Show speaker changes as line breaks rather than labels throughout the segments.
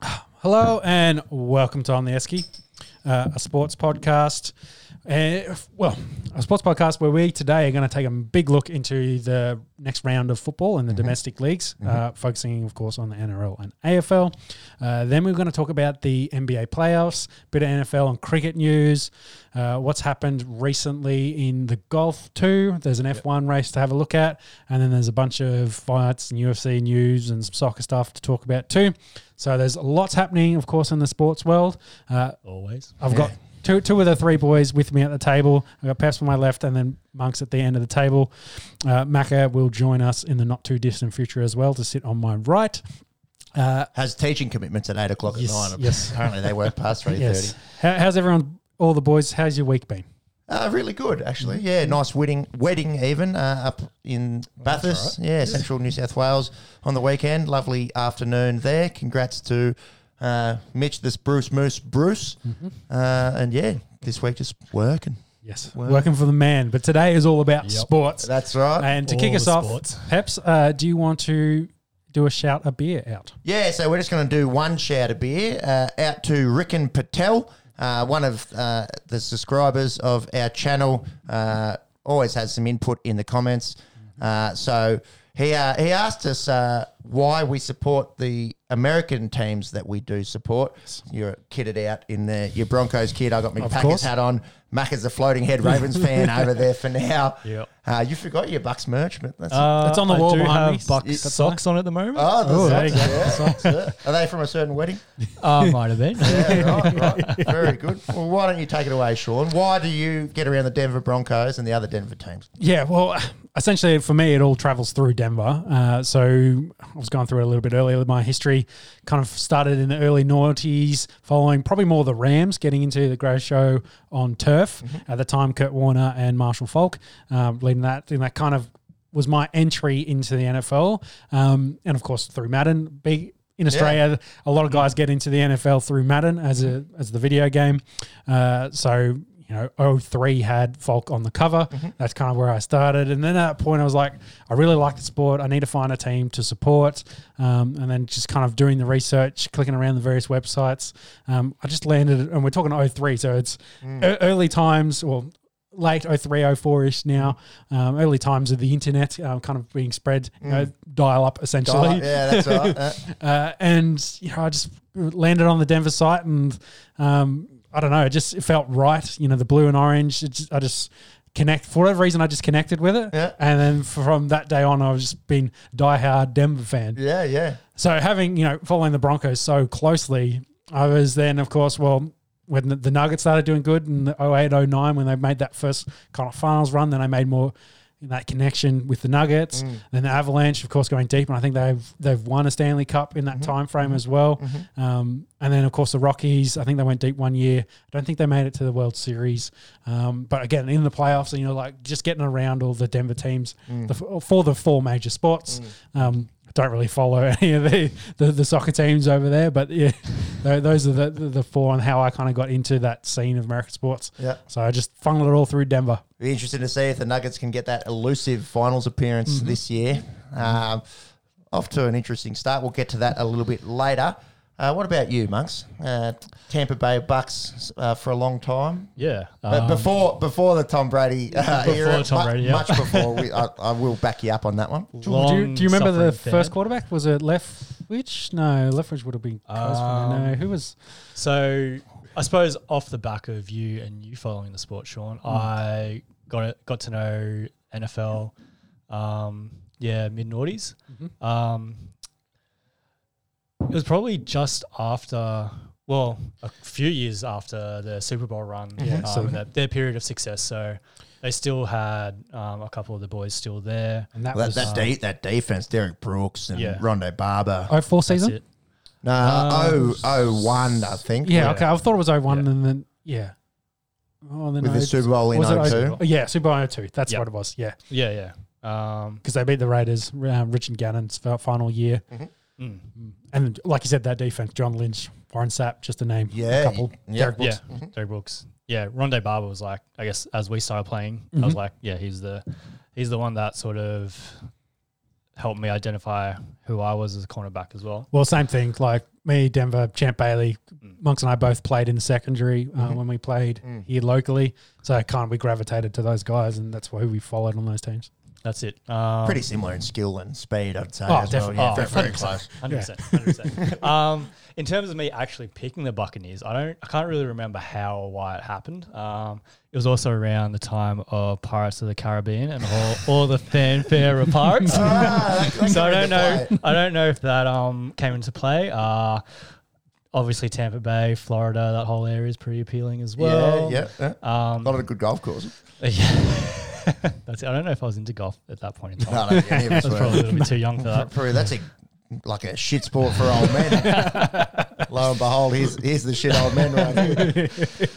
Hello and welcome to On the Esky, uh, a sports podcast. Uh, well, a sports podcast where we today are going to take a big look into the next round of football in the domestic leagues, uh, focusing, of course, on the NRL and AFL. Uh, then we're going to talk about the NBA playoffs, bit of NFL and cricket news, uh, what's happened recently in the golf too. There's an F1 race to have a look at, and then there's a bunch of fights and UFC news and some soccer stuff to talk about too. So there's lots happening, of course, in the sports world. Uh,
Always.
I've got two two of the three boys with me at the table. I've got Paps on my left and then Monks at the end of the table. Uh, Maka will join us in the not too distant future as well to sit on my right. Uh,
Has teaching commitments at eight o'clock
Yes,
at nine.
yes.
Apparently they work past three thirty.
yes. How, how's everyone, all the boys, how's your week been?
Uh, really good, actually. Yeah, nice wedding, wedding even uh, up in Bathurst. Yeah, central New South Wales on the weekend. Lovely afternoon there. Congrats to uh, Mitch, this Bruce Moose Bruce. Uh, and yeah, this week just working.
Yes.
Well-
Working for the man. But today is all about sports.
That's right.
And to
All
kick
the
us off,
sports.
Paps, uh, do you want to do a shout a beer out?
Yeah, so we're just going to do one shout of beer uh, out to Rickon Patel, uh, one of uh, the subscribers of our channel. Uh, always has some input in the comments. Uh, so he uh, he asked us uh, why we support the American teams that we do support. You're kitted out in there. Your Broncos kid. I got my
Of
Packers
course.
hat on. Mac is a floating head Ravens fan over there for now.
Yep. Uh,
Uh, you forgot your Bucks merch, but that's
It's on the
I
wall
do
behind
have
me.
Buck
It's-
socks on at the Uh, moment.
Oh, the
Oh, there
socks, yeah, socks, yeah. Are they from a certain wedding?
Uh, might have been.
Yeah, right, right. Very good. Well, why don't you take it away, Sean? Why do you get around the Denver Broncos and the other Denver teams?
Yeah, well, essentially for me, it all travels through Denver. Uh, so I was going through it a little bit earlier. with My history kind of started in the early noughties, following probably more the Rams getting into the Grey Show on turf at the time. Kurt Warner and Marshall Falk um, leading that, and that kind of was my entry into the NFL. Um, and of course through Madden, big. In Australia, uh, a lot of guys get into the NFL through Madden as a as the video game. Uh, so you know, 03 had Falk on the cover. That's kind of where I started. And then at that point, I was like, I really like the sport. I need to find a team to support. Um, and then just kind of doing the research, clicking around the various websites. Um, I just landed, and we're talking 03, so it's e- early times, well, late 03, 04 ish now, um, early times of the internet um, kind of being spread, you know, dial up essentially
Oh, yeah, that's right. Uh,
uh, and you know I just landed on the Denver site, and um, I don't know, it just it felt right. You know, the blue and orange. It just, I just connect for whatever reason. I just connected with it,
Yeah.
and then from that day on, I've just been diehard Denver fan.
yeah, yeah.
So having you know following the Broncos so closely, I was then of course well when the, the Nuggets started doing good in the 08, 09, when they made that first kind of finals run, then I made more that connection with the Nuggets. Then the Avalanche, of course, going deep, and I think they've they've won a Stanley Cup in that time frame as well. Um, and then of course the Rockies, I think they went deep one year. I don't think they made it to the World Series, um, but again in the playoffs, you know, like just getting around all the Denver teams the, for the four major sports. Um, don't really follow any of the, the, the soccer teams over there, but yeah, tho- those are the, the, the four and how I kind of got into that scene of American sports.
Yeah.
So I just funneled it all through Denver.
Be interested to see if the Nuggets can get that elusive finals appearance
Mm-hmm.
this year. Um, off to an interesting start. We'll get to that a little bit later. Uh, what about you, monks? Uh, Tampa Bay Bucks uh, for a long time.
yeah.
But
Um,
before before the Tom Brady uh,
Before
era,
the Tom
mu-
Brady, yeah.
much before, we, I, I will back you up on that one.
Do you, do you remember the
long-suffering fan.
first quarterback? Was it Leftwich? No, Leftwich would have been Cosman.
Um,
no, who was?
So I suppose off the back of you and you following the sport, Sean, I got got to know NFL. Um, yeah, mid noughties. Um, it was probably just after, well, a few years after the Super Bowl run.
Yeah,
um,
so-
and their, their period of success. So they still had um, a couple of the boys still there.
And that
Well,
was
that, that, de- that defense, Derek Brooks and
uh, Yeah.
Rondo Barber.
oh four
That's
season.
it.
No, oh, oh, 01, I think.
Yeah,
Yeah.
okay. I thought it was 01
Yeah.
and then yeah. Oh, and then
With the
oh-
Super Bowl in
was it
02.
oh- Yeah, Super Bowl 02. That's
Yeah.
what it was. Yeah,
Yeah, yeah. Um,
because they beat the Raiders. Um, Richard Gannon's fi- final year,
mm.
and like you said, that defense: John Lynch, Warren Sapp, just to name
Yeah,
a couple.
yeah.
Derek Brooks.
Yeah, Derek Brooks. Yeah, Rondé Barber was like, I guess as we started playing, I was like, yeah, he's the he's the one that sort of helped me identify who I was as a cornerback as well.
Well, same thing. Like me, Denver, Champ Bailey,
Mm.
Monks, and I both played in the secondary uh, when we played here locally. So kind of we gravitated to those guys, and that's who we followed on those teams.
That's it. Um,
Pretty similar in skill and speed, I'd say.
Oh,
as
definitely.
Well. Yeah,
Oh,
very, very close.
100%. 100%. um, in terms of me actually picking the Buccaneers, I don't, I can't really remember how or why it happened. Um, it was also around the time of Pirates of the Caribbean and all, all the fanfare of pirates.
Ah, that- that
so I
came
don't
into
know.
play.
I don't know if that um, came into play. Uh, obviously, Tampa Bay, Florida, that whole area is pretty appealing as well.
yeah, yeah. yeah.
Um,
a lot of good golf courses.
yeah. That's it. I don't know if I was into golf at that point in time.
No, no, any of us
I was Oh. probably a
were.
little bit too young for that.
Probably that's a like a shit sport for old men. Lo and behold, here's, here's the shit old men right here.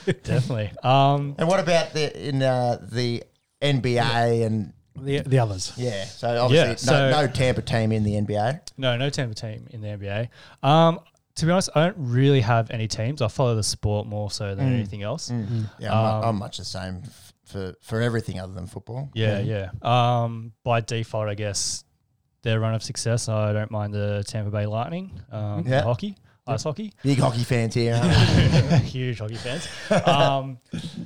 Definitely. Um,
And what about the in uh, the NBA and
The, the others.
yeah? So obviously,
Yeah, so-
no, no Tampa team in the NBA.
no, no Tampa team in the NBA. Um, to be honest, I don't really have any teams. I follow the sport more so
Mm.
than anything else.
Yeah, I'm, mu- I'm much the same f- for for everything other than football.
Yeah, yeah. Um, by default, I guess their run of success. I don't mind the Tampa Bay Lightning, um,
Yeah.
hockey, ice hockey.
Big hockey fans here. Aren't we?
Huge hockey fans. Um,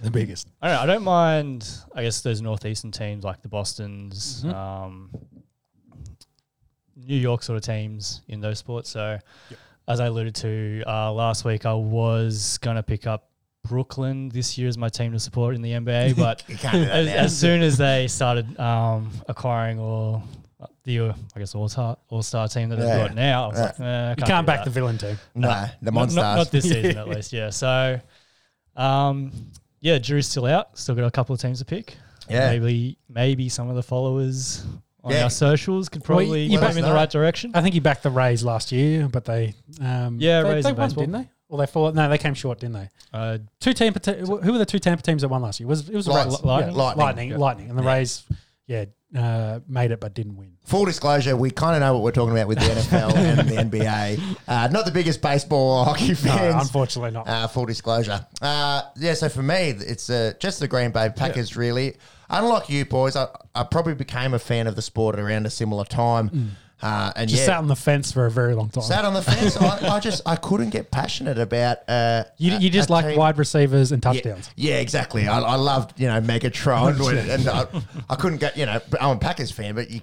The biggest.
I don't know. I don't mind. I guess those northeastern teams like the Boston's, um, New York sort of teams in those sports. So, as I alluded to uh, last week, I was gonna pick up Brooklyn this year as my team to support in the NBA, but
you can't do that
as,
now.
as soon as they started um, acquiring all the uh, I guess all star all star team that they've
Yeah.
got now, I was like, eh, I
You
can't,
can't
do
back
that.
the villain team.
no, the
Not-
monsters.
Not, not this season, at least. Yeah. So, um, yeah, jury's still out. Still got a couple of teams to pick.
Yeah.
Maybe maybe some of the followers on
Yeah.
our socials could
Well, you-
probably
you Uh,
point
bet-
me in the right direction.
I think he backed the Rays last year, but they um,
Yeah,
they,
Rays
they
and
won,
baseball.
didn't they? Or they fall? No, they came short, didn't they?
Uh,
Two Tampa. Te- who were the two Tampa teams that won last year? Was it was the
Lights.
Rays-
Lightning.
yeah,
Lightning.
lightning,
Yeah.
Lightning, and the Rays, yeah, uh, made it but didn't win.
Full disclosure, we kind of know what we're talking about with the NFL and the NBA. Uh, not the biggest baseball or hockey
No,
fans.
unfortunately not.
Uh, full disclosure. Uh, yeah, so for me, it's uh, just the Green Bay Packers, really. Unlike you boys, I, I probably became a fan of the sport at around a similar time.
Mm.
Uh, and
Just
yeah,
sat on the fence for a very long time.
sat on the fence. I, I just I couldn't get passionate about. Uh,
you,
a-
you just
a
like
team.
wide receivers and
Yeah,
touchdowns.
yeah, exactly. I, I loved you know Megatron, when, and I, I couldn't get you know I'm a Packers fan, but you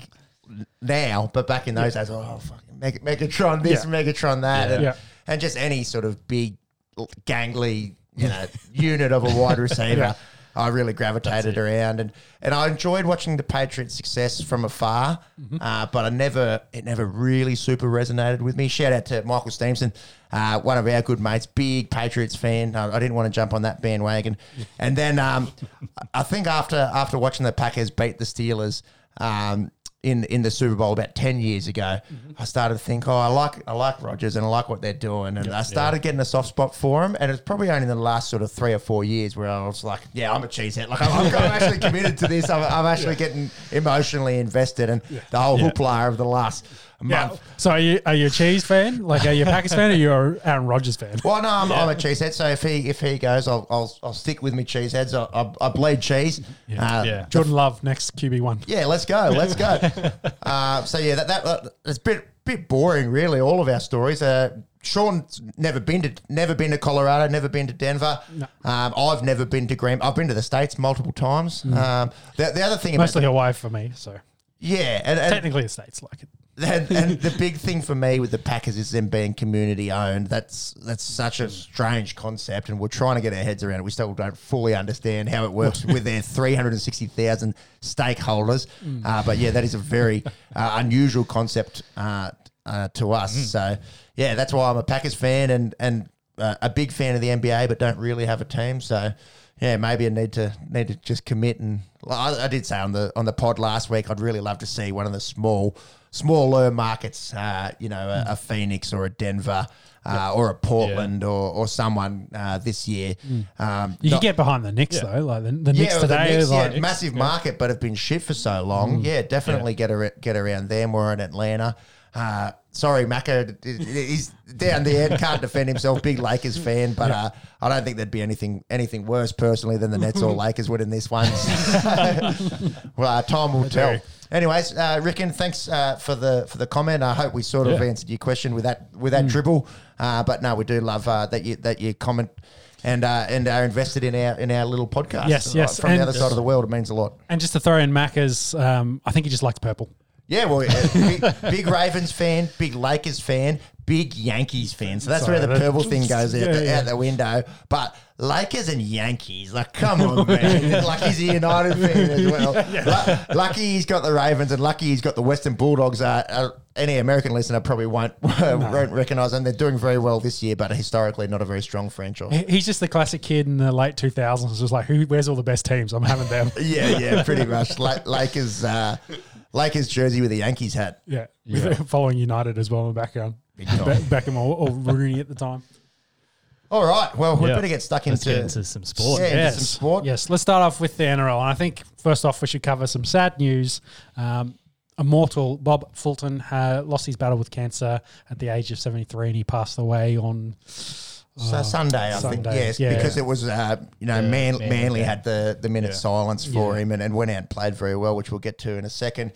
now, but back in those days, oh fucking Meg- Megatron this,
Yeah.
Megatron that, And,
Yeah.
and just any sort of big gangly you know unit of a wide receiver.
Yeah.
I really gravitated around, and, and I enjoyed watching the Patriots' success from afar, uh, but I never it never really super resonated with me. Shout out to Michael Steamson, uh, one of our good mates, big Patriots fan. I, I didn't want to jump on that bandwagon, and then um, I think after after watching the Packers beat the Steelers. Um, in, in the Super Bowl about ten years ago, I started to think, oh, I like I like Rogers and I like what they're doing, and I started getting a soft spot for him. And it's probably only in the last sort of three or four years where I was like, yeah, I'm a cheesehead. Like I'm, I'm, I'm actually committed to this. I'm, I'm actually getting emotionally invested, and the whole hoopla of the last
Yeah.
month.
Um, So are you are you a cheese fan? Like are you a Packers fan or are you a Aaron Rodgers fan?
Well, no, I'm, I'm a cheesehead. So if he if he goes, I'll I'll, I'll stick with my cheeseheads. I, I, I bleed cheese. Uh, Yeah.
yeah.
Jordan Love next QB one.
Yeah, let's go. Let's go. uh, so yeah, that, that that it's a bit bit boring, really. All of our stories. Uh, Sean's never been to never been to Colorado, never been to Denver. Um, I've never been to Green. I've been to the states multiple times. Um, the, the other thing about
Mostly Hawaii for me. So
yeah, and, and
technically the states like it.
and, and the big thing for me with the Packers is them being community owned. That's that's such a strange concept, and we're trying to get our heads around it. We still don't fully understand how it works with their three hundred and sixty thousand stakeholders. Uh, but yeah, that is a very uh, unusual concept uh, uh, to us. So yeah, that's why I'm a Packers fan and and uh, a big fan of the NBA, but don't really have a team. So. Yeah, maybe I need to need to just commit and well, I, I did say on the on the pod last week I'd really love to see one of the small smaller markets, uh, you know, a, a Phoenix or a Denver uh, or a Portland or or someone uh, this year. Um,
You
not-
can get behind the Knicks though. Like the, the Knicks Mm.
yeah, the
today
Knicks,
like
yeah, massive market, but have been shit for so long. Yeah, definitely get ar- get around them. We're in Atlanta. Uh, sorry, Macca, he's down the end, can't defend himself. Big Lakers fan, but uh, I don't think there'd be anything anything worse personally than the Nets or Lakers would in this one. well, uh, time will tell. Anyways, uh, Rickon, thanks uh, for the for the comment. I hope we sort of
Yeah.
answered your question with that with
Mm.
that dribble. Uh, but no, we do love uh, that you that you comment and uh, and are invested in our in our little podcast.
Yes,
Uh,
yes,
From
and-
the other side of the world, it means a lot.
And just to throw in Macca's, um, I think he just likes purple.
Yeah, well, uh, big, big Ravens fan, big Lakers fan, big Yankees fan. So that's
Sorry,
where the
that-
purple thing goes out,
Yeah,
the,
yeah.
out the window. But Lakers and Yankees, like, come on, man. Lucky's a United fan as well. Lu- lucky he's got the Ravens, and lucky he's got the Western Bulldogs. Uh, uh, any American listener probably won't won't recognise them. They're doing very well this year, but historically not a very strong franchise.
He- He's just the classic kid in the late 2000s. Was like, who? Where's all the best teams? I'm having them.
Yeah, yeah, pretty much. La- Lakers, uh, Lakers jersey with a Yankees hat.
Yeah, following United as well in the background.
Big time.
Be- Beckham or, or Rooney at the time.
All right, well, we
Yeah.
better get stuck
Let's
into
get into some sport.
Yeah.
Yeah.
into some sport?
Yes, let's start off with the NRL. And I think first off, we should cover some sad news. Um, immortal Bob Fulton uh, lost his battle with cancer at the age of 73 and he passed away on.
So Sunday, I think,
Sunday,
yes,
yeah.
because it was, uh, you know, Man-
Manly,
Manly
yeah.
had the the minute
Yeah.
silence for
Yeah.
him and, and went out and played very well, which we'll get to in a second.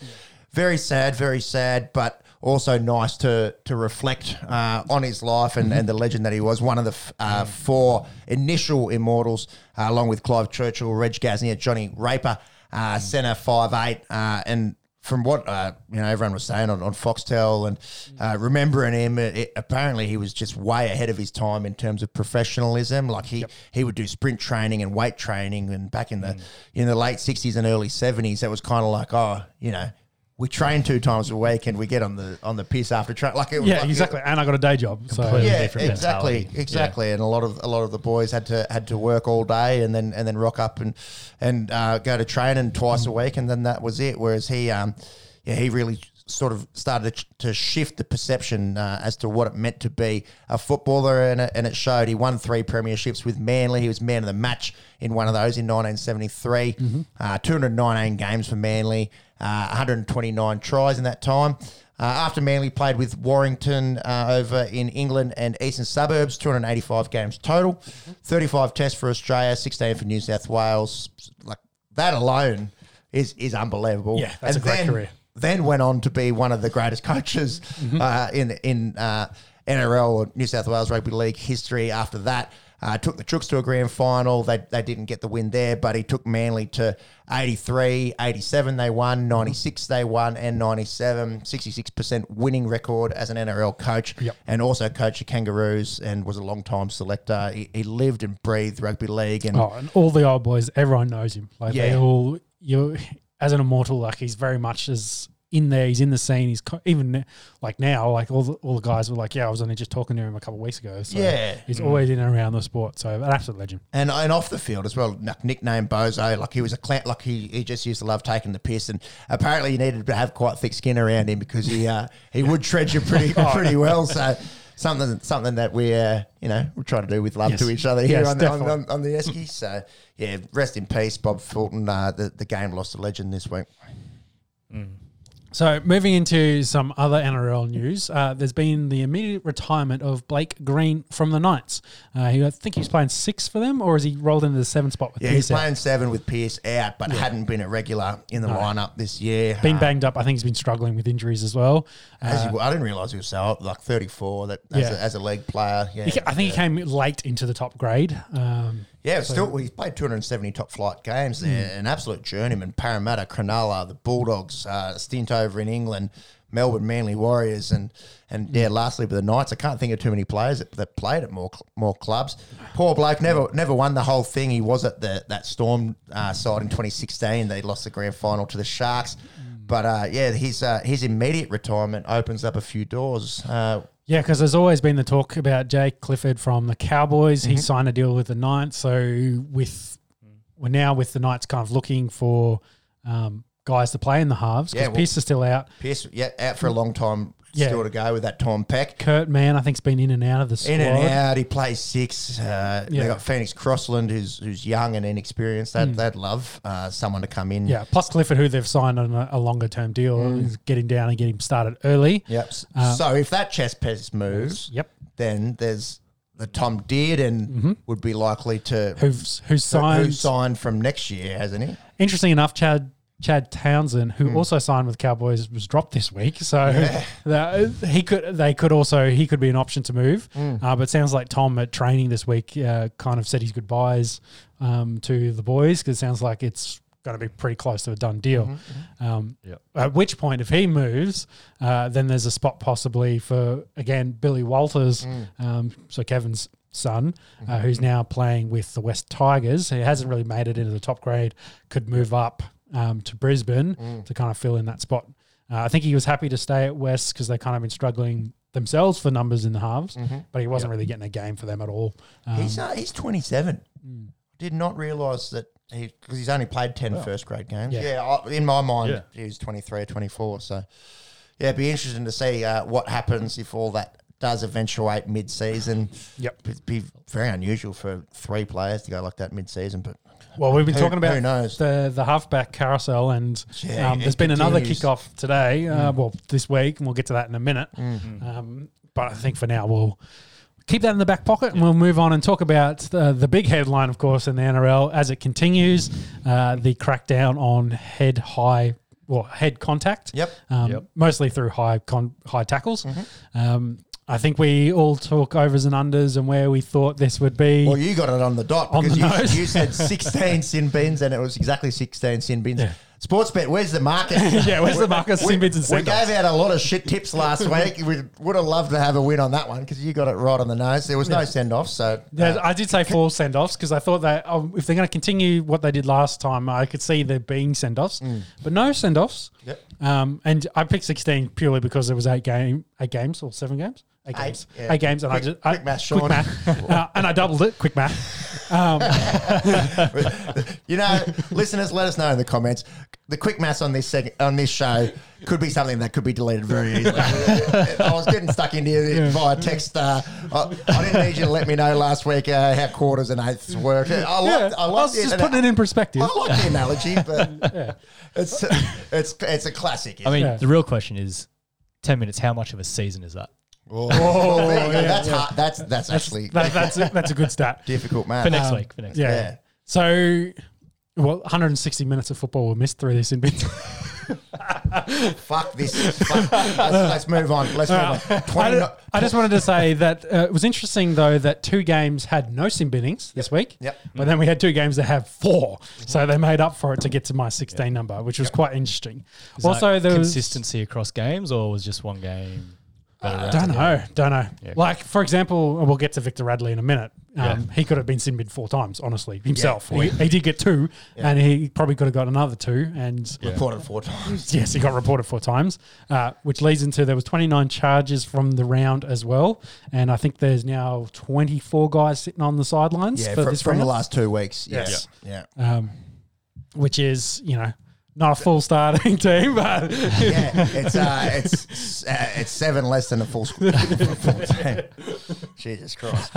Very sad, very sad, but also nice to to reflect uh, on his life and, and the legend that he was. One of the f- uh, four initial immortals, uh, along with Clive Churchill, Reg Gaznia, Johnny Raper, uh, centre five eight, uh, and from what uh, you know, everyone was saying on, on Foxtel and uh, remembering him, it, it- apparently he was just way ahead of his time in terms of professionalism. Like he, he would do sprint training and weight training, and back in the
Mm.
in the late sixties and early seventies, that was kind of like, oh, you know, we train two times a week and we get on the on the piss after train. Like it, was
Yeah,
like-
exactly. And I got a day job. So
Completely.
yeah,
different
exactly,
mentality.
exactly. And a lot of a lot of the boys had to had to work all day and then and then rock up and and uh, go to training twice a week, and then that was it. Whereas he, um, yeah, he really sort of started to ch- to shift the perception uh, as to what it meant to be a footballer, and it, and it showed. He won three premierships with Manly. He was man of the match in one of those in 1973.
Mm-hmm.
Uh, 219 games for Manly, uh, 129 tries in that time. Uh, after Manly played with Warrington uh, over in England and Eastern Suburbs, 285 games total, 35 tests for Australia, 16 for New South Wales. Like that alone is is unbelievable.
Yeah, that's a great
then,
career.
Then went on to be one of the greatest coaches
Mm-hmm.
uh, in in uh, NRL or New South Wales Rugby League history. After that. Uh, took the Trooks to a grand final. They, they didn't get the win there, but he took Manly to 83, 87 they
Mm-hmm.
won, 96 they won, and 97. 66% winning record as an NRL coach
Yep.
and also coached the Kangaroos and was a long-time selector. He, he lived and breathed rugby league. and
Oh, and all the old boys, everyone knows him. Like they
Yeah.
all you as an immortal, like he's very much as in there. He's in the scene. He's co- even like now, like all the, all the guys were like, yeah, I was only just talking to him a couple of weeks ago. So
Yeah. Mm.
he's always in and around the sport. So an absolute legend.
and and off the field as well. Like nickname Bozo, like he was a clown, like he, he just used to love taking the piss, and apparently you needed to have quite thick skin around him because he uh, he would tread you pretty
Oh,
pretty well. So something something that we uh, you know we're trying to do with love
Yes.
to each other here
Yes,
on, the, on,
definitely.
on, on the Esky. So yeah, rest in peace, Bob Fulton. Uh, the the game lost a legend this week.
So moving into some other NRL news, uh, there's been the immediate retirement of Blake Green from the Knights. Uh, he, I think he's playing six for them, or is he rolled into the seven spot with uh,
Yeah, he's
Pearce out?
playing seven with Pierce out, but hadn't been a regular in the lineup this year.
Been
Uh,
banged up. I think he's been struggling with injuries as well.
as you- I didn't realise he was so old, like thirty four. That as,
Yeah.
a, as a league player, yeah.
He ca- I think he came late into the top grade. Um,
Yeah, it's still he's played 270 top flight games there, an absolute journeyman. Parramatta, Cronulla, the Bulldogs, uh, stint over in England, Melbourne Manly Warriors, and and yeah, lastly with the Knights. I can't think of too many players that, that played at more cl- more clubs. Poor Blake never never won the whole thing. He was at the that Storm uh, side in 2016. They lost the grand final to the Sharks. But uh, yeah, his uh, his immediate retirement opens up a few doors. Uh,
yeah, because there's always been the talk about Jake Clifford from the Cowboys.
Mm-hmm.
He signed a deal with the Knights, so with we're now with the Knights kind of looking for um, guys to play in the halves because
Yeah, well-
Pierce is still out.
Pierce, yeah, out for a long time,
Yeah.
still to go with that Tom Peck.
Kurt Mann, I think, has been in and out of the squad.
In and out. He plays six. Uh,
Yeah. Mm.
They got Phoenix Crossland, who's who's young and inexperienced. That they'd love uh, someone to come in.
Yeah, plus Clifford, who they've signed on a, a longer term deal, is get him down and get him started early.
Mm. Yep. S- so if that chess piece moves,
Uh, Yep. Mm-hmm.
then there's the Tom Dearden would be likely to
Who's who's signed?
who signed from next year, hasn't he?
Interesting enough, Chad Chad Townsend, who also signed with Cowboys, was dropped this week. So that, he could, they could also, he could be an option to move. Uh, but it sounds like Tom at training this week uh, kind of said his goodbyes um, to the boys because it sounds like it's going to be pretty close to a done deal. Um,
Yep.
At which point, if he moves, uh, then there's a spot possibly for again Billy Walters, um, so Kevin's son, uh,
Mm-hmm.
who's now playing with the West Tigers. He hasn't really made it into the top grade. Could move up um, to Brisbane
Mm.
to kind of fill in that spot. Uh, I think he was happy to stay at West because they kind of been struggling themselves for numbers in the halves,
Mm-hmm.
but he wasn't really getting a game for them at all. Um, Hmm.
He's uh, he's 27. Did not realise that he because he's only played 10 first grade games.
Yeah.
Yeah, I, in my mind,
Yeah.
he was 23 or 24. So, yeah, it'd be interesting to see uh, what happens if all that does eventuate mid season.
Yep.
It'd be very unusual for three players to go like that mid season, but
Well, we've been
Who-
talking about
who knows?
the the halfback carousel, and
Yeah, Mm.
um,
it
there's been another
continues.
kickoff today. Uh, well, this week, and we'll get to that in a minute.
Mm.
Um, but I think for now we'll keep that in the back pocket, and we'll move on and talk about uh, the, the big headline, of course, in the NRL as it continues uh, the crackdown on head high. Well, head contact.
Yep.
Um,
Yep.
Mostly through high con- high tackles.
Mm-hmm.
Um, I think we all talk overs and unders and where we thought this would be.
Well, you got it on the dot
On the
because
nose.
you, you said 16 sin bins and it was exactly 16 sin bins.
Yeah.
Sportsbet, where's the market?
Yeah, where's the market?
We-
Sin bins and
We
send
gave out a lot of shit tips last week. We would have loved to have a win on that one because you got it right on the nose. There was no send off, so
Yeah,
uh,
I did say four send offs because I thought that um, if they're going to continue what they did last time, I could see there being send offs, but no send offs.
Mm. Yep.
Um, and I picked sixteen purely because there was eight game, eight games or seven games, eight,
Eight,
games,
yeah.
eight games, and I
Quick-
just I-
quick math,
quick
Sean.
math, uh, and I doubled it, quick math. Um,
you know, listeners, let us know in the comments. The quick maths on this seg- on this show could be something that could be deleted very easily. I was getting stuck in here via text. Uh, I, I didn't need you to let me know last week uh, how quarters and eighths work. I
yeah,
liked, I,
I,
liked
was
it,
just
and
putting it in perspective.
I like the analogy, but it's it's it's a classic.
I mean,
Yeah.
the real question is, ten minutes. How much of a season is that?
oh, there you go. that's hard. That's that's actually
That, that's a, that's a good stat.
difficult, man.
For next week. For next
Um, Yeah.
Yeah.
So, well, 160 minutes of football were missed through this in bits.
Fuck this. Fuck. Let's, let's move on. Let's move on.
I,
20,
ju- I just wanted to say that uh, it was interesting though that two games had no sim binnings this week.
Yep.
But then we had two games that have 4 so they made up for it to get to my sixteen number, which was quite interesting.
Is
also,
that
there was
consistency across games, or was just one game? better than
Ah, don't
the other?
know, don't know.
Yeah.
Like for example, and we'll get to Victor Radley in a minute. Um,
Yeah.
He could have been sin bid four times, honestly, himself.
we-
He, he did get two, and he probably could have got another two, and
Reported four times.
Yes, he got reported four times, uh, which leads into there was 29 charges from the round as well, and I think there's now 24 guys sitting on the sidelines
Yeah,
for
fr-
this
from the
round,
last two weeks.
Yes.
Yes. Yeah.
um, which is you know not a full starting team, but
Yeah. It's uh, it's uh, it's seven less than a full score. Jesus Christ.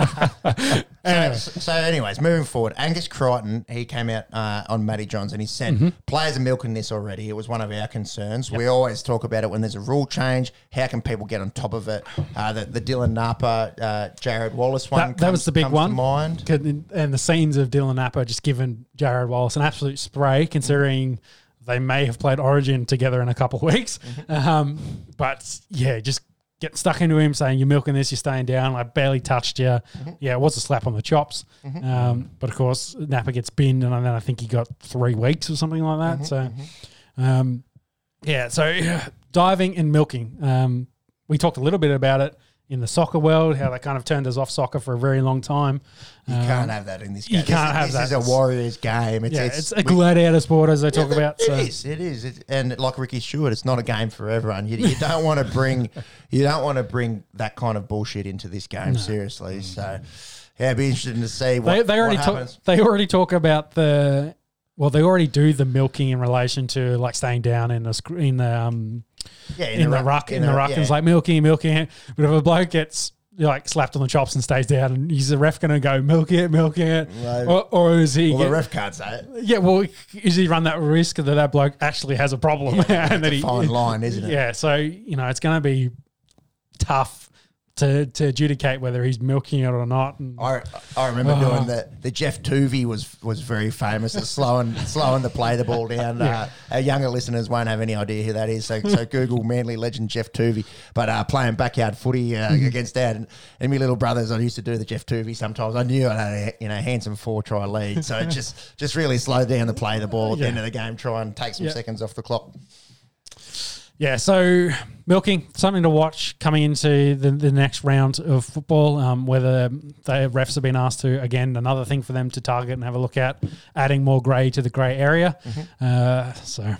so, so, anyways, moving forward, Angus Crichton, he came out uh, on Matty Johns and he said,
Mm-hmm.
players are milking this already. It was one of our concerns. We always talk about it when there's a rule change. How can people get on top of it? Uh, the, the Dylan Napa, uh, Jared Wallace one.
that, that was
comes-
the big
comes to
one.
Mind.
Could- And the scenes of Dylan Appa just giving Jared Wallace an absolute spray, considering they may have played Origin together in a couple of weeks.
Mm-hmm.
Um, but yeah, just getting stuck into him, saying you're milking this, you're staying down. I barely touched you.
Mm-hmm.
Yeah, it was a slap on the chops. Um, but of course, Napa gets binned, and then I think he got three weeks or something like that. so.
Mm-hmm,
Um, yeah, so diving and milking. Um, we talked a little bit about it in the soccer world, how that kind of turned us off soccer for a very long time.
You can't have that in this game.
Uh, you can't
this,
have
This
that.
is a Warriors game. It's,
Yeah,
it's,
it's, a gladiator sport as they talk about. uh,
It
So.
is, It is. It, and like Ricky Stewart, it's not a game for everyone. You, you don't want to bring, you don't want to bring that kind of bullshit into this game. Seriously. So, yeah, it'd be interesting to see what,
They, they already
what
talk.
happens.
They already talk about the. Well, they already do the milking in relation to like staying down in the sc- in the um,
Yeah,
in, the,
ruck-
ruck in the, ruck.
yeah.
And it's like milking, milking it. But if a bloke gets like slapped on the chops and stays down, and he's the ref going to go milking it, milking it,
Right.
or, or is he?
well, the
get-
ref can't say it.
Yeah, well, is he run that risk that that bloke actually has a problem and that he?
Fine line, isn't it?
Yeah, so you know it's going to be tough to, to adjudicate whether he's milking it or not. And
I, I remember
Ah.
doing the the Jeff Tuvey was was very famous at slowing slowing the play the ball down. Uh, our younger listeners won't have any idea who that is, so, so Google manly legend Jeff Tuvey. But uh, playing backyard footy uh,
Hmm.
against dad and, and my little brothers, I used to do the Jeff Tuvey sometimes. I knew I had a you know handsome four try lead, so it just just really slow down the play the ball at the
Yeah.
end of the game, try and take some
Yeah.
seconds off the clock.
Yeah, so milking something to watch coming into the, the next round of football. Um, whether the refs have been asked to again another thing for them to target and have a look at, adding more grey to the grey area.
Mm-hmm.
Uh, so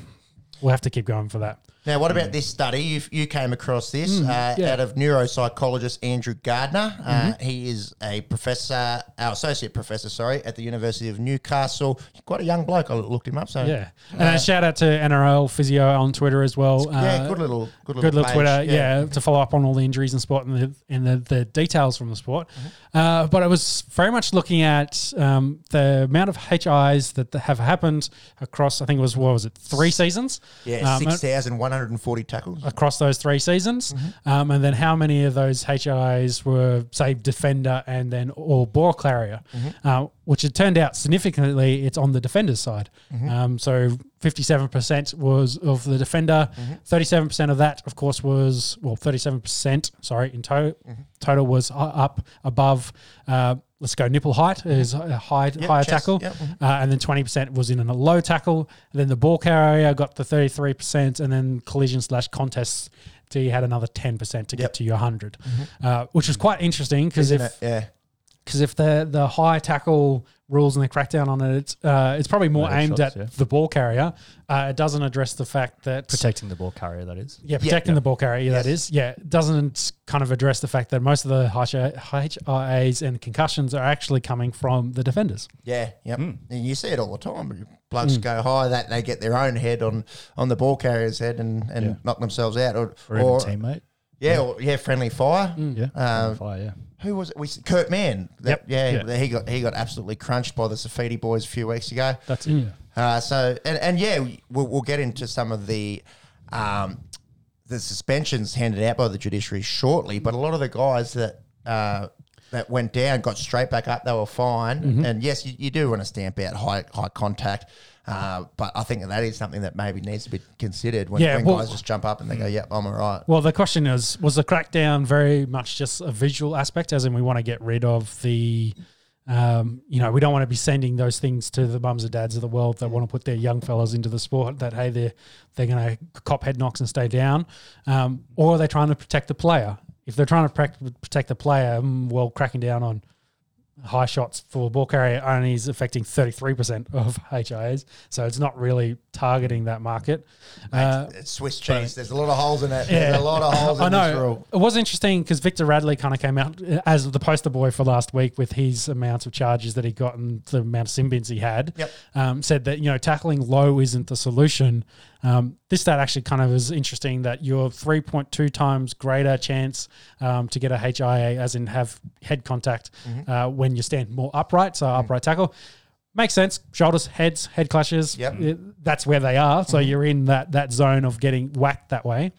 we'll have to keep going for that.
Now, what about this study? You you came across this uh,
Mm. yeah. Mm-hmm.
out of neuropsychologist Andrew Gardner. Uh, He is a professor, uh, associate professor, sorry, at the University of Newcastle. Quite a young bloke. I looked him up. So
Yeah, and a shout out to NRL physio on Twitter as well.
Uh, yeah,
Uh,
good little, good little,
good little
page.
Twitter, yeah. to follow up on all the injuries in sport and the and the, the details from the sport. Uh, but I was very much looking at um, the amount of HIs that th- have happened across. I think it was what was it three seasons?
yeah,
Um,
six thousand one hundred and forty tackles.
across those three seasons,
Mm-hmm.
um, and then how many of those HIs were say defender and then or ball carrier,
Mm-hmm.
uh, which it turned out significantly it's on the defender's side.
Mm-hmm.
Um, so fifty seven percent was of the defender,
Mm-hmm.
thirty seven percent of that, of course, was well thirty seven percent. Sorry, in total
Mm-hmm.
total was u- up above. Uh, Let's go nipple height is a high, higher
chest,
tackle,
yep, mhm.
uh, and then 20% was in a low tackle. And then the ball carrier got the 33%, and then collision slash contests, so you had another 10% to get
Yep.
to your 100, uh, which was quite interesting because
Isn't
if
it? Yeah,
because if the the high tackle rules and the crackdown on it, it's, uh, it's probably more
Low
aimed at
shots, yeah.
the ball carrier. Uh, it doesn't address the fact that
Protecting the ball carrier, that is.
yeah, protecting the ball carrier. Yeah, That
Yes.
is, yeah, it doesn't kind of address the fact that most of the HIAs and concussions are actually coming from the defenders.
yeah, yep.
Hmm.
And you see it all the time. Blokes go high, that they get their own head on on the ball carrier's head and, and
Yeah.
knock themselves out, or,
Or,
or-
even teammate.
yeah, or, yeah, friendly fire.
Hmm.
Yeah.
Um,
fire, yeah.
who was it? We Kurt Mann. That, Yeah,
Yeah.
he got he got absolutely crunched by the Safidi boys a few weeks ago.
That's it.
Hmm.
Uh, so and, and yeah, we'll, we'll get into some of the um, the suspensions handed out by the judiciary shortly. But a lot of the guys that uh, that went down got straight back up. They were fine.
Mm-hmm.
And yes, you, you do want to stamp out high high contact. Uh, but I think that is something that maybe needs to be considered when,
Yeah,
when
well-
guys just jump up and they go, "Yep, I'm all right."
Well, the question is, was the crackdown very much just a visual aspect, as in we want to get rid of the, um, you know, we don't want to be sending those things to the mums and dads of the world that want to put their young fellas into the sport. That hey, they're they're going to cop head knocks and stay down, um, or are they trying to protect the player? If they're trying to prac- protect the player, mm, well, cracking down on high shots for ball carrier only is affecting 33% of HIAs. So it's not really targeting that market. Uh,
It's Swiss cheese. There's a lot of holes in it. There's
yeah.
a lot of holes in
I
this rule.
know. It was interesting because Victor Radley kind of came out uh, as the poster boy for last week with his amount of charges that he got and the amount of sin bins he had.
Yep.
Um, said that, you know, tackling low isn't the solution. Um, this stat actually kind of is interesting that you're 3.2 times greater chance um, to get a HIA, as in have head contact
Mm-hmm.
uh, when you stand more upright, so upright tackle. Makes sense. Shoulders, heads, head clashes.
Yep. Mm-hmm.
It- that's where they are. So you're in that that zone of getting whacked that way.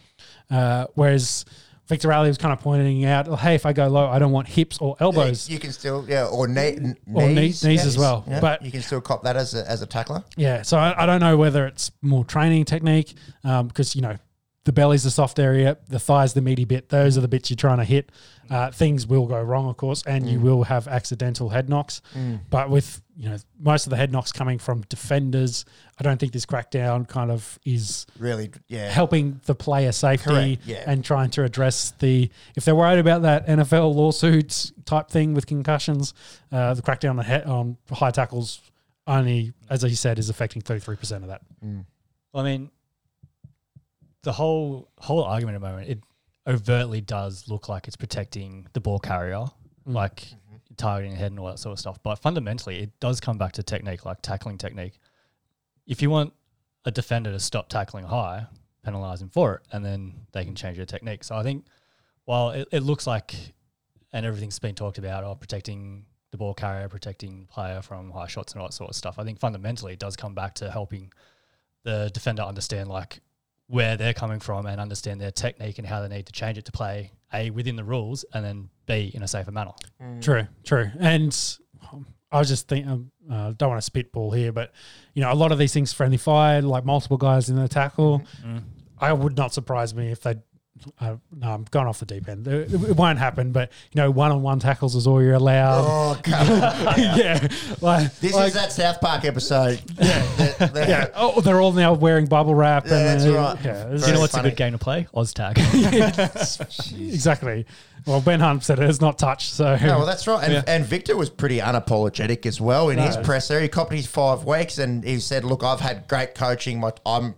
Uh, whereas Victor Alley was kind of pointing out, "Oh, hey, if I go low, I don't want hips or elbows.
You can still, yeah, or, knee, knees,
Or knee- knees as well,
Yeah,
but-
you can still cop that as a, as a tackler.
Yeah. So I, I don't know whether it's more training technique because, you know, the belly's the soft area, the thigh's the meaty bit. Those are the bits you're trying to hit. Uh, things will go wrong, of course, and
Mm.
you will have accidental head knocks. But with, you know, most of the head knocks coming from defenders, I don't think this crackdown kind of is
Really, yeah.
helping the player safety
Correct, yeah.
and trying to address the if they're worried about that NFL lawsuits type thing with concussions, uh, the crackdown on, he- on high tackles only, as he said, is affecting thirty three percent of that.
I mean, the whole whole argument at the moment, it overtly does look like it's protecting the ball carrier, like targeting the head and all that sort of stuff. But fundamentally, it does come back to technique, like tackling technique. If you want a defender to stop tackling high, penalize him for it, and then they can change their technique. So I think while it, it looks like, and everything's been talked about, oh, protecting the ball carrier, protecting player from high shots and all that sort of stuff, I think fundamentally it does come back to helping the defender understand like where they're coming from and understand their technique and how they need to change it to play a within the rules and then b in a safer manner.
Mm.
True, true. And um, I was just think um, uh, don't want to spitball here, but you know, a lot of these things friendly fire, like multiple guys in the tackle.
Mm-hmm.
I would not surprise me if they. Uh, no, I'm going off the deep end. It, it won't happen, but you know, one-on-one tackles is all you're allowed.
Oh, God.
yeah, like
This
like-
is that South Park episode. Yeah, the- the-
yeah. Oh, they're all now wearing bubble wrap.
Yeah,
and
that's
uh,
right.
Yeah, it's-
You know
Very
what's
funny.
a good game to play? OzTag.
exactly. Well, Ben Hunt said it is not touched. So
No, well, that's right. And, and Victor was pretty unapologetic as well in his presser. He copped his five weeks and he said, "Look, I've had great coaching. My, I'm,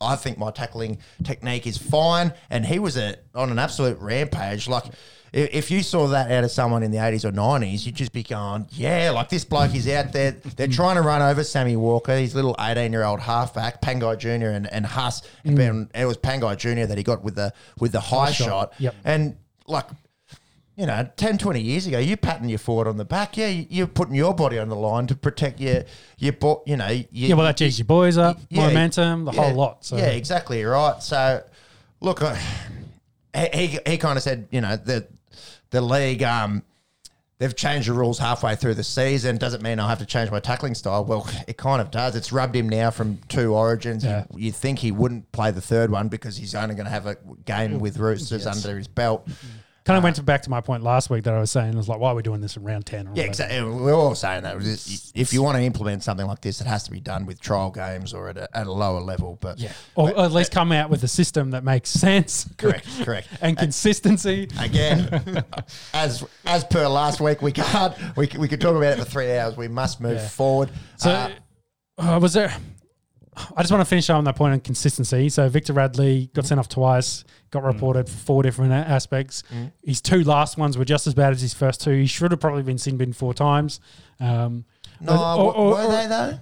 I think my tackling technique is fine." And he was a, on an absolute rampage. Like, i- if you saw that out of someone in the '80s or '90s, you'd just be going, "Yeah, like this bloke is out there. They're trying to run over Sammy Walker, his little 18-year-old halfback, Pangai Junior, and and Huss. And Ben, it was Pangai Junior that he got with the with the Mm. high, shot.
Yep.
And like you know, 10, 20 years ago, you patting your forward on the back. Yeah, you- you're putting your body on the line to protect your, your bo- you know, your,
yeah, well, that jigs your boys up,
Yeah,
momentum, the
yeah,
whole lot. So
Yeah, exactly right. So, look, I, he, he- he kind of said, you know, the, the league, um, they've changed the rules halfway through the season. Doesn't mean I have to change my tackling style. Well, it kind of does. It's rubbed him now from two origins.
Yeah.
You, you think he wouldn't play the third one because he's only going to have a game with Roosters under his belt.
Kind of went back to my point last week that I was saying, I was like, why are we doing this in round 10?
Yeah, exactly. We're all saying that. If you want to implement something like this, it has to be done with trial games or at a, at a lower level. But
Yeah. Or at least come out with a system that makes sense.
correct, correct.
and consistency.
Again, as as per last week, we can't. We, c- we could talk about it for three hours. We must move
Yeah.
forward.
So,
Uh,
uh, was there. I just want to finish on that point on consistency. So, Victor Radley got sent off twice,
Mm.
got reported for four different a- aspects. His two last ones were just as bad as his first two. He should have probably been sin bin four times. Um,
no,
or-
w-
or-
were
or-
they though?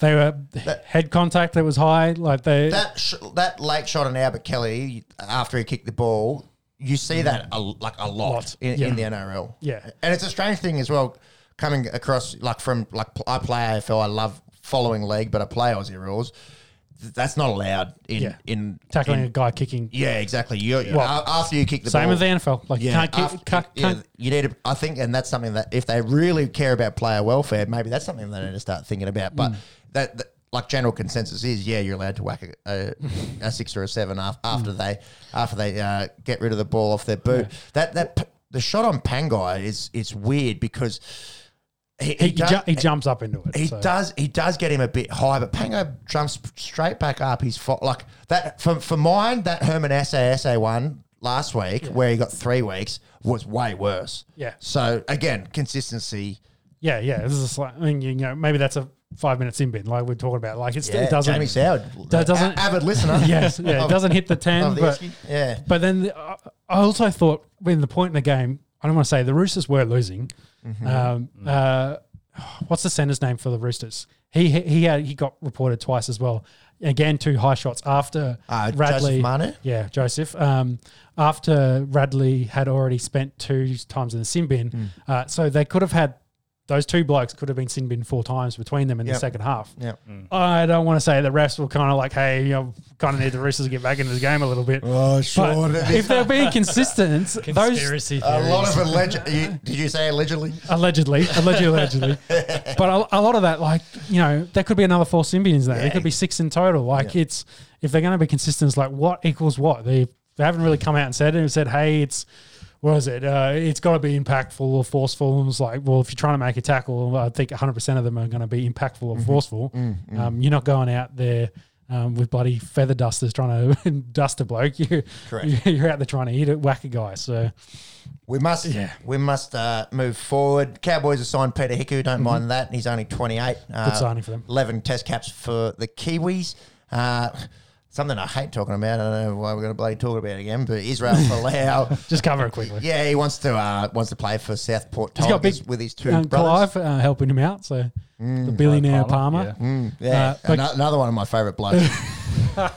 They were head contact that was high. Like they,
That sh- that late shot on Albert Kelly after he kicked the ball. You see that a, like a lot,
Mm. Lot,
In,
yeah.
in the NRL.
Yeah.
and it's a strange thing as well coming across like from like pl- I play AFL. I love following league, but I play Aussie rules. Th- That's not allowed in
Yeah.
in
tackling
in-
a guy kicking.
yeah, exactly. You
Well,
a- after you kick the
Same
ball,
as the NFL. Like you
yeah,
can't, kick,
after-
can't,
yeah,
can't-
you need to. I think, and that's something that if they really care about player welfare, maybe that's something they need to start thinking about.
Hmm.
But that, that, like general consensus is, yeah, you're allowed to whack a, a, a six or a seven af-
Hmm.
after they after they uh, get rid of the ball off their boot. That that p- the shot on Pangai is is weird because
he,
he, he, does,
ju- he jumps up into it.
he
so.
does. He does get him a bit high, but Pango jumps straight back up. He's fo- like that for for mine. That Herman Assay one last week, where he got three weeks, was way worse.
Yeah.
So again, consistency.
Yeah, yeah. This is like, I mean, you know, maybe that's a five minute sin bin, like we're talking about. Like it's,
Yeah,
it doesn't.
Jamie Soward,
that doesn't-
a- avid listener.
yes, yeah, it doesn't hit the ten.
of the
But,
issue. Yeah.
but then the, I I also thought when the point in the game, I don't want to say the Roosters were losing.
Mm-hmm.
Um, uh, what's the center's name for the Roosters? He he he, had, he got reported twice as well. Again, two high shots after
Uh,
Radley.
Joseph Manu?
Yeah, Joseph. Um, after Radley had already spent two times in the sin bin,
Hmm.
uh, so they could have had those two blokes could have been sin bin four times between them in the
Yep.
second half.
Yeah.
I don't want to say the refs were kind of like, hey, you know, kind of need the Roosters to get back into the game a little bit.
Oh,
But
sure.
if they're being consistent, those
Conspiracy
a
theories.
lot of alleged. You, did you say allegedly?
allegedly, allegedly, allegedly, but a, a lot of that, like you know, there could be another four Symbians there. There could be six in total. Like it's if they're going to be consistent, it's like what equals what. They they haven't really come out and said it and said, hey, it's what is it? Uh, it's got to be impactful or forceful. And it's like, well, if you're trying to make a tackle, I think 100 percent of them are going to be impactful or forceful. Um, you're not going out there. Um, with bloody feather dusters trying to dust a bloke, you,
Correct.
you're out there trying to eat it, whack a guy. So
We must, we must uh, move forward. Cowboys have signed Peter Hiku. Don't mind that. He's only twenty eight.
Mm-hmm.
Uh,
Good signing for them.
Eleven Test caps for the Kiwis. Uh, something I hate talking about. I don't know why we're going to bloody talk about it again. But Israel Folau.
just cover it quickly.
yeah, he wants to uh, wants to play for Southport
He's got
Tigers
big-
with his two
and
brothers. Mm.
Clive uh, helping him out. So the billionaire Palmer.
Palmer,
Yeah,
Uh, but-
ano- another one of my favourite blokes.
But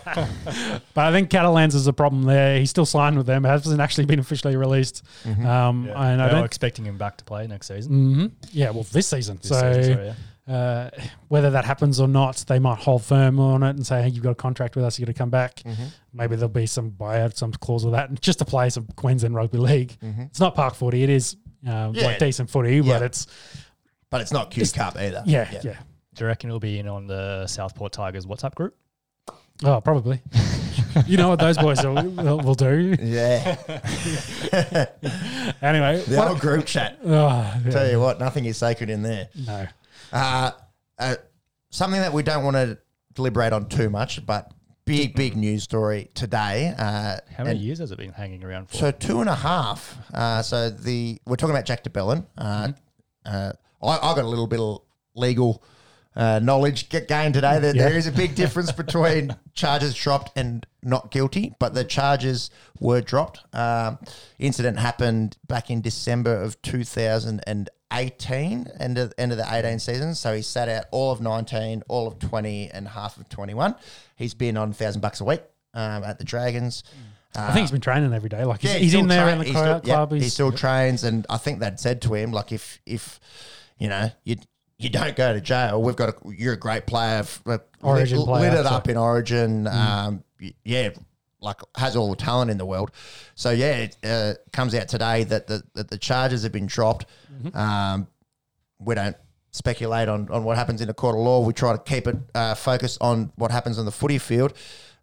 I think Catalans is a problem there. He's still signed with them. Hasn't actually been officially released. Um,
Mm-hmm.
And I
Yeah. They were
don't.
Mm.
Mm-hmm.
expecting him back to play next season.
Yeah, well, this season.
This
so
season, sorry, yeah.
uh, whether that happens or not, they might hold firm on it and say, "Hey, you've got a contract with us. You're going to come back."
Mm-hmm.
Maybe there'll be some buyout, some clause with that, and just to play some Queensland rugby league. It's not park footy; it is uh,
Mm-hmm. Yeah.
like decent footy,
Yeah.
but it's
But it's not Q Cup either.
yeah, yeah,
Do you reckon it'll be in on the Southport Tigers WhatsApp group?
Oh, probably. you know what those boys will, will will do.
Yeah.
Anyway,
The
what-
old group chat.
oh, yeah,
Tell you what, nothing is sacred in there.
no.
Uh, uh, something that we don't want to deliberate on too much, but big, big news story today. Uh,
How many
and-
years has it been hanging around for?
So two and a half. Uh, so the we're talking about Jack DeBellin. Uh, uh, I, I got a little bit of legal uh, knowledge get gained today. That there is a big difference between charges dropped and not guilty, but the charges were dropped. Um, incident happened back in December of 2018, end of end of the 18 season. So he sat out all of 19, all of 20, and half of 21. He's been on thousand bucks a week um, at the Dragons. Uh,
I think he's been training every day. Like he's,
Yeah,
he's
still
in there
tra-
in the
he's
cl-
still- yeah,
club.
he
he's,
still trains, and I think they'd said to him, like, if if you know you you don't go to jail, we've got a, you're a great player, f- like,
Origin
lit,
player,
lit it
so- Mm.
up in Origin. Um, y- yeah, like has all the talent in the world. So yeah, it uh, comes out today that the that the charges have been dropped.
Mm-hmm.
Um, we don't speculate on, on what happens in a court of law. We try to keep it uh, focused on what happens on the footy field.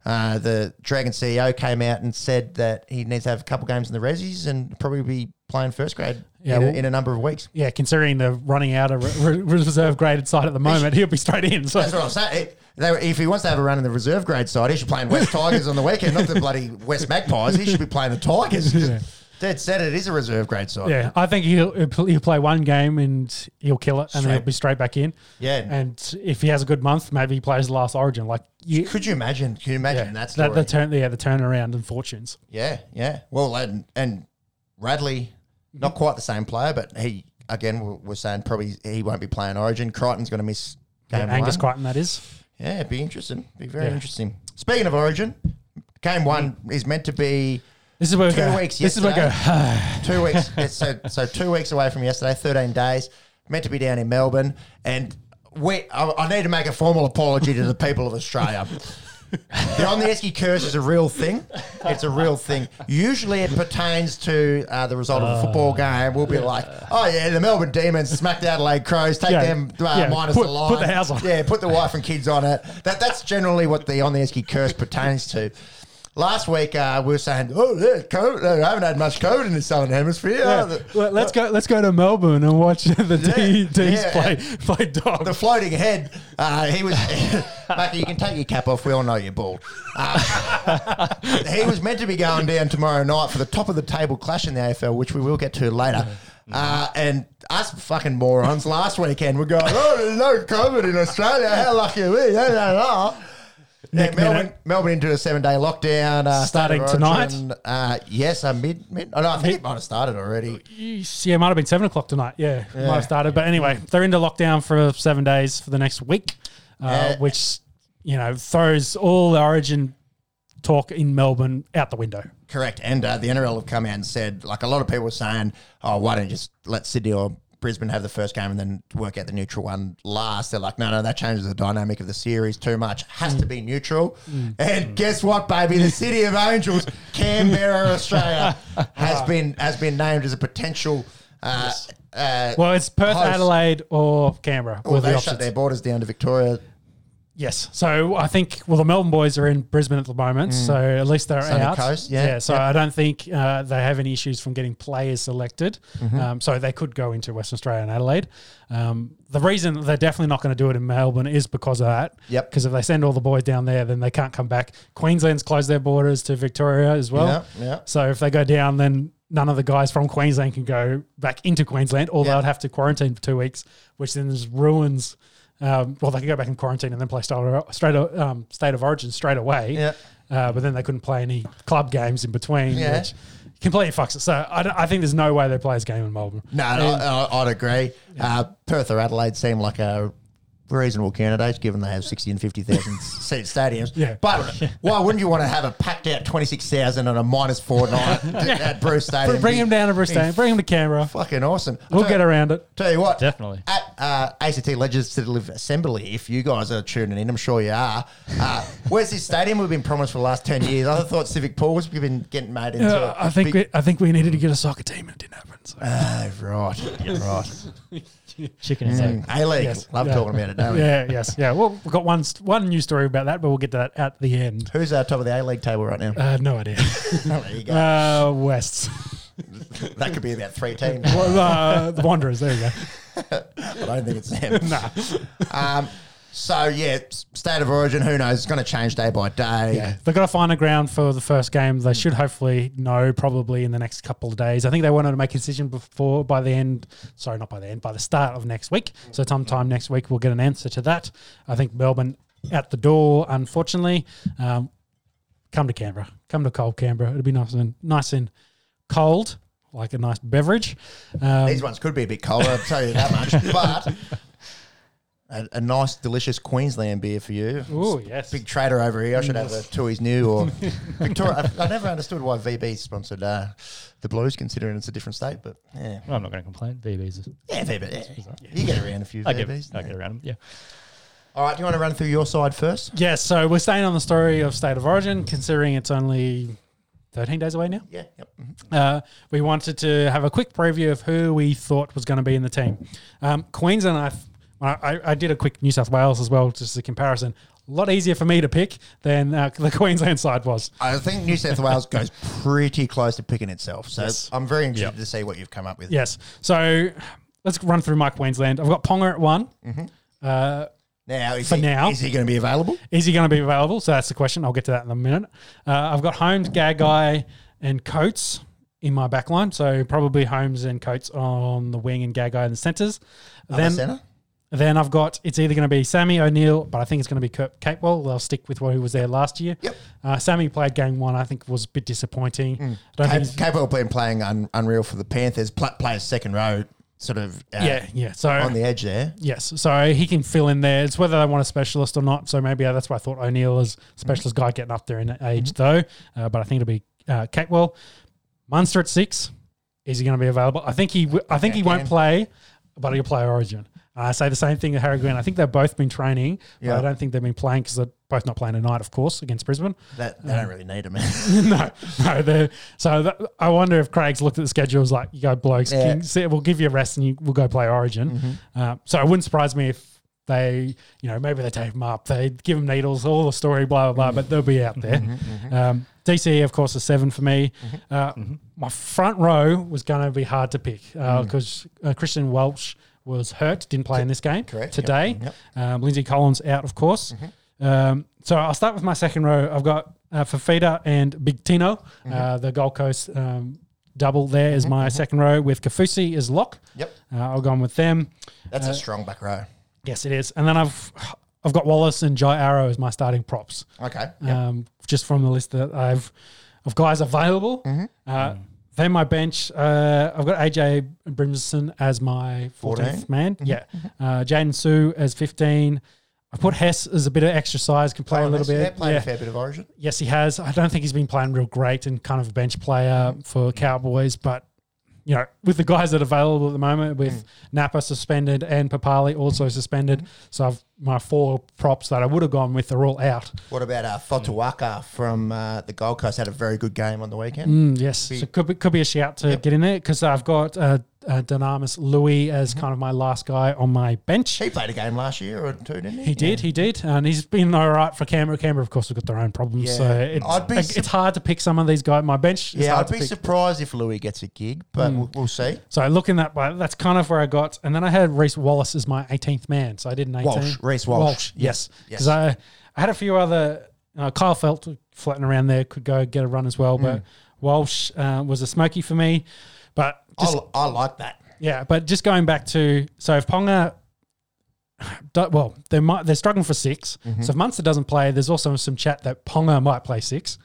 Uh, the Dragon CEO came out and said that he needs to have a couple games in the resis and probably be playing first grade
Yeah,
in, a,
well-
in a number of weeks.
yeah, considering the running out of re- re- reserve graded side at the moment, he'll be straight in. So
That's what I'm saying. It- they were- if he wants to have a run in the reserve grade side, he should be playing West Tigers on the weekend, not the bloody West Magpies. He should be playing the Tigers. Dead set. It is a reserve grade side.
yeah, I think he'll he'll play one game and he'll kill it, and then he'll
Straight.
be straight back in.
Yeah.
and if he has a good month, maybe he plays the last Origin. Like you,
Could you imagine? Can you imagine
yeah, that's
that story?
the turn. Yeah, the turnaround and fortunes.
Yeah, yeah. Well, and, and Radley,
Mm-hmm.
not quite the same player, but he again we're, we're saying probably he won't be playing Origin. Crichton's going to miss game
Yeah, Angus
one.
Crichton, that is.
Yeah, it'd be interesting. Be very
Yeah. Mm.
interesting. Speaking of Origin, game one is meant to be
This is where we
Two
go.
weeks
this is where we go.
two weeks. it's so so two weeks away from yesterday. Thirteen days. Meant to be down in Melbourne, and we. I, I need to make a formal apology to the people of Australia. the on the Esky curse is a real thing. It's a real thing. Usually, it pertains to uh, the result of a football game. We'll be like, "Oh yeah, the Melbourne Demons smacked Adelaide Crows. Take
Yeah.
them uh,
Yeah,
minus
put-
the line.
put the house on.
Yeah, put the wife and kids on it. That that's generally what the on the Esky curse pertains to. Last week uh, we were saying, oh, yeah, COVID, I haven't had much COVID in the Southern Hemisphere. Oh,
Yeah.
The,
Well, let's go. Let's go to Melbourne and watch the D,
Yeah,
D's
yeah.
play play dog.
the floating head, uh, he was. Mackie, you can take your cap off. We all know you're bald. Uh, he was meant to be going down tomorrow night for the top of the table clash in the AFL, which we will get to later. Uh, and us fucking morons last weekend were going, oh, there's no COVID in Australia. How lucky are we? Yeah, yeah, yeah. Yeah, Melbourne,
Minute.
Melbourne into a seven-day lockdown uh,
Starting
state of origin.
tonight?
Uh, yes, uh, mid mid. Oh, no, I think it might have started already.
Yeesh, Yeah, it might have been seven o'clock tonight. Yeah, might have started. But anyway, they're into lockdown for seven days for the next week, uh,
Yeah.
which you know throws all the Origin talk in Melbourne out the window.
Correct. And uh, the NRL have come out and said, like a lot of people were saying, oh, why don't you just let Sydney or Brisbane have the first game and then work out the neutral one last? They're like, no, no, that changes the dynamic of the series too much. Has to be neutral.
Mm.
And guess what, baby? The City of Angels, Canberra, Australia, has been has been named as a potential. Uh, uh,
Well, it's Perth,
Host.
Adelaide, or Canberra.
well,
were the
Oh, they
options.
shut their borders down to Victoria.
Yes. So I think, well, the Melbourne boys are in Brisbane at the moment, so at least they're
Mm. Sunny
out.
coast, yeah,
So I don't think uh, they have any issues from getting players selected.
Mm-hmm.
Um, so they could go into Western Australia and Adelaide. Um, the reason they're definitely not going to do it in Melbourne is because of that.
Yep.
Because if they send all the boys down there, then they can't come back. Queensland's closed their borders to Victoria as well.
Yep, yep.
So if they go down, then none of the guys from Queensland can go back into Queensland, or
Yeah.
they'd have to quarantine for two weeks, which then just ruins. Um, well, they could go back in quarantine and then play state straight um, state of origin straight away.
Yeah.
Uh, but then they couldn't play any club games in between,
Yeah.
which completely fucks it. So I, don't- I think there's no way they play this game in Melbourne.
No, I, I, I'd agree. Uh, Perth or Adelaide seem like a reasonable candidates, given they have sixty and fifty thousand seat stadiums.
Yeah.
But why wouldn't you want to have a packed out twenty six thousand and a minus four night at Bruce Stadium?
Bring him down to Brisbane. Bring him to Canberra.
Fucking awesome.
We'll
Tell-
get around it.
Tell you what,
Definitely.
At, uh, ACT Legislative Assembly, if you guys are tuning in, I'm sure you are. Uh, where's this stadium we've been promised for the last 10 years? I thought Civic Paul was been getting made into
Uh,
a
I think
big-
we, I think we needed to get a soccer team and it didn't happen. So.
Oh, right, right.
Chicken and egg.
A League,
Yes.
love
Yeah.
talking about it, don't we?
yeah, yes, yeah. Well, we've got one st- one news story about that, but we'll get to that at the end.
Who's our top of the A League table right now?
Uh, no idea.
there you go.
Uh, Wests,
that could be about three teams.
Well, uh, the Wanderers. There you go.
I don't think it's them. Um, so yeah, s- state of origin. Who knows? It's going to change day by day.
Yeah, they've got to find a ground for the first game. They should hopefully know probably in the next couple of days. I think they wanted to make a decision before by the end. Sorry, not by the end, by the start of next week. So sometime next week we'll get an answer to that. I think Melbourne at the door, unfortunately. Um, come to Canberra. Come to cold Canberra. It'd be nice and nice and cold, like a nice beverage. Um,
These ones could be a bit colder. I'll tell you that much. But a, a nice, delicious Queensland beer for you.
oh yes.
Big trader over here. I should have a Tui's New or Victoria. I, I never understood why VB sponsored uh, the Blues, considering it's a different state. But yeah,
Well, I'm not going to complain. VBs. is-
yeah, VB. Yeah. You get around a few
I get,
VBs.
I get around them. Yeah.
All right, do you want to run through your side first?
Yes. So we're staying on the story of state of origin, considering it's only thirteen days away now.
Yeah. Yep.
uh, we wanted to have a quick preview of who we thought was going to be in the team. Um, Queensland, I, I, I did a quick New South Wales as well, just as a comparison. A lot easier for me to pick than uh, the Queensland side was.
I think New South Wales goes pretty close to picking itself. So
Yes.
I'm very interested
Yep.
to see what you've come up with.
Yes. So let's run through my Queensland. I've got Ponga at one. Uh,
Now, is
For
he,
now.
is he going to be available?
is he going to be available? So that's the question. I'll get to that in a minute. Uh, I've got Holmes, Gagai, and Coates in my back line. So probably Holmes and Coates on the wing and Gagai in the centres.
Then,
Then
centre?
Then I've got it's either going to be Sammy O'Neill, but I think it's going to be Kurt Capewell. They'll stick with who was there last year.
Yep. Mm.
Uh, Sammy played game one. I think was a bit disappointing. I don't think.
Cap- Capel been playing un- unreal for the Panthers. Pl- plays second row, sort of uh,
yeah, yeah. So
on the edge there.
yes, so he can fill in there. It's whether they want a specialist or not. So maybe uh, that's why I thought O'Neill
Mm-hmm.
is a specialist guy getting up there in age though. Uh, but I think it'll be uh, Capewell. Munster at six. Is he going to be available? I think he. W- I think he won't
Again.
play, but he'll play Origin. I say the same thing to Harry Green. I think they've both been training, but
Yeah.
I don't think they've been playing because they're both not playing tonight, of course, against Brisbane.
That, they don't really need him.
no, no. they're- So that, I wonder if Craig's looked at the schedule schedules like, you go, blokes,
Yeah.
can- see, we'll give you a rest and you, we'll go play Origin. Uh, so it wouldn't surprise me if they, you know, maybe they tape him up, they give him needles, all the story, blah, blah, blah, but they'll be out there. Um, DCE, of course, is seven for me. Uh, My front row was going to be hard to pick because uh, Christian Welsh was hurt, didn't play in this game
Correct, yep,
today.
yep. Mm-hmm.
Um, Lindsay Collins out, of course. Um, so I'll start with my second row. I've got uh, Fafita and Big Tino,
Mm-hmm.
uh, the Gold Coast um, double. There is my second row with Kafusi as lock.
yep,
Uh, I'll go on with them.
that's
Uh,
a strong back row.
Yes, it is. And then I've I've got Wallace and Jai Arrow as my starting props
Okay,
um, just from the list that I've of guys available.
Mm-hmm.
Uh, Then my bench, uh, I've got AJ Brimson as my 14th
14th.
man. Yeah,
Mm-hmm.
uh, Jaden Sue as 15. I put Hess as a bit of extra size, can play a little
Oh, Yeah,
bit.
played
Yeah.
a fair bit of Origin.
Yes, he has. I don't think he's been playing real great and kind of a bench player
Mm-hmm.
for Cowboys, but you know, with the guys that are available at the moment,
Mm.
with Napa suspended and Papali also suspended,
Mm-hmm.
so I've my four props that I would have gone with are all out.
What about uh, Fotuwaka from uh, the Gold Coast? Had a very good game on the weekend.
Mm, yes, so could be, could be a shout to get in there because I've got uh, uh, Dynamis Louis as
Mm-hmm.
kind of my last guy on my bench.
He played a game last year or two, didn't he?
He did, he did, and he's been all right for Canberra. Canberra, of course, have got their own problems,
Yeah.
so it's,
I'd be
it's hard to pick some of these guys. My bench, is
Yeah,
hard
I'd
to
be
pick. Mm.
surprised if Louis gets a gig, but we'll, we'll see.
So looking that way, that's kind of where I got. And then I had Reese Wallace as my 18th man. So I did an 18.
Walsh, Reece Walsh.
yes.
Yes.
Because I, I had a few other, uh, Kyle Felt floating around there, could go get a run as
Mm.
well. But Walsh uh, was a smoky for me. But just,
I, I like that.
yeah, but just going back to, so if Ponga, do- well, they might, they're struggling for 6
Mm-hmm.
So if Munster doesn't play, there's also some chat that Ponga might play six.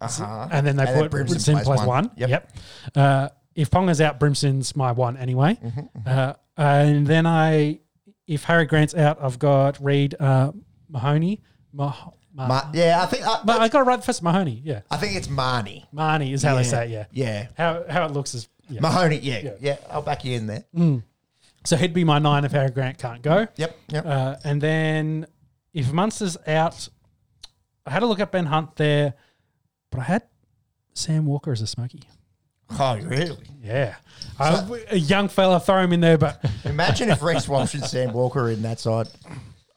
Uh-huh.
And then they
And then
put
Brimson
Brimson
plays
plus
one.
one.
Yep.
Yep. Uh, if Ponga's out, Brimson's my one anyway.
Mm-hmm,
Uh, and then I, if Harry Grant's out, I've got Reed uh, Mahoney. Mah- Mah-
Ma- yeah, I think I,
Ma- I got it right the first Mahoney. Yeah.
I think it's Marnie.
Mahoney is how they say it. Yeah.
Yeah.
How, how it looks is. Yeah. Mm.
Mahoney, yeah, yeah, I'll back you in there.
So he'd be my nine if Harry Grant can't go.
Yep, yep.
Uh, and then if Munster's out, I had a look at Ben Hunt there, but I had Sam Walker as a smoky.
oh, really?
Yeah.
Uh,
I- a young fella, throw him in there, but
Imagine if Reese Walsh and Sam Walker are in that side.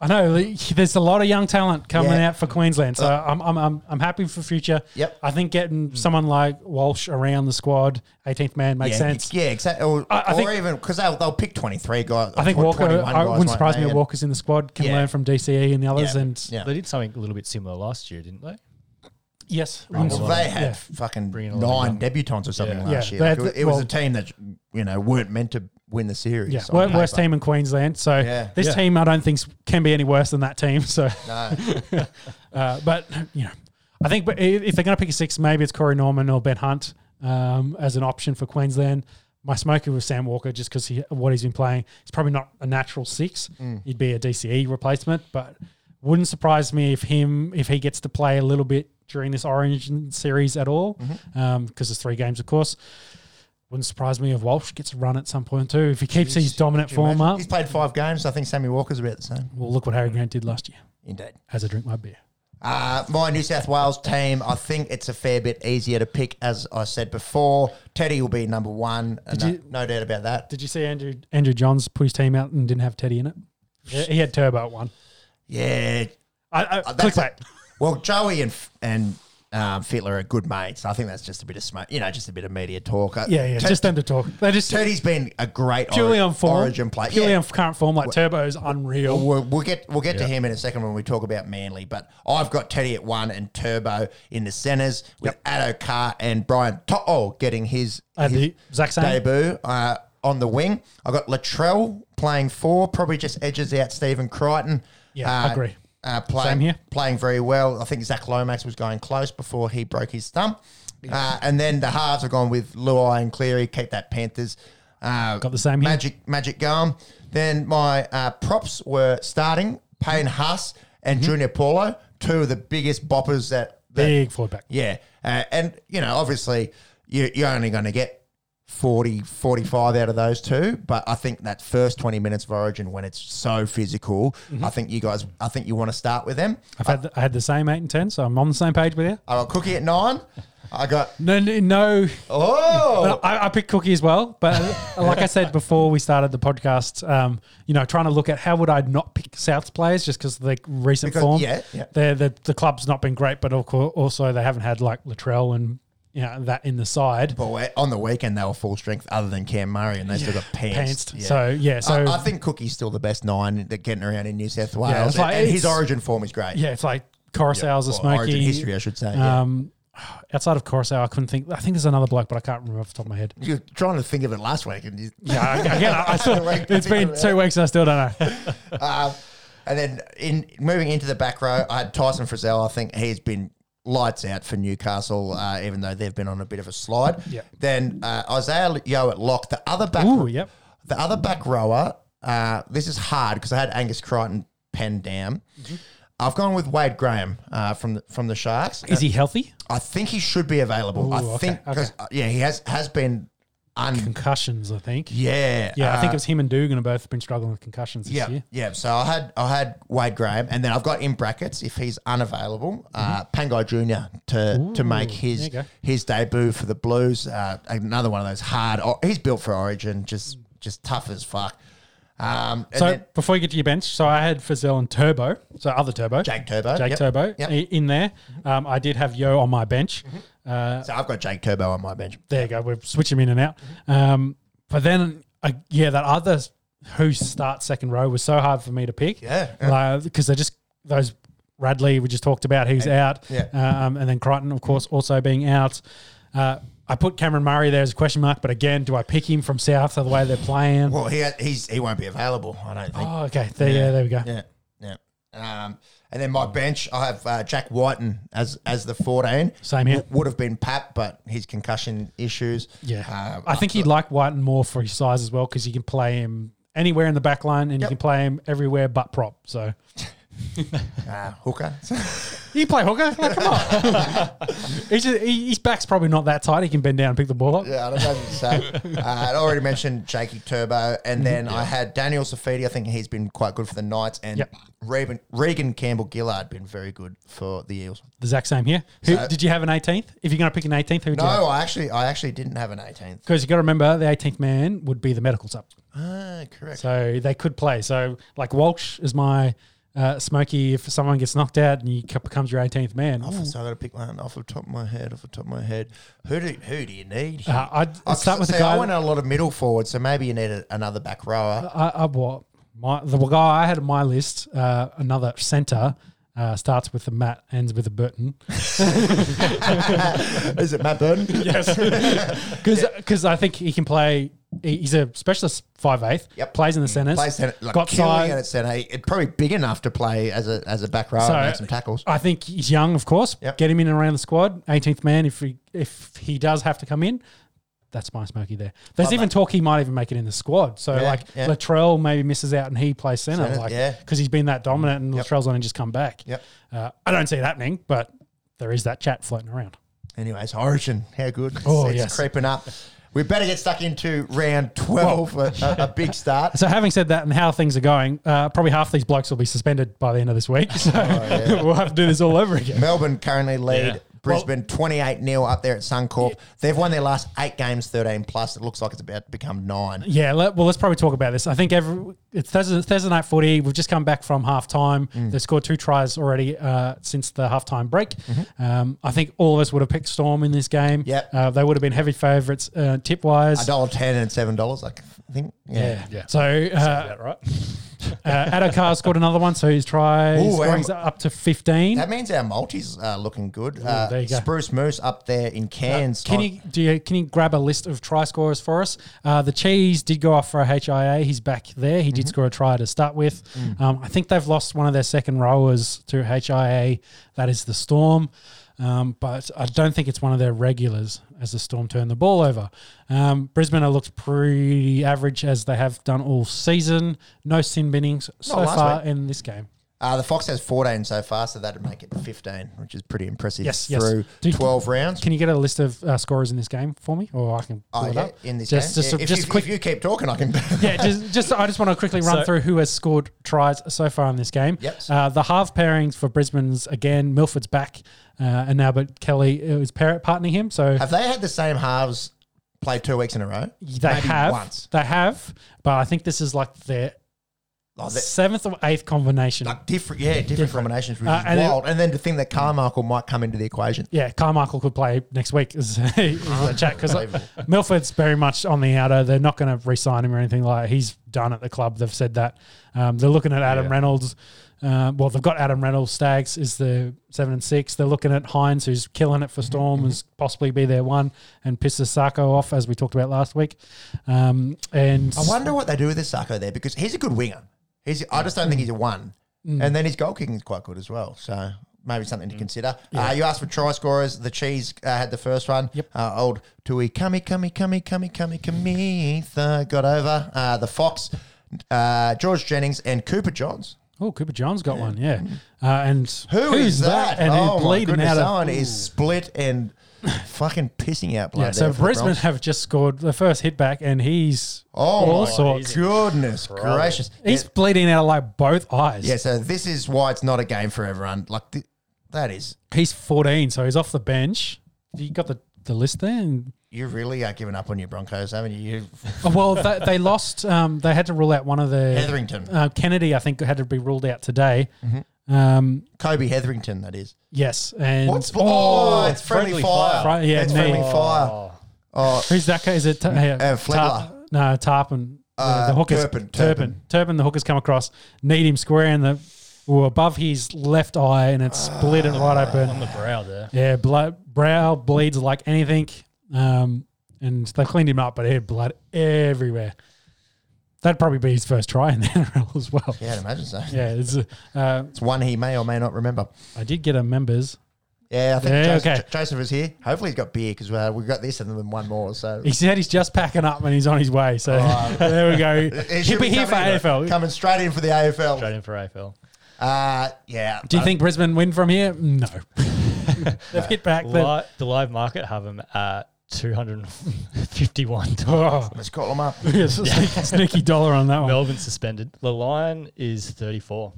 I know like, there's a lot of young talent coming
Yeah. Uh,
out for Queensland, so I'm, I'm, I'm, I'm happy for future.
Yep. Hmm.
I think getting someone like Walsh around the squad, 18th man, makes
Yeah,
sense.
yeah, exactly. Or,
I- I
or
think-
even because they'll, they'll pick 23 guys.
I think Walker. uh, I wouldn't surprise me if
Walker.
Walker's in the squad. Can
Yeah.
learn from DCE and the others,
Yeah.
and
Yeah.
They did something a little bit similar last year, didn't they?
yes, wouldn't
Well,
surprise-
they had
yeah.
fucking
Bringing
nine
along young-
debutants or something
Yeah.
Yeah,
last year.
they
Like,
had-
it was
well-
a team that you know weren't meant to win the series.
Yeah,
on
wor- worst
paper.
team in Queensland. So
Yeah.
this
Yeah.
team, I don't think can be any worse than that team. So,
No,
uh, but you know, I think but i- if they're going to pick a six, maybe it's Corey Norman or Ben Hunt um, as an option for Queensland. My smoker was Sam Walker just because he, what he's been playing. It's probably not a natural six.
Mm.
He'd be a DCE replacement, but wouldn't surprise me if him if he gets to play a little bit during this Origin series at all, because
Mm-hmm.
there's three games, of course. Wouldn't surprise me if Walsh gets a run at some point too if he keeps his dominant form up.
he's played five games. I think Sammy Walker's about the same.
Well, look what Harry Grant did last year.
Indeed.
As I drink my beer.
Uh, my New South Wales team, I think it's a fair bit easier to pick, as I said before. Teddy will be number one, and no,
you-
no doubt about that.
Did you see Andrew Andrew Johns put his team out and didn't have Teddy in it? Yeah, he had Turbo at one.
Yeah,
I, I,
Uh, that's
clickbait.
it. Well, Joey and and um, Fittler are good mates. I think that's just a bit of smoke, you know, just a bit of media talk. Uh,
Yeah, yeah.
Tur-
just them to talk. They just
Turdy's been a great
purely
ori-
on form.
origin player.
Purely
Yeah.
on current form. Like Turbo is unreal.
We'll, we'll get we'll get to him in a second when we talk about Manly, but I've got Teddy at one and Turbo in the centres with Addo Carr and Brian To'o getting his,
And
his
the exact same.
debut uh, on the wing. I've got Latrell playing four, probably just edges out Stephen Crichton.
Yeah, I agree.
Uh, playing,
Same here.
playing very well. I think Zach Lomax was going close before he broke his thumb. Uh, and then the halves have gone with Luai and Cleary. Keep that Panthers. Uh,
Got the same here.
magic magic going. Then my uh, props were starting Payne Huss and Junior Paulo, two of the biggest boppers that. that
Big forward back.
yeah. Uh, and, you know, obviously you, you're only going to get 40, 45 out of those two. But I think that first 20 minutes of Origin, when it's so physical, I think you guys, I think you want to start with them.
I've had the, I had the same eight and ten, so I'm on the same page with you.
I got Cookie at nine. I got,
No, no, no
oh,
I, I picked Cookie as well, but like I said before we started the podcast, um, you know, trying to look at how would I not pick South's players just because of the recent
Because-
form.
yeah, yeah.
They're, the the club's not been great, but of cour- also they haven't had like Latrell and you know that in the side
boy, on the weekend they were full strength other than Cam Murray and they still got pantsed.
pantsed. So yeah, so
I, I think Cookie's still the best nine that getting around in New South Wales,
it's like-
and, his
it's-
Origin form is great.
yeah, it's like Coruscant's a
Or
smoky
Origin history, I should say. yeah.
Um, outside of Coruscant, I couldn't think. I think there's another bloke, but I can't remember off the top of my head.
You're trying to think of it last week, and you,
Yeah, I- again, I, I still, it's been two weeks and I still don't know.
Um, and then in moving into the back row, I had Tyson Frizzell. I think he's been lights out for Newcastle, uh, even though they've been on a bit of a slide.
Yeah.
Then uh, Isaiah Yo at lock, the other back,
Ooh, yep.
the other back rower. Uh, this is hard because I had Angus Crichton penned down.
Mm-hmm.
I've gone with Wade Graham uh, from the, from the Sharks.
Is he healthy?
I think he should be available. I
Ooh, okay,
think because
okay.
uh, yeah, he has has been un
Concussions, I think.
yeah
Yeah, I think
uh,
it was him and Dugan have both been struggling with concussions this
Yeah,
year.
yeah. So I had I had Wade Graham, and then I've got in brackets if he's unavailable, uh, Pangai Junior to to make his
Mm-hmm. there you go.
his debut for the Blues. Uh, another one of those hard. Or, he's built for Origin, just just tough as fuck. Um, and
So
then
before you get to your bench, so I had Fazell and Turbo, so other Turbo,
Jake Turbo,
Jake
yep,
Turbo
yep. Mm-hmm.
i- in there. Um, I did have Yo on my bench. Uh,
so I've got Jake Turbo on my bench.
there you go. We switch him in and out. Um, but then, I, yeah, that other who start second row was so hard for me to pick.
Yeah,
because they just those Radley we just talked about, who's out,
yeah.
um, and then Crichton, of course, also being out. Uh, I put Cameron Murray there as a question mark, but again, do I pick him from South the way they're playing?
Well, he he's he won't be available. I don't think.
Oh, okay. There, yeah. there we go.
Yeah, yeah. Um, and then my bench, I have uh, Jack Whiten as as the fourteen.
Same here.
would have been Pat, but his concussion issues.
Yeah.
Um,
I think he'd like Whiten more for his size as well because you can play him anywhere in the back line and you
Yep.
can play him everywhere but prop. So
uh, hooker.
He can play hooker. Like, come on. he's just, he, his back's probably not that tight. He can bend down and pick the ball up.
yeah, I don't know what to say. Uh, I'd already mentioned Jakey Turbo, and then I had Daniel Safidi. I think he's been quite good for the Knights, and
Yep.
Regan, Regan Campbell Gillard been very good for the Eels.
The exact same here. Who,
So-
did you have an 18th? If you're going to pick an 18th, who would
No,
you have?
I actually, I actually didn't have an 18th.
Because you got to remember, the 18th man would be the medical sub.
Ah, correct.
So they could play. So, like Walsh is my uh, smoky. If someone gets knocked out and he c- becomes your 18th man,
Off- so I got to pick one off the top of my head. Off the top of my head, who do who do you need?
uh, I'd,
I-
I'd start with
see,
the guy.
I went out a lot of middle forward, so maybe you need a, another back rower.
I, I what my the guy I had on my list, uh, another center, uh, starts with a Matt, ends with a Burton.
Is it Matt Burton?
Yes, because I think he can play. he- He's a specialist five eighth.
Yep. Mm.
Plays in the centers.
Plays centre, like
got
killing
size.
it at centre. He- It's probably big enough to play as a as a back rower and make some tackles.
I think he's young, of course.
Yep.
Get him in and around the squad. 18th man, if he if he does have to come in, that's my smoky there. There's
Love
even
that.
talk he might even make it in the squad. So
Yeah,
like
yeah.
Latrell maybe misses out and he plays center,
Centre,
like
yeah.
because he's been that dominant and
Yep.
Latrell's only just come back.
Yep.
Uh, I don't see it happening, but there is that chat floating around.
Anyways, Origin, how good?
Oh,
it's
yes.
creeping up. We better get stuck into round twelve. a, a- a big start.
So having said that and how things are going, uh, probably half these blokes will be suspended by the end of this week.
Oh,
So we'll have to do this all over again.
Melbourne currently lead
Yeah.
Brisbane 28 0 up there at Suncorp. They've won their last eight games 13 plus. It looks like it's about to become nine.
Yeah, let, well, let's probably talk about this. I think every it's Thursday, Thursday night footy. We've just come back from half time.
Mm.
They've scored two tries already uh, since the half time break. Um, I think all of us would have picked Storm in this game.
Mm-hmm. Yep.
Uh, they would have been heavy favourites uh, tip
A
wise.
dollar ten and seven dollars, I think.
Yeah.
Yeah.
So uh,
About right.
uh, Adokar scored another one, so his try
Ooh,
scoring's up to 15.
That means our multis are looking good. uh,
there you go.
Spruce Moose up there in Oh, Cairns.
Can
on-
you do you, can you grab a list of try scorers for us? Uh, the cheese did go off for a HIA. He's back there. He
Mm-hmm.
did score a try to start with.
Mm.
Um, I think they've lost one of their second rowers to HIA. That is the Storm. Um, but I don't think it's one of their regulars as the Storm turned the ball over. Um, Brisbane have looked pretty average as they have done all season. No sin binnings so
last
far
week.
in this game.
uh, the Fox has 14 so far, so that'd make it 15, which is pretty impressive
Yes, yes.
through
Do you-
12 rounds.
Can you get a list of uh, scorers in this game for me, or I can pull
Oh,
it
yeah,
up
in this
just
game.
just
Yeah,
a,
if
just
you,
quick
If you keep talking, I can.
yeah, just, just I just want to quickly run
So-
through who has scored tries so far in this game.
Yep.
Uh, the half pairings for Brisbane's again, Milford's back, uh, and now but Kelly uh, is par- partnering him. So
Have they had the same halves play two weeks in a row?
they
Maybe
have,
once.
they have, but I think this is like their
Oh, they-
seventh or eighth combination.
like different, yeah, different, combinations, which
Uh,
is
and then-
wild. and then to think that Carmichael might come into the equation.
yeah, Carmichael could play next week is, is the chat because Milford's very much on the outer. They're not going to re-sign him or anything like. He's done at the club. They've said that. Um, they're looking at Adam Reynolds. Uh, well, they've got Adam Reynolds. Stags is the seven and six. They're looking at Hines, who's killing
Mm-hmm,
it for Storm, as possibly be their one, and pisses Sarko off as we talked about last week. Um, and
I wonder what they do with this Sacco there because he's a good winger. He's I just don't think he's a one.
Mm.
And then his goal kicking is quite good as well. So maybe something to consider. Uh, you asked for try scorers. The Cheese uh, had the first one. Yep. Uh, old Tui Kami Kami Kami Kami Kami Kamitha got over. Uh, the Fox, uh, George Jennings and Cooper Johns.
oh, Cooper John's got one, yeah. Uh, and
Who is that?
And he's
oh my
bleeding
goodness.
out
That
of
one is split and fucking pissing out blood.
Yeah,
there
so
for the
Brisbane
Broncos.
have just scored the first hit back, and he's
Oh
all
my
sorts.
goodness gracious.
He's bleeding out of like both eyes.
Yeah, so this is why it's not a game for everyone. Like th- that is,
he's 14, so he's off the bench. You got the, the list there. And,
you really are giving up on your Broncos, haven't you? you
oh, well, they, they lost. Um, they had to rule out one of the
Hetherington,
Uh, Kennedy, I think, had to be ruled out today.
Mm-hmm.
Um,
Kobe Hetherington, that is.
yes, and
What's oh, it's friendly
friendly
fire.
fire. Fri- yeah,
it's
no.
friendly fire.
Oh,
Oh,
who's that guy? Is it Ta- uh,
Flegler.
Tarp- no, Tarpon. The-
Uh,
the hookers,
Turpin,
Turpin,
Turpin.
Turpin, the hookers come across, need him square in the, well, above his left eye, and it's split it right open.
on the brow there.
Yeah, blood, brow bleeds like anything. Um, and they cleaned him up, but he had blood everywhere. That'd probably be his first try in the NRL as well.
yeah, I'd imagine so.
Yeah, it's, uh,
It's one he may or may not remember.
I did get a members.
Yeah, I think
Yeah,
Joseph,
okay.
Jo- Joseph is here. Hopefully, he's got beer because uh, we've got this and then one more. So
He said he's just packing up and he's on his way. So there we go.
He
He'll
Oh. should
be here for
coming in,
AFL.
Coming straight in for the AFL.
Straight in for AFL.
Uh, yeah.
Do you
I-
think Brisbane win from here? No. They've hit back.
Li-
They're,
the live market have them at two hundred and fifty-one dollars.
Let's call them up.
Yes, a sneaky, sneaky dollar on that one.
Melbourne suspended. The line is thirty-four,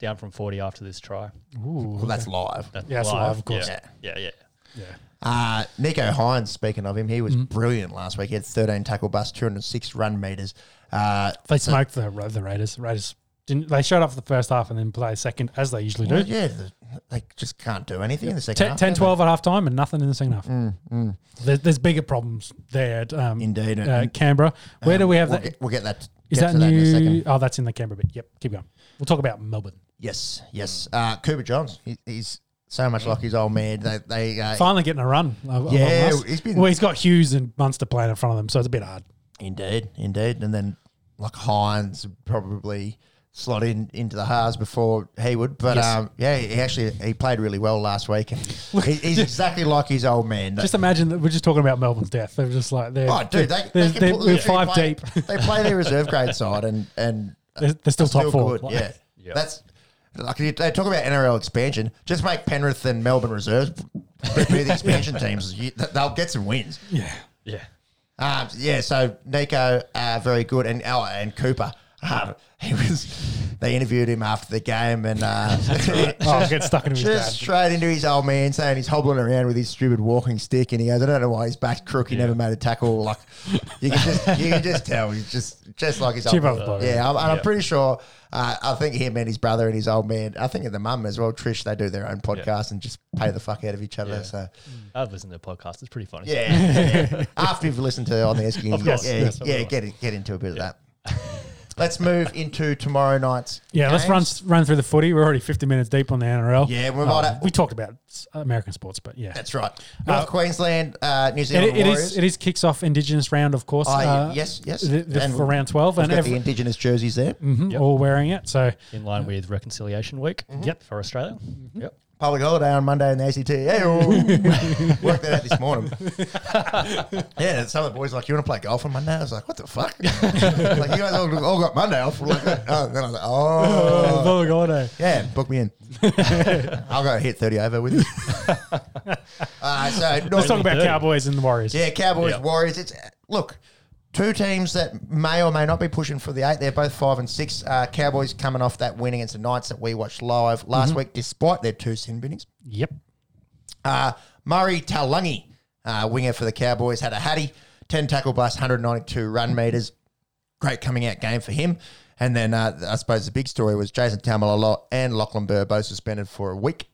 down from forty after this try.
Ooh,
Well, that's live.
That's
Yeah, it's live, of course.
Yeah, yeah, yeah.
Uh, Nico Hines, speaking of him, he
Mm-hmm.
was brilliant last week. He had 13 tackle busts, 206 run meters. Uh,
They smoked the, Ra- the Raiders. Raiders didn't. They showed up for the first half and then play second as they usually do.
well, yeah, the- they just can't do anything in the second
Ten,
half.
10
can they?
12 at half time and nothing in the second half.
Mm,
There, there's bigger problems there at um,
Indeed. um,
uh, Canberra. Where do we have
we'll
that?
Get, we'll get that.
Is
get
that
to that in a
new?
second.
Oh, that's in the Canberra bit. Yep, keep going. We'll talk about Melbourne.
Yes, yes. Uh, Cooper Johns, he, he's so much like his old man. They, they uh,
Finally getting a run. along
Yeah,
us.
he's been-
well, he's got Hughes and Munster playing in front of them, so it's a bit hard.
Indeed, indeed. And then like Hines would probably slot in into the halves before he would. But
Yes.
um, yeah, he actually he played really well last week. And he, he's exactly like his old man.
Just imagine that we're just talking about Melbourne's death. They're just like they're,
oh, dude, they, they
they're,
can
they're-
put-
we're
literally
five
play,
deep.
they play their reserve grade side and and
They're, they're still top
still
four.
good. Yeah.
Yeah.
that's. Like you- they talk about NRL expansion, just make Penrith and Melbourne reserves be the expansion teams. You- They'll get some wins.
Yeah,
yeah.
Um, yeah, so Nico, uh, very good, and oh, and Cooper, um, he was. They interviewed him after the game, and uh,
oh, I'll get stuck in his
just
dad.
straight into his old man, saying he's hobbling around with his stupid walking stick, and he goes, "I don't know why his back's crook. He never made a tackle." Like you can just, you can just tell he's just, just like his
Cheap
old
old bloke.
Yeah, I'm, and I'm
Yeah.
pretty sure. Uh, I think him and his brother and his old man. I think the mum as well, Trish. They do their own podcast and just pay the fuck out of each other.
Yeah.
So.
I've listened to the podcast. It's pretty funny.
Yeah. After you've listened to on the Ask
Of course,
yeah,
yes,
yeah,
of
get in, get into a bit of that. let's move into tomorrow night's.
Yeah, let's run
games.
run through the footy. We're already 50 minutes deep on the NRL.
Yeah, we
Oh,
might have-
we talked about s- American sports, but yeah,
That's right. North
Uh,
Queensland, uh, New
it,
Zealand
it
Warriors.
is it is kicks off Indigenous round, of course.
Oh, yeah,
uh,
yes, yes.
the- the-
And
for round 12,
We've
and
got
every,
the Indigenous jerseys there.
mhm, all wearing it. So
In line with Reconciliation Week. Yep. For Australia. Yep.
Public holiday on Monday in the ACT. Hey, worked that out this morning. yeah, some of the boys were like, you want to play golf on Monday? I was like, what the fuck? like, you guys all, all got Monday off. Like, oh, then I was like, oh.
Oh, God, eh.
Yeah, book me in. I'll go hit 30 over with you. uh, so, North-
let's talk about
thirty.
Cowboys and the Warriors.
yeah, Cowboys,
Yeah.
Warriors. It's Look, two teams that may or may not be pushing for the eight. They're both five and six. Uh, Cowboys coming off that win against the Knights that we watched live last week, despite their two sin binnings.
Yep.
Uh, Murray Talungi, uh, winger for the Cowboys, had a hattie, 10 tackle busts, 192 run meters. Great coming out game for him. And then uh, I suppose the big story was Jason Tamalolo and Lachlan Burr both suspended for a week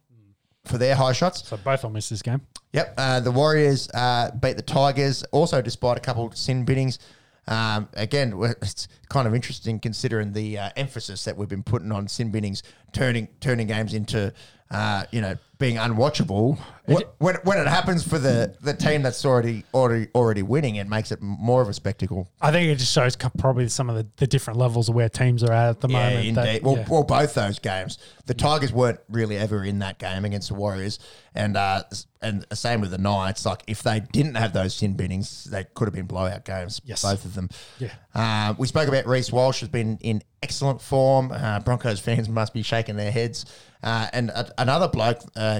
for their high shots.
So both will miss this game.
Yep. Uh, the Warriors uh, beat the Tigers, also despite a couple sin binnings. Um, again, w- it's kind of interesting considering the uh, emphasis that we've been putting on sin binnings, turning turning games into uh, you know being unwatchable. Wh- When, when it happens for the, the team that's already already already winning, it makes it m- more of a spectacle.
I think it just shows co- probably some of the, the different levels of where teams are at at the
Yeah,
moment.
indeed.
That-
well,
yeah.
well, both those games. The Tigers weren't really ever in that game against the Warriors, and uh, s- and the same with the Knights. Like if they didn't have those sin binnings, they could have been blowout games.
Yes.
both of them.
Yeah.
Uh, we spoke about Reese Walsh has been in excellent form. Uh, Broncos fans must be shaking their heads. Uh, and a, another bloke. Uh,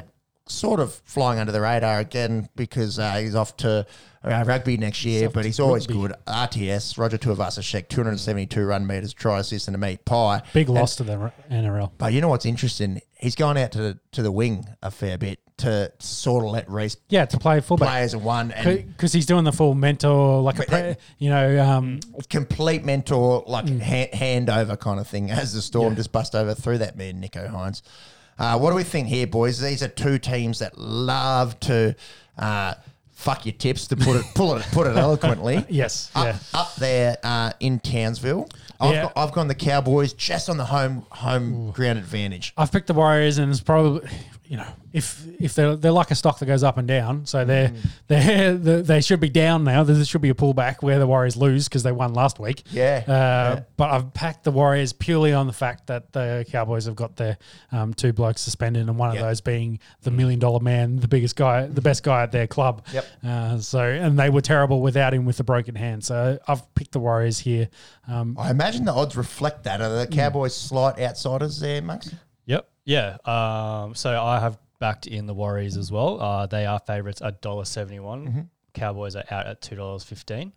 Sort of flying under the radar again because uh, he's off to uh, rugby next year, but he's always good. RTS, Roger Tuivasa-Sheck, 272 run meters, try assist and a meat pie.
Big loss to the R- NRL.
But you know what's interesting? He's gone out to the, to the wing a fair bit to sort of let Reese
Yeah, to play
play
fullback.
as a one and
Because he's doing the full mentor, like a, pre, you know, um,
Mm. complete mentor, like
Mm.
hand, hand over kind of thing as the storm just bust over through that man, Nico Hines. Uh, what do we think here, boys? These are two teams that love to uh, fuck your tips to put it, pull it, put it eloquently.
yes,
up,
yeah.
up there uh, in Townsville. I've,
Yeah.
got, I've gone the Cowboys just on the home home ground advantage.
I've picked the Warriors, and it's probably you know if if they're they're like a stock that goes up and down, so they're
Mm.
they're they they should be down now. There should be a pullback where the Warriors lose because they won last week.
Yeah,
Uh, But I've packed the Warriors purely on the fact that the Cowboys have got their um, two blokes suspended, and one
Yep.
of those being the million dollar man, the biggest guy, the best guy at their club.
Yep.
Uh, so and they were terrible without him with a broken hand. So I've picked the Warriors here. Um, Mm.
I imagine the odds reflect that. Are the Cowboys slight outsiders there, Monks?
Yeah. Um, so I have backed in the Warriors as well. Uh, they are favourites at dollar seventy Cowboys are out at two dollars fifteen.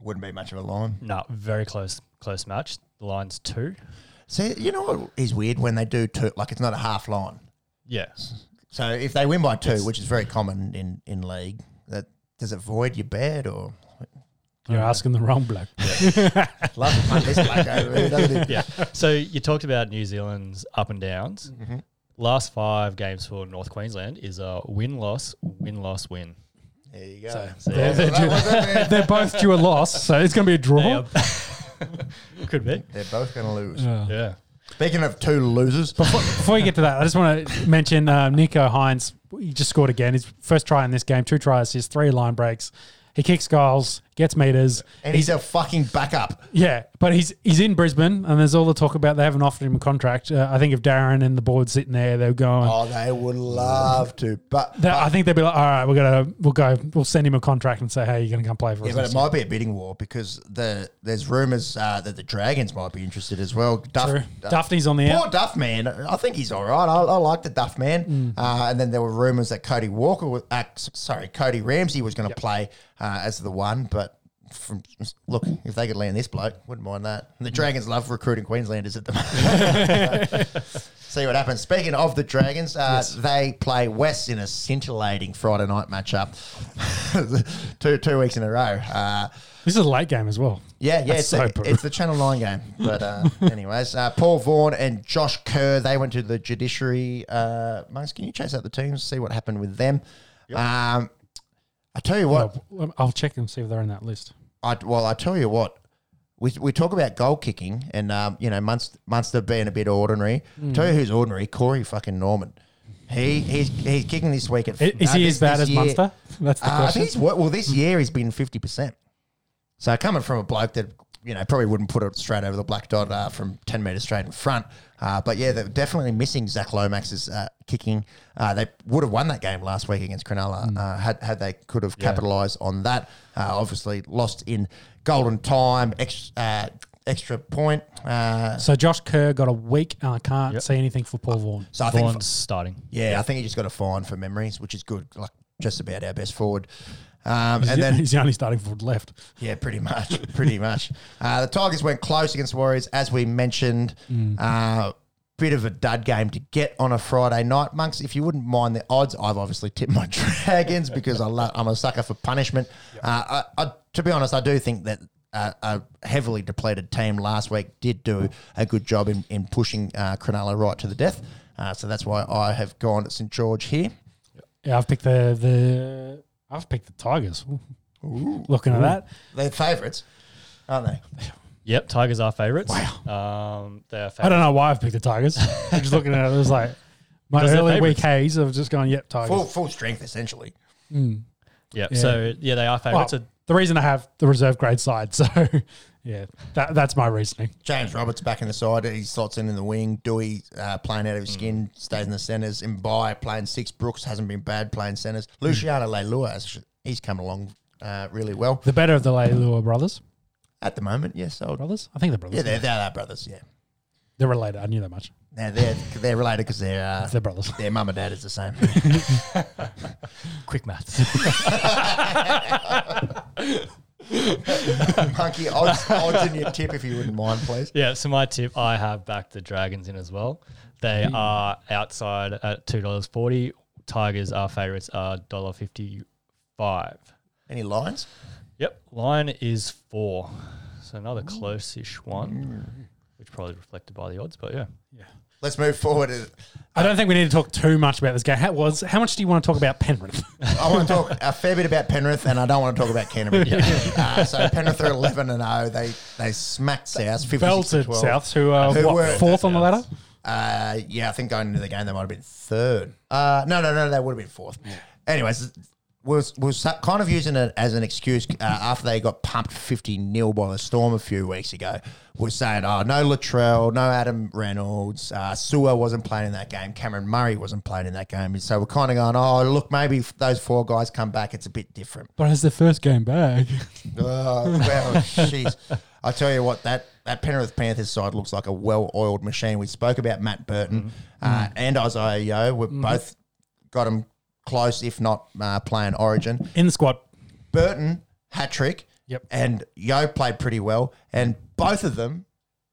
Wouldn't be much of a line.
No, very close close match. The line's two.
See, you know what is weird when they do two, like it's not a half line.
Yeah.
So if they win by two, which is very common in, in league, that does it void your bet or
You're asking the wrong bloke.
love to punt this black over? here, doesn't it?
yeah. So you talked about New Zealand's up and downs.
Mm-hmm.
Last five games for North Queensland is a win loss win loss win.
There you go.
They're, they're due- they're both due a loss, so it's going to be a draw.
Uh-huh.
Could be.
They're both going to lose.
Yeah.
Speaking of two losers,
Before you get to that, I just want to mention um, Nico Hines. He just scored again. His first try in this game, two tries, assists, three line breaks. He kicks goals, gets meters.
and he's a fucking backup.
Yeah, but he's he's in Brisbane, and there's all the talk about they haven't offered him a contract. Uh, I think if Darren and the board sitting there, they're going.
Oh, they would love to, but
that- I think they'd be like, all right, we're gonna we'll go, we'll send him a contract and say, hey, you're gonna come play for
Yeah,
us.
but
this
it might be a bidding war because the there's rumours uh, that the Dragons might be interested as well. Duff,
year."
Duff-
Duffney's on the
Poor
out.
Duff man. I think he's all right. I, I like the Duff
Mm.
man. Uh, and then there were rumours that Cody Walker, was, uh, s- sorry, Cody Ramsey was going to play uh, as the one. But from look, if they could land this bloke, wouldn't mind that.
Mm.
And the Dragons love recruiting Queenslanders at the moment. See what happens. Speaking of the Dragons, uh, they play West in a scintillating Friday night matchup, two two weeks in a row. Uh,
This is a late game as well.
yeah, yeah, it's,
That's so
the,
brutal.
it's the Channel 9 game. But, uh, anyways, uh, Paul Vaughan and Josh Kerr, they went to the judiciary. Uh, Monks, can you chase out the teams, see what happened with them? Um, I tell you what,
I'll, I'll check and see if they're in that list.
I, well, I tell you what, we, we talk about goal kicking and, um, you know, Munster, Munster being a bit ordinary.
Hmm.
Tell you who's ordinary, Corey fucking Norman. He, he's, he's kicking this week at
I- Is
uh,
he
this-
as bad
this
as
year.
Munster? That's the
Uh, I
question.
think he's wor- well this year he's been fifty percent. So coming from a bloke that you know probably wouldn't put it straight over the black dot uh, from ten meters straight in front, uh, but yeah, they're definitely missing Zach Lomax's uh, kicking. Uh, they would have won that game last week against Cronulla uh, had had they could have capitalised on that. Uh, obviously lost in golden time, ex- uh, extra point. Uh,
So Josh Kerr got a week, and I can't
Yep.
see anything for Paul Vaughan.
so I think
Vaughan's starting.
yeah, I think he just got a fine for memories, which is good. Like just about our best forward. Um,
He's,
and then
he's the only starting forward left.
Yeah, pretty much, pretty much. Uh, the Tigers went close against the Warriors, as we mentioned. Uh, bit of a dud game to get on a Friday night, monks. If you wouldn't mind the odds, I've obviously tipped my Dragons because I love, I'm a sucker for punishment. Uh, I, I, to be honest, I do think that. Uh, a heavily depleted team last week did do a good job in, in pushing uh, Cronulla right to the death. Uh, so that's why I have gone at St. George here.
Yeah, I've picked the the I've picked the Tigers. Looking at that,
They're favourites, aren't they?
Yep, Tigers are favourites. Wow. Um, they are
I
favourites.
don't know why I've picked the Tigers. I'm just looking at it. It was like my
Because they're
early week haze. I've just gone, yep, Tigers.
Full, full strength, essentially.
Yep. So yeah, they are
Well,
favourites. at
the reason I have the reserve grade side. So yeah, that, that's my reasoning.
James Roberts back in the side. He slots in in the wing. Dewey uh, playing out of his skin, stays in the centres. Mbai playing six. Brooks hasn't been bad playing centres. Luciano Leilua, has- he's come along uh, really well
The better of the Leilua brothers.
at the moment. Yes, I would-
Brothers? I think they're
yeah,
brothers.
they're, they're our brothers. Yeah,
they're related. I knew that much.
now they're they're related because they're uh,
They're brothers.
their mum and dad is the same.
quick maths.
Monkey odds, odds in your tip if you wouldn't mind, please.
yeah. So my tip, I have backed the Dragons in as well. They are outside at two dollars forty. Tigers are favourites are dollar fifty five.
Any lines?
Yep. Line is four. So another close-ish
Mm.
one, which probably reflected by the odds, but yeah.
Let's move forward. to-
I don't think we need to talk too much about this game. How, was, how much do you want to talk about Penrith?
I want to talk a fair bit about Penrith, and I don't want to talk about Canterbury. uh, so Penrith are eleven and zero. They they smacked South fifty-six to
Belted
twelve.
Souths, who are
Who
what,
were-
fourth on the ladder?
Uh, yeah, I think going into the game they might have been third. Uh, no, no, no, they would have been fourth. Anyways, was was so- kind of using it as an excuse uh, after they got pumped 50 nil by the Storm a few weeks ago. Was saying, oh, no Latrell, no Adam Reynolds, uh, Sua wasn't playing in that game, Cameron Murray wasn't playing in that game. And so we're kind of going, oh, look, maybe if those four guys come back, it's a bit different.
But as the first game back,
Oh, well, jeez. I tell you what, that, that Penrith Panthers side looks like a well-oiled machine. We spoke about Matt Burton
Mm-hmm.
uh, and Isaiah Yo. We both got them close, if not uh, playing Origin.
in the squad,
Burton hat trick.
Yep.
And Yo played pretty well, and both of them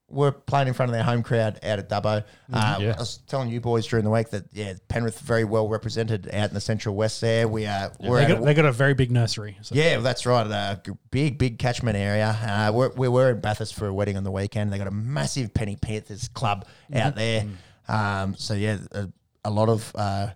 were playing in front of their home crowd out at Dubbo.
Mm-hmm.
Uh,
yeah.
I was telling you boys during the week that yeah, Penrith very well represented out in the Central West. There we are. We're
they
at a-
got, they got a very big nursery. So
yeah, well, that's right. Uh, g- big, big catchment area. Uh, we're, we were in Bathurst for a wedding on the weekend. They got a massive Penny Panthers club out there. Um, so yeah, a, a lot of uh,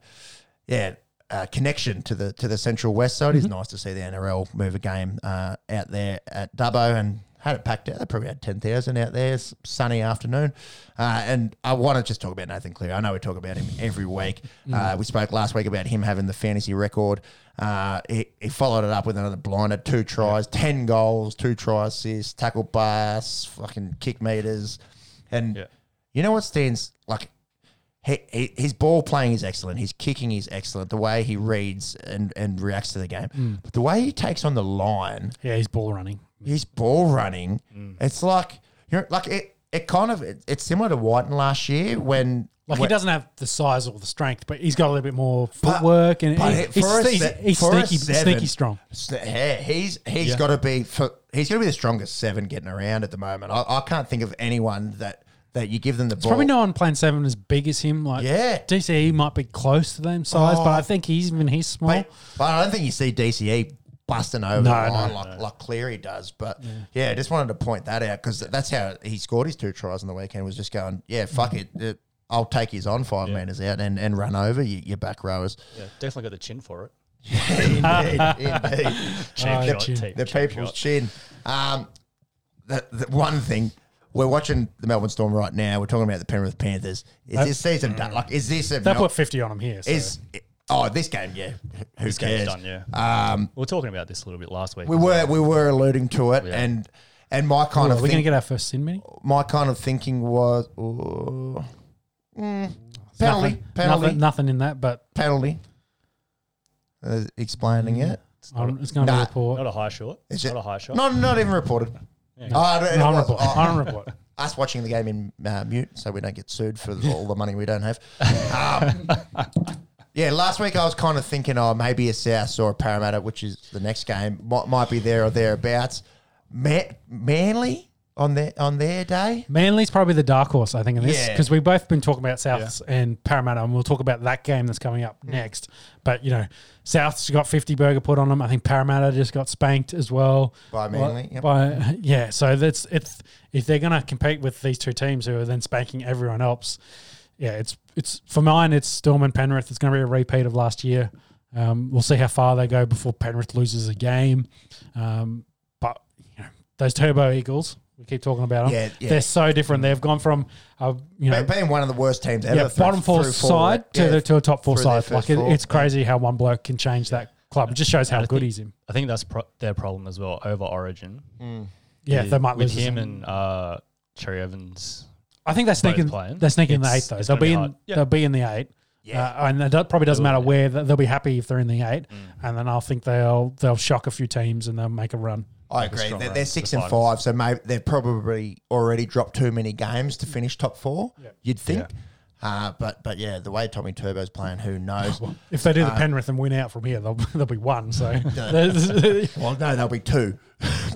yeah uh, connection to the to the Central West. So it is nice to see the NRL move a game uh, out there at Dubbo and. Had it packed out. They probably had 10,000 out there. s- Sunny afternoon. Uh, and I want to just talk about Nathan Clear. I know we talk about him every week. Uh, we spoke last week about him having the fantasy record. Uh, he, he followed it up with another blinder, two tries, 10 goals, two try assists, tackle pass, fucking kick meters. And
Yeah.
you know what stands like he, he, his ball playing is excellent. His kicking is excellent. The way he reads and, and reacts to the game, but the way he takes on the line,
yeah, he's ball running.
his ball running,
Mm.
it's like you're like it. It kind of it, it's similar to Whiten last year when
Like
when-
he doesn't have the size or the strength, but he's got a little bit more footwork and
but
he's,
he- for a
he's,
se-
he's
for a
sneaky,
seven-
sneaky strong.
S- Yeah, he's he's
Yeah.
got to be for, he's got to be the strongest seven getting around at the moment. I, I can't think of anyone that that you give them the ball.
Probably no one playing seven as big as him. Like
Yeah. Oh.
DCE might be close to them size, but I think he's even he's small.
But, but I don't think you see DCE busting over the
No,
line
no,
like, like Cleary does. But yeah. I just wanted to point that out because that's how he scored his two tries on the weekend was just going, yeah, fuck it. uh, I'll take his on five metres out and, and run over you, your back rowers.
Yeah, definitely got the chin for it.
indeed, indeed.
Cheap
Oh,
shot,
chin.
team,
the
cheap
people's
shot.
chin. Um, the, the one thing we're watching the Melbourne Storm right now. We're talking about the Penrith Panthers. Is this season done? Like, is this a
They
Mel-
put fifty on him here. So.
is oh this game? Yeah, who
game's
cares?
done, yeah.
Uh,
Um,
We were talking about this a little bit last week.
we were we were alluding to it, and and my kind
Ooh, are
of
we going to
think,
get our first sin mini?
my kind of thinking was ooh, mm, penalty,
Nothing,
penalty,
nothing, nothing in that, but
penalty. Uh, explaining it.
it's, um, it's going to
Nah.
be report.
Not a high shot.
Is
not
it-
a high shot.
Not not even reported.
Yeah.
Oh, I don't-
Not
I-
on report.
I-
Not on report.
us watching the game in uh, mute so we don't get sued for all the money we don't have. Um, yeah, last week I was kind of thinking, oh, maybe a South or a Parramatta, which is the next game, might, might be there or thereabouts. Ma- Manly on their on their day.
Manly's probably the dark horse, I think, in this
Yeah.
because we've both been talking about Souths and Parramatta, and we'll talk about that game that's coming up next. But you know, Souths got fifty burger put on them. I think Parramatta just got spanked as well
By Manly, yep.
By yeah, so that's it's if they're going to compete with these two teams who are then spanking everyone else. Yeah, it's it's for mine. It's Storm and Penrith. It's going to be a repeat of last year. Um, we'll see how far they go before Penrith loses a game. Um, but you know, those Turbo Eagles, we keep talking about them.
Yeah, yeah.
They're so different. They've gone from, uh, you know,
They've been one of the worst teams ever.
yeah,
through-
bottom four
through
side to
yeah,
the to a top four
through their
side. Like
first
it,
four.
it's crazy how one bloke can change that club. It just shows how
I
good
think-
he's in.
I think that's pro- their problem as well over Origin.
Yeah,
with-
they might
with
lose
him
this
and uh, Cherry Evans.
I think they're sneaking.
playing.
They're sneaking in the
It's-
eight though.
it's
They'll
gonna be
be in.
hard. Yeah.
They'll be in the eight.
Yeah.
Uh, and it do- probably doesn't matter where Th- they'll be happy if they're in the eight, and then I'll think they'll they'll shock a few teams and they'll make a run.
I
a
agree.
strong
They're,
run
they're
to
six
the
and
finals.
five, so maybe they've probably already dropped too many games to finish top four. You'd think, uh, but but yeah, the way Tommy Turbo's playing, who knows?
If they do the Penrith and win out from here, they'll they'll be one. So there's-
Well, no, they'll be two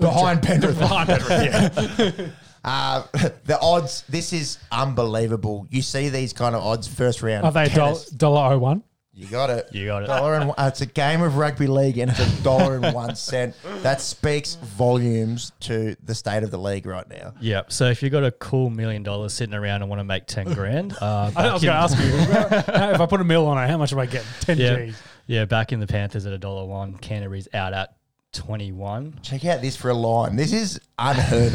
behind Penrith.
behind Penrith, yeah.
Uh, the odds. This is unbelievable. You see these kind of odds first round.
Are they dollar
tennis.
dollar oh one?
You got it.
You got it.
Dollar and one, it's a game of rugby league, and it's a dollar and one cent. That speaks volumes to the state of the league right now.
Yeah. So if you've got a cool million dollars sitting around and want to make ten grand, uh,
I, I was going to ask you if I put a mill on it, how much am I getting? Ten
yeah,
G's.
yeah, back in the Panthers at a dollar one, Canterbury's out at twenty one.
Check out this for a line. This is unheard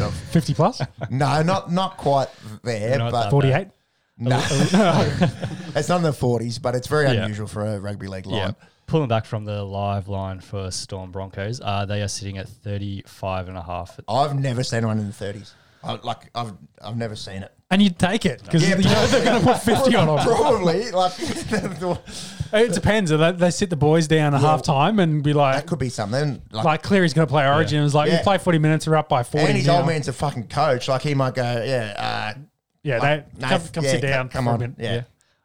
of.
50 plus?
No, not not quite there,
Not
but
that.
48?
no. it's not in the forties, but it's very unusual for a rugby league line.
Yeah. pulling back from the live line for Storm Broncos, uh, they are sitting at 35 and a half.
I've never seen one in the 30s. I, like I've I've never seen it.
And you'd take it because
Yeah,
you know they're going to put 50 on them.
Probably like
It depends. They, they sit the boys down at half time and be like,
that could be something. Like,
like Cleary's going to play Origin. It's like,
Uh, Yeah.
you play 40 minutes, you're up by 40.
and his
now.
old man's a fucking coach. Like he might go, yeah, uh,
Yeah,
like,
they,
no,
come, come
yeah,
sit
c-
down.
Come
for a
on,
minute.
yeah.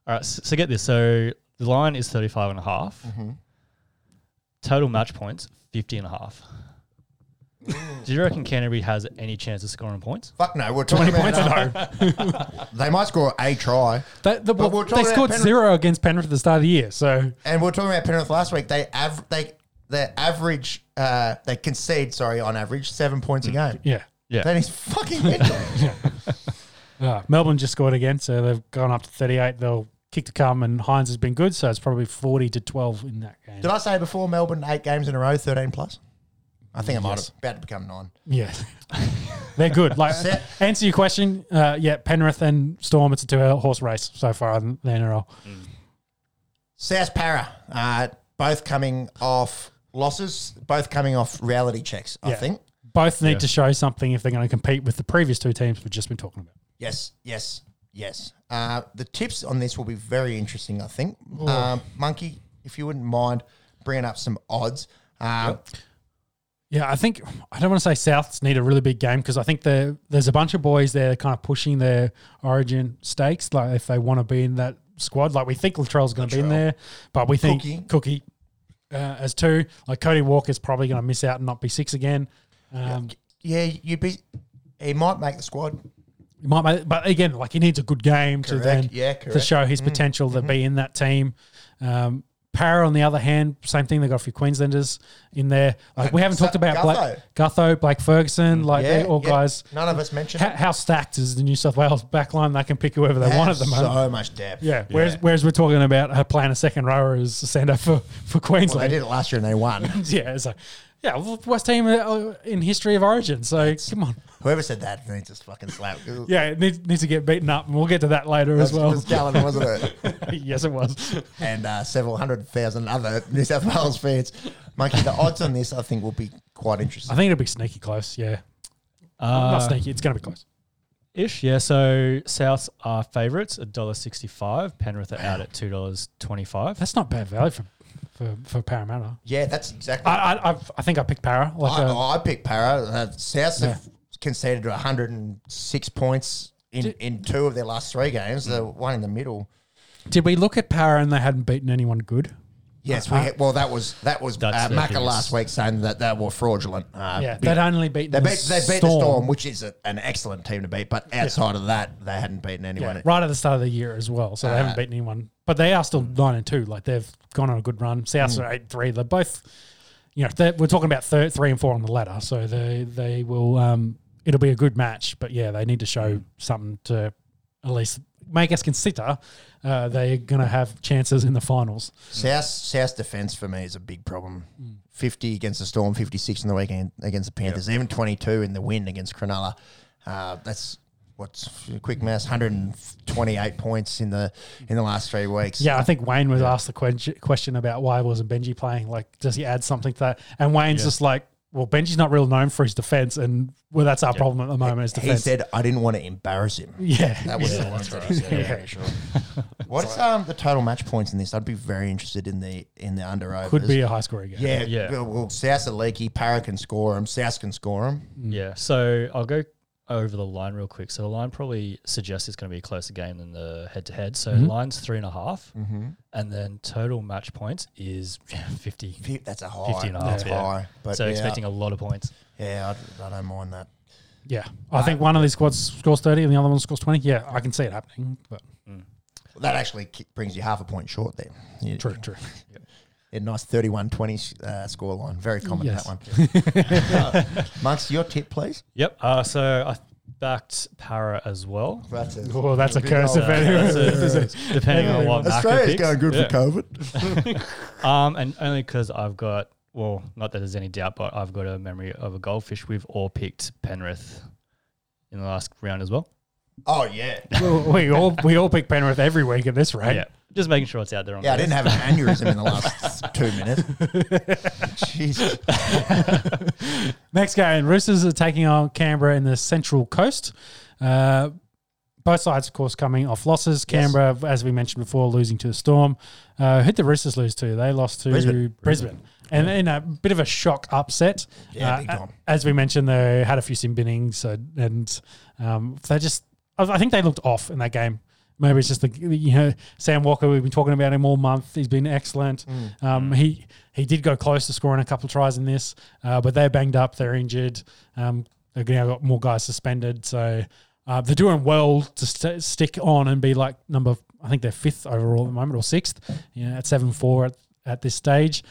All right, s- so get this. So the line is 35 and a half. Total match points, 50 and a half. Do you reckon Canterbury has any chance of scoring points?
Fuck no, we're
How
talking
many
about
points
uh,
I know.
they might score a try,
They, the,
But we're
they
talking about
scored
Penrith.
zero against Penrith at the start of the year. So
and we we're talking about Penrith last week. They av- they their average uh, they concede sorry on average seven points a game.
Mm. Yeah.
Yeah.
That is fucking mental.
Uh, Melbourne just scored again, so they've gone up to 38. They'll kick to come, and Hines has been good, so it's probably 40 to 12 in that game.
Did I say before Melbourne eight games in a row, thirteen plus? I think I might have about to become nine.
Yeah. They're good. Like,
it.
answer your question. Uh, yeah, Penrith and Storm, it's a two horse race so far in the NRL.
South Para, uh, both coming off losses, both coming off reality checks. I
Yeah.
think.
Both need to show something if they're going to compete with the previous two teams we've just been talking about.
Yes, yes, yes. Uh, the tips on this will be very interesting, I think.
Oh.
Um, Monkey, if you wouldn't mind bringing up some odds. Um,
Yeah, I think I don't want to say Souths need a really big game because I think there there's a bunch of boys there kind of pushing their Origin stakes, like if they want to be in that squad. Like we think Latrell's going to be in there, but we think
Cookie.
Cookie, uh, as two. Like Cody Walker's probably going to miss out and not be six again. Um,
Yeah, you'd be. He might make the squad.
he might, make, but again, like he needs a good game to
Correct.
then
Yeah,
to
correct. Mm-hmm.
show his potential to be in that team. Um, Para, on the other hand, same thing. They got a few Queenslanders in there. Like we haven't
Sa-
talked about Blake, Gutho, Blake Ferguson, like
Uh, Mm. Yeah,
they're all
yeah.
guys.
None of us mentioned.
How, how stacked is the New South Wales backline? They can pick whoever they
They
want
have
at the moment.
So much depth.
yeah. Whereas, whereas we're talking about her playing a second rower as a sender for for
Well, they
Queensland.
did it last year and they won.
yeah. So yeah, well, worst team uh, in history of Origin. So come on.
Whoever said that needs to fucking slap.
Yeah, it needs, needs to get beaten up, and we'll get to that later as
It
well.
was Gallon, wasn't it?
yes, it was.
and uh, several hundred thousand other New South Wales fans. Monkey, the odds on this I think will be quite
I
interesting.
think it'll be sneaky close. Yeah, not
Uh,
sneaky. It's going to be close.
ish, yeah. So Souths are favourites, $1.65. Penrith are out at $2.25.
That's not bad value for for, for Parramatta.
Yeah, that's exactly.
I I, I've, I think I picked Para. Like
I,
uh,
I picked Para. Uh, South
Yeah.
have conceded 106 points in, in two of their last three games. The one in the middle.
did we look at Para and they hadn't beaten anyone good?
Yes,
Uh-huh.
we well that was that was uh,
That's their
Macca
biggest-
last week saying that they were fraudulent. Uh,
Yeah,
be-
they'd only beaten
they
the
beat they beat the Storm, which is a, an excellent team to beat. But outside of that, they hadn't beaten anyone.
Yeah, right at the start of the year as well. So they haven't beaten anyone, but they are still nine and two. Like they've gone on a good run. Souths are eight and three. They're both, you know, they're, we're talking about thir three and four on the ladder. So they they will. Um, it'll be a good match, but yeah, they need to show something to at least make us consider uh, they're going to have chances in the finals.
South South defense for me is a big problem. Fifty against the Storm, fifty six in the weekend against the Panthers, even twenty two in the win against Cronulla. Uh, that's what's quick mass, hundred and twenty eight points in the in the last three weeks.
Yeah, I think Wayne was asked the que- question about why wasn't Benji playing? Like, does he add something to that? And Wayne's just like, well, Benji's not real known for his defense, and well, that's our problem at the moment is
he
defense.
said I didn't want to embarrass him.
yeah,
That was the one. that he said, I'm
Yeah.
pretty sure. What's um the total match points in this? I'd be very interested in the in the under overs.
could be a high scoring game.
Yeah,
Yeah.
yeah. Well, South are leaky. Para can score them. South can score them.
Yeah. Mm. So I'll go over the line real quick. So the line probably suggests it's going to be a closer game than the head to head. So line's three and a half, and then total match points is 50.
That's a high.
50 and a half,
That's
yeah.
high. But
so
yeah,
expecting a lot of points.
Yeah, I, I don't mind that.
Yeah. I think one of these squads scores 30 and the other one scores 20. Yeah, I can see it happening. But
Well, that actually ki- brings you half a point short then. You-
true, true.
A nice 31 20 uh, score line. Very common,
Yes.
that one. uh, Monks, your tip, please.
Yep. Uh, so I backed Para as well.
That's it.
Oh, that's a curse if
Uh,
anyone-
that's a- depending on what Macca picks. Yeah.
COVID.
Um, and only because I've got well, not that there's any doubt, but I've got a memory of a goldfish. We've all picked Penrith in the last round as well.
Oh yeah.
we all we all pick Penrith every week at this rate.
Yeah, just making sure it's out there on.
Yeah, I
the
didn't
list.
have an aneurysm in the last two minutes. Jeez.
Next game, Roosters are taking on Canberra in the Central Coast. Uh, both sides, of course, coming off losses. Canberra, as we mentioned before, losing to the Storm. Uh, who did the Roosters lose to? They lost to Brisbane.
Brisbane.
And in a bit of a shock upset.
Yeah,
Uh,
big
a-
time.
As we mentioned, they had a few sim binnings so, and um, they just, I I think they looked off in that game. Maybe it's just the you know Sam Walker. We've been talking about him all month. He's been excellent.
Mm.
Um, He he did go close to scoring a couple of tries in this, uh, but they're banged up. They're injured. Um, they've now got more guys suspended, so uh, they're doing well to st- stick on and be like number. I think they're fifth overall at the moment or sixth. You know, at seven four at, at this stage.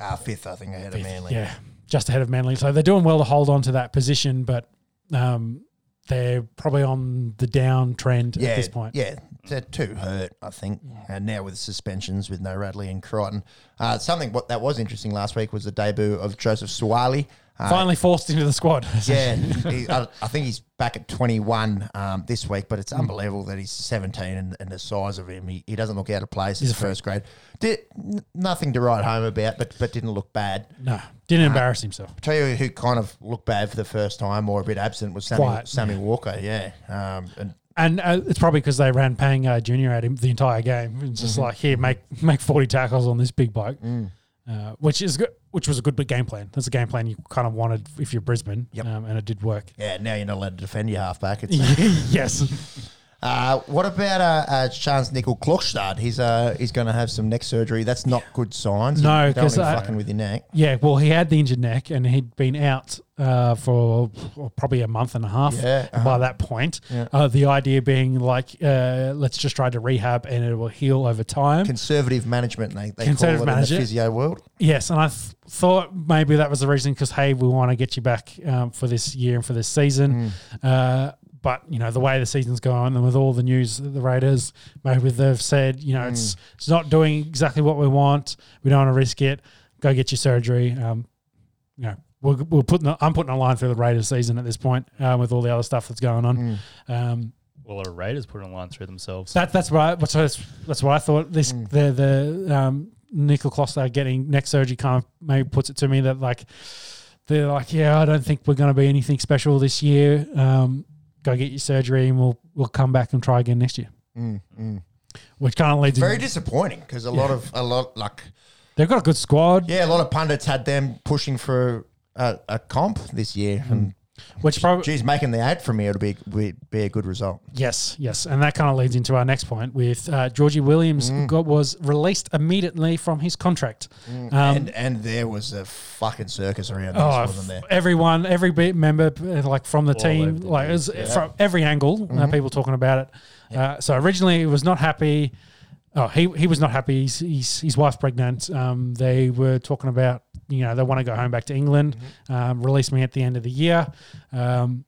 Ah, fifth, I think, ahead of Manly.
Yeah, just ahead of Manly. So they're doing well to hold on to that position, but um, they're probably on the down trend
yeah,
at this point.
Yeah, they're too hurt, I think. And now with suspensions with no Radley and Crichton. Uh, something what that was interesting last week was the debut of Joseph Suwali. Uh,
Finally forced into the squad.
Yeah, he, I, I think he's back at 21 um, this week, but it's
Hmm.
unbelievable that he's 17 and, and the size of him. He, he doesn't look out of place in first grade. Did, n- nothing to write home about, but, but didn't look bad.
No, didn't
Uh-huh.
embarrass himself.
Tell you who kind of looked bad for the first time or a bit absent was Sammy,
Quiet,
Sammy Walker, yeah. Um, and
And uh, it's probably because they ran Pango Junior at him the entire game. It's
Mm-hmm.
just like here, make make forty tackles on this big bloke,
Mm.
uh, which is good. Which was a good bit game plan. That's a game plan you kind of wanted if you're Brisbane,
Yep.
um, and it did work.
yeah, now you're not allowed to defend your halfback. It's,
yes,
Uh, what about uh, uh, Chance Nickel Klockstad? He's uh, he's going to have some neck surgery. That's not good signs.
No,
You don't want
'cause,
him
uh,
fucking with your neck.
yeah. Well, he had the injured neck, and he'd been out uh, for well, probably a month and a half
Yeah, uh-huh.
by that point. Uh, the idea being like, uh, let's just try to rehab, and it will heal over time.
Conservative management, they, they
Conservative
call it
manager.
in the physio world.
Yes, and I th- thought maybe that was the reason because hey, we want to get you back um, for this year and for this season. Uh, but you know the way the season's gone, and with all the news that the Raiders maybe they've said, you know, it's it's not doing exactly what we want. We don't want to risk it. Go get your surgery. Um, you know, we're, we're putting the, I'm putting a line through the Raiders season at this point uh, with all the other stuff that's going on. Um,
Well, a lot of Raiders put it on line through themselves.
that, that's what I, that's, what- that's what I thought. This
Mm.
the the um, Nickel Kloster getting neck surgery kind of maybe puts it to me that like they're like, yeah, I don't think we're going to be anything special this year. Um, go get your surgery, and we'll we'll come back and try again next year. Which kind of leads.
Mm, Very
in,
disappointing because a lot of a lot like
they've got a good squad,
yeah, a lot of pundits had them pushing for a, a comp this year,
Mm.
and
which probably
geez, making the eight from here would be would be a good result.
Yes, yes, and that kind of leads into our next point with uh, Georgie Williams
Mm.
got, was released immediately from his contract. Um,
and and there was a fucking circus around this,
Oh,
wasn't there?
everyone, every bit member, uh, like from the team,
over the
like it was uh, from every angle, uh, people talking about it. Uh, so originally, he was not happy. Oh, he, he was not happy. He's, he's, his wife's pregnant. Um, they were talking about, you know, they want to go home back to England. Um, release me at the end of the year. Um,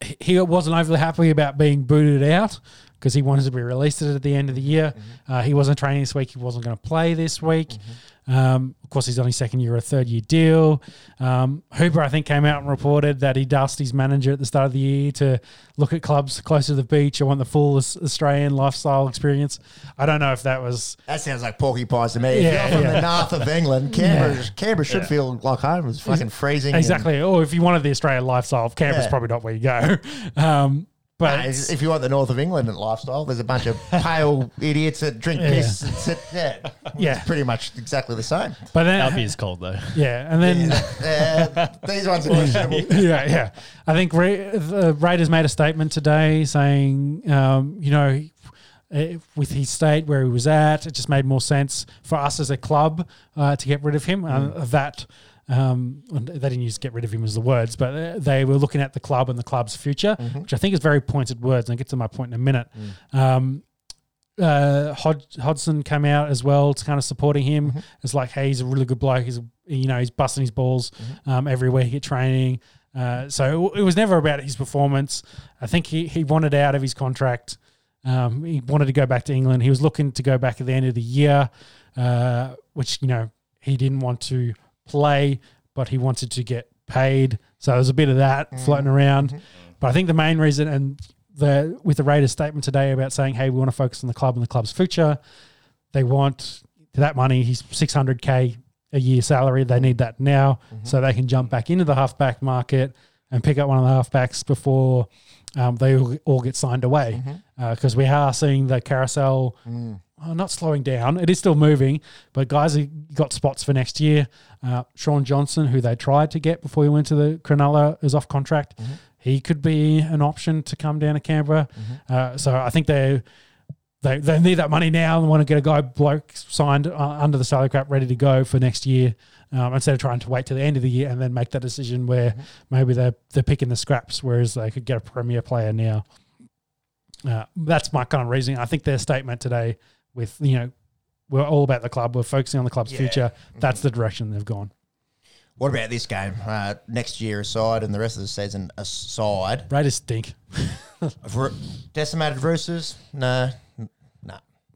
he- he wasn't overly happy about being booted out because he wanted to be released at the end of the year. Uh, he wasn't training this week. He wasn't going to play this week. Um, of course, he's on his second year or third year deal. Um, Hooper, I think, came out and reported that he'd asked his manager at the start of the year to look at clubs closer to the beach. I want the full Aus- Australian lifestyle experience. I don't know if that was.
That sounds like porky pies to me.
Yeah,
if you're from
yeah.
the north of England, Canberra, Canberra should feel like home. It's fucking freezing. and-
Exactly. Or if you wanted the Australian lifestyle, Canberra's
Yeah.
probably not where you go. Um, but
Uh, If you want the north of England lifestyle, there's a bunch of pale idiots that drink piss and sit there.
Yeah.
It's pretty much exactly the same.
but then
That'd be as cold though.
yeah, and then
Uh, these ones are questionable.
yeah, yeah. I think Ra- the Raiders made a statement today saying, um, you know, eh, with his state where he was at, it just made more sense for us as a club uh, to get rid of him. Uh, that um, and they didn't use "get rid of him" as the words, but eh, they were looking at the club and the club's future, which I think is very pointed words. And I'll get to my point in a minute. Um, uh, Hod- Hodson came out as well to kind of supporting him. It's like, hey, he's a really good bloke. He's you know he's busting his balls um, every week at training. Uh, so it was never about his performance. I think he he wanted out of his contract. Um, he wanted to go back to England. He was looking to go back at the end of the year, uh, which you know he didn't want to play, but he wanted to get paid. So there's a bit of that floating around. But I think the main reason, and the with the Raiders statement today about saying, "Hey, we want to focus on the club and the club's future." They want that money. He's six hundred k a year salary. They need that now so they can jump back into the halfback market and pick up one of the halfbacks before um, they all, all get signed away. Because we are seeing the carousel uh, not slowing down. It is still moving, but guys have got spots for next year. Uh, Sean Johnson, who they tried to get before he went to the Cronulla, is off contract. He could be an option to come down to Canberra. Uh, so I think they they they need that money now and want to get a guy bloke signed uh, under the salary cap ready to go for next year um, instead of trying to wait till the end of the year and then make that decision where maybe they're they're picking the scraps whereas they could get a premier player now. Uh, that's my kind of reasoning. I think their statement today with you know we're all about the club. We're focusing on the club's
Yeah.
future. That's the direction they've gone.
What about this game? Uh, next year aside and the rest of the season aside.
Raiders stink.
Ro- decimated Roosters? No. N-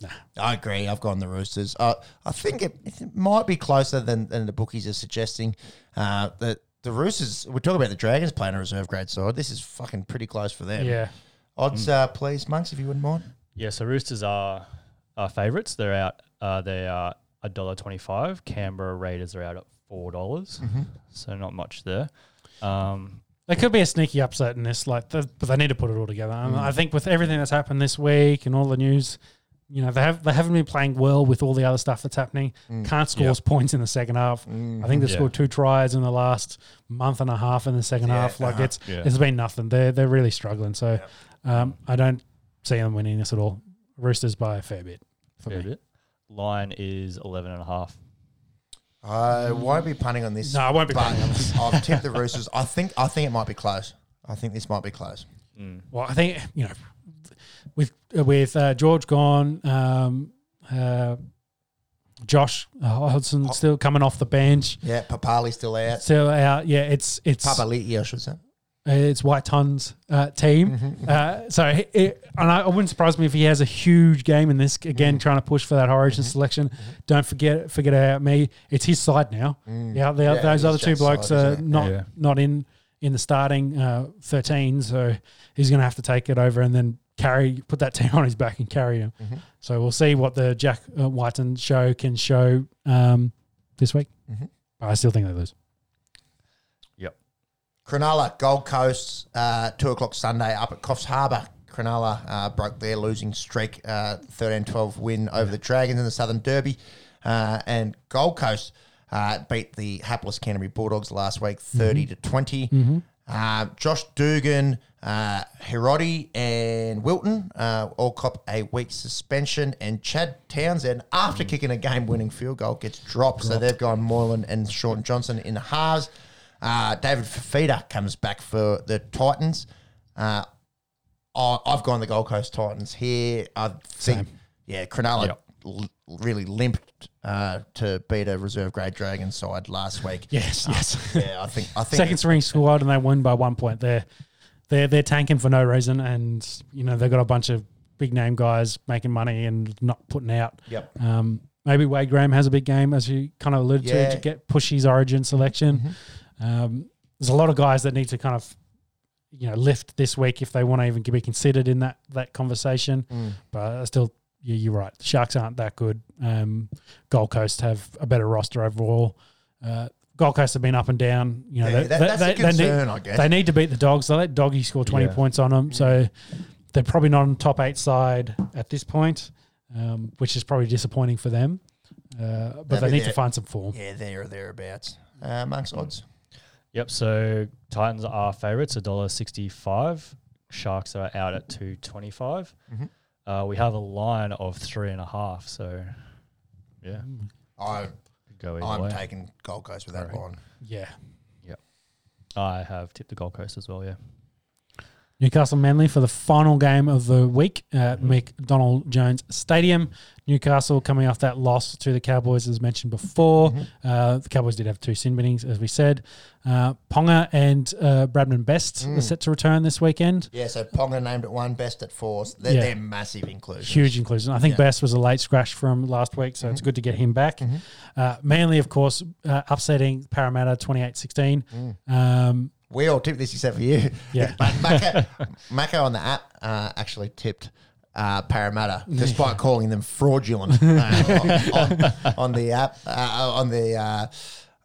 No. I agree. I've gone the Roosters. I I think it, it might be closer than, than the bookies are suggesting. Uh, the, the Roosters, we're talking about the Dragons playing a reserve grade side. This is fucking pretty close for them.
Yeah. Mm.
Odds, uh, please, monks, if you wouldn't mind.
Yeah, so Roosters are our favourites. They're out. Uh, they are a dollar twenty-five. Canberra Raiders are out at four dollars. So not much there. Um,
There could be a sneaky upset in this, like, the, but they need to put it all together. And I think with everything that's happened this week and all the news, you know, they have they haven't been playing well with all the other stuff that's happening. Can't score us points in the second half. I think they've
Yeah.
scored two tries in the last month and a half in the second half. Like
uh-huh.
it's
Yeah.
it's been nothing. They're they're really struggling. So um, I don't see them winning this at all. Roosters by a fair bit. For
fair
me.
bit. Line is eleven and a half.
I won't be punting on this.
No, I won't be
but
punting on this.
I've tipped the Roosters. I think I think it might be close. I think this might be close.
Hmm.
Well, I think you know, with with uh, George gone, um, uh, Josh Hodgson still coming off the bench,
Yeah, Papali's still out.
still out. Yeah, it's it's
Papali'i, I should say.
it's White Ton's uh, team.
Mm-hmm,
Uh, so, he- it, and I, it wouldn't surprise me if he has a huge game in this again,
Mm-hmm.
trying to push for that High Origin selection. Don't forget, forget about me. It's his side now. Yeah, the,
Mm. Yeah,
those
it
other
is
two
Jack's
blokes
side,
are
isn't it?
not
Yeah.
not in in the starting uh, thirteen, so he's going to have to take it over and then carry put that team on his back and carry him.
Mm-hmm.
So we'll see what the Jack uh, Whiten show can show um, this week.
Mm-hmm.
I still think they lose.
Yep.
Cronulla, Gold Coast, uh, two o'clock Sunday up at Coffs Harbour. Cronulla uh, broke their losing streak, uh, 13-12 win over the Dragons in the Southern Derby, uh, and Gold Coast uh, beat the hapless Canterbury Bulldogs last week, 30 to 20. Uh, Josh Dugan, uh, Hirodi, and Wilton uh, all cop a week suspension, and Chad Townsend, after kicking a game-winning field goal, gets dropped. So they've gone Moylan and Shorten Johnson in the halves. Uh, David Fafita comes back for the Titans. Uh, I, I've gone the Gold Coast Titans here. I think, yeah, Cronulla
Yep.
l- really limped uh, to beat a reserve grade Dragon side last week. Uh,
Yes, yes.
Yeah, I think I think
second string squad and they win by one point. They're they're they're tanking for no reason, and you know they've got a bunch of big name guys making money and not putting out.
Yep.
Um, maybe Wade Graham has a big game, as you kind of alluded
Yeah.
to, to get push his Origin selection. Um, there's a lot of guys that need to kind of you know lift this week if they want to even be considered in that that conversation. But I still. Yeah, you're right. The Sharks aren't that good. Um, Gold Coast have a better roster overall. Uh, Gold Coast have been up and down. You know,
Yeah,
they,
that-
they-
that's a
they- they need-
concern, I guess.
They need to beat the dogs. They let Doggy score 20
Yeah.
points on them. So they're probably not on top eight side at this point, um, which is probably disappointing for them. Uh, but
That'd
they
be
need
their-
to find some form.
yeah, there or thereabouts. Uh, amongst odds.
Yep. So Titans are favourites, a dollar sixty-five. Sharks are out at two twenty-five. Uh, we have a line of three and a half. So yeah,
I
could go either
I'm
way.
taking Gold Coast with that
Sorry.
line.
Yeah.
I have tipped the Gold Coast as well. Yeah.
Newcastle Manly for the final game of the week at McDonald Jones Stadium. Newcastle coming off that loss to the Cowboys, as mentioned before. Uh, the Cowboys did have two sin binnings, as we said. Uh, Ponga and uh, Bradman Best are set to return this weekend.
Yeah, so Ponga named it one, best at four. So They're,
Yeah.
they're massive inclusion.
Huge inclusion. I think
Yeah.
Best was a late scratch from last week, so it's good to get him back. Uh, Manly, of course, uh, upsetting Parramatta 28 16. Um,
we all tipped this except for you.
Yeah.
but Mako, Mako on the app uh, actually tipped uh, Parramatta, despite calling them fraudulent uh, on, on, on the app, uh, on the. Uh,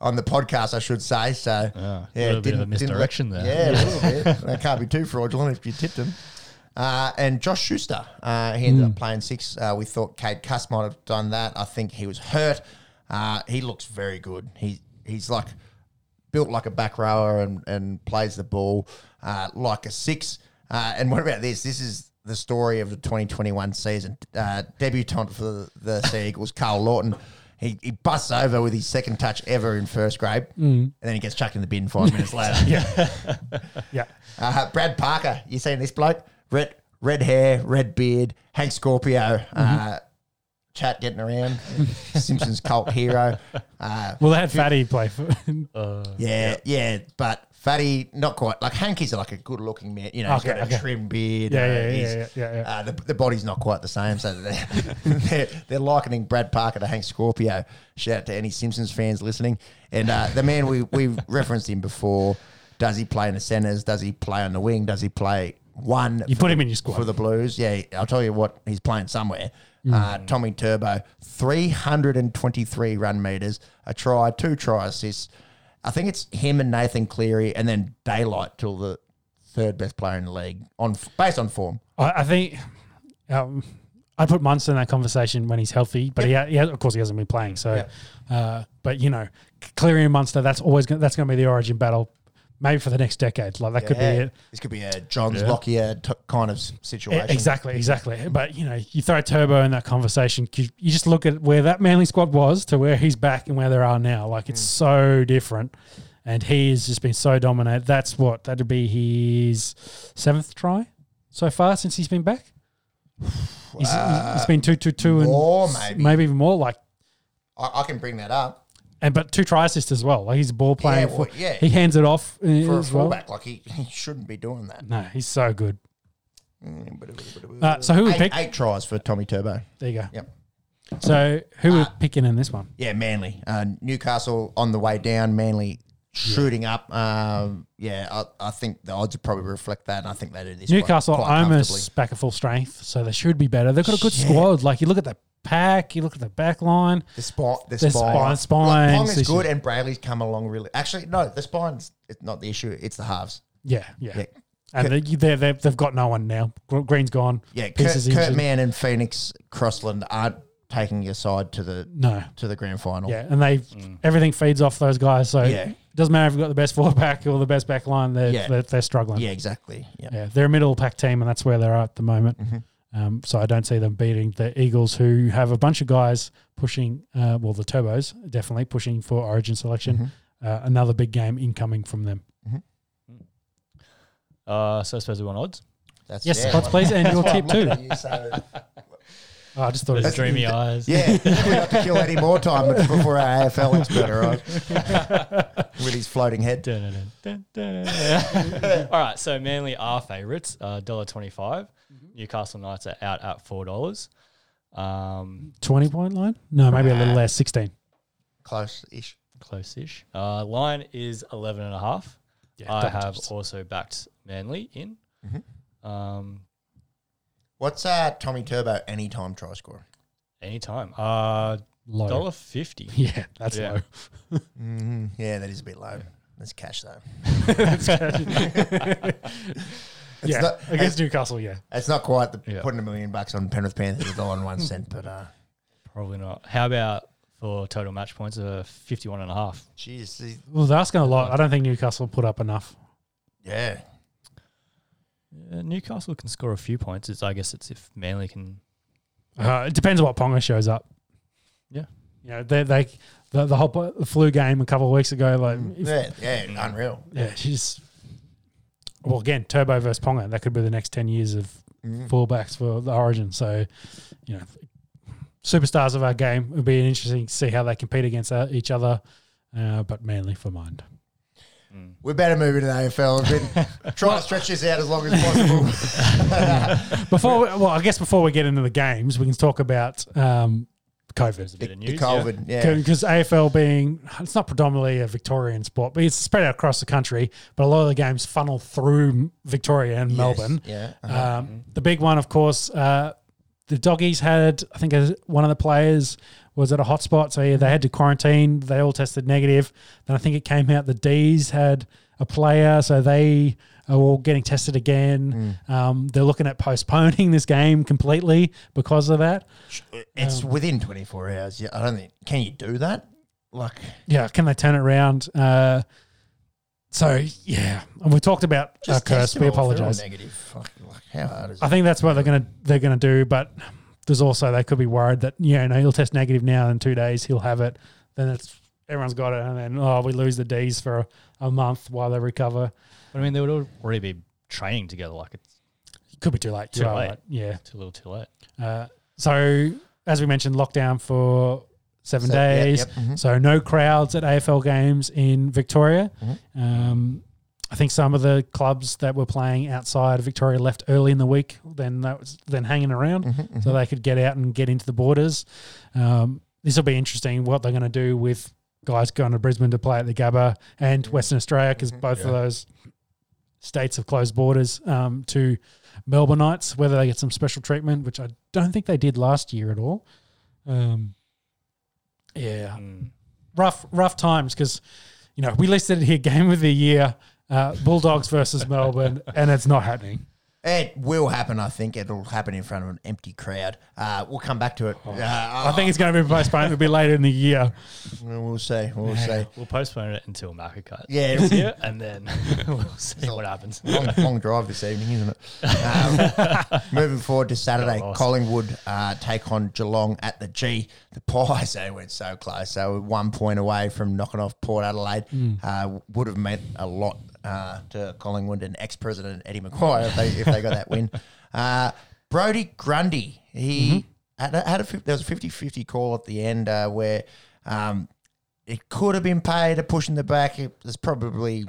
on the podcast, I should say. So, yeah,
little bit of Ah, a
didn't- didn't let-
misdirection there.
Yeah, a little bit. That can't be too fraudulent if you tipped him. Uh, and Josh Schuster, uh, he
Mm.
ended up playing six. Uh, we thought Cade Cuss might have done that. I think he was hurt. Uh, he looks very good. He he's like built like a back rower and, and plays the ball uh, like a six. Uh, and what about this? This is the story of the 2021 season. Uh, debutant for the, the Sea Eagles, Carl Lawton. He, he busts over with his second touch ever in first grade, and then he gets chucked in the bin five minutes later.
Yeah.
Uh, Brad Parker, you seen this bloke? Red red hair, red beard, Hank Scorpio, uh, chat getting around, Simpsons cult hero. Uh,
Well, they had Fatty play for.
yeah, yeah, but fatty, not quite. Like Hank is like a good looking man, you know, he's
Okay,
got
okay.
a trim beard.
Yeah,
uh,
yeah, yeah,
he's-
yeah, yeah, yeah.
Uh, the, the body's not quite the same, so they're, they're, they're likening Brad Parker to Hank Scorpio. Shout out to any Simpsons fans listening. And uh, the man we we've referenced him before. Does he play in the centres? Does he play on the wing? Does he play one?
You put him in your squad.
for the Blues. Yeah, I'll tell you what, he's playing somewhere. Uh,
Hmm.
Tommy Turbo, 323 run meters, a try, two try assists. I think it's him and Nathan Cleary, and then Daylight till the third best player in the league on based on form.
I, I think um, I put Munster in that conversation when he's healthy, but he, ha- he has, of course he hasn't been playing. So, uh, but you know, Cleary and Munster, that's always gonna, that's going to be the origin battle, maybe for the next decade. Like that could be
Yeah.
it.
This could be a Johns Lockyer t- kind of s-
E-
situation.
Exactly, exactly. But you know, you throw Turbo in that conversation. You, you just look at where that Manly squad was to where he's back and where they are now. Like
Mm.
it's so different, and he has just been so dominant. That's what that'd be his seventh try so far since he's been back. He's, it's been two, two, two, and
Uh, more
s-
maybe.
even more. Like
I, I can bring that up
and but two try assists as well. Like he's a ball playing.
well,
for-
yeah.
he hands it off uh,
for a
as well.
fullback. Like he, he shouldn't be doing that. Mm,
No, he's so good. Uh, so who we
Eight,
pick?
eight tries for Tommy Turbo.
There you go.
Yep. Uh,
So who we picking in this one?
Yeah, Manly. Uh, Newcastle on the way down, Manly shooting up. Um, yeah, I, I think the odds would probably reflect that, and I think they do this. quite-
Newcastle
quite comfortably.
almost back at full strength, so they should be better. They've got a good squad. Like you look at the pack, you look at the back line.
The spot, the,
The
spine,
spine- spine
Like, Pong is
decision.
good, and Brayley's come along really. Actually, no, the spine's it's not the issue. It's the halves.
Yeah, yeah.
Yeah,
And they, they, they, they've got no one now. Gr- Green's gone.
yeah. Kurt,
Pearce is
Kurt
injured.
Mann and Phoenix Crossland aren't taking your side to the
No.
to the grand final.
Yeah, and they everything feeds off those guys. So
Yeah.
it doesn't matter if you've got the best four pack or the best back line. They're,
Yeah.
they're, they're struggling.
yeah, exactly. Yeah.
Yeah, they're a middle pack team, and that's where they're at the moment.
Mm-hmm.
Um, so I don't see them beating the Eagles, who have a bunch of guys pushing. Uh, well, the Turbos definitely pushing for Origin selection.
Mm-hmm.
Uh, another big game incoming from them.
Uh, so I suppose we want odds.
That's,
Yes,
yeah,
odds please, and your tip too.
Looking at you, so-
Oh, I just thought it
Those
was
dreamy eyes.
Yeah, we got to kill any more time before our AFL expert arrives with his floating head.
Dun, dun, dun, dun, dun, dun. All right, so Manly are favourites, uh, dollar twenty-five. Newcastle Knights are out at four dollars. Um,
twenty point line. No, maybe a little less, sixteen.
Close-ish.
close-ish. Uh, line is eleven and a half. I
double
have
digits.
also backed Manly in. Um,
What's uh, Tommy Turbo anytime try scorer?
anytime. Uh,
Low.
dollar fifty.
Yeah, that's
Yeah.
low.
Yeah, that is a bit low. That's cash though. It's
yeah,
not-
against Newcastle. Yeah,
It's not quite the
Yeah.
putting a million bucks on Penrith Panthers a dollar and one cent, but uh,
Probably not. How about for total match points of fifty-one and a half?
geez, the-
well, they're asking a lot. I don't think Newcastle put up enough.
yeah,
Uh, Newcastle can score a few points. It's, I guess it's if Manly can.
Uh, it depends on what Ponga shows up.
Yeah.
You know, they, they the, the whole po- the flu game a couple of weeks ago, like, Um, if- yeah,
Mm. yeah, yeah, unreal.
she's. Well, again, Turbo versus Ponga, that could be the next 10 years of fullbacks for the Origin. So, you know, superstars of our game. It'll be interesting to see how they compete against uh, each other, uh, but mainly for mine.
We better move into the AFL. We've been trying to stretch this out as long as possible.
Before, we, well, I guess before we get into the games, we can talk about um, COVID.
bit of
The
news. yeah.
COVID, yeah.
Because AFL being, it's not predominantly a Victorian sport, but it's spread out across the country. But a lot of the games funnel through Victoria and Melbourne.
Yeah. uh-huh.
Um, The big one, of course, uh, the doggies had, I think uh, one of the players was at a hotspot. So yeah, they had to quarantine. They all tested negative. Then I think it came out the D's had a player. So they are all getting tested again. Um, they're looking at postponing this game completely because of that.
Uh, um,
It's within 24 hours. Yeah, I don't think. Can you do that? Like,
Yeah, can they turn it around? Uh, so yeah, and we talked about uh,
just
curse.
test
We
them all if they're all
apologise.
Negative. Fuck, like, how hard is
I think that's what they're gonna they're gonna do. But there's also they could be worried that yeah, no, he'll test negative now. In two days, he'll have it. Then it's everyone's got it, and then oh, we lose the D's for a, a month while they recover.
But I mean, they would already be training together. Like it's
Could be too late.
Too
You are
late.
right. Yeah.
too little, too late.
Uh, so as we mentioned, lockdown for seven
So, yeah,
days.
yep, mhm.
So no crowds at AFL games in Victoria.
Mhm.
Um, I think some of the clubs that were playing outside of Victoria left early in the week, then that was then hanging around,
mm-hmm,
so they could get out and get into the borders. Um, this will be interesting. What they're going to do with guys going to Brisbane to play at the Gabba and Western Australia, because both of those states have closed borders um, to Melbourneites. Whether they get some special treatment, which I don't think they did last year at all. Um, yeah,
Mm.
rough rough times because you know we listed it here game of the year uh, Bulldogs versus Melbourne and it's not happening.
It will happen, I think. It'll happen in front of an empty crowd. Uh, we'll come back to it. Uh,
Oh. I think it's going to be postponed. It'll be later in the year.
we'll see. We'll see.
We'll postpone it until Maka cut.
Yeah.
This year, and then we'll see what happens.
Long, long drive this evening, isn't it? Um, moving forward to Saturday,
Got lost.
Collingwood uh, take on Geelong at the G. The Pies, they went so close. They were one point away from knocking off Port Adelaide. Uh, would have meant a lot uh, to Collingwood and ex president Eddie McGuire if they, if they got that win. Uh, Brody Grundy, he had, a, had a, fif- there was a 50 50 call at the end uh, where. Um, it could have been paid a push in the back. It, there's probably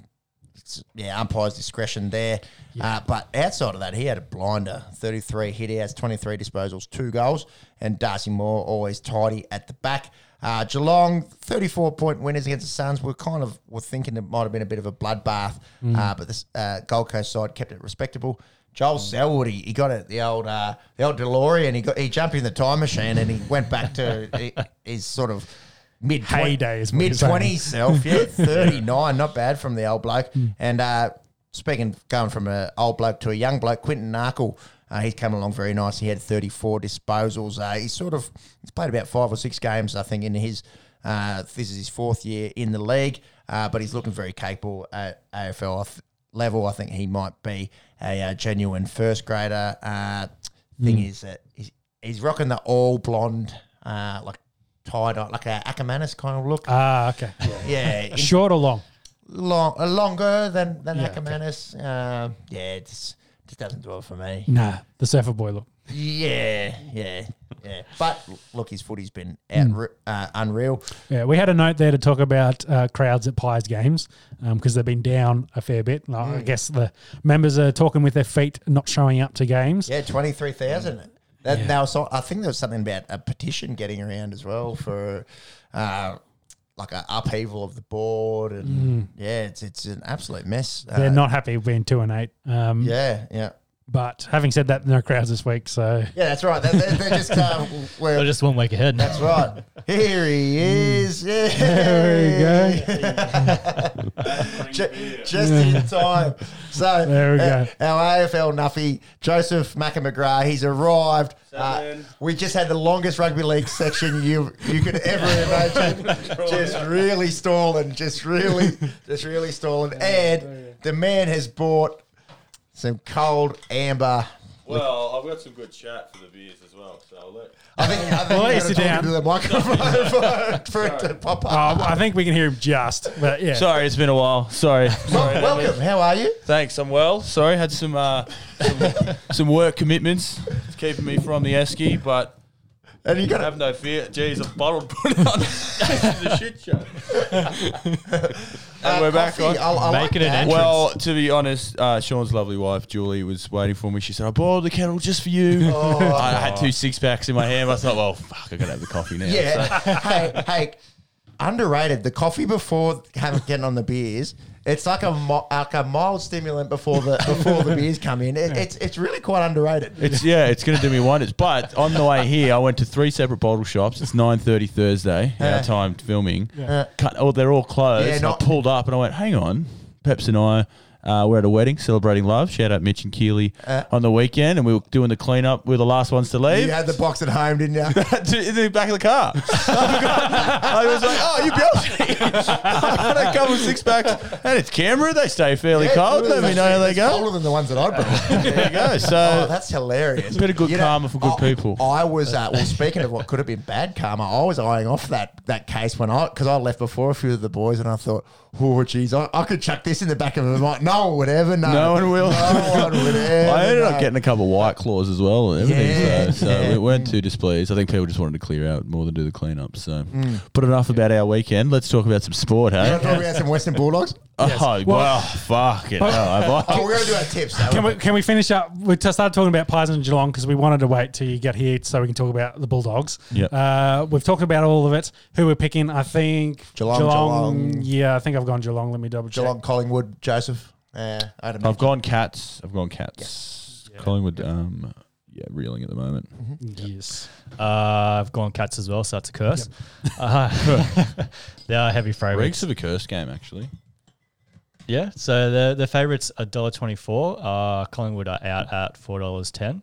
it's, yeah, umpire's discretion there. Uh, but outside of that, he had a blinder 33 hit outs, 23 disposals, two goals, and Darcy Moore always tidy at the back. Uh, Geelong, 34 point winners against the Suns. We're kind of were thinking it might have been a bit of a bloodbath,
Mm.
uh, but this uh, Gold Coast side kept it respectable. Joel Selwood, he, he got it the old uh, the old DeLorean. He got he jumped in the time machine and he went back to hi- his sort of mid
Heyday is what you're
mid
saying.
twenties self. Yeah, 39, not bad from the old bloke. And uh, speaking, of going from an old bloke to a young bloke, Quinton Narkle, uh, he's come along very nice. He had 34 disposals. Uh, he's sort of he's played about five or six games, I think, in his. Uh, this is his fourth year in the league, uh, but he's looking very capable at AFL I th- level. I think he might be a, uh genuine first grader. Uh, thing is that he's, he's rocking the all blonde, uh, like tied on, like a Ackermanis kind of look.
Ah, okay. Yeah.
Yeah, in-
Short or long?
long, uh, longer than than
Yeah,
yeah,
okay.
Um, yeah, it just, just doesn't do it for me.
Nah, the surfer boy look.
Yeah, yeah, yeah. But l- look, his footy's been out,
Hmm.
uh, unreal.
Yeah, we had a note there to talk about uh, crowds at Pies games because they've been down a fair bit. And
Mm.
I guess the members are talking with their feet, not showing up to games.
Yeah, twenty three
Hmm.
thousand. That now, so I think there was something about a petition getting around as well for, uh, like an upheaval of the board, and yeah, it's it's an absolute mess. Uh,
Hmm. They're not happy with being two and eight. Um,
Yeah, yeah.
But having said that, no crowds this week. So
Yeah, that's right. They're, they're, they're just um, we're,
They're just one week ahead.
That's right. Here he is. Yeah.
There we
Ju- just in time. So
There we
uh,
go.
our AFL Nuffy, Joseph McMcGrath, he's arrived. Uh, we just had the longest rugby league section you you could ever imagine. just really stalling, just really, just really stalling. And the man has bought some cold amber.
Well, I've got some good chat for the beers as well, so I'll let.
I think, I think
Well,
you're
let you sit
talking
down.
to the microphone for, for it to pop up.
Uh, I think we can hear him just. But yeah,
Sorry, it's been a while. Sorry. Sorry.
Welcome. How are you?
Thanks. I'm well. Sorry, had some uh, some, some work commitments, It's keeping me from the esky, but
And you got to
Have no fear. Jeez, I've bottled put it on. this is a shit show. and we're back on.
I, I like
Make it an
that.
entrance.
Well, to be honest, uh, Sean's lovely wife Julie was waiting for me. She said, "I boiled the kettle just for you."
Oh.
I had two six packs in my hand. I thought, "Well, fuck, I gotta have the coffee now." So-
Yeah. hey, hey, underrated. The coffee before having getting on the beers, it's like a mo- like a mild stimulant before the before the beers come in. It, It's it's really quite underrated.
It's yeah, it's gonna do me wonders. But on the way here, I went to three separate bottle shops. It's nine thirty Thursday,
Yeah.
our time filming. Cut, oh, they're all closed.
Yeah,
and
not-
I pulled up and I went, "Hang on, Peps and I." Uh, we're at a wedding celebrating love. Shout out Mitch and Keeley on the weekend, and we were doing the cleanup. We were the last ones to leave.
You had the box at home, didn't you?
to, in the back of the car. I, forgot. I was like, oh, you built me. I got a couple of six packs. And it's Canberra. They stay fairly cold. Let me know how they
It's
go.
Colder than the ones that I brought.
There you go.
Oh,
So
that's hilarious.
It's been a good karma for good
I-
people.
I was, uh, well, speaking of what could have been bad karma, I was eyeing off that that case when I, because I left before a few of the boys and I thought, oh, geez, I, I could chuck this in the back of the mic. No one would ever know.
No one will.
No one would ever.
I ended
know.
up getting a couple of white claws as well and everything.
Yeah.
so so
Yeah.
we weren't too displeased. I think people just wanted to clear out more than do the cleanup. So,
Mm.
but enough about our weekend. Let's talk about some sport, hey?
You want to talk about some Western Bulldogs?
Oh,
Well-
well, fuck it. have I?
Oh, we're going to do our tips. though.
Can we, can we finish up? We just started talking about Pies and Geelong because we wanted to wait till you get here so we can talk about the Bulldogs.
Yep.
Uh, we've talked about all of it. Who we're picking, I think.
Geelong, Geelong.
Yeah, I think I've gone Geelong. Let me double check.
Geelong, Collingwood, Joseph. Uh, I don't know.
I've gone cats. I've gone cats. Collingwood, um, yeah, reeling at the moment.
Yes.
Uh, I've gone cats as well, so that's a curse. Uh, they are heavy favorites.
Regs of a cursed game, actually.
Yeah, so the the favorites are dollar twenty four. Uh, Collingwood are out at four dollars ten.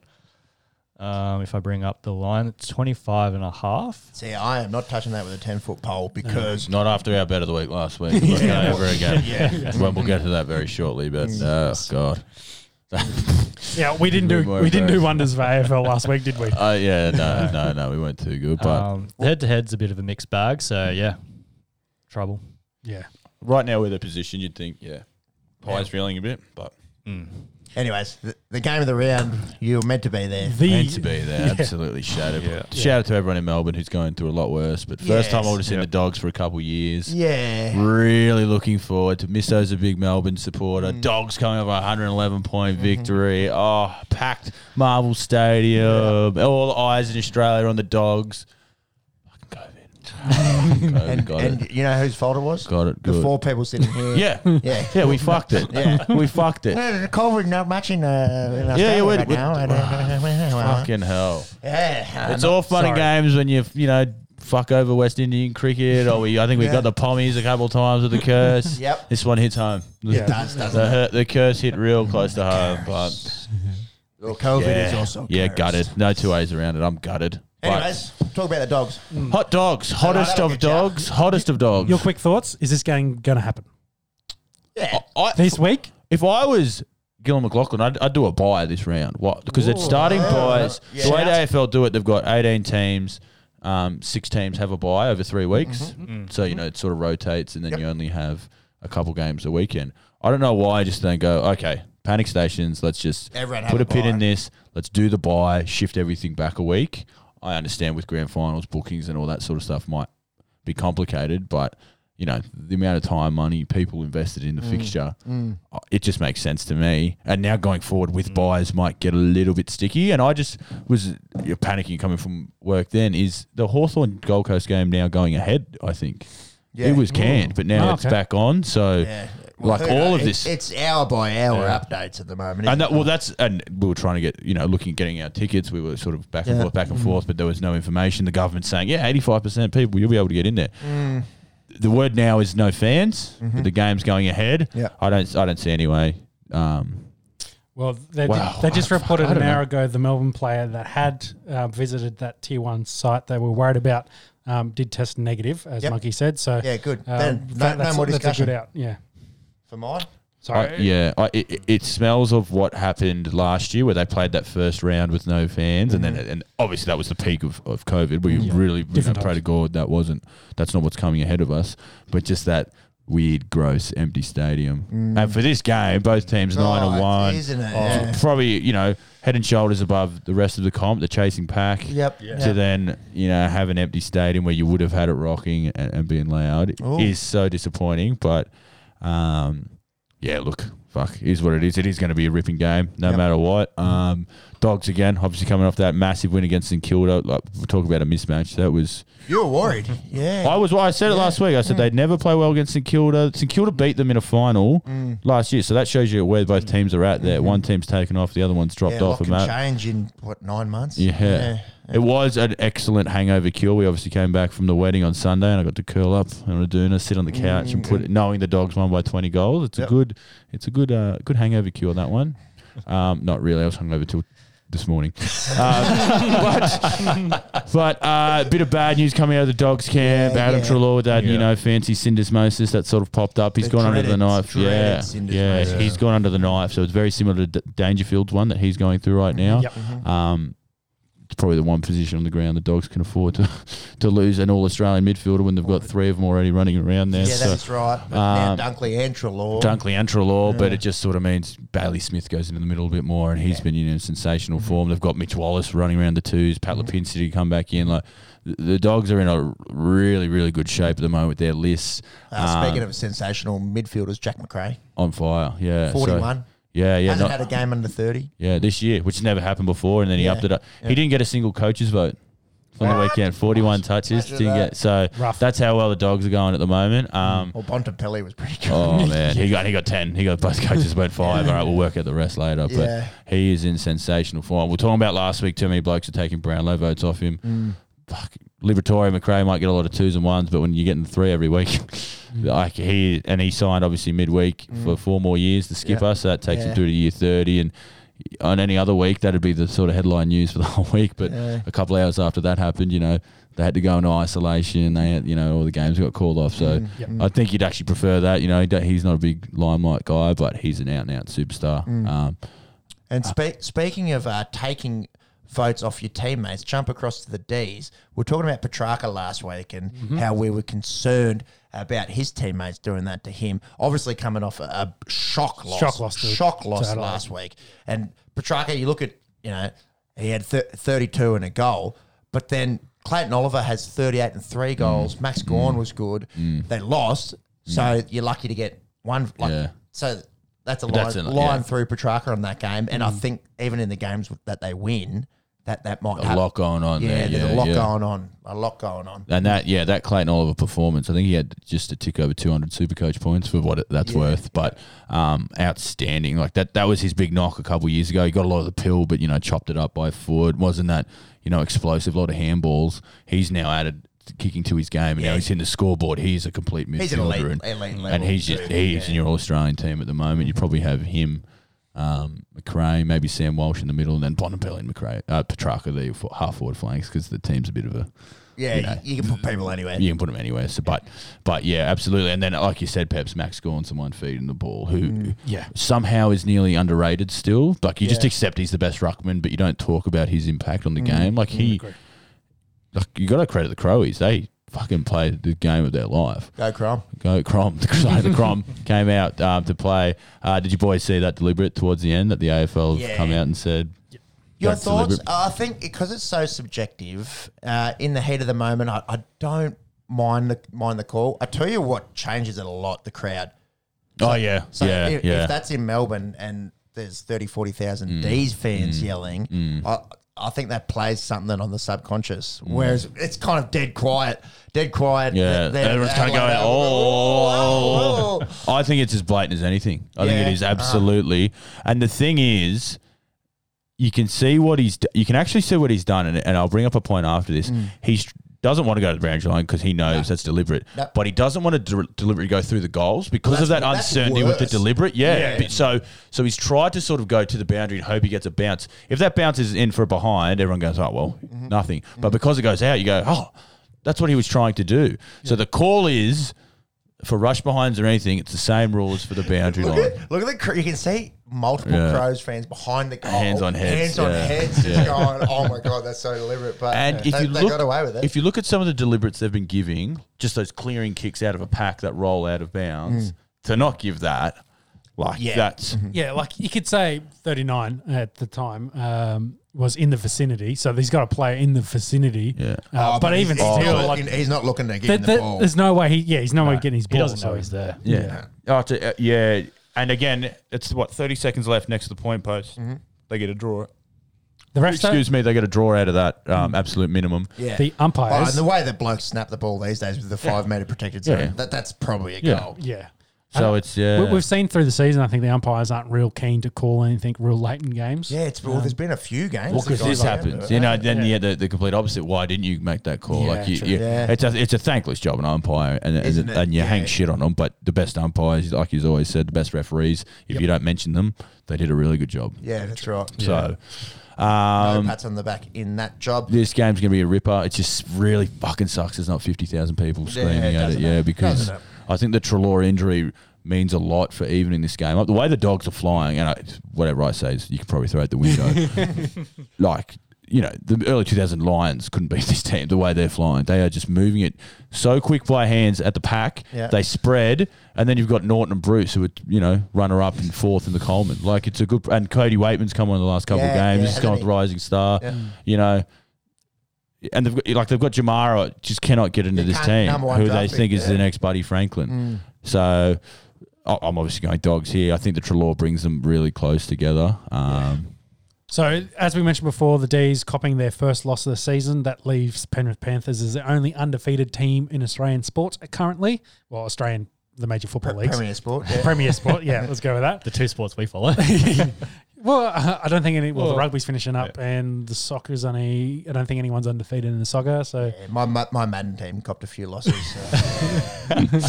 Um, if I bring up the line, it's 25 and a half.
See, I am not touching that with a 10 foot pole because.
Not after our bet of the week last week. We're not going over again. Well, we'll get to that very shortly, but
Mm.
oh god, Uh,
Yeah, we didn't do
Move
we didn't
over.
do wonders for AFL last week, did we?
uh, yeah, no, no, no, we weren't too good. But
Um, head to head's a bit of a mixed bag, so yeah, trouble.
Yeah.
right now, with the position, you'd think, yeah, Pie's reeling a bit, but
Anyways, the, the game of the round, you were meant to be there.
The
meant to be there, absolutely shattered. Shout out to everyone in Melbourne who's going through a lot worse. But first time
Yes.
I've seen the dogs for a couple of years.
Yeah.
Really looking forward to Misso's a big Melbourne supporter. Dogs coming over a 111 point victory. Oh, packed Marvel Stadium. All eyes in Australia are on the dogs. Fucking COVID. COVID
And,
got
and
it.
you know whose fault it was?
Got it.
The
Good.
four people sitting here.
Yeah.
Yeah.
Yeah, we fucked it.
Yeah. Uh-huh.
We fucked it.
No, the COVID not much in, uh, in
Yeah,
Australia
yeah, we-
right
we-
now. And, uh,
Fucking hell.
yeah.
It's all fun and games when you, you know, fuck over West Indian cricket or we I think we
Yeah.
got the pommies a couple of times with the curse.
Yep.
This one hits home.
It does, doesn't
The,
it? Mm.
hurt- the curse hit real close to home, but
Well, COVID
yeah.
is also.
yeah,
cursed.
gutted. No two ways around it. I'm gutted. But
Anyways, talk about the dogs.
hot dogs, hottest
that'll
of
get you.
dogs, hottest of dogs.
Your quick thoughts? Is this game going to happen
Yeah.
I-
this week?
if I was Gil McLaughlin, I'd, I'd do a buy this round. What? Because it's starting buys.
Yeah.
The way the AFL do it, they've got 18 teams. Um, six teams have a buy over three
Mm-hmm.
weeks. So, you know, it sort of rotates and then you only have a couple games a weekend. I don't know why I just don't go, okay, panic stations, let's just
Everyone have
put
a
a pin
bye.
in this. Let's do the buy, shift everything back a week. I understand with grand finals, bookings, and all that sort of stuff might be complicated, but you know the amount of time, money, people invested in the fixture, uh, it just makes sense to me. And now going forward with buyers might get a little bit sticky. And I just was you know, panicking coming from work. Then is the Hawthorn Gold Coast game now going ahead? I think
Yeah.
it was canned, but now
Oh,
it's
okay.
back on. So
Yeah.
like all of
It-
this.
It's hour by hour updates at the moment.
and that, well, that's and we were trying to get you know looking getting our tickets. We were sort of back and
Yeah. Mm.
forth, back and forth, but there was no information. The government saying, yeah, eighty five percent people, you'll be able to get in there.
Mm.
The word now is no fans. but the game's going ahead.
Mm-hmm. Yeah.
I don't I don't see any way. Um,
Well, they,
Wow.
they just
I-
reported
I
an
don't
hour ago the Melbourne player that had uh, visited that tier one site they were worried about um, did test negative, as
Yep.
Monkey said. So
Yeah, good.
um,
Then no- no
that's,
more
that's a
discussion.
good out. Yeah.
For mine?
Sorry.
I- yeah, I, it, it- it smells of what happened last year where they played that first round with no fans, and then and obviously that was the peak of, of COVID. We really you know,
Different
pray to God that wasn't that's not what's coming ahead of us, but just that weird, gross, empty stadium. And for this game, both teams nine and
God,
one,
isn't it?
Oh,
Yeah.
probably you know head and shoulders above the rest of the comp. The chasing pack.
Yep.
To
Yep.
then you know have an empty stadium where you would have had it rocking and, and being loud
Ooh.
is so disappointing. But um, yeah, look, fuck, it is what it is. It is going to be a ripping game, no
Yep.
matter what. Um, dogs again, obviously coming off that massive win against St Kilda. Like we talk about a mismatch. That was
You were worried. Yeah.
I was. I said it
Yeah. Mm.
last week. I said they'd never play well against St Kilda. St Kilda beat them in a final
Mm.
last year, so that shows you where both teams are at. There, one team's taken off, the other one's dropped
Mm-hmm. yeah,
off.
lot can
And that,
change in what nine months.
yeah. It was an excellent hangover cure. We obviously came back from the wedding on Sunday, and I got to curl up on a doona, sit on the couch, and put it, knowing the dogs won by twenty goals. It's
Mm, Yep.
a good, it's a good, uh, good hangover cure that one. Um, not really. I was hungover till this morning. Um, but but uh, a bit of bad news coming out of the dogs camp.
Yeah,
Adam
yeah.
Trelaw with that you
Yeah.
know fancy syndesmosis that sort of popped up. He's
The
gone under the
dreaded-
knife.
dreaded
Yeah, yeah.
syndesmosis.
He's gone under the knife. So it's very similar to D- Dangerfield's one that he's going through right
Mm-hmm.
now.
Yep.
Um, it's probably the one position on the ground the dogs can afford to, to lose an all Australian midfielder when they've got three of them already running around there.
Yeah,
so
that's right. But now
um,
Dunkley and Trelaw.
Dunkley and Trelaw, but it just sort of means Bailey Smith goes into the middle a bit more, and he's been in a sensational
Mm-hmm.
form. They've got Mitch Wallace running around the twos, Pat Lapinski to come back in. Like the, the dogs are in a really, really good shape at the moment. Their lists
uh,
Um,
speaking of sensational midfielders, Jack McRae,
on fire. Yeah, so-
forty-one.
yeah, yeah.
Hasn't
not-
had a game under thirty.
Yeah, this year, which never happened before, and then he
Yeah.
upped it up. He didn't get a single coach's vote on the weekend. Forty-one touches,
Imagine
didn't
that.
get. So
Rough.
that's how well the dogs are going at the moment. Um,
Well, Bontempelli was pretty good.
oh man, he got he got ten. He got both coaches vote five. All right, we'll work out the rest later.
Yeah.
But he is in sensational form. We're talking about last week. Too many blokes are taking Brownlow votes off him.
Mm.
Fuck, Liberatore McRae might get a lot of twos and ones, but when you're getting three every week.
Mm.
Like he and he signed obviously midweek for four more years, the skipper, so that takes
Yeah.
him through to year thirty. And on any other week, that'd be the sort of headline news for the whole week. But
Yeah.
a couple of hours after that happened, you know, they had to go into isolation. They, had, you know, all the games got called off. So
Mm.
Yep.
I think you'd actually prefer that. You know, he don't- he's not a big limelight guy, but he's an out and out superstar.
Mm.
Um,
And spe- speaking of uh, taking votes off your teammates, jump across to the D's. We are talking about Petrarca last week and
Mm-hmm.
how we were concerned about his teammates doing that to him. Obviously, coming off a, a shock loss,
Shock loss to-
shock
to
loss
Adelaide.
last week. And Petrarca, you look at you know he had th- thirty-two and a goal, but then Clayton Oliver has thirty-eight and
Mm.
three goals. Max Gorn was good. They lost,
Mm.
so you're lucky to get one. Like,
Yeah.
So. That's a line,
that's an-
line
yeah.
through Petrarca on that game, and
Mm.
I think even in the games that they win, that that might
a
happen.
lot going on
yeah,
there.
there's
yeah,
a lot
yeah.
going on, a lot going on.
And that, yeah, that Clayton Oliver performance, I think he had just a tick over 200 Supercoach points for what it- that's worth, but um, outstanding. Like that, that was his big knock a couple of years ago. He got a lot of the pill, but you know, chopped it up by Ford. Wasn't that you know explosive? A lot of handballs. He's now added kicking to his game, and now
Yeah.
he's hitting the scoreboard. He's a complete midfielder,
He's an elite-
and,
elite
and
level
he's just
too,
he's
yeah.
in your All Australian team at the moment. You probably have him. Um, McRae, maybe Sam Walsh in the middle, and then Bonapelli and McRae, uh, Petrarca, the half forward flanks because the team's a bit of a
Yeah,
you know.
you can put people anywhere.
you can put them anywhere. So, but, but yeah, absolutely. And then, like you said, Peps Max Gorn, someone feeding the ball, who
Yeah.
somehow is nearly underrated still. Like you just
Yeah.
accept he's the best ruckman, but you don't talk about his impact on the game. Like
Mm.
he, like you got to credit the Crowies. They fucking played the game of their life.
Go Crom.
Go Crom, Sorry, the Crom came out um, to play. Uh, did you boys see that deliberate towards the end that the AFL have
Yeah.
come out and said?
Your
That's
thoughts? Uh,
deliberate.
I think because it's so subjective, uh, in the heat of the moment, I, I don't mind the mind the call. I tell you what changes it a lot: the crowd.
Oh yeah,
So
yeah,
if,
yeah. Mm.
if that's in Melbourne and there's 30, 40,000 D's fans yelling, I, I think that plays something on the subconscious. Whereas it's kind of dead quiet, dead quiet.
Yeah,
They're- they're-
everyone's kind of
they're
going,
like,
oh.
oh, oh, oh."
I think it's as blatant as anything. I think
Yeah. Uh-huh.
it is absolutely. and the thing is, you can see what he's. d- You can actually see what he's done, and, and I'll bring up a point after this. He doesn't want to go to the branch line because he knows that's deliberate,
Mm. No.
but he doesn't want to del- deliberately go through the goals because of
That's-
that
that's
uncertainty with the
worse.
deliberate. Yeah.
Yeah.
But So so he's tried to sort of go to the boundary and hope he gets a bounce. If that bounce is in for a behind, everyone goes, oh well,
Mm-hmm.
nothing. But because it goes out, you go, oh, that's what he was trying to do. So the call is for rush behinds or anything, it's the same rule as for the boundary
Look
line.
at, look at the cr- you can see multiple
Yeah.
Crows fans behind the goal,
Hands on heads,
hands on
yeah.
heads, just
Yeah.
going, "Oh my god, that's so deliberate." But
And
yeah,
if
they,
you
they
look,
got away with it.
if you look at some of the deliberates they've been giving, just those clearing kicks out of a pack that roll out of bounds, to not give that, like
Mm. Yeah. Mm-hmm.
that's
Yeah, like you could say 39 at the time um, was in the vicinity. So he's got a player in the vicinity.
Yeah.
Uh,
Oh,
but, even
he's
still,
not
like,
looking, he's not looking to give
th-
him the
th-
ball.
there's no way he, yeah, he's no, way getting his
He
ball.
doesn't know
so-
he's there.
yeah. Oh, to, uh, yeah, and again, it's what thirty seconds left next to the point post.
Mm-hmm.
They get a draw.
The refs
Excuse me, they get a draw out of that um, absolute minimum.
Mm-hmm.
don't-
yeah.
the
Oh, and
umpires.
the way that blokes snap the ball these days with the five meter protected zone,
Yeah.
that, that's probably a
Yeah.
goal.
yeah.
So it's yeah,
We- We've seen through the season, I think the umpires aren't real keen to call anything real late in games.
Yeah, it's well, there's been a few games.
Well,
that
because
guys
this
like
happens,
that,
you know.
right?
Then yeah, the, the complete opposite. Why didn't you make that call?
Yeah,
like you,
true.
you-
Yeah.
it's a it's a thankless job an umpire, and
Isn't
and,
it?
and you hang
Yeah.
shit on them. But the best umpires, like he's always said, the best referees. If you don't mention them, they did a really good job.
Yeah, that's right.
So.
No
Um,
pats on the back in that job.
this game's gonna be a ripper. It just really fucking sucks. There's not fifty thousand people screaming at it,
doesn't
yeah,
it?
because
Doesn't it?
I think the Trelaw injury means a lot for evening this game up. The way the dogs are flying, and I, whatever I say is you can probably throw out the window. like you know, the early 2000 Lions couldn't beat this team the way they're flying. They are just moving it so quick by hands at the pack.
Yeah.
They spread, and then you've got Norton and Bruce, who are you know runner up and fourth in the Coleman. Like it's a good. And Cody Waitman's come on in the last couple
Yeah,
of
yeah,
games. He's gone with
hasn't he?
rising star.
Yeah.
Mm.
You know, and they've got, like they've got Jamara just cannot get into
You
this
can't
team,
number one
who they
draft pick,
think is
yeah. Mm.
the next Buddy Franklin. So I- I'm obviously going dogs here. I think the Trelaw brings them really close together. Um,
So, as we mentioned before, the D's copping their first loss of the season. That leaves Penrith Panthers as the only undefeated team in Australian sports currently. Well, Australian, the major football leagues.
Premier sport. yeah.
Premier sport, yeah, let's go with that.
The two sports we follow.
Well, I I don't think any. Well, the
Well,
rugby's finishing up, and the soccer's only. I don't think anyone's undefeated in the soccer. So
Yeah, My, my my Madden team copped a few losses. so-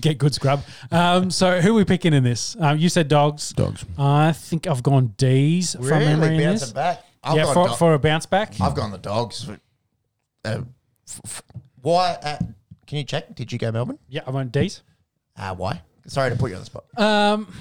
get good scrub. Um, so who are we picking in this? Um, you said dogs.
Dogs.
I think I've gone D's from memory in
bounce
this.
it back. I've
yeah,
gone
for,
do-
for a bounce back.
I've gone the dogs. but, uh, f- f- why? Uh, can you check? Did you go Melbourne?
yeah, I went D's.
Uh, why? Sorry to put you on the spot.
Um,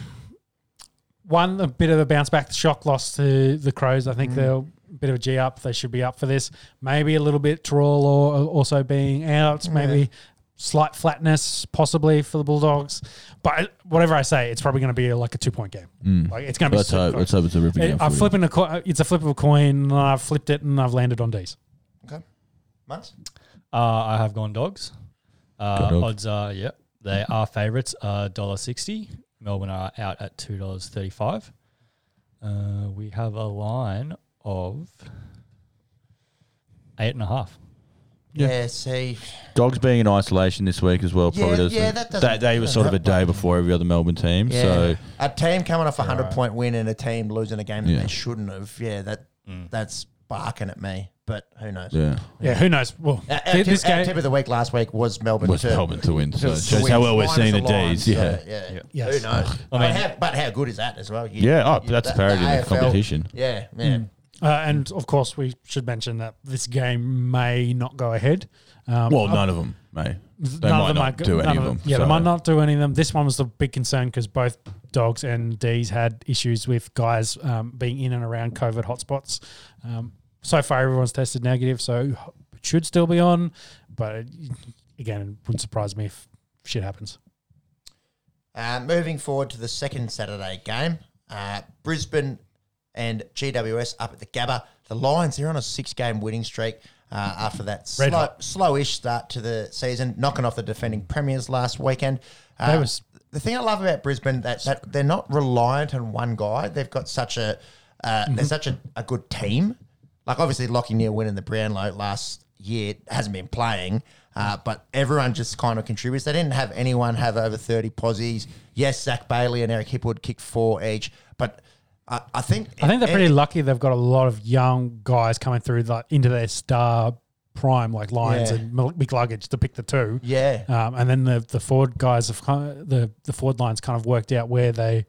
one a bit of a bounce back. The shock loss to the Crows. I think they're a bit of a G up. They should be up for this. Maybe a little bit trawl or uh, also being out. Maybe slight flatness possibly for the Bulldogs. But whatever I say, it's probably going to be like a two point game. Like it's going to be.
Mm. let's
super
hope.
close.
Let's hope it's a ripping. game
I'm
for you.
flipping a coin. It's a flip of a coin. And I've flipped it and I've landed on D's.
Okay, Mars.
Uh, I have gone dogs. Uh,
Go dogs.
Odds are, yep, they are favourites. Uh, dollar sixty. Melbourne are out at two dollars thirty-five. Uh, we have a line of eight and a half.
Yeah. see,
Dogs being in isolation this week as well.
Yeah,
probably doesn't-
yeah, that doesn't-
They, they were sort of a day before every other Melbourne team.
yeah,
So
a team coming off a hundred point win and a team losing a game that
Yeah.
they shouldn't have. Yeah, that that's barking at me. But who knows?
yeah,
Yeah, who knows? Well,
Our, our
thi-
tip,
this
our
game.
tip of the week last week was Melbourne.
was
to-
Melbourne to win. So
to
it shows
win.
how well we're
Minus
seeing the
line,
D's.
so,
Yeah.
yeah.
Yes.
Who knows? I mean,
mean-
how, but how good is that as well? You-
Yeah, oh,
you-
that's
the-
parity
the
of
AFL
competition.
Yeah, yeah.
Uh, and of course, we should mention that this game may not go ahead. Um,
Well,
I-
none of them may. They
none
might
of them
not
are,
do
none
any of them.
Yeah, they
so-
might not do any of them. This one was the big concern because both dogs and D's had issues with guys um, being in and around COVID hotspots. Um, so far, everyone's tested negative, so it should still be on. But again, it wouldn't surprise me if shit happens.
Uh, moving forward to the second Saturday game, uh, Brisbane and GWS up at the Gabba. The Lions, they're on a six game winning streak uh, after that
Red
slow, slowish start to the season, knocking off the defending premiers last weekend. Uh,
They was-
the thing I love about Brisbane that, that they're not reliant on one guy. They've got such a uh,
Mm-hmm.
they're such a, a good team. Like obviously Lockie Neal winning the Brownlow last year hasn't been playing, uh, but everyone just kind of contributes. They didn't have anyone have over thirty posies. Yes, Zach Bailey and Eric Hipwood kicked four each, but I, I think
I think they're pretty lucky. They've got a lot of young guys coming through like, into their star prime, like Lions
Yeah.
and McLuggage to pick the two.
Yeah.
Um, and then the the Ford guys have kind of, the the Ford lines kind of worked out where they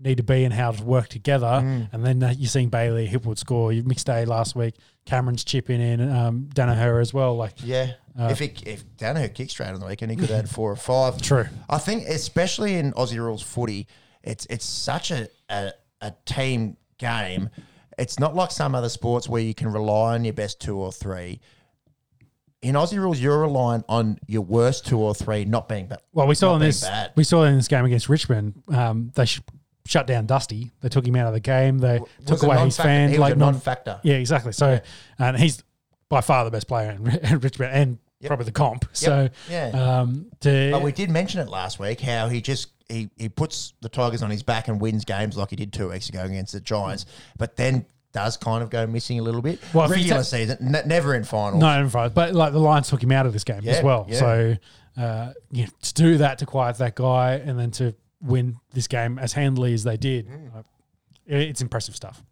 need to be and how to work together.
Mm.
And then uh, you're seeing Bailey Hipwood score. You mixed day last week. Cameron's chipping in. Um, Danaher as well. Like
Yeah. if he, if Danaher kicked straight on the weekend, he could add four or five.
True.
I think, especially in Aussie rules footy, it's it's such a, a, a team game. It's not like some other sports where you can rely on your best two or three. In Aussie rules, you're reliant on your worst two or three not being bad.
Well, we saw
not
in
being
this
bad.
we saw in this game against Richmond, um, they sh- shut down Dusty. They took him out of the game. They took
a
away his
non-factor.
fan.
He was a
non-
non-factor.
Yeah, exactly. So, and he's by far the best player in, in Richmond and probably the comp. So,
Yeah.
um, to
But we did mention it last week how he just he, he puts the Tigers on his back and wins games like he did two weeks ago against the Giants, but then does kind of go missing a little bit.
Well, if you
Regular
ta-
season, n- never in finals.
no, in front, but like the Lions took him out of this game
Yeah,
as well.
yeah.
So, uh, you know, to do that to quiet that guy and then to win this game as handily as they did,
Mm.
like, it- it's impressive stuff.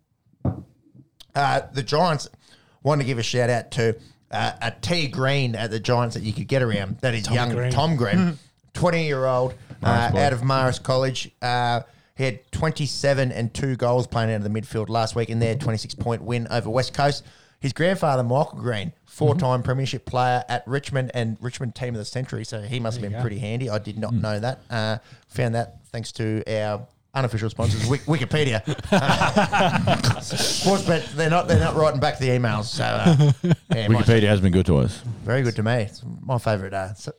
Uh, the Giants want to give a shout out to uh, a T Green at the Giants that you could get around. That is young
Green.
Tom Green, twenty year old uh, out of Maris College. Uh, he had 27 and two goals playing out of the midfield last week in their 26 point win over West Coast. His grandfather, Michael Green, four time Premiership player at Richmond and Richmond Team of the Century. So he must have been pretty handy. I did not know that. Uh, found that thanks to our unofficial sponsors, Wik- Wikipedia. Sportsbet, they're not they're not writing back the emails. So uh, yeah, mine's
Wikipedia has been good to us.
very good to me. It's my favourite uh, s-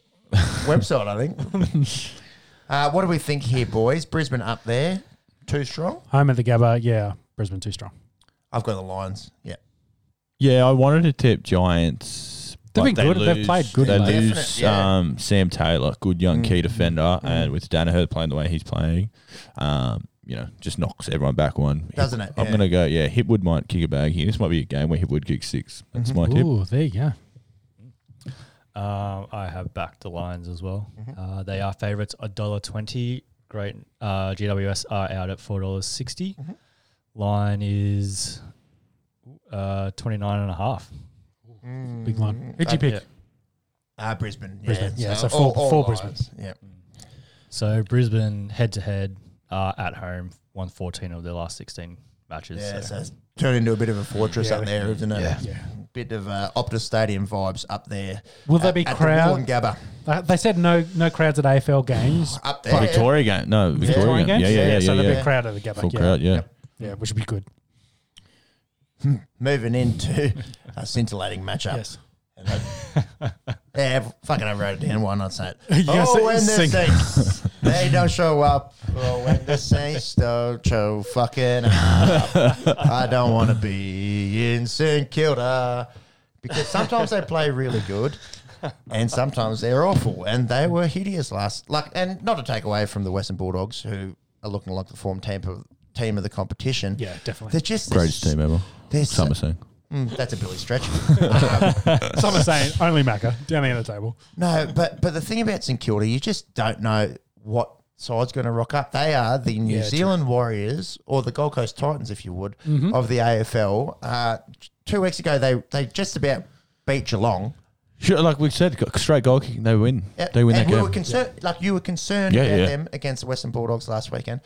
website, I think. Uh, what do we think here, boys? Brisbane up there, too strong.
Home at the Gabba, yeah, Brisbane too strong.
I've got the Lions. Yeah,
Yeah, I wanted to tip Giants.
They've
but
been good. They've played good Mm.
They
lately.
lose
Definite, yeah.
um, Sam Taylor, good young key defender, and with Danaher playing the way he's playing, um, you know, just knocks everyone back one.
Doesn't it?
I'm
Yeah.
gonna go. Yeah, Hipwood might kick a bag here. This might be a game where Hipwood kicks six. That's my tip.
Mm-hmm. Ooh, there you go.
Um, I have backed the Lions as well. Uh, they are favourites, a dollar twenty. Great. Uh, GWS are out at four dollars 60 Line is uh, twenty nine and a half.
Big
Mm-hmm.
line. Who'd you pick?
Yeah.
Mm. uh, Brisbane. Yeah,
Brisbane. Yeah, so
all-
for-
all
for
Lions. Yeah,
So Brisbane head to head uh, at home won fourteen of their last sixteen matches.
yeah.
so.
So it's turned into a bit of a fortress up there, isn't it?
Yeah.
Bit of uh, Optus Stadium vibes up there.
Will there
At-
be
at
crowd?
The Wollongabba.
They- They said no no crowds at AFL games.
up there?
Oh, Victoria game? No, Victoria
Victorian
game.
games?
Yeah, yeah, yeah, yeah.
so there'll
yeah.
be a crowd at the Gabba.
Full
yeah.
crowd. Yeah.
Yeah, which would be good.
Moving into a scintillating matchup.
Yes.
And I- yeah, fucking I wrote it down. Why not say it?
Yeah,
oh,
say-
when the
sing.
saints they don't show up. Oh, when the saints don't show fucking up. I don't want to be in St Kilda because sometimes they play really good. And sometimes they're awful, and they were hideous last. Like, and not to take away from the Western Bulldogs, who are looking like the form team of team of the competition.
Yeah, definitely.
they're just
Greatest team ever.
There's-
Summer scene.
Mm, that's a Billy stretch.
Some are saying only Macca down the other table.
No, but but the thing about St Kilda, you just don't know what side's going to rock up. They are the New
Yeah, true.
Zealand Warriors or the Gold Coast Titans, if you would,
Mm-hmm.
of the AFL. Uh, two weeks ago, they they just about beat Geelong.
Sure, like we said, go- straight goal kicking, they win.
Yeah,
They win
and
that
we
game.
Were concerned, Like you were concerned
Yeah,
about
yeah.
them against the Western Bulldogs last weekend,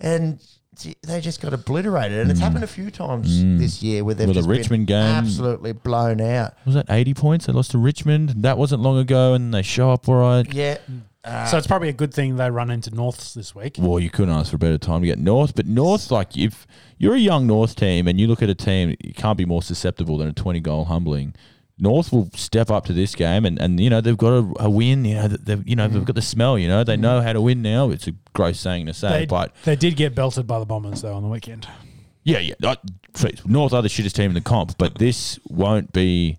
and t- they just got obliterated. And
Mm.
it's happened a few times this year where they've
Well, the
just been
Mm. Richmond game-
absolutely blown out.
was that 80 points? They lost to Richmond. That wasn't long ago, and they show up all right.
Yeah,
Ah.
so it's probably a good thing they run into Norths this week.
Well, you couldn't ask for a better time to get North. But North, like, if you're a young North team and you look at a team, you can't be more susceptible than a 20 goal humbling. North will step up to this game, and, and you know they've got a, a win. You know that they've you know they've got the smell. You know they know how to win now. It's a gross saying to say,
They,
but
they did get belted by the Bombers though on the weekend.
Yeah, yeah. I, geez, North are the shittest team in the comp, but this won't be.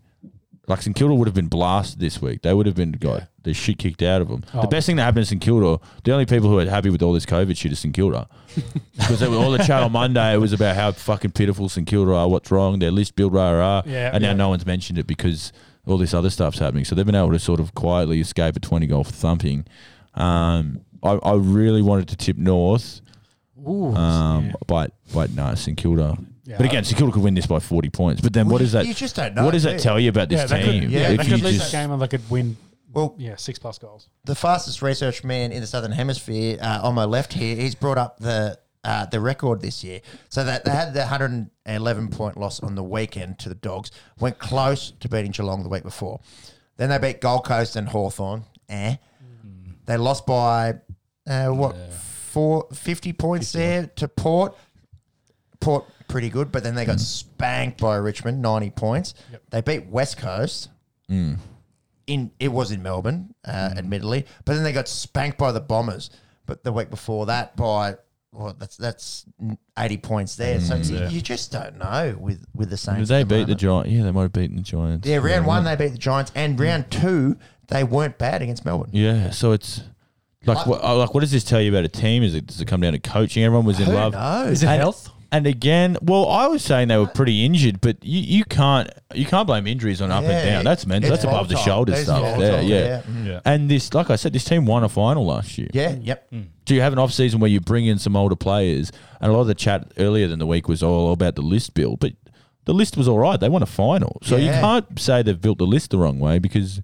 Like St Kilda would have been blasted this week. They would have been got the shit kicked out of them.
Oh.
The best thing that happened to St Kilda, the only people who are happy with all this COVID shit is St Kilda. Because all the chat on Monday was about how fucking pitiful St Kilda are, what's wrong, their list build, rah, rah.
Yeah,
and
yeah.
now no one's mentioned it because all this other stuff's happening. So they've been able to sort of quietly escape a 20 goal thumping. Um, I, I really wanted to tip North.
Ooh,
Um, but but no, St Kilda.
Yeah.
but again, St Kilda could win this by forty points. But then, what
you-
is that?
you just don't know,
What does
do
that
you?
tell you about this
yeah, they
team?
could, yeah,
If
they
you
could lose
just-
that game and they could win.
well,
Yeah, six plus goals.
the fastest research man in the southern hemisphere uh, on my left here, he's brought up the uh, the record this year. So that they had the 111 point loss on the weekend to the Dogs, went close to beating Geelong the week before. Then they beat Gold Coast and Hawthorn. Eh. They lost by uh, what four, 50 points there to Port. Port pretty good, but then they got spanked by Richmond, 90 points. They beat West Coast.
Mm.
In it was in Melbourne, uh, admittedly, but then they got spanked by the Bombers. But the week before that, by well, that's that's 80 points there. So it's, you just don't know with with the same.
Did Mm. they beat the Giants? Yeah, they might have beaten the Giants.
Yeah, round one they beat the Giants, and round two they weren't bad against Melbourne.
Yeah, so it's like what, oh, like what does this tell you about a team? Is it does it come down to coaching? Everyone was in
Who
love.
knows?
Is it health?
And again, well, I was saying they were pretty injured, but you, you can't you can't blame injuries on up
Yeah,
and down. That's mental.
it's
That's above the
volatile.
shoulder
It's
stuff.
volatile,
There,
yeah.
yeah.
Yeah.
And this, like I said, this team won a final last year.
Yeah, yep.
Do you have an off season where you bring in some older players? And a lot of the chat earlier than the week was all about the list build, but the list was all right. They won a final, so you
Yeah.
can't say they've built the list the wrong way because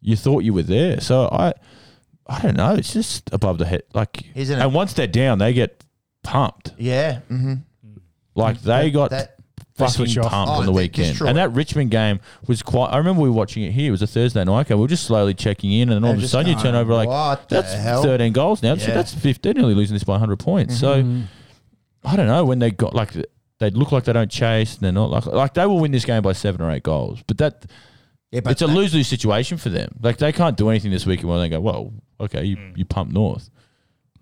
you thought you were there. So I, I don't know. It's just above the head. Like,
Isn't it?
and once they're down, they get pumped.
Yeah. Mm-hmm.
Like they got
that-
fucking
switch off.
pumped
Oh,
on the
they
weekend,
destroyed.
and that Richmond game was quite. I remember we were watching it here. It was a Thursday night game. We were just slowly checking in, and then all of a
just
sudden you turn
going,
over like
"What the
that's
hell?"
thirteen goals now. So
Yeah.
that's fifteen. Nearly losing this by hundred points. So I don't know when they got like they look like they don't chase. and They're not like like they will win this game by seven or eight goals, but that
Yeah, but
it's a lose lose situation for them. Like they can't do anything this weekend where they go, well, okay, you,
Mm.
you pump North.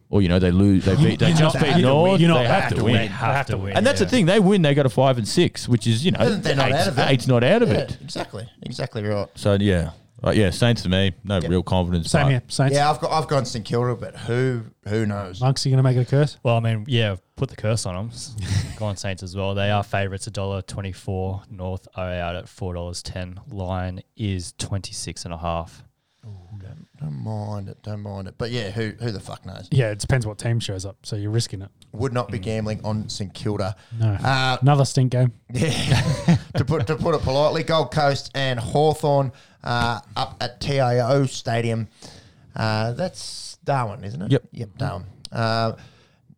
Or you know they lose, they beat, they
You're not
just
back
beat
to
North.
win. You're not
they
back
have
to
to win.
win. have to win.
And that's
yeah.
the thing. They win, they go to five and six, which is, you know,
They're not
eight's-
out of it.
eight's not out of it.
exactly, exactly right.
So, yeah. Right, yeah, Saints to me. No real confidence.
Same
but
here. Saints.
Yeah, I've got I've gone St Kilda, but who who knows?
Monks, you going to make it a curse?
Well, I mean, yeah, put the curse on them. Gone Saints as well. They are favourites. A dollar twenty-four. North are out at four dollars ten. Line is twenty-six and a half.
Don't mind it, don't mind it. But yeah, who who the fuck knows?
Yeah, it depends what team shows up. So you're risking it.
Would not
Mm.
be gambling on St Kilda.
No.
Uh,
Another stink game.
yeah. to put to put it politely, Gold Coast and Hawthorn uh, up at TIO Stadium. Uh, that's Darwin, isn't it?
Yep.
Yep, Darwin. Uh,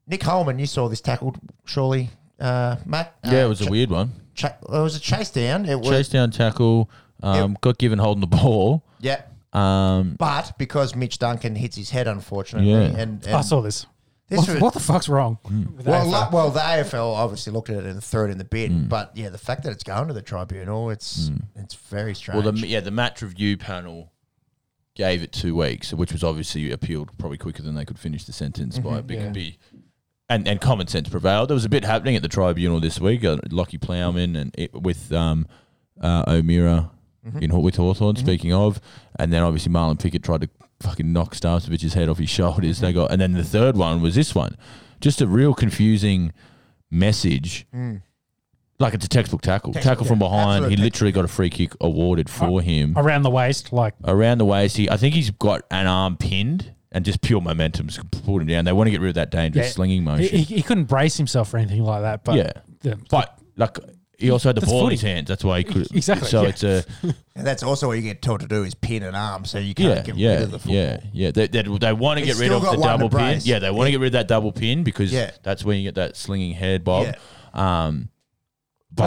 Nick Holman, you saw this tackled, surely, uh, Matt? Uh,
Yeah, it was a
cha-
weird one.
Cha- it was a chase down. It was.
Chase down tackle, um, got given holding the ball.
Yeah.
Um,
But because Mitch Duncan hits his head, unfortunately,
Yeah.
and, and
I saw this.
This
Oh, what,
was-
what the fuck's wrong?
Hmm.
with
well,
AFL?
lo- well, the AFL obviously looked at it and threw it in the bin,
Mm.
but yeah, the fact that it's going to the tribunal, it's it's very strange.
Well, the, yeah, the match review panel gave it two weeks, which was obviously appealed probably quicker than they could finish the sentence by Bigby. And, and common sense prevailed. There was a bit happening at the tribunal this week. Uh, Lockie Plowman and it, with um, uh, O'Meara in Haw- with Hawthorn. Speaking of, and then obviously Marlon Pickett tried to fucking knock Starcevich's head off his shoulders. They got, and then the third one was this one. Just a real confusing message.
Mm.
Like it's a textbook tackle, tackle from behind.
absolute
He
textbook.
literally got a free kick awarded for him
around the waist, like
around the waist. He, I think he's got an arm pinned and just pure momentum's pulled him down. They want to get rid of that dangerous
yeah,
slinging motion.
He, he, he couldn't brace himself or anything like that. But
yeah.
the-
but like he also had the
That's
ball in his
footy.
hands. That's why he could
Exactly,
So
yeah.
it's a
and that's also what you get told to do is pin an arm, so you can't
yeah,
get
yeah,
rid of the football.
yeah, yeah. They, they, they want to
He's
get rid
still
of
got
the
one to
double pin.
brace.
Yeah, they want to get rid of that double pin because
Yeah.
that's when you get that slinging head bob. Um,
It's-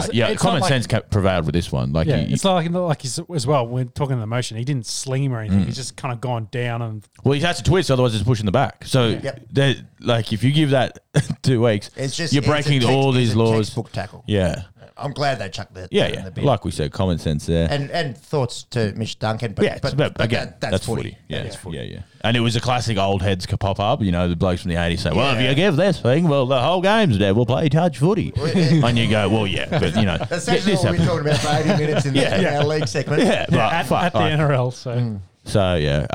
but yeah,
it's not
common
like-
sense ca prevailed with this one. Like
yeah,
you-
it's not like not like he's as well. We're talking the motion. He didn't sling him or anything.
Mm.
He's just kind of gone down and
Well, he has to twist, otherwise it's pushing the back. So,
Yep.
they're- like, if you give that two weeks,
It's just
you're
it's a
breaking
text-
all these
it's a
laws.
Textbook tackle.
Yeah,
I'm glad they chucked that.
yeah,
that in
yeah.
the bin.
Like we said, common sense there.
and and thoughts to Mitch Duncan, but
yeah,
but,
but, but
but
again,
that-
that's, footy. Yeah,
That's footy.
yeah, yeah. And it was a classic old heads could pop up. You know, the blokes from the '80s say, "Well, if
Yeah.
you give this thing, well, the whole game's dead. We'll play touch footy." and you go, "Well, yeah, but you know, yeah,
Essentially,
this
what we're
happened."
talking about for 80 minutes in, the,
Yeah.
in our league segment.
Yeah, but
at,
fuck,
at the
like-
NRL. So
Mm.
So yeah,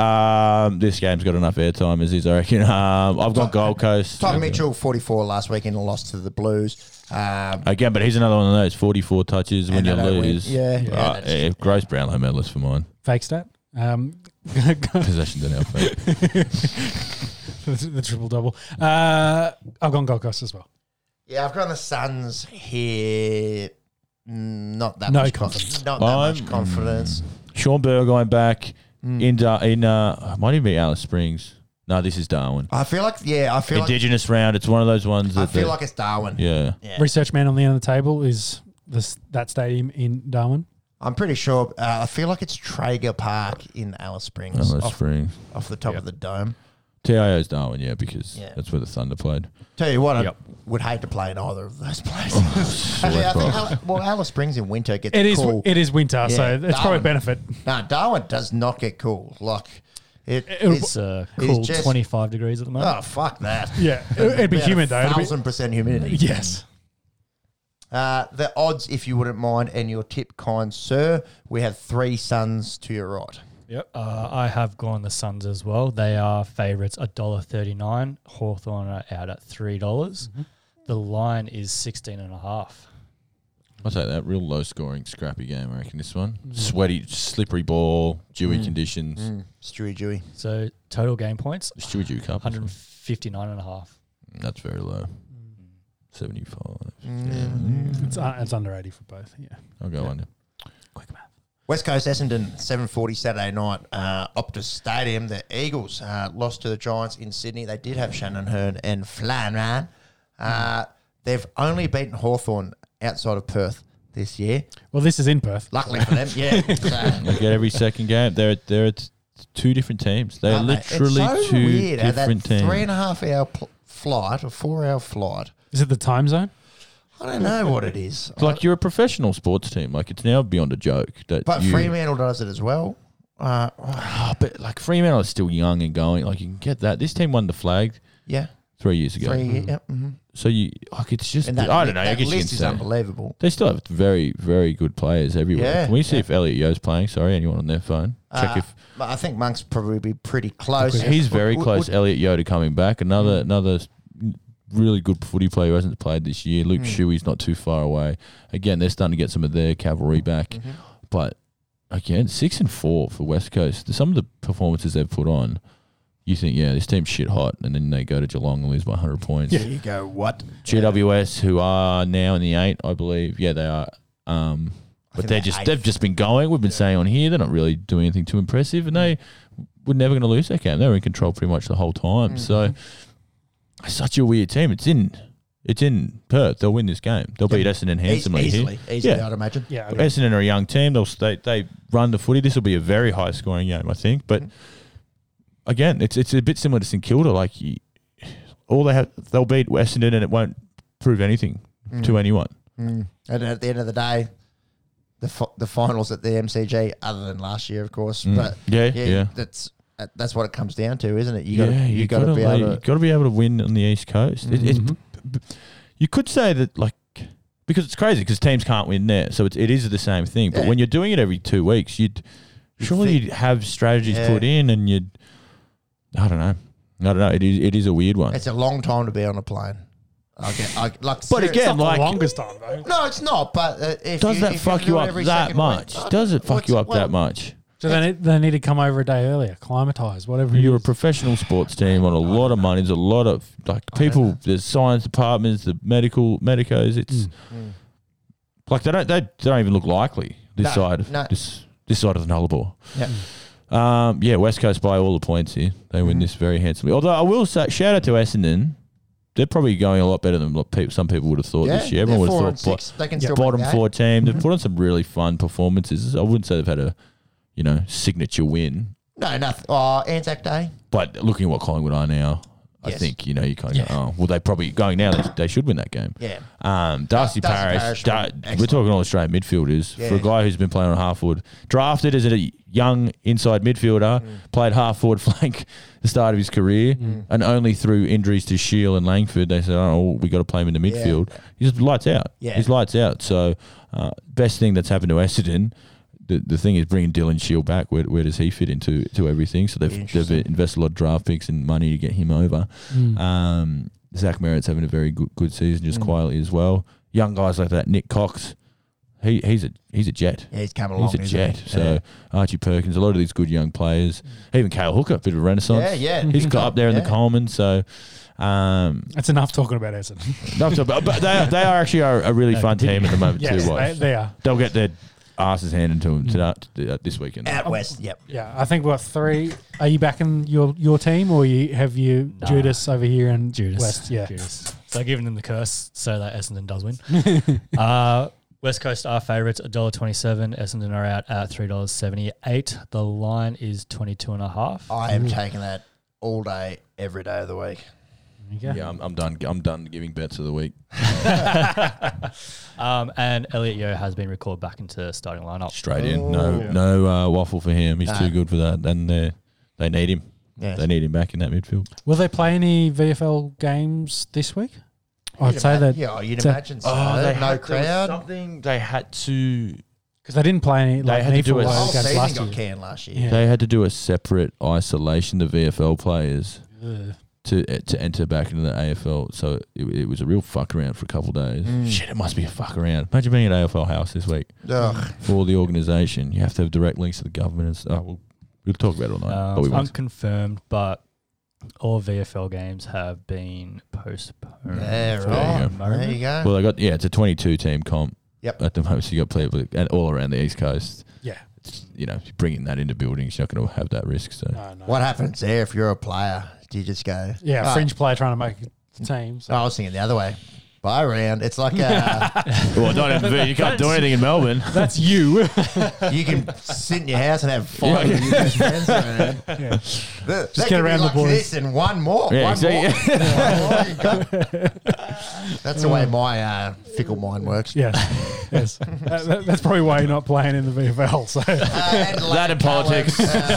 um, this game's got enough airtime as is. I reckon. Um, I've got Gold Coast
Tom Mitchell, 44 last weekend, lost to the Blues. Um,
Again, but he's another one of those 44 touches when
And
you
they don't win.
lose.
Yeah. Yeah,
Right,
that's-
yeah, Gross Brownlow medalist for mine.
fake stat. Um,
Possessions in our favor.
the triple double. Uh, I've gone Gold Coast as well.
yeah, I've got the Suns here. Mm, Not that
No
much
confidence.
confidence. Not that much
I'm-
confidence. Hmm.
Sean Burgoyne back in, uh, in uh, might even be Alice Springs. No, this is Darwin.
I feel like yeah. I feel like
Indigenous round. It's one of those ones. That
I feel
the-
like it's Darwin.
yeah.
Yeah.
Research man on the end of the table is this that stadium in Darwin.
I'm pretty sure. Uh, I feel like it's Traeger Park in Alice Springs,
Alice
off,
Springs.
off the top of the dome.
TIO's Darwin, yeah, because
Yeah.
that's where the Thunder played.
Tell you what,
Yep.
I would hate to play in either of those places. Actually, I think Al- well, Alice Springs in winter gets
It is
cool.
it is winter, so
Yeah,
it's probably
Darwin.
a benefit.
no, Darwin does not get cool. Like it,
It'll-
it's
It's uh,
it's
cool
just-
25 degrees at the moment.
oh fuck that.
Yeah, it, would be
About a
humid though. It'd
Thousand percent
be-
humidity.
yes,
Uh, the odds, if you wouldn't mind, and your tip, kind sir. We have three sons to your right.
Yep. Uh, I have gone the Suns as well. They are favourites, $1.39. Hawthorn are out at $3. dollars The line is 16 and a half.
I'll take that. Real low scoring, scrappy game, I reckon, this one.
Hmm.
Sweaty, slippery ball, dewy
Mm.
conditions.
Mm. Stewie Dewey.
So total game points,
Stewie Dew Cup. Hmm,
159 and a half.
That's very low. 75.
Mm.
it's, uh, it's under eighty for both. Yeah,
I'll go under.
quick math.
West Coast Essendon, 7.40 Saturday night, uh, Optus Stadium. The Eagles uh, lost to the Giants in Sydney. They did have Shannon Hearn and Flanran. Uh, they've only beaten Hawthorn outside of Perth this year.
Well, this is in Perth.
Luckily for them, yeah. So,
They get every second game. They're, they're t- two different teams. They're
aren't they?
literally
it's so
two
weird how
different
that
teams.
Three and a half hour pl- flight, or four hour flight.
Is it the time zone?
I don't know what it is.
It's like you're a professional sports team. Like it's now beyond a joke. That
but
you,
Fremantle does it as well. Uh,
Ah, but like Fremantle is still young and going. Like you can get that. This team won the flag
yeah.
three years ago.
Three, yeah. hmm
So you like it's Mm-hmm. just
And that,
I don't know.
That
I guess you can
list is
say.
unbelievable.
They still have very, very good players everywhere.
Yeah,
Can we see if Elliot Yo's playing? Sorry, anyone on their phone? Check
Uh,
if
but I think Monk's probably be pretty close.
he's very
Would-
close.
would- Mm.
Elliot Yo to coming back. Another, another s- really good footy player who hasn't played this year.
Mm.
Luke Shuey's not too far away. Again, they're starting to get some of their cavalry back.
Mm-hmm.
But again, six and four for West Coast. Some of the performances they've put on, you think, yeah, this team's shit hot, and then they go to Geelong and lose by hundred points.
There you go. What?
GWS, who are now in the eight, I believe. Yeah, they are. Um, but
think
they're
they're
just
eighth.
they've just been going. We've been saying on here they're not really doing anything too impressive, and they were never going to lose that game. They were in control pretty much the whole time.
Mm-hmm.
So it's such a weird team. It's in it's in Perth. They'll win this game. They'll beat Essendon handsomely
Eas-
here.
E- easily, easily,
Yeah.
I'd imagine.
Yeah, okay.
Essendon are a young team. They'll they, they run the footy. This will be a very high scoring game, I think. But again, it's it's a bit similar to St Kilda. Like you, all they have, they'll beat Essendon, and it won't prove anything to anyone.
Mm. And at the end of the day, the fi- the finals at the MCG, other than last year, of course. But
Mm. Yeah, yeah.
that's that- that's what it comes down to, isn't it? You got to you got
gotta
to be
like-
able
you
to. Mm-hmm.
gotta be able to win on the East Coast.
Mm-hmm.
It, it's, b- b- you could say that like because it's crazy because teams can't win there, so it's, it is the same thing. But
Yeah.
when you're doing it every two weeks, you'd surely
think-
you'd have strategies
Yeah.
put in, and you'd I don't know, I don't know. It is it is a weird one.
It's a long time to be on a plane. I get, I, like,
But
serious-
again,
the
like
longest time though.
no, it's not. But uh, if
Does
you,
that
if
fuck
do
you
it
up
every
that
second week- Oh.
much? Does it fuck
what's-
you up
well,
that much?
So they need, they need to come over a day earlier, acclimatise, whatever. it
You're a
is.
professional sports team on a lot of money. There's a lot of like people. There's science departments, the medical medicos.
Mm.
It's
Hmm.
like they don't they, they don't even look likely this
No,
side
no.
this this side of the Nullarbor.
Yeah.
Um, yeah, West Coast by all the points here. They
Mm-hmm.
win this very handsomely. Although I will say, shout out to Essendon. They're probably going a lot better than what people, some people would have thought
Yeah,
this year. Everyone
they're
would
four
have
and
thought
six. They can
yeah,
still Mm-hmm. make
bottom
the eight.
four team. They've put on some really fun performances. I wouldn't say they've had a, you know, signature win,
No, nothing. Oh, Anzac Day.
but looking at what Collingwood are now, I
Yes.
think you know you kind of go, oh, well they probably going now. They, they should win that game.
Yeah.
Um,
Darcy
Darcy, Parish.
Parish
Da-
went
we're
excellent.
talking all Australian midfielders for a
Yeah.
guy who's been playing on half forward, drafted as a young inside
Mm.
midfielder, played half forward flank the start of his career,
Mm.
and only through injuries to Shield and Langford, they said, "Oh, we got to play him in the midfield." He just lights out.
Yeah.
he's lights out. So, uh, best thing that's happened to Essendon. The, the thing is bringing Dylan Shield back. Where, where does he fit into to everything? So they've, they've
Interesting.
invested a lot of draft picks and money to get him over.
Mm.
Um, Zach Merritt's having a very good good season,
Mm.
just quietly as well. Young guys like that, Nick Cox, he he's a he's a jet.
Yeah, he's coming along.
He's a
isn't
jet.
he? Mm.
So Archie Perkins, a lot of these good young players, even Kale Hooker, a bit of a renaissance.
Yeah, yeah.
He's got up there in the
Yeah.
Coleman. So um,
That's enough talking about Essendon.
not so, but but they are, they are actually are a really fun team at the moment
yes,
too.
they,
Wise.
they are.
They'll get their ass is handed to
Mm.
him today, t- uh, this weekend.
Out west, yep.
Yeah, I think what three. Are you backing your your team, or you have you
Nah.
Judas over here and
Judas.
West? Yeah,
Judas. So giving them the curse so that Essendon does win. uh, West Coast are favourites, $1.27. Essendon are out at $3.78. The line is 22 and a half.
I
Mm.
am taking that all day, every day of the week.
yeah.
Yeah, I'm, I'm done. I'm done giving bets of the week.
Um, and Elliot Yo has been recalled back into the starting lineup.
Straight in. No, no uh, waffle for him. He's
Oh, Nah.
too good for that, and uh, they need him.
Yes.
They need him back in that midfield.
Will they play any VFL games this week? Oh, I'd
You'd
say
ima-
that Oh,
Yeah, you'd
So-
imagine so.
Oh,
no crowd.
Something they had to.
because they didn't play any. Like,
had to
Neefel
do a
was
The whole
against
season
last
got
year.
canned last year.
Yeah.
They had to do a separate isolation. The VFL players
Ugh.
to eh, to enter back into the AFL. So it, it was a real fuck around for a couple of days.
Mm.
Shit, it must be a fuck around. Imagine being at AFL house this week
Ugh.
for the organisation. You have to have direct links to the government. And stuff. We'll, we'll talk about it all night. but
Uh,
Um,
we
it's
won't.
unconfirmed, but all VFL games have been postponed.
Yeah,
for
right.
the
you
moment.
There you go.
Well, they got yeah. It's a 22 team comp.
Yep.
At the moment, so you got people and all around the east coast.
Yeah.
It's, you know, bringing that into buildings, you're not going to have that risk. So
No, no.
What happens there if you're a player? Do you just go?
Yeah,
"Oh,
fringe player trying to make the team. So.
I was thinking the other way. Buy round. It's like uh,
well, don't you can't do anything in Melbourne.
That's you.
you can sit in your house and have five of your best friends around. Just
get around the
like
boys.
This and one more.
Yeah,
one
exactly.
more. One more you got. That's the way
Mm.
my uh, fickle mind works.
yes, yes. That- that- that's probably why you're not playing in the VFL. So
Uh, and
That in politics,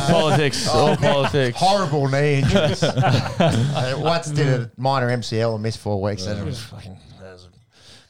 politics, all politics.
uh, Horrible knee injuries. I once did a minor MCL and missed four weeks, and it was fucking that was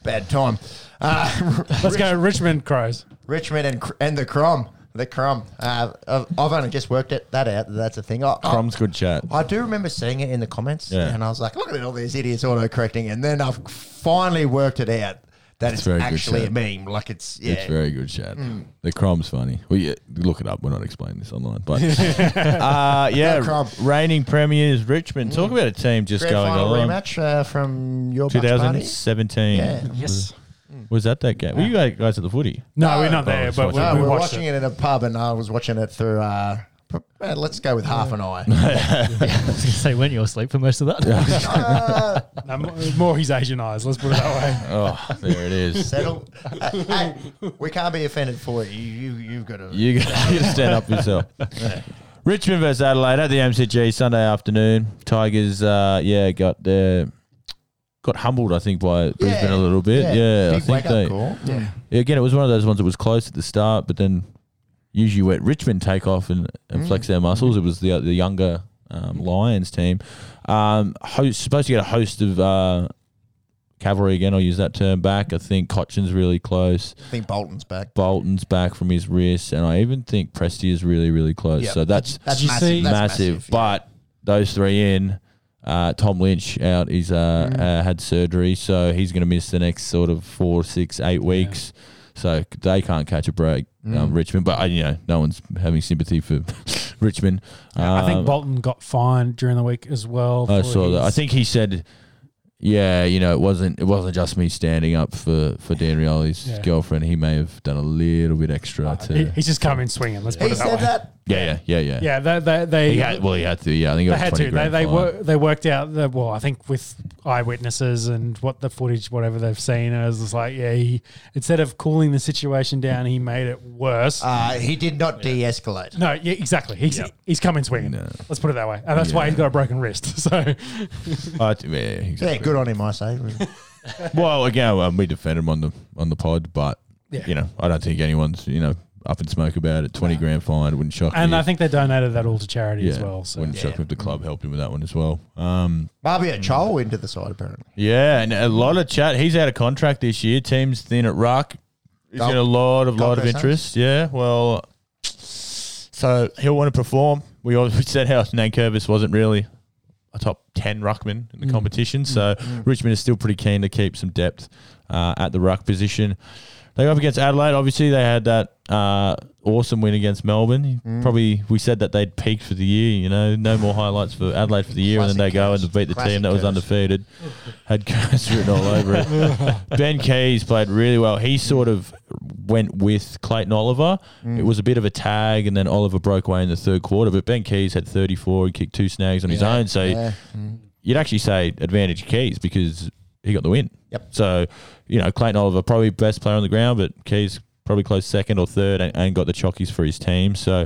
a bad time. Uh,
let's go Richmond Crows.
Richmond and Cr- and the Crom, the Crom. Uh, I've I've only just worked it, that out. that That's a thing. I, I-
Crum's good chat.
I do remember seeing it in the comments,
Yeah.
and I was like, "Look at all these idiots auto-correcting," and then I've finally worked it out that it's,
very good
actually a
shout.
meme. Like it's yeah,
It's very good chat.
Mm.
The Crom's funny. Well, yeah, look it up. We're not explaining this online, but uh,
Go Crom.
reigning premiers Richmond. Talk about a team just
Mm. grand final rematch uh, from your Bucks party.
2017.
Yeah.
Yes.
Was that that game? Were you guys at the footy?
No,
No.
we're not
Oh,
there,
it's
but we,
watching.
No,
we
we're
watched
watching
it.
it. in a pub, and I was watching it through. Uh, pr- uh, let's go with half an eye.
I was going to say, weren't you asleep for most of that?
Uh,
No, m- more his Asian eyes. Let's put it that way.
Oh, there it is.
settle. Uh, hey, we can't be offended for it. You, you, you've got to.
You got to stand up for yourself. Richmond versus Adelaide at the MCG Sunday afternoon. Tigers, uh, yeah, got uh, got humbled, I think, by Brisbane a little bit. Yeah, I
big
think
wake
they.
up call. Yeah.
Again, it was one of those ones that was close at the start, but then usually when Richmond take off and, and flex their muscles, it was the the younger um, Lions team. Um, host, supposed to get a host of uh, cavalry again. I'll use that term back. I think Cochin's really close.
I think Bolton's back.
Bolton's back from his wrist, and I even think Presti is really, really close.
Yep.
So that's,
That's
Did you
massive.
see-
That's
massive.
yeah.
But those three in, uh, Tom Lynch out. He's uh,
Mm.
uh, had surgery, so he's going to miss the next sort of four, six, eight weeks. So they can't catch a break,
Mm.
um, Richmond. But uh, you know, no one's having sympathy for Richmond.
I think
Um,
Bolton got fined during the week as well.
I
for
saw that. I
his-
think he said, "Yeah, you know, it wasn't it wasn't just me standing up for for Dan Rioli's
Yeah. Uh,
girlfriend. He may have done a little bit extra to."
He- he's just coming swinging. Let's put
He
it that
said
way.
that.
yeah, yeah, yeah, yeah.
Yeah, they they, they
He had, well, he had to. Yeah, I think it
They
was
had
20
to. They
grand
they,
fine.
wor- they worked out that well. I think with eyewitnesses and what the footage, whatever they've seen, it was just like yeah. He, instead of cooling the situation down, he made it worse.
Uh, he did not de-escalate.
no, yeah, exactly. He's he's coming swinging.
No.
Let's put it that way, and that's why he's got a broken wrist. So
Uh, t- yeah, exactly.
Yeah, good on him, I say.
Well, again, um, we defend him on the on the pod, but
Yeah.
you know, I don't think anyone's you know up in smoke about it. Twenty grand fine wouldn't shock
and
me.
I
if-
think they donated that all to charity
yeah,
as well. So Mm.
wouldn't shock
Yeah.
me if the club helped him with that one as well. Um,
Barbie a troll into the side, apparently.
yeah, and a lot of chat. He's out of contract this year. Team's thin at ruck. He's
Gold-
got a lot of
Gold
lot of
Coast
interest. Yeah, well, so he'll want to perform. We always we said how Nankervis wasn't really a top 10 ruckman in the competition. So
Mm.
Richmond is still pretty keen to keep some depth uh, at the ruck position. They go up against Adelaide. Obviously, they had that uh, awesome win against Melbourne.
Mm.
Probably we said that they'd peaked for the year. You know, no more highlights for Adelaide for the year, and then they
Classic
go
curse.
and beat the
Classic
team that was
curse.
undefeated. Had curse written all over it. ben Keys played really well. He sort of went with Clayton Oliver.
Mm.
It was a bit of a tag, and then Oliver broke away in the third quarter. But Ben Keys had 34 and kicked two snags on his
Yeah,
own. So um,
yeah.
you'd actually say advantage Keys because he got the win.
Yep.
So, you know, Clayton Oliver, probably best player on the ground, but Keys probably close second or third and, and got the chockies for his team. So,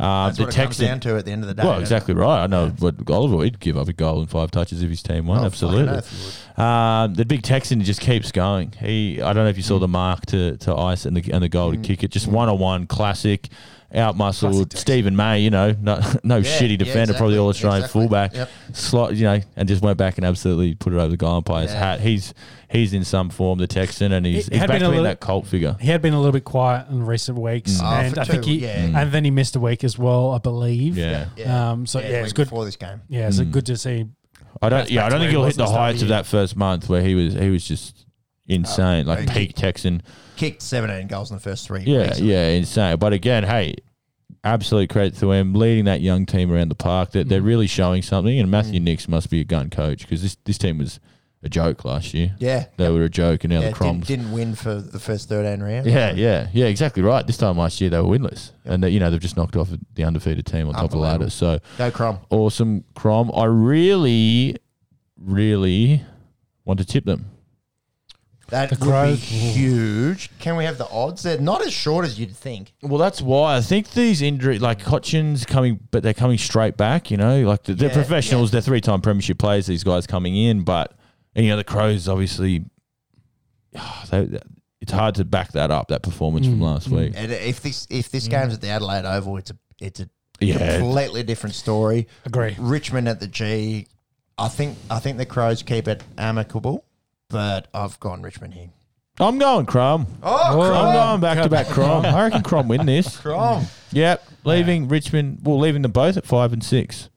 uh,
That's
the
what it comes
Texan-
down to at the end of the day.
well,
isn't it?
exactly right. I know what Oliver would give up a goal and five touches if his team won.
Oh, fucking
Absolutely.
oath you would.
Um, the big Texan just keeps going. He, I don't know if
Mm.
you saw the mark to, to ice and the and the goal to kick it. Just one on one, classic, out
Classic
muscled
Texan.
Stephen May. You know, no, no
Yeah,
shitty
yeah,
defender, probably
exactly,
all Australian
exactly.
fullback.
Yep.
Slot, you know, and just went back and absolutely put it over the goal umpire's
Yeah.
hat. He's he's in some form, the Texan, and he's,
It
he's
had
back
been
to
a
being
little-
that cult figure.
He had been a little bit quiet in recent weeks,
Mm.
Oh,
and
for
I think
two,
he mm,
yeah.
and then he missed a week as well, I believe.
Yeah. Mm.
Yeah.
Um, so yeah,
the
it's
week
good.
before this game.
Yeah, it's good to see.
I don't. Yeah,
back
I
to where
don't think
he
he'll
was
hit
at the
the
start of
heights
the
of
year. Oh,
that first month where he was. He was just insane, like
okay.
peak Texan.
Kicked 17 goals in the first three.
Yeah,
weeks.
yeah, insane. But again, hey, absolute credit to him leading that young team around the park. That
Mm.
they're really showing something. And Matthew Nix must be a gun coach because this this team was a joke last year.
Yeah.
They were a joke, and now
Yeah,
the
didn't,
Croms.
didn't win for the first 13 rounds.
Yeah, yeah, yeah, exactly right. This time last year they were winless, and they, you know they've just knocked off the undefeated team on top of the ladder. So
Go Crom.
awesome, Crom. I really, really want to tip them.
That
The
would be
Crows.
huge. Can we have the odds? They're not as short as you'd think.
Well, that's why I think these injury, like Hutchins coming, but they're coming straight back. You know, like they're, they're
Yeah,
professionals, they're three-time premiership players. These guys coming in, but and, you know the Crows obviously, they, it's hard to back that up that performance from last week.
And if this if this game's at the Adelaide Oval, it's a it's a
Yeah.
completely different story.
Agree.
Richmond at the G. I think I think the Crows keep it amicable, but I've gone Richmond here.
I'm going Crom.
Oh,
I'm going back to back Crom. I reckon Crom win this.
Crom.
Yep, leaving Richmond. Well, leaving them both at five and six.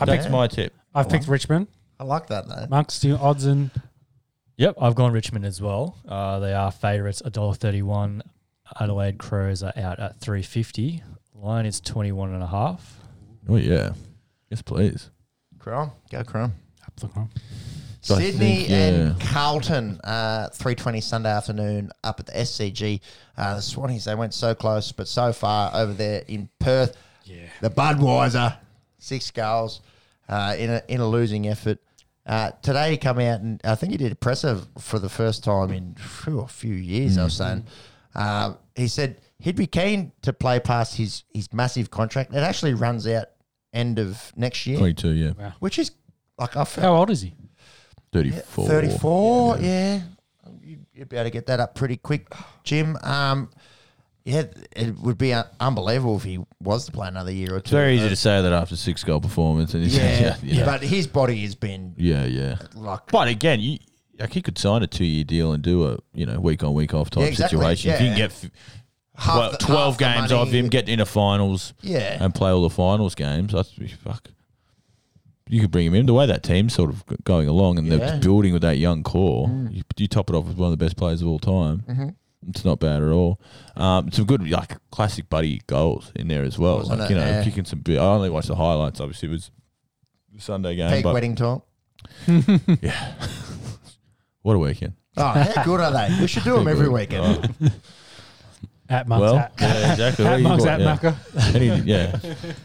I
That's
picked.
my tip.
I picked Richmond.
I like that though.
Mark's two odds and
Yep, I've gone Richmond as well. Uh, they are favourites, $1.31. Adelaide Crows are out at 350. Line is 21 and a half.
Oh yeah, yes please.
Crom. Go Crom.
So I
Sydney
think,
and Carlton, uh, three twenty Sunday afternoon up at the SCG. Uh, the Swannies they went so close, but so far over there in Perth. Yeah. The Budweiser six goals uh, in a in a losing effort. Uh, today he come out and I think he did a presser for the first time in phew, a few years. I was
Mm-hmm.
saying. Uh, he said he'd be keen to play past his his massive contract. It actually runs out end of next year,
Twenty-two. Yeah,
which is like I felt
how old is he?
thirty-four.
34, yeah. You, you'd be able to get that up pretty quick, Jim. Um, yeah, it would be uh, unbelievable if he was to play another year or
It's
two.
very easy to say that after six goal performance, and
Uh, Yeah,
yeah, yeah, yeah,
but his body has been
yeah, yeah.
like
But again, you, like he could sign a two year deal and do a you know week on week off type
Yeah, exactly,
situation. If you can
yeah.
get f-
half
twelve,
the-
12
half the
games
money.
off him, get in a finals,
Yeah.
and play all the finals games, that's fuck. You could bring him in the way that team's sort of g- going along and
Yeah. Mm.
they're building with that young core. You, you top it off with one of the best players of all time.
Mm-hmm.
It's not bad at all. Um, some good like classic buddy goals in there as well.
Wasn't
Like,
it?
you know,
Yeah.
kicking some. bi- I only watched the highlights. Obviously, it was the Sunday game.
peak
but
wedding talk.
What a weekend!
Oh, how good are they? We should do them
Peak
every
wedding.
weekend.
At Mark's
well,
at,
yeah, exactly.
at
You
Mark's
got-
at
yeah.
Marker.
Any- yeah,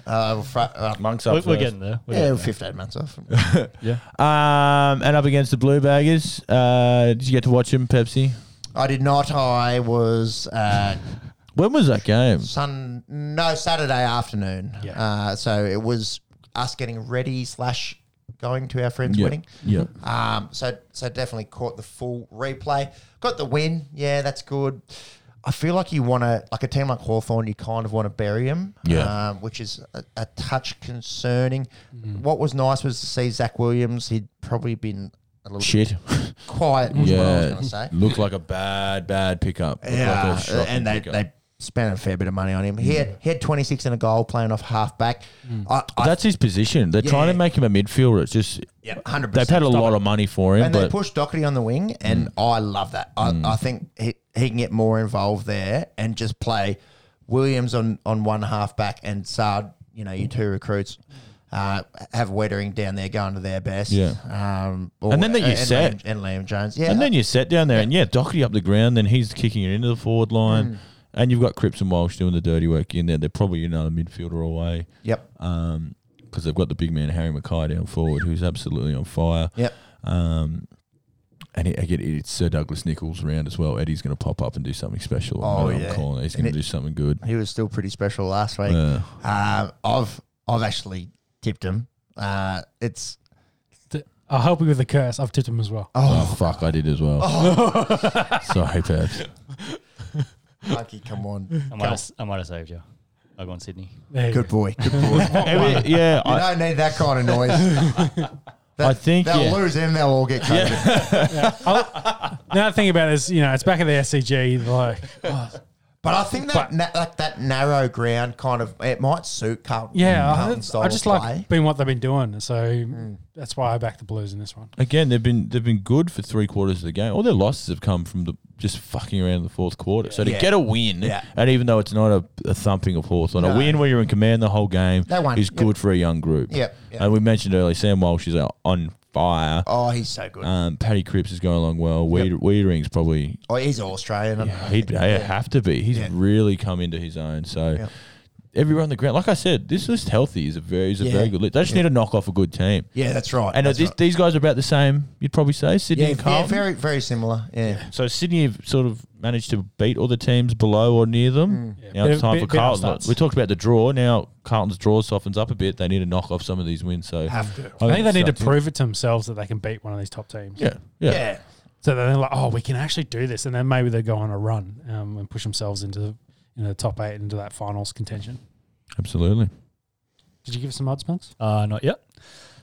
Oh.
Uh, fr- uh,
monks
We're,
up.
we're
first.
getting there. We're
yeah,
getting there.
15 months off.
Um, and up against the Blue Baggers. Uh, did you get to watch him, Pepsi?
I did not. I was uh,
When was that game?
Sun no Saturday afternoon.
Yeah.
Uh, so it was us getting ready slash going to our friend's wedding.
Yeah.
Um, so so definitely caught the full replay. Got the win. Yeah, that's good. I feel like you want to like a team like Hawthorn, you kind of want to bury him.
Yeah. Mm.
Um, which is a, a touch concerning. What was nice was to see Zach Williams. He'd probably been a little
Shit.
bit quiet. Was What I was
Yeah.
going to say.
Looked like a bad, bad pickup. Looked
Yeah,
like a shocking
and they,
pickup.
they spent a fair bit of money on him. He had he had 26 and a goal playing off halfback. I, I,
Mm. That's his position. They're trying to
Yeah.
make him a midfielder. It's just
yeah, 100.
they've had a lot of money for him,
and they
but
pushed Doherty on the wing, and
Mm.
I love that. I, I think he, he can get more involved there and just play Williams on on one halfback and Sard. You know, your two recruits. uh, have Wettering down there going to their best.
Yeah.
Um, or-
And then that you
and
set.
Liam- and Liam Jones. Yeah.
And then you sat down there, and yeah, Doherty up the ground, then he's kicking it into the forward
Mm.
line, and you've got Cripps and Walsh doing the dirty work in there. They're probably another midfielder away
yep.
because they've got the big man Harry Mackay down forward, who's absolutely on fire.
Yep.
Um, and it, again, it's Sir Douglas Nichols round as well. Eddie's going to pop up and do something special. I
Oh,
know I'm
yeah.
calling it. He's
And
going to
it-
do something good. Uh,
He was still pretty special last week.
Yeah.
Um, I've I've actually tipped him. Uh, it's
Th- I'll help you with the curse. I've tipped him as well.
Oh, fuck, I did as well.
Oh.
Sorry, Pat.
lucky. Come on,
I might, have, I might have saved you. I go on Sydney.
There you
good
go.
boy, good boy.
yeah,
You
I,
don't need that kind of noise. That-
I think
they'll
yeah.
lose him. They'll all get COVID.
Now the thing about it is, you know, it's back at the SCG. Like,
But I think that na- like that narrow ground kind of it might suit Carlton.
yeah, I-
Carlton
I,
Mm. style
just
of
like
play. Mm.
being what they've been doing. So that's why I back the Blues in this one.
again, they've been they've been good for three quarters of the game. All their losses have come from the just fucking around in the fourth quarter. So to
Yeah.
get a win,
Yeah.
and even though it's not a, a thumping of Hawthorn,
No.
a win where you're in command the whole game
They won.
is
Yep.
good for a young group.
Yep, yep.
And we mentioned earlier, Sam Walsh is uh, on fire.
Oh, he's so good.
Um, Paddy Cripps is going along well. Weed, Weedering's probably
oh, he's all Australian.
he'd be- he'd have to be. He's
Yeah.
really come into his own. So
Yeah.
everyone on the ground, like I said, this list healthy is a very is a
Yeah.
very good list. They just need to knock off a good team.
Yeah, that's right.
And
that's
this,
right.
these guys are about the same. You'd probably say Sydney
yeah,
and
yeah,
Carlton.
very very similar. Yeah,
so Sydney have sort of managed to beat all the teams below or near
Mm.
them. Now
Bit
it's
of-
time
bit- bit
for
of
Carlton.
upstarts.
We talked about the draw. Now Carlton's draw softens up a bit. They need to knock off some of these wins. So
have to.
I think they need to
it's starting
prove it to themselves that they can beat one of these top teams.
Yeah, yeah.
Yeah,
So then they're like, oh, we can actually do this, and then maybe they go on a run um, and push themselves into the, you know, the top eight into that finals contention.
absolutely.
Did you give us some odds, Max?
Uh, not yet.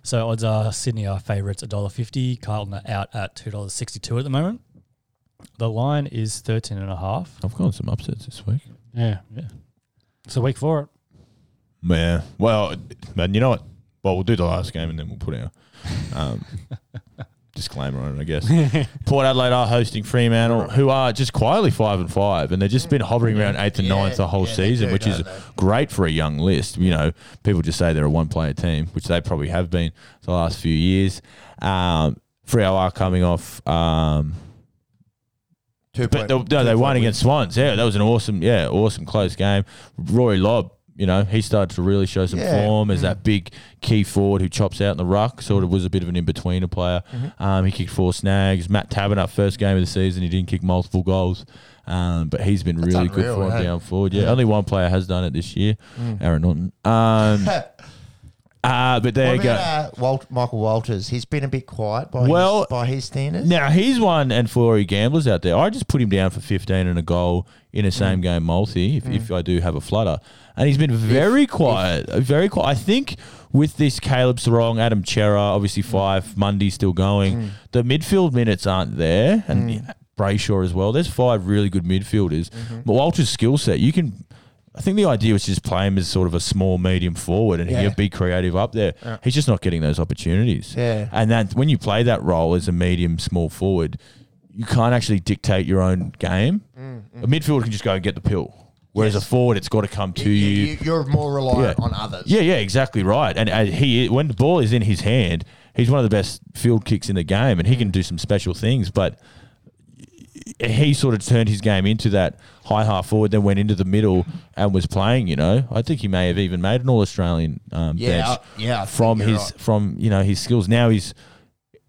So odds are Sydney are favourites $1.50. Carlton are out at $2.62 at the moment. The line is 13 and a half.
I've gone some upsets this week.
Yeah,
Yeah.
it's a week for it.
Yeah. Well, and you know what? Well, we'll do the last game and then we'll put our um, disclaimer on it, I guess. Port Adelaide are hosting Fremantle, who are just quietly five and five, and they've just been hovering around eighth and
Yeah,
ninth the whole
yeah, they
season,
do,
which is
don't they?
great for a young list. You know, people just say they're a one-player team, which they probably have been the last few years. Um, Freo are coming off. Um,
Two
but
point-
they, no,
two
they
point
won
win.
against Swans. Yeah, that was an awesome, yeah, awesome close game. Rory Lobb, you know, he started to really show some
Yeah. Mm-hmm.
form as that big key forward who chops out in the ruck. Sort of was a bit of an in betweener player.
Mm-hmm.
Um, he kicked four snags. Matt Taberner, first game of the season, he didn't kick multiple goals, um, but he's been really good
unreal,
for him
hey? Mm.
down forward. Yeah, only one player has done it this year, Aaron Norton. Um, uh, but there
What
you go.
about, uh, Walt, Michael Walters? He's been a bit quiet by
Well-
his, by his standards.
Now he's one and for all you gamblers out there. I just put him down for fifteen and a goal in a same game multi if, if I do have a flutter, and he's been very quiet, uh, very quiet. I think with this Caleb Sarong, Adam Chera, obviously five, Mundy still going. The midfield minutes aren't there, and Brayshaw as well. There's five really good midfielders, but Walter's skill set you can. I think the idea was just play him as sort of a small medium forward, and
Yeah.
he'd be creative up there. He's just not getting those opportunities.
Yeah.
And that when you play that role as a medium small forward, you can't actually dictate your own game.
Mm,
A midfielder can just go and get the pill. Whereas a forward, it's got to come to
you,
you.
are more reliant
Yeah.
on others.
Yeah, yeah, exactly right. And uh, he, when the ball is in his hand, he's one of the best field kicks in the game, and he can do some special things. But he sort of turned his game into that high half forward, then went into the middle and was playing. You know, I think he may have even made an All Australian um,
Yeah,
bench.
I- yeah, I think
from
you're
his
right.
from you know his skills. Now he's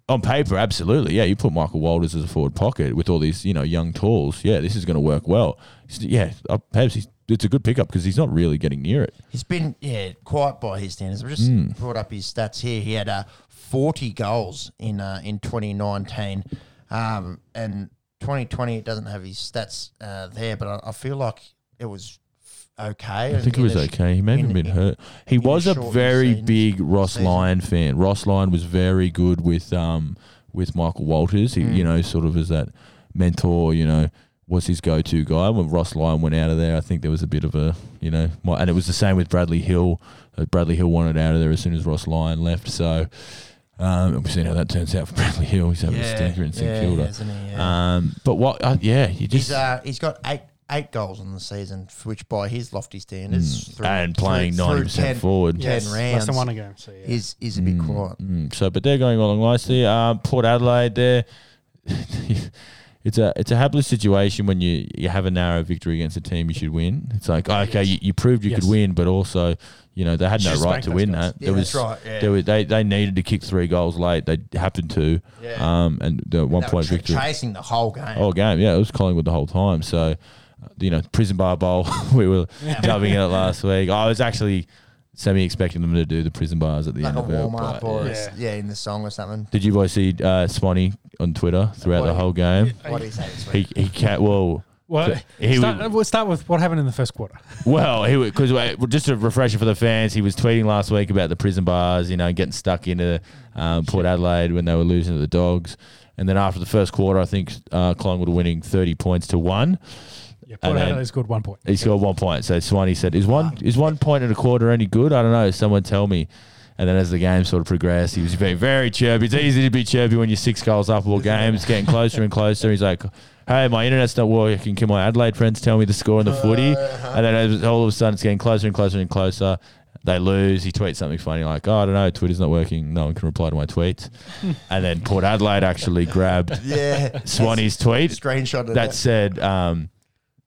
on paper, absolutely. Yeah, you put Michael Walters as a forward pocket with all these, you know, young tools. Yeah, this is going to work well. He's- Yeah, uh, perhaps he's, it's a good pickup because he's not really getting near it.
He's been yeah quiet by his standards. I just
Hmm.
brought up his stats here. He had uh, 40 goals in uh, in 2019, um, and 2020 it doesn't have his stats uh, there, but I, I feel like it was okay.
I think it was okay. He may have been hurt. He was a
short
very
season-
big Ross
season.
Lyon fan. Ross Lyon was very good with um with Michael Walters. He,
Mm.
you know, sort of as that mentor. You know, was his go to guy. When Ross Lyon went out of there, I think there was a bit of a you know, my, and it was the same with Bradley Hill. Uh, Bradley Hill wanted out of there as soon as Ross Lyon left. So. Um, and we've seen how that turns out for Bradley Hill. He's having a stinker in St
yeah,
Kilda.
isn't he? Yeah.
Um, but what? Uh, yeah, you just
he's uh, he's got eight eight goals in the season, f- which by his lofty standards, through-
Mm. and playing
through- through
90%
10
forward.
Yeah.
Less
10
than
rounds.
one ago. So yeah.
is is a bit quiet.
Mm, so, but they're going along nicely. Um, Port Adelaide, there, it's a it's a hapless situation when you you have a narrow victory against a team you should win. It's like okay, you, you proved you
Yes.
could win, but also you know they had
You
no
should spank
right to
those
win
guys.
that.
Yeah,
there
that's
was,
right, yeah.
there was they they needed to kick three goals late. They happened to,
Yeah.
um, and the one
They were
point
tra-
victory.
chasing the whole game.
Oh, game, yeah, it was Collingwood the whole time. So, uh, you know, prison bar bowl. we were dubbing it last week. I was actually semi expecting them to do the prison bars at the
like
end
a
of it.
warm up
but-
or yeah.
yeah.
yeah, in the song or something.
Did you boys see uh, Swanee on Twitter throughout the
What?
whole game?
What do you say this
He
week?
he can't. Well,
Well,
He
start,
would-
we'll start with what happened in the first quarter.
well, he because just a refresher for the fans, he was tweeting last week about the prison bars, you know, getting stuck into um, Port Adelaide when they were losing to the Dogs, and then after the first quarter, I think uh, Collingwood were winning thirty points to one.
Yeah,
And
Port
then-
Adelaide scored one point.
He scored one point. So Swanee said, "Is one is one point and a quarter any good? I don't know. Someone tell me." And then as the game sort of progressed, he was being very chirpy. It's easy to be chirpy when you're six goals up all game. It's getting closer and closer. He's like, "Hey, my internet's not working. Can my Adelaide friends tell me the score in the footy?"
Uh-huh.
And then as- all of a sudden, it's getting closer and closer and closer. They lose. He tweets something funny like, "Oh, I don't know. Twitter's not working. No one can reply to my tweets." and then Port Adelaide actually grabbed
Yeah,
Swanee's tweet
screenshot of
that
that.
said, um,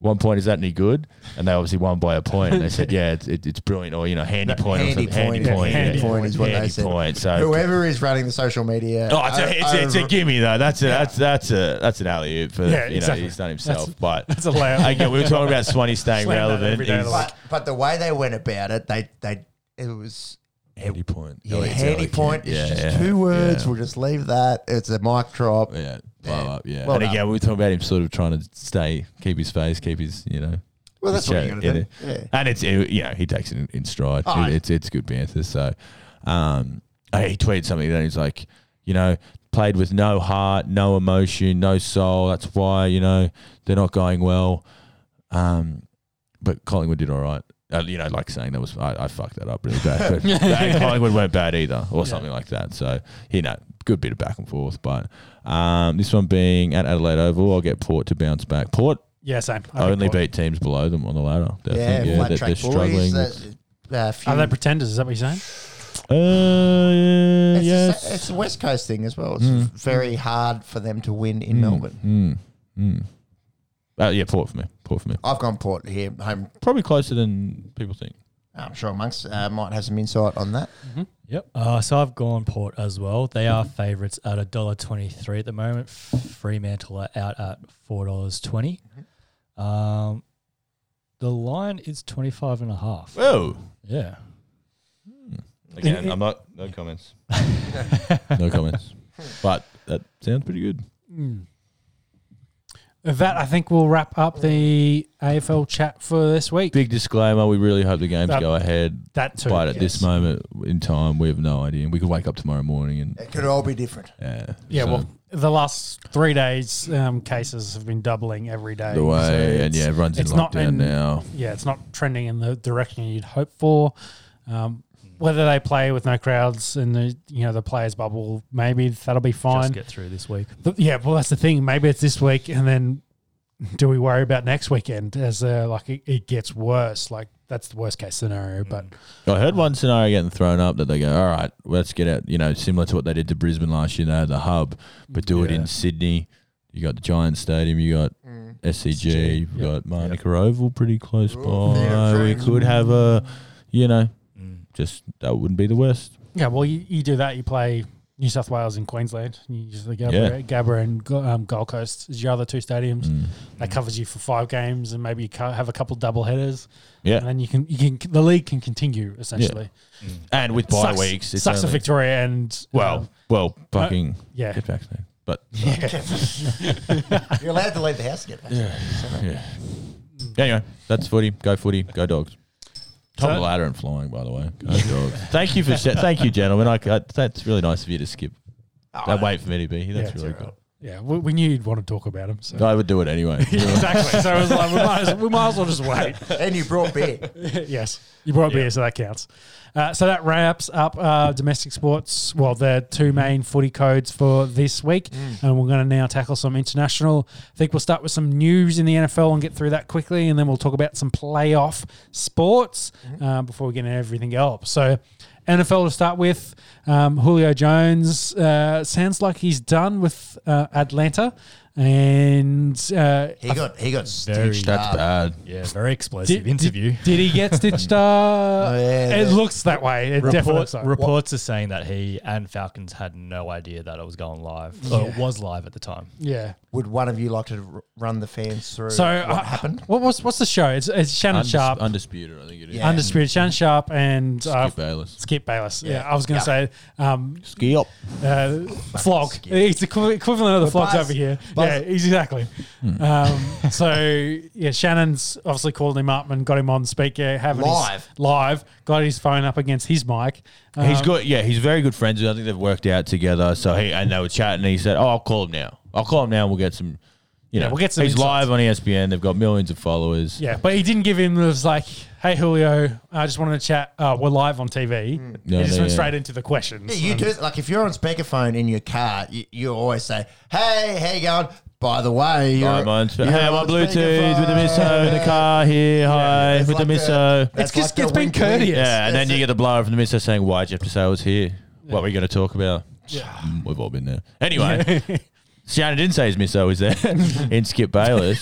one point is that any good? And they obviously won by a point. And they said, yeah, it's, it, it's brilliant, or you know, handy point, or
Handy
something.
point,
handy
yeah,
point,
handy
yeah.
point is what they
Handy
said.
point. So,
Whoever is running the social media, uh,
oh, it's a, it's, a, it's a
over-
gimme though. That's a that's that's a that's an alley oop for
Yeah,
you know
exactly.
he's done himself.
That's-
but
That's a loud.
again, we were talking about Swanee staying
Slam that
relevant.
every day
He's-
of the week.
but, but the way they went about it, they they it was
handy point.
yeah,
Oh, it's
handy
elegant.
point. It's
Yeah,
just
yeah,
two words.
yeah.
We'll just leave that. It's a mic drop.
Yeah, blow up. Yeah,
Well
and
done.
again, we were talking about him sort of trying to stay, keep his face, keep his you know
Well, that's what you
Yeah,
got to do.
yeah.
Yeah.
And it's it, you know he takes it in, in stride.
Oh,
It- it's it's good banter. So, um, I- he tweeted something that he's like, you know, played with no heart, no emotion, no soul. That's why you know they're not going well. Um, but Collingwood did all right. Uh, you know, like saying that was I, I fucked that up really bad. But and Collingwood weren't bad either, or something like that. So you know, good bit of back and forth. But um, this one being at Adelaide Oval, I'll get Port to bounce back. Port
yeah, same. I
I
think
only
Port-
beat teams below them on the ladder.
Yeah,
Definitely. Yeah,
flat
that
track
they're struggling.
boys.
with-
That, uh, few-
Are they pretenders? Is that what you're saying?
Uh,
it's,
yes.
a, it's a West Coast thing as well. It's very hard for them to win in Melbourne.
Mm, mm. Uh, yeah, port for me. Port for me.
I've gone Port here, home.
Probably closer than people think.
I'm sure monks uh, might have some insight on that.
Yep. Uh, so I've gone Port as well. They are favourites at a dollar twenty three at the moment. Fremantle are out at four dollars twenty. Um, the line is twenty five and a half.
Whoa.
Yeah.
Again, I'm
not. No comments. no comments. But that sounds pretty good.
Mm. That I think will wrap up the AFL chat for this week.
Big disclaimer: We really hope the games
That-
go ahead.
that too.
But at
yes.
this moment in time, we have no idea. We could wake up tomorrow morning and
It could all be different.
yeah.
Yeah,
so
well, the last three days um, cases have been doubling every day.
the
so
way and
it's-
yeah, everyone's in
it's not
lockdown
in-
now.
yeah, it's not trending in the direction you'd hope for. Um, whether they play with no crowds in the you know the players bubble, maybe that'll be fine.
Just get through this week.
Th- yeah, well that's the thing. Maybe it's this week, and then do we worry about next weekend as uh, like it, it gets worse? Like that's the worst case scenario. But
I heard one scenario getting thrown up that they go, all right, well, let's get out, you know, similar to what they did to Brisbane last year. They had the hub, but do it
Yeah.
in Sydney. You got the Giant Stadium, you got
Hmm.
SCG, you've got Marnica Oval pretty close by. We could have a, you know,
Mm,
just that wouldn't be the worst.
yeah, well you, you do that. You play New South Wales and Queensland. You use the Gabba,
Yeah. Mm.
Gabba and Go- um, Gold Coast as your other two stadiums. That covers you for five games, and maybe you ca- have a couple double headers. and
Yeah.
then you can you can the league can continue essentially.
And with bye
Sucks-
weeks, it's
sucks for
only-
Victoria and
Well,
um,
well, fucking
yeah,
get vaccinated. But
You're allowed to leave the house again.
yeah. Anyway, that's footy. Go footy. Go dogs. Top of
So-
the ladder and flying, by the way. Go dogs. thank you for se- thank you, gentlemen. I, I, that's really nice of you to skip. Don't wait for me to be here. That's
Yeah,
really
it's all
good.
Yeah, we, we knew you'd want to talk about him. So.
I would do it anyway.
Yeah, exactly. So it was like, we might, as, we might as well just wait.
and you brought beer.
yes, you brought beer, so that counts. Uh, so that wraps up uh, domestic sports. Well, the two main footy codes for this week, and we're going to now tackle some international. I think we'll start with some news in the NFL and get through that quickly, and then we'll talk about some playoff sports uh, before we get into everything else. So. NFL to start with. Um, Julio Jones uh, sounds like he's done with uh, Atlanta, and uh,
He got he
Very-
got stitched
That's
up.
bad.
Yeah, very explosive interview.
Did, did he get stitched up?
yeah,
it
the-
looks that way. It definitely
Report,
looks like.
reports are saying that he and Falcons had no idea that it was going live. Or it was live at the time.
yeah.
Would one of you like to r- run the fans through
So
what
uh,
happened?
What was what's the show? It's, it's Shannon
Undis-
Sharp,
Undisputed, I think it is.
Yeah.
Undisputed Shannon Sharp, and Skip, uh,
Skip Bayless.
Skip Bayless. Yeah. I was going to say um,
Ski up.
uh, flog.
Skip.
He's the equi- equivalent of the, flogs
Buzz.
over here.
Buzz.
Yeah, he's exactly. Um, so yeah, Shannon's obviously called him up and got him on speaker, having his-
Live.
live, got his phone up against his mic. Um,
He's good. Yeah, he's very good friends. I think they've worked out together. So he and they were chatting. And he said, "Oh, I'll call him now. I'll call him now. and We'll get some. You know,
we'll get some
He's
insights.
live on E ESPN. They've got millions of followers.
Yeah, but he didn't give him. It was like, "Hey Julio, I just wanted to chat. Uh, we're live on TV."
Yeah,
he just
yeah,
went
yeah.
straight into the questions.
Yeah, you
And-
do like if you're on speakerphone in your car, you, you always say, "Hey, how you going?" By the way, you're,
Hi, I'm on,
you're
hey, I'm on Bluetooth with the misso in the
speakerphone.
car here. Hi,
It's
with
like
the
a-
misso.
that's
It's just-
a
it's been
wink, wink.
courteous.
Yeah, and then
That's
you
it.
get the blower from the misso saying, "Why'd you have to say I was here? What were you going to talk about?" Mm, We've all been there. Anyway, Shannon didn't say his misso was there in Skip Bayless.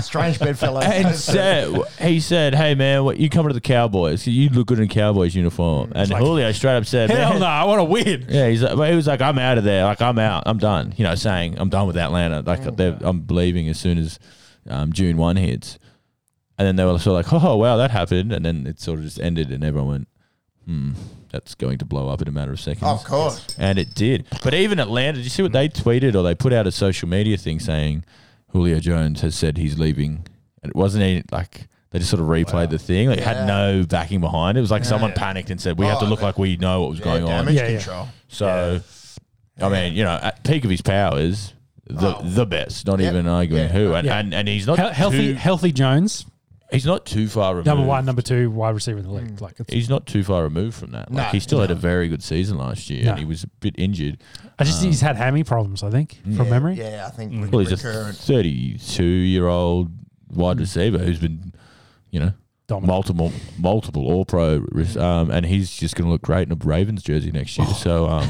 strange bedfellow.
and said, he said, "Hey man, what, you coming to the Cowboys? You look good in a Cowboys
Mm,
uniform." And Julio straight up said,
Hell
"Man."
no, I want to win.
Yeah, he's like, but he was like, "I'm out of there. Like I'm out. I'm done." You know, saying, "I'm done with Atlanta.
Oh,
Like they're I'm leaving as soon as um, June one hits." And then they were sort of like, "Oh wow, that happened." And then it sort of just ended, and everyone went, "Hmm, that's going to blow up in a matter of seconds."
of course,
And it did. But even Atlanta, did you see what they tweeted or they put out a social media thing saying Julio Jones has said he's leaving? And it wasn't any, like they just sort of replayed the thing. Like, It
Yeah.
had no backing behind it. It was like someone panicked and said, We have to
Oh,
look
that-
like we know what was going
yeah,
on.
damage
Yeah, yeah.
control.
So, I mean, you know, at peak of his powers, the,
Oh.
the best, not
Yeah.
even arguing
Yeah.
who. And,
Yeah.
and, and he's not
Hel- healthy,
too,
healthy Jones,
he's not too far removed.
number one, number two, wide receiver in the
Mm.
league. Like, it's,
He's not too far removed from that. Like
No,
he still had a very good season last year,
No.
and he was a bit injured.
I just he's had hammy problems. I think from
Yeah,
memory. Mm.
Yeah, I think
Well,
re-
he's a
recurrent.
32 year old wide receiver who's been, you know,
Dominant.
multiple, multiple All Pro, um, and he's just going to look great in a Ravens jersey next year. So, um,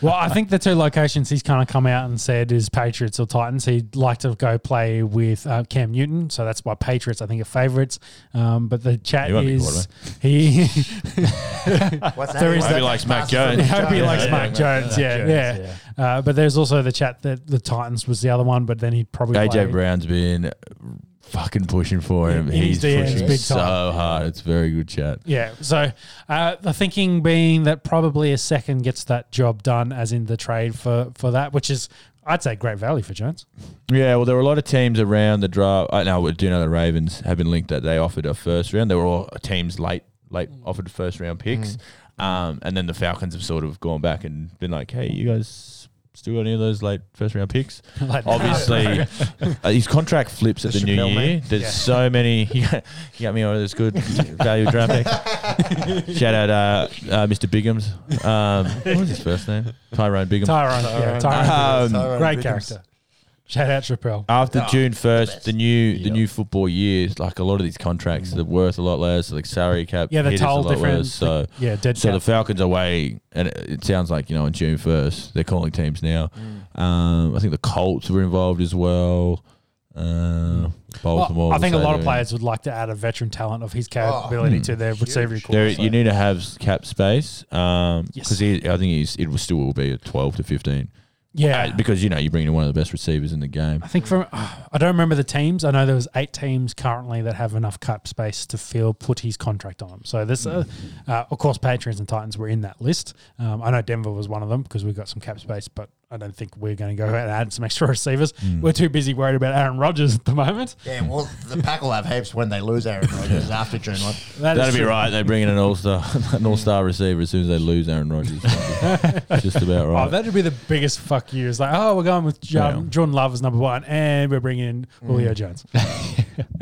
Well, I think the two locations he's kind of come out and said is Patriots or Titans. He'd like to go play with uh, Cam Newton, so that's why Patriots I think are favourites. Um, but the chat
He won't be
is he.
What's
There is
He
that-
likes Mac
passes
Jones.
from
hope he
Jones.
likes
yeah,
Mac Jones. Yeah,
Jones,
yeah. Uh, but there's also the chat that the Titans was the other one, but then he probably
AJ
played-
Brown's been fucking pushing for him.
In his
he's
DMs
pushing
big
so
time.
hard. It's very good chat.
Yeah. So uh, the thinking being that probably a second gets that job done, as in the trade for for that, which is I'd say great value for Jones.
Yeah, well, there were a lot of teams around the draft. I know we do know the Ravens have been linked that they offered a first round. There were all teams late, late offered first round picks, um, and then the Falcons have sort of gone back and been like, "Hey, you guys." Still got any of those late first round picks?
Like,
Obviously, uh, his contract flips at the, new
Chappelle man.
year. There's so many. You got, you got me on this good value draft pick. Shout out uh, uh, Mr. Biggums. Um, what was his first name? Tyrone Biggums.
Tyrone. Yeah, Tyrone.
Um,
Tyrone
great
Biggins.
character. Shout out Chappelle.
after
Oh,
June
best.
first, the, new the
Yep.
new football year, like a lot of these contracts, they're worth a lot less. Like salary cap,
Yeah, the
hit is a
toll
lot
difference.
worse, so.
yeah, dead
So
so
the Falcons are away, and it, it sounds like you know on June first they're calling teams now.
Mm.
Um, I think the Colts were involved as well. Uh, Baltimore.
Mm. I think a
was
lot of
there.
players would like to add a veteran talent of his capability to their receiving
There,
core.
hmm. you need to have s- cap space because
Yes.
I think he's, it will still will be at twelve to fifteen.
yeah.
Uh, because you know you bring in one of the best receivers in the game.
I think from I don't remember the teams. I know there was eight teams currently that have enough cap space to feel put his contract on him. So this, uh, uh, of course, Patriots and Titans were in that list. Um, I know Denver was one of them because we got some cap space, but I don't think we're going to go out and add some extra receivers.
Hmm.
We're too busy worried about Aaron Rodgers at the moment.
Yeah, well, the pack will have heaps when they lose Aaron Rodgers after June 1.
That
That'd
is
be
true.
right. They bring in an all star, an all star receiver as soon as they lose Aaron Rodgers. Just about
Oh,
right.
that'd be the biggest fuck you. It's like, oh, we're going with Jordan,
Yeah. Hmm.
Jordan Love as number one, and we're bringing in Julio Jones.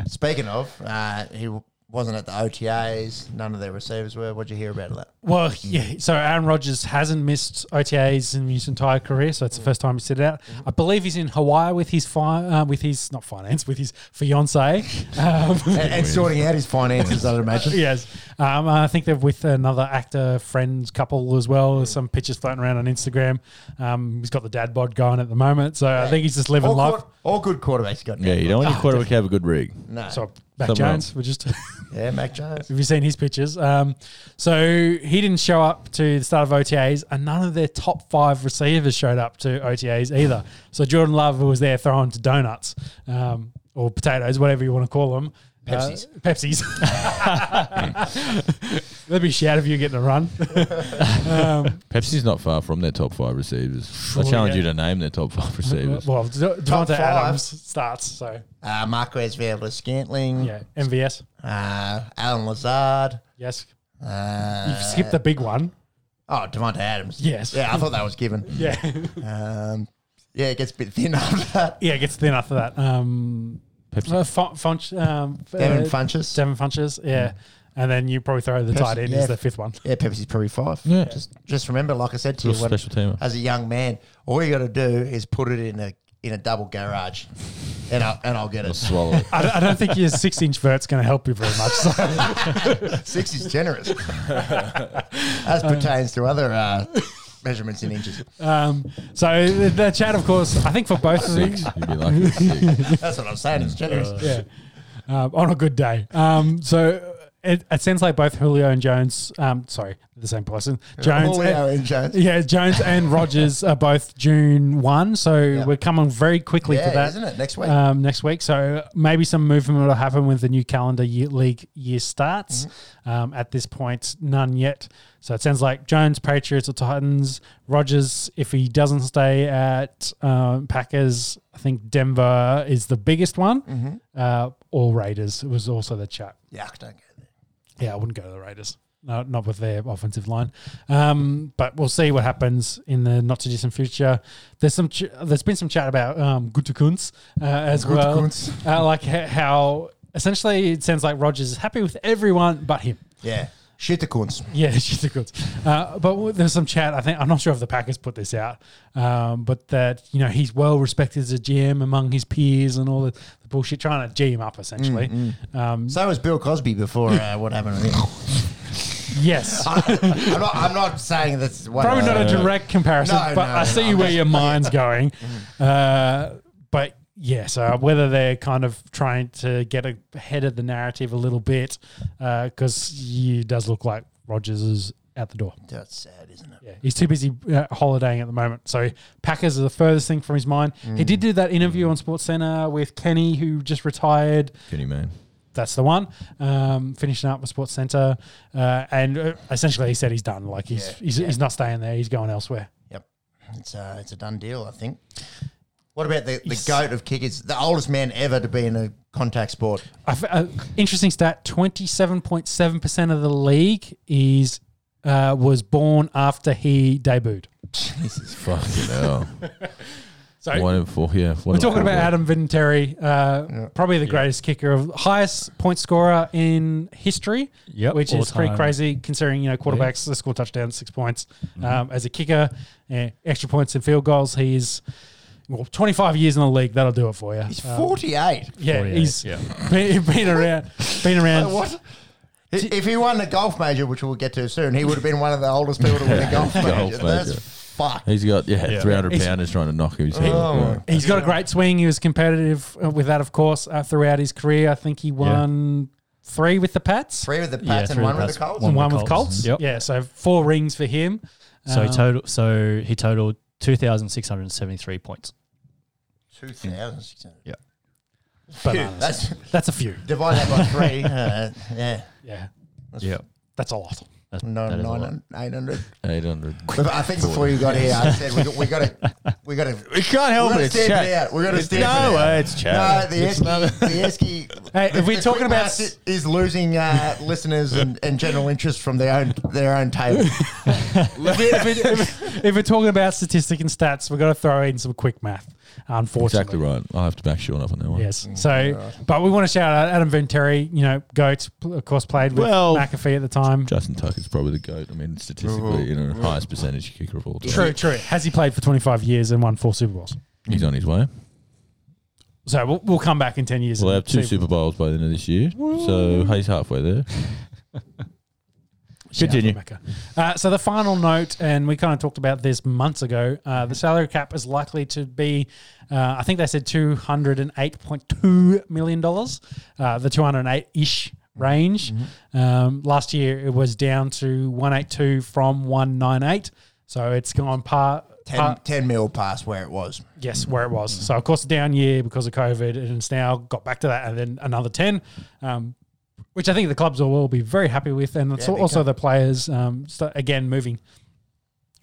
Speaking of, uh, he w- wasn't at the OTAs. None of their receivers were. What'd you hear about that?
Well, yeah. So Aaron Rodgers hasn't missed OTAs in his entire career, so it's the first time he's sit out. I believe he's in Hawaii with his fi- uh, with his not finance with his fiance. Um,
And, and sorting out his finances, I'd imagine.
yes, um, I think they're with another actor friends couple as well. There's some pictures floating around on Instagram. Um, he's got the dad bod going at the moment, so I think he's just living
All,
life.
quar- all good quarterbacks got Uh,
yeah, you don't want
Oh,
your quarterback to have a good rig.
No.
So Mac
Someone
Jones,
else.
we're just have
Yeah, Mac Jones.
you seen his pictures? Um, so he didn't show up to the start of OTAs, and none of their top five receivers showed up to OTAs either. So Jordan Love was there throwing to donuts um, or potatoes, whatever you want to call them.
Pepsis.
Uh, Pepsis. That'd be shout if you're getting a run. um,
Pepsi's not far from their top five receivers. I
Sure,
challenge
yeah.
you to name their top five receivers.
well, De-
Top
Devonta
five.
Adams starts, so
Uh, Marquez Valdez Scantling.
yeah, MVS.
Uh, Alan Lazard.
Yes,
Uh,
you've skipped the big one.
Oh, Devonta Adams.
Yes.
Yeah, I thought that was given.
Yeah,
Um, yeah, it gets a bit thin after that.
yeah, it gets thin after that. Um,
Pepsi.
Uh, Fun- Funch, um,
Devin
uh,
Funches.
Seven punches, yeah. And then you probably throw the
Pepsi,
tight end
yeah.
is the fifth one.
yeah, Pepsi's probably five.
Yeah.
Just, just remember, like I said to
Real
you, when,
special teamer.
as a young man, all you got to do is put it in a in a double garage, and I'll, and I'll get it.
Swallow it.
I don't, I don't think your six inch vert's going to help you very much. So.
Six is generous, as pertains to other uh, measurements in inches.
Um, so the, the chat, of course, I think for both of them,
Six. You'd be lucky with six.
That's what I'm saying. It's generous.
yeah, um, on a good day. Um, so it, it sounds like both Julio and Jones, um, sorry, the same person, Jones.
Julio and Jones.
Yeah, Jones and Rogers are both June one, so we're coming very quickly
Yeah,
to that.
isn't it? Next week.
Um, next week, so maybe some movement will happen when the new calendar year, league year starts.
Mm-hmm.
Um, at this point, none yet. So it sounds like Jones, Patriots, or Titans. Rogers, if he doesn't stay at um, Packers, I think Denver is the biggest one.
Mm-hmm.
Uh, or Raiders was also the chat.
Yuck! Don't go there.
Yeah, I wouldn't go to the Raiders. No, not with their offensive line. Um, but we'll see what happens in the not too distant future. There's some ch- there's been some chat about um, Gutekunst uh, as well,
Gutekunst.
uh, like h- how essentially it sounds like Rogers is happy with everyone but him.
Yeah, shoot the coons.
Yeah, she's the goods. Uh, but w- there's some chat. I think I'm not sure if the Packers put this out, um, but that you know he's well respected as a GM among his peers and all the, the bullshit, trying to G him up essentially. Um,
So was Bill Cosby before uh, what happened to him.
yes.
I'm not, I'm not saying that's what uh,
Probably not a direct comparison,
No,
but
no,
I
no,
see
no.
where your mind's going.
Mm-hmm.
Uh, but yeah, so whether they're kind of trying to get ahead of the narrative a little bit, because it does look like Rogers is out the door.
That's sad, isn't it?
Yeah, he's too busy uh, holidaying at the moment. So Packers are the furthest thing from his mind.
Mm.
He did do that interview on Sports Center with Kenny, who just retired
Kenny man.
that's the one. Um, finishing up with Sports Centre, uh, and uh, essentially he said he's done. Like he's
Yeah,
he's, he's not staying there. He's going elsewhere.
Yep. It's a, it's a done deal, I think. What about the, the
Yes.
goat of kickers, the oldest man ever to be in a contact sport?
I f- uh, interesting stat: twenty seven point seven percent of the league is uh, was born after he debuted.
Fucking hell.
So
One in four. Yeah.
we're talking about Adam Vinatieri, uh, probably the greatest kicker of highest point scorer in history.
Yep,
which
all
is pretty
time.
crazy considering you know quarterbacks they score touchdowns, six points. Um, as a kicker, eh, extra points and field goals, he's well twenty five years in the league. That'll do it for you.
He's
Um,
48.
yeah,
48,
he's
yeah.
been, been around, been around.
what? If if he won the golf major, which we'll get to soon, he would have been one of the oldest people to win a golf major.
Golf
That's
major.
fucked.
He's got yeah,
Yeah.
300
He's-
pounders trying to knock him. He's like,
Oh, my
yeah.
He's got a great swing. He was competitive uh, with that, of course, uh, throughout his career. I think he won three with the Pats.
Three with the
Yeah,
Pats and
three
one
with
with the
Pats,
Colts.
and
with
one with
Colts.
Colts.
Yep.
Yeah, so four rings for him.
So he
Um,
total. So he totaled two thousand six hundred seventy three points.
2,600.
Yeah.
Phew,
Bananas.
uh, That's,
That's a few.
divide that by three. uh, yeah.
Yeah,
Yeah.
that's a lot.
That's,
No,
that is a lot.
nine, eight hundred.
800.
But I think before you got here, I said we got, we got to, we got to.
We can't
We're
help
gonna
it. It's
stamp
chat.
it out. We're gonna
It's-
stamp it
no,
out.
uh, it's
No,
chat.
the
It's
Esky,
another-
the Esky.
Hey, if we're
the
talking about
Quickmaster
s-
is losing uh, listeners and, and general interest from their own their own table.
if, we- if we- if- if we're talking about statistic and stats, we've got to throw in some quick math. Unfortunately,
Exactly right. I'll have to back Sean up on that one.
Yes. So, but we want to shout out Adam Venteri. You know, goat pl- of course played with
Well-
McAfee at the time.
Justin Tucker's probably the GOAT. I mean, statistically, you know, highest percentage kicker of all time.
True, true. Has he played for 25 years and won four Super Bowls?
He's on his way.
So we'll, we'll come back in 10 years.
We'll
and
have two
see-
Super Bowls by the end of this year. So he's halfway there.
shout out
continue.
to Mecca. Uh, so the final note, and we kind of talked about this months ago. Uh, the salary cap is likely to be, uh, I think they said 208.2 million dollars, uh, the 208 ish range. Um, last year it was down to 182 from 198. So it's gone par. par-
Ten, 10 mil past where it was.
Yes, where it was. So of course, down year because of COVID, and it's now got back to that, and then another ten, um, which I think the clubs will, all be very happy with, and it's
Yeah, big
also
time.
the players um, st- again moving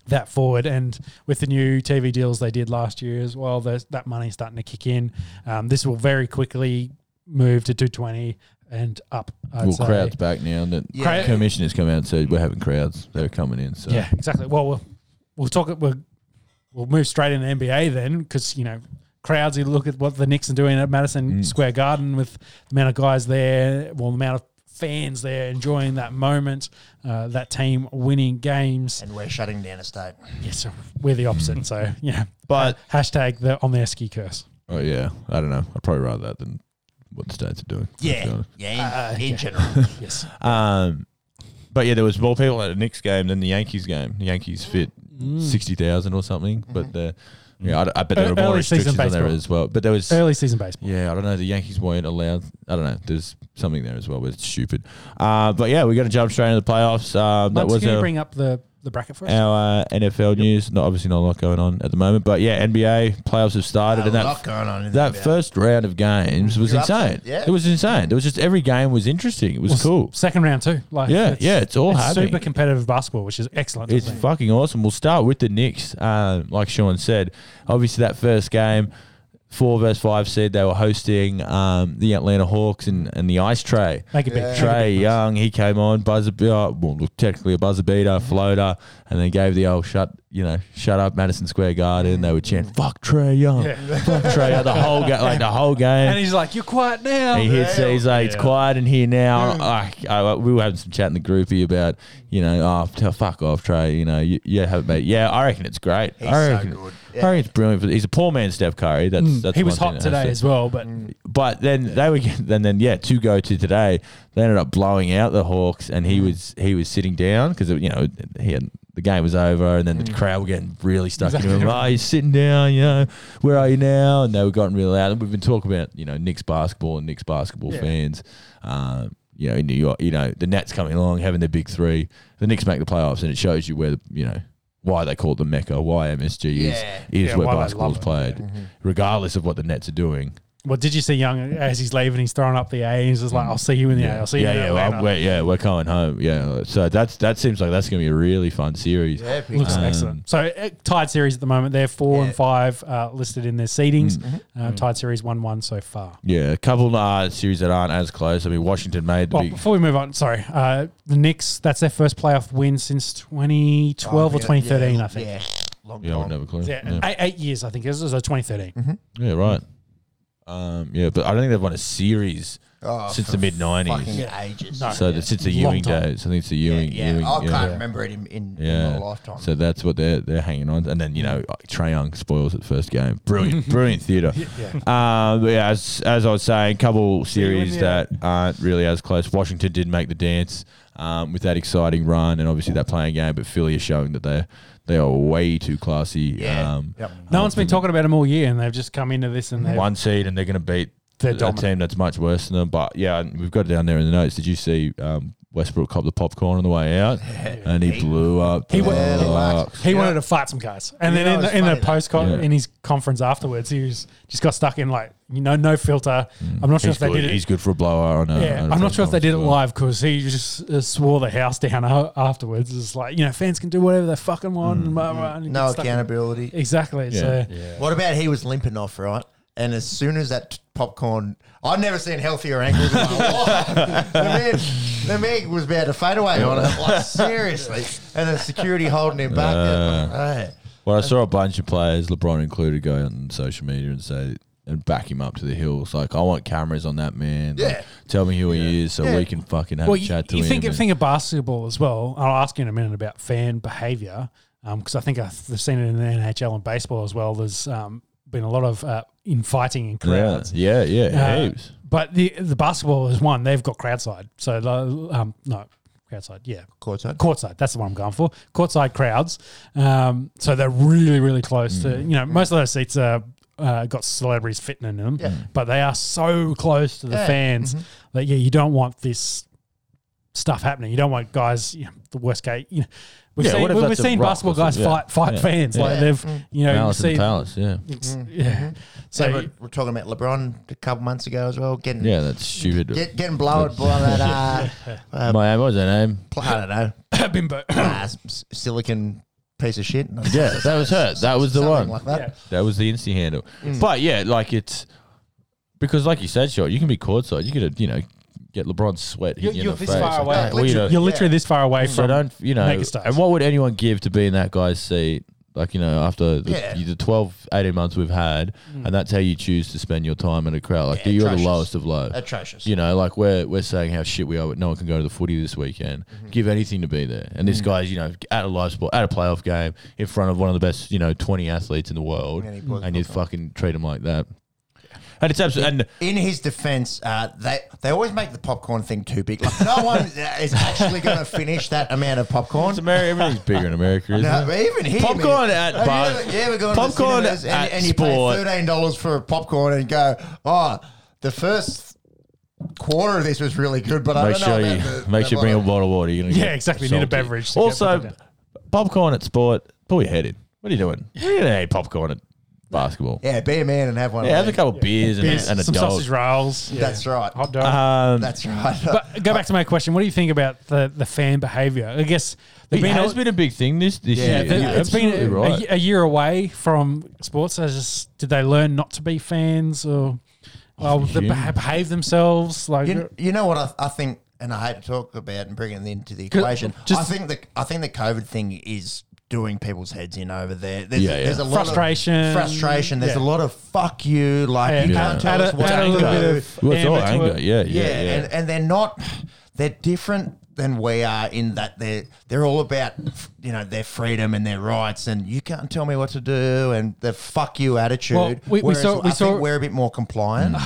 that forward, and with the new TV deals they did last year as well, there's- that money's starting to kick in. Um, this will very quickly move to two twenty and up. I'd
well,
say.
crowds back now. And the
Crowd-
commissioners come out and said we're having crowds. They're coming in. So
Yeah, exactly. Well, we'll, we'll talk. We'll, we'll move straight into NBA then, because you know crowds. You look at what the Knicks are doing at
Mm.
Madison Square Garden with the amount of guys there, well, the amount of fans there enjoying that moment, uh, that team winning games.
And we're shutting down a state.
Yes, so we're the opposite. So yeah,
But-
hashtag the on the esky curse.
oh yeah, I don't know. I'd probably rather that than what the states are doing. to be
Yeah.
honest.
Yeah. In, in general.
Yes,
Um, but yeah, there was more people at the Knicks game than the Yankees game. The Yankees
Mm.
fit sixty thousand or something, but the yeah, I, I bet there
Ear-
were
Mm-hmm.
more
E-, early season
restrictions on there
baseball.
as well. But there was
early season baseball.
yeah, I don't know. The Yankees weren't allowed. I don't know. There's something there as well, but it's stupid. Uh, but yeah, we're gonna jump straight into the playoffs. Um, that
Mats,
was
can you
our,
bring up the the bracket for us?
our uh, NFL news. Not obviously not a lot going on at the moment, but yeah, NBA playoffs have started,
There's a
and that
lot going on in
that
there.
first round of games was
You're upset,
insane.
yeah.
It was insane. It was just every game was interesting. It was cool.
Second round too. Like
Yeah, yeah, it's all happening.
super competitive basketball, which is excellent. to
It's
see.
fucking awesome. We'll start with the Knicks. Um, like Sean said, obviously that first game, four versus five seed, they were hosting um, the Atlanta Hawks and, and the Ice Tray.
Make it big.
Yeah.
Trey Young, he came on buzzer beater, well, look, technically a buzzer beater, floater, and then gave the old shut, you know, shut up Madison Square Garden. They were chanting, "Fuck Trey Young, fuck Trey Young," the whole game, like the whole game.
And he's like, "You're quiet now."
He hits it. He's like, it's
Yeah.
quiet in here now.
Hmm.
And I, I, we were having some chat in the groupie about, you know, oh, t- fuck off, Trey. You know, you, you have mate. Yeah, I reckon it's great.
He's
I
so
reckon,
good.
I reckon it's brilliant. For, he's a poor man, Steph Curry. That's, that's
Hmm. he
one
was
thing
hot
that
today
has to-
as well, but
Hmm. But then they were, get- then then yeah, two go to today. They ended up blowing out the Hawks, and
Mm.
he was he was sitting down because you know he had. The game was over, and
Mm.
then the crowd were getting really stuck into him. Oh, he's sitting down, you know. Where are you now? And they were gotten really loud. And we've been talking about, you know, Knicks basketball and Knicks basketball fans. Um, you know, in New York, you know, the Nets coming along, having their big three. The Knicks make the playoffs, and it shows you where, the, you know, why they call it the mecca, why MSG is
Yeah.
is
Yeah,
where
why they
basketball is
love Mm-hmm. it.
played, regardless of what the Nets are doing.
well, did you see Young as he's leaving? He's throwing up the A. He's just like, "I'll see you in the A. I'll see
Hmm. yeah,
you."
yeah,
in
well,
Atlanta."
we're, yeah, we're going home. Yeah, so that's that seems like that's going to be a really fun series. Um,
Yeah, big
Looks
time.
excellent. So uh, tied series at the moment. They're four
Yeah.
and five uh, listed in their seedings.
Hmm. Mm-hmm.
Uh, tied series one one so far.
Yeah, a couple uh, series that aren't as close. I mean, Washington made the
Well,
big.
before we move on, sorry, uh, the Knicks. That's their first playoff win since twenty twelve or
Yeah,
twenty thirteen,
yeah,
I think.
Yeah. Long
Oh, Yeah, Hmm. I would
time.
never clue.
Yeah,
yeah.
Eight, eight years, I think. It was, it was twenty thirteen.
Yeah, right. Um, yeah, but I don't think they've won a series
Oh,
since
for
the mid
Fucking
'90s.
ages.
No.
So since the
Long
Ewing
time.
days, I think it's the Ewing.
yeah, Oh,
Ewing,
I
yeah.
can't remember it in, in,
Yeah.
in my lifetime.
So that's what they're they're hanging on. to. And then you know Trey Young spoils it first game. Brilliant, brilliant theatre. Yeah. Um, but yeah, as as I was saying, couple series that aren't really as close. Washington did make the dance um, with that exciting run, and obviously that playing game. But Philly is showing that they they are way too classy.
yeah.
Um,
yep.
No one's been talking about them all year, and they've just come into this and they've
One seed, and they're going to beat
They're
a
dominant.
team that's much worse than them. But yeah, and we've got it down there in the notes. Did you see? Um, Westbrook cop the popcorn on the way out, and he blew up.
He
blew
went-
up.
He
Yeah.
wanted to fight some guys, and
You
then
know,
in
it's
the, in
funny
the
that-
post con
Yeah.
in his conference afterwards, he was just got stuck in like you know, no filter. I'm not sure
Mm. He's
if they
good.
did
He's
it.
good for a blower. On a,
Yeah,
on a
I'm not sure if they did it
as well.
live because he just uh, swore the house down a- afterwards. It's like you know, fans can do whatever they fucking
Mm.
want. and blah, blah, and he
No
gets stuck in-
accountability.
Exactly. So
What about he was limping off, right? And as soon as that t- popcorn, I've never seen healthier ankles in my life. The man, the man was about to fade away on it, like seriously. And the security holding him back. Hey.
Well, I saw a bunch of players, LeBron included, go out on social media and say and back him up to the hills. Like, I want cameras on that man. Like,
Yeah.
tell me who he is so we can fucking have
well,
a
you,
chat to
you
him.
think
and-
think of basketball as well. I'll ask you in a minute about fan behavior because I think I've seen it in the NHL and baseball as well. There's um, been a lot of uh, infighting in
yeah,
crowds.
yeah, yeah,
Uh,
heaps.
But the the basketball is one they've got crowd side. So the- um, no crowd side, yeah,
Courtside.
courtside. That's the one I'm going for. Courtside crowds. Um, so they're really really close
Mm.
to you know most of those seats are. Uh, got celebrities fitting in them,
Yeah.
Mm.
but they are so close to the
Yeah.
fans
Mm-hmm.
that yeah, you don't want this stuff happening. You don't want guys, you know, the worst case. You know, we've
Yeah, what
seen, we-
if
we've
that's a
seen
rock
basketball
or
guys
something? Yeah.
fight fight
Yeah.
fans like
Yeah. Mm-hmm.
they've you know
Palace
you
and
see
Palace, yeah.
it's- yeah.
So
So
we're, we're talking about LeBron a couple months ago as well,
Mm.
getting
Yeah, that's stupid.
get, getting blown by that. Uh, uh,
Miami, what's her name?
pl- I don't know,
bimbo.
uh, s- silicon piece of shit.
Yeah, that was her. That was the
Something like
one.
that.
That was the instant handle.
Mm.
But yeah, like it's because, like you said, shot. You can be courtside. You could, you know, get LeBron's sweat.
You're,
hitting you in
you're
the
this
face.
far away.
Like, well, you know,
You're literally
Yeah.
this far away
so
from.
don't you know?
megastars.
And what would anyone give to be in that guy's seat? Like you know, after the,
Yeah.
the 12, 18 months we've had, and that's how you choose to spend your time in a crowd. Like
Yeah,
you're
atrocious.
the lowest of low.
Atrocious.
You know, like we're we're saying how shit we are. but No one can go to the footy this weekend. Give anything to be there. And this guy's, you know, at a live sport, at a playoff game, in front of one of the best, you know, twenty athletes in the world,
And he pulls
and you fucking treat him like that. And it's absolutely. And
In his defense, uh, they they always make the popcorn thing too big. Like no one is actually going to finish that amount of popcorn.
it's America. Everything's bigger in America, isn't
No,
it?
but even here,
Popcorn
man.
at
Have you
bar-
ever- Yeah, we're going
popcorn
to the cinemas and,
at
and you
sport.
pay thirteen dollars for a popcorn and go, oh, the first quarter of this was really good, but I
Make
don't
sure
know
you
about the,
make
the
sure you bring a
bottom."
bottle of water. You're gonna
Yeah,
get
exactly. You need a beverage to get
Also,
popcorn
popcorn at sport. Pull your head in. What are you doing? You're gonna eat popcorn at basketball. Yeah,
Yeah, be a man and have one. of
have a
these.
couple beers and,
Beers,
and a
some
dog.
sausage rolls. yeah.
That's right.
Hot dog.
Um,
That's right.
but go back to my question. What do you think about the, the fan behavior? I guess
It
there've been a-
has been a big thing this this
Yeah,
year.
Yeah,
You're
it's been a,
absolutely right.
a year away from sports. So just, did they learn not to be fans or well, they
Yeah.
beha- behave themselves? Like,
You, you know what I, I think, and I hate to talk about and bring it into the equation.
just-
I think the I think the COVID thing is doing people's heads in over there. There's,
Yeah, yeah.
there's a lot
Frustration.
of frustration. There's
Yeah.
a lot of fuck you. Like you
Yeah.
can't tell
Add a-
us what
add a
to
little
do.
bit of
Well, it's all
amber to
anger.
it.
Yeah, yeah,
yeah,
yeah.
And, and they're not they're different than we are in that they're they're all about you know their freedom and their rights and you can't tell me what to do and the fuck you attitude.
Well, we- we
Whereas
saw- we
I
saw- Ah.
think we're a bit more compliant.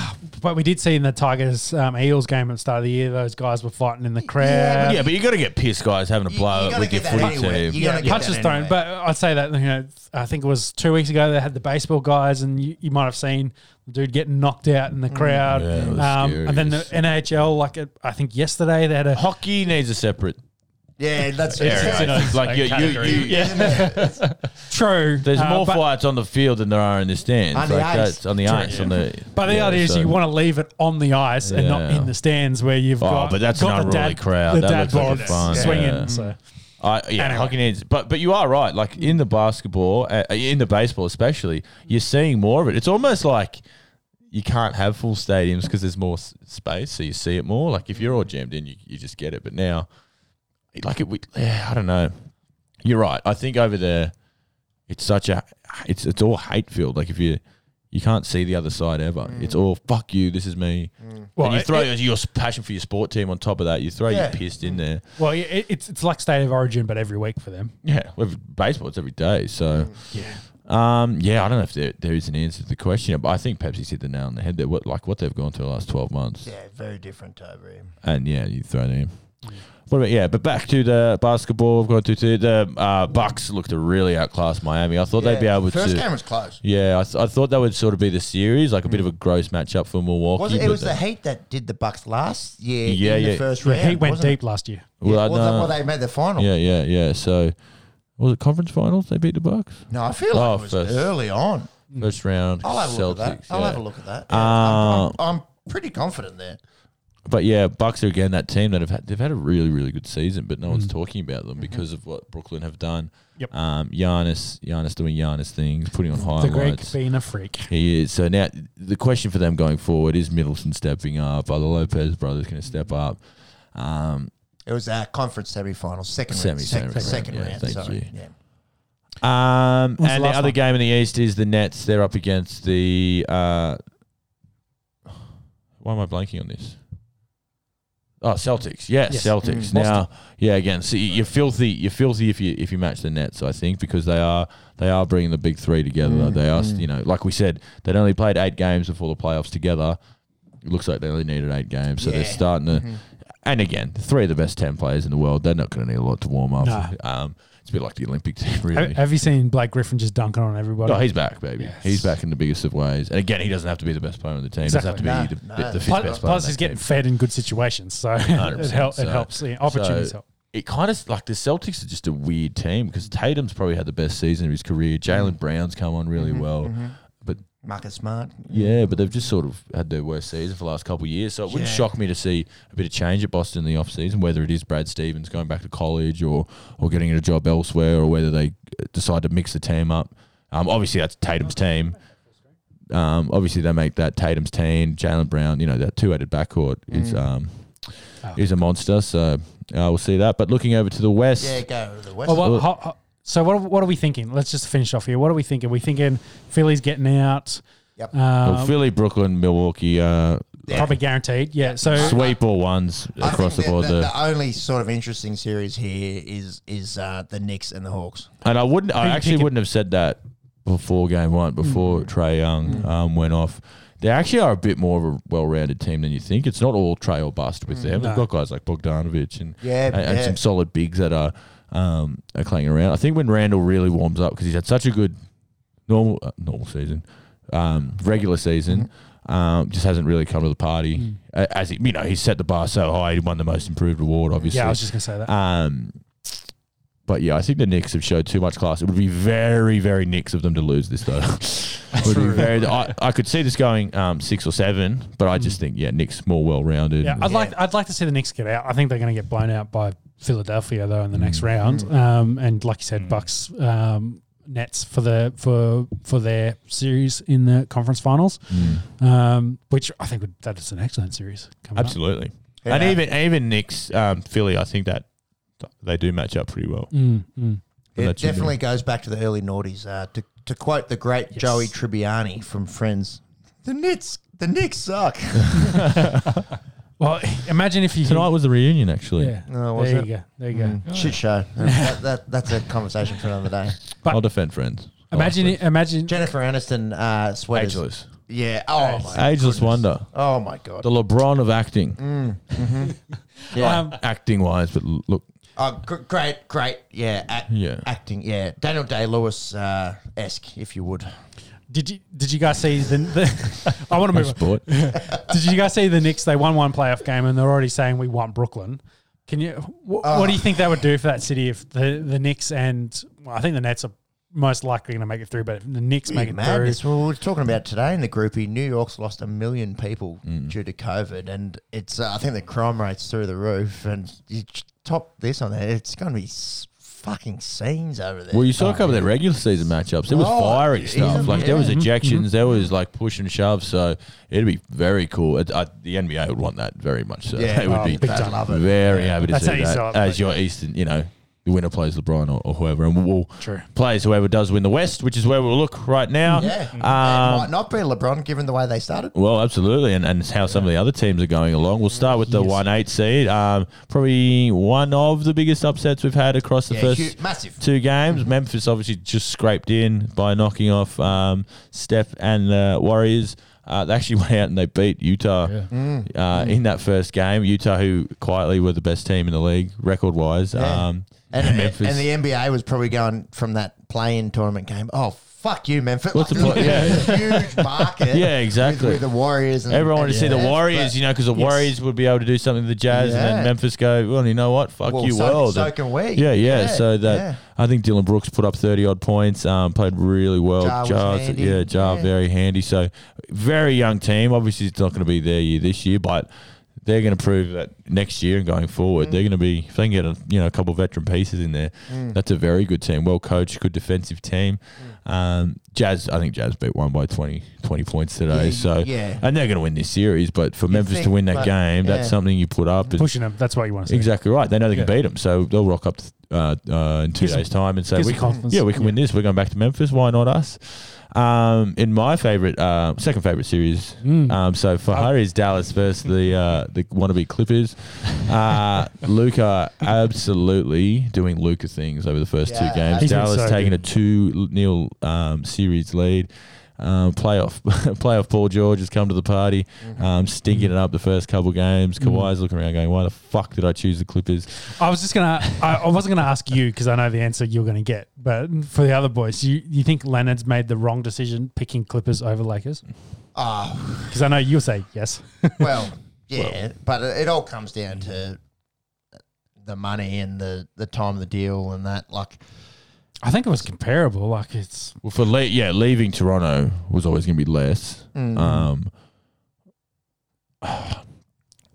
But we did see in the Tigers um, Eels game at the start of the year, those guys were fighting in the crowd.
Yeah,
yeah, but you got to get pissed, guys, having a
uh, You-
blow
you
up
gotta
with your
get that
footy
anywhere.
team.
You gotta
Yeah,
get
punches
that
thrown.
anyway.
But I'd say that you know, I think it was two weeks ago they had the baseball guys, and you, you might have seen the dude getting knocked out in the crowd. Um,
Yeah, it was scary.
and then the NHL, like uh, I think yesterday they had a
Hockey needs a separate
yeah, that's
area. like you, you, you,
true.
there's
uh,
more
but,
fights on the field than there are in the stands.
On the
Like,
ice.
that's on the ice. On the
But the
yeah,
idea is
so-
you want to leave it on the ice and not
Yeah.
in the stands where you've
Oh,
got.
but that's
got
an unruly crowd.
The
That
dad
looks like
bod
it's fun.
swinging.
Yeah.
So
I, yeah,
Anyway.
hockey needs, but but you are right. Like in the basketball, uh, in the baseball especially, you're seeing more of it. It's almost like you can't have full stadiums because there's more s- space, so you see it more. Like if you're all jammed in, you, you just get it. But now, like it, we, yeah, I don't know. You're right. I think over there, it's such a, it's it's all hate filled. Like if you. You can't see the other side ever. It's all fuck you. This is me.
Mm. Well,
and you
it- Mm.
throw your s- passion for your sport team on top of that. You throw
Yeah.
your pissed in there.
well, it, it's it's like state of origin, but every week for them.
Yeah, with baseball, it's every day. So,
Mm,
yeah, um, yeah, I don't know if there, there is an answer to the question, but I think Pepsi's hit the nail on the head. There, what like what they've gone through the last twelve months,
Yeah, Mm. very different over here.
and yeah, you throw them. What about yeah? But back to the basketball. I've got to to the uh, Bucks looked to really outclass Miami. I thought they'd be able
First
to.
game was close.
Yeah, I, th- I thought that would sort of be the series, like a bit of a gross matchup for
Mm.
Milwaukee.
Was it, it
but
was
they-
the Heat that did the Bucks last year
Yeah,
in
yeah.
the first
The
round.
Heat went
wasn't
deep
it?
last year.
Well, I
Well,
know.
well, they made the final.
yeah, yeah, yeah. So was it conference finals? They beat the Bucks.
No, I feel
Oh,
like it was
first.
early on.
First round,
Mm. I'll have a look at that.
Celtics,
I'll
yeah.
have a look at that. Yeah, I'm-
Uh,
I'm, I'm pretty confident there.
But yeah, Bucks are again that team that have had, they've had a really really good season, but no one's talking about them because of what Brooklyn have done.
Mm. Mm-hmm. Yep.
Um, Giannis, Giannis doing Giannis things, putting on
The Greek
highlights.
being a freak.
He is. So now the question for them going forward is Middleton stepping up? Are the Lopez brothers going to step up? Um,
It was our conference semifinal, second
Semi-
round, second,
semi-
second
round,
round.
yeah, thank
sorry.
you.
Yeah.
um,
the
and the
last
other
one?
game in the East is the Nets. They're up against the. Uh, why am I blanking on this? Oh, Celtics. Yes,
Yes.
Celtics.
Mm.
Now, yeah, again, so you- you're filthy. You're filthy if you if you match the Nets, I think, because they are they are bringing the big three together.
Mm,
They are, you know, like we said, they'd only played eight games before the playoffs together. It looks like they only needed eight games, so they're
Yeah.
starting
Mm-hmm.
to.
Mm-hmm.
And again, three of the best ten players in the world. They're not going to need a lot to warm up.
No.
Um, it's a bit like the Olympic team,
Have,
really.
have you seen Blake Griffin just dunking on everybody?
Oh, he's back, baby.
Yes.
He's back in the biggest of ways. And again, he doesn't have to be the best player on the team. He
Exactly.
doesn't have to be
No,
the,
no.
the fifth
Plus,
best player.
plus
on
he's
that
getting
team.
fed in good situations, so it,
100%,
hel-
so-
it helps. Yeah, opportunities
so-
help.
it kind of like the Celtics are just a weird team because Tatum's probably had the best season of his career.
Mm-hmm.
Jalen Brown's come on really well. But
Marcus Smart.
yeah, but they've just sort of had their worst season for the last couple of years. So it wouldn't
Yeah.
shock me to see a bit of change at Boston in the offseason, whether it is Brad Stevens going back to college or, or getting a job elsewhere or whether they uh, decide to mix the team up. Um, obviously, that's Tatum's team. Um, obviously, they make that Tatum's team, Jalen Brown, you know, that two headed backcourt is.
Mm.
Um,
Ah.
Oh.
Is a monster, so uh, we'll see that. But looking over to the west,
Yeah, go to the West.
Oh, well, ho- ho- so what? What are we thinking? Let's just finish off here. What are we thinking? We're thinking Philly's getting out. Uh,
Yep.
well, Philly, Brooklyn, Milwaukee, uh,
Probably guaranteed. Yeah. So
sweep all ones
I think
across the
that-
board.
that
there.
The, only sort of interesting series here is is uh, the Knicks and the Hawks.
And I wouldn't. I
Who you
actually
picking?
wouldn't have said that before game one, before
Mm.
Trey Young um, went off. They actually are a bit more of a well-rounded team than you think. It's not all Trey or bust with them. They've
No.
got guys like Bogdanovich and
Mm. Yeah,
and, and
yeah.
some solid bigs that are um, are playing around. I think when Randall really warms up because he's had such a good normal uh, normal season, um, regular season.
Mm-hmm.
Um, just hasn't really come to the party
Mm.
Mm.
Uh, as he, you know he set the bar so high he won the most improved award obviously
yeah, I was just gonna say that.
um, but yeah, I think the Knicks have showed too much class. It would be very, very Knicks of them to lose this though. It would be very, I, I could see this going um, six or seven, but I just think yeah, Knicks more well rounded.
yeah, I'd like I'd like to see the Knicks get out. I think they're going to get blown out by Philadelphia though in the
Mm.
next round. Um, and like you said, Bucks, um, Nets for the for for their series in the conference finals,
Mm.
um, which I think would, that is an excellent series. Coming up.
absolutely.
Yeah.
And even even Knicks um, Philly, I think that they do match up pretty well.
Mm, mm.
Well,
It
that's your
definitely goes back to the early noughties. Uh, to, to quote the great Joey Tribbiani from Friends, the Knicks, the Knicks suck.
Well, imagine if you
Tonight was the reunion actually.
yeah.
Oh, was
there
it? Mm.
you go. There you go.
Shit show. that, that, that's a conversation for another day.
But-
I'll defend friends.
Imagine,
Last
imagine.
Jennifer Aniston uh,
week.
sweaters.
ageless,
Yeah. Oh my.
ageless
goodness.
wonder, Mm.
Oh my god.
the LeBron of acting,
Yeah.
Um,
acting wise. But l- look,
Oh, gr- great, great. Yeah. Act,
Yeah.
Acting. Yeah. Daniel Day Lewis uh, esque, if you would.
Did you did you guys see the? the I want to move. on.
sport.
Did you guys see the Knicks? They won one playoff game, and they're already saying we want Brooklyn. Can you? Wh- What do
Ah.
you think that would do for that city if the the Knicks and well, I think the Nets are most likely going to make it through, but if the Knicks make it through,
Madness. Well, we we're talking about today in the groupie. New York's lost a million people
Mm.
due to COVID, and it's uh, I think the crime rate's through the roof. And you ch- top this on there, it's going to be s- fucking scenes over there.
Well, you saw a couple of their regular season matchups. It was
Oh,
fiery
yeah. Mm-hmm.
stuff. Like there was
Yeah.
ejections, there was like push and shove. So it'd be very cool. It, I, the NBA would want that very much. So
Yeah.
they would
Oh,
be
big time. Love it.
very happy to
That's how
see
you sell
that
it,
as
but-
your Eastern. You know, the winner plays LeBron or, or whoever, and we'll
True.
plays whoever does win the West, which is where we'll look right now.
yeah, it
Um,
might not be LeBron given the way they started.
well, absolutely, and, and how some of the other teams are going along. We'll start with the one eight seed. Um, probably one of the biggest upsets we've had across the
Yeah,
first
huge, massive.
two games. Memphis obviously just scraped in by knocking off um, Steph and the Warriors. Uh, they actually went out and they beat Utah
Mm.
uh, in that first game. Utah, who quietly were the best team in the league record wise.
Yeah.
Um,
And,
Memphis.
and the NBA was probably going from that play-in tournament game. Oh fuck you, Memphis.
What's the point? Yeah.
huge market.
Yeah,
With,
exactly.
with the Warriors. And,
Everyone wanted to see the
Yeah.
Warriors,
But-
you know, because the
Yes.
Warriors would be able to do something to the Jazz, and
Yeah.
then Memphis go, well, you know what? Fuck
Well,
you,
so,
world.
So can we.
yeah, yeah, So that
yeah.
I think Dylan Brooks put up thirty odd points. Um, played really well.
Jar was
Jar's-
handy.
yeah, Jar
Yeah.
very handy. So very young team. Obviously, it's not going to be their year this year, but they're going to prove that next year and going
Mm.
forward, they're going to be if they can get a you know a couple of veteran pieces in there.
Mm.
That's a very good team. Well coached, good defensive team. Um, Jazz, I think Jazz beat one by 20, 20 points today.
Yeah,
so
yeah.
and they're going to win this series. But for Memphis to
think,
win that
but-
game,
yeah. Mm-hmm.
that's something you put up. and-
Pushing them. That's what you want to see.
Exactly right. They know they can
Yeah.
beat them, so they'll rock up uh, uh, in two
Gives 'em-
days' time and say,
gives
we
them
can-
confidence.
"Yeah, we can win this. We're going back to Memphis. Why not us?" Um, in my favorite, uh, second favorite series,
Mm. Hmm.
um, so for
Uh,
her is Dallas versus the uh, the wannabe Clippers. Uh, Luca absolutely doing Luca things over the first
Yeah,
two games.
He's been
Dallas
so
taking
good.
a two 0 um, series lead. Um, playoff, playoff. Paul George has come to the party,
Mm-hmm.
um, stinking
Mm.
it up the first couple games. Kawhi's looking around, going, "Why the fuck did I choose the Clippers?"
I was just gonna. I, I wasn't gonna ask you because I know the answer you're gonna get. But for the other boys, you you think Leonard's made the wrong decision picking Clippers over Lakers?
Oh,
Because I know you'll say yes.
well, yeah. but it, it all comes down to the money and the, the time of the deal and that. Like,
I think it was comparable. Like it's
Well, for le- yeah, leaving Toronto was always going to be less.
mm.
Mm.
Um,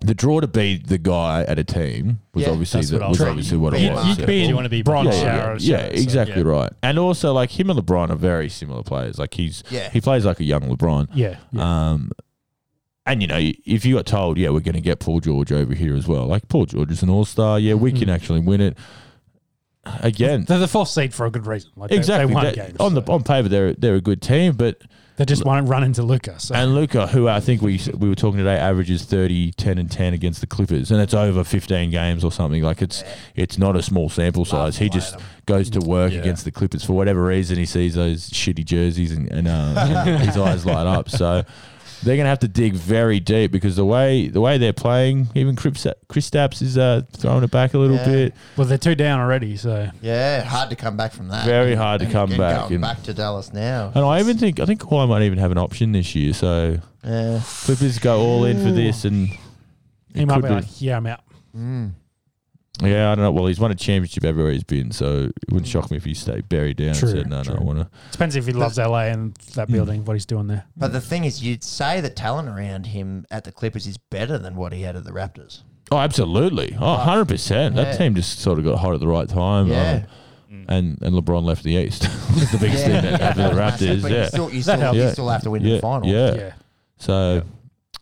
the draw to be the guy at a team was
Yeah,
obviously
that's
the,
what I
was
was
obviously what it
you'd,
was.
you'd
yeah.
be
You
in
wanna be
bronze
yeah,
Bronx
shower.
yeah,
or
yeah,
something, so,
exactly
yeah.
right. And also, like him and LeBron are very similar players. Like he's
Yeah.
he plays like a young LeBron.
Yeah, yeah.
Um, and you know, if you got told, yeah, we're going to get Paul George over here as well. Like Paul George is an all star. Yeah, we
Mm-hmm.
can actually win it. Again,
they're the fourth seed for a good reason. Like
exactly.
they, they won
that-
games
on the on paper, they're they're a good team, but
they just won't run into Luca. So
and Luca, who I think we we were talking today, averages 30, 10 and ten against the Clippers, and it's over fifteen games or something. Like it's it's not a small sample size. He just goes to work against the Clippers for whatever reason. He sees those shitty jerseys and, and uh, his eyes light up. So. They're gonna have to dig very deep because the way the way they're playing, even Chris Stapps is uh, throwing it back a little
Yeah.
bit.
well, they're two down already. So
yeah, hard to come back from that.
Very hard to
And-
come
and
back
Going
and-
back to Dallas now.
And I even think I think Kawhi might even have an option this year. So
Yeah.
Clippers go all in for this, and
he might
could
be
be.
like, yeah, I'm out.
mm.
Yeah, I don't know. Well, he's won a championship everywhere he's been, so it wouldn't shock me if he stayed buried down
True,
and said, "No,
true.
no, I want to."
Depends if he loves LA and
Mm.
that building, what he's doing there.
But the thing is, you'd say the talent around him at the Clippers is better than what he had at the Raptors.
Oh, absolutely! Oh, 100 percent.
Yeah.
That team just sort of got hot at the right time.
Yeah.
um, and and LeBron left the East. That's the biggest thing that happened to the Raptors.
But
yeah,
you still, you still,
helps.
you
Yeah.
still have to win
yeah,
the final.
Yeah.
yeah.
So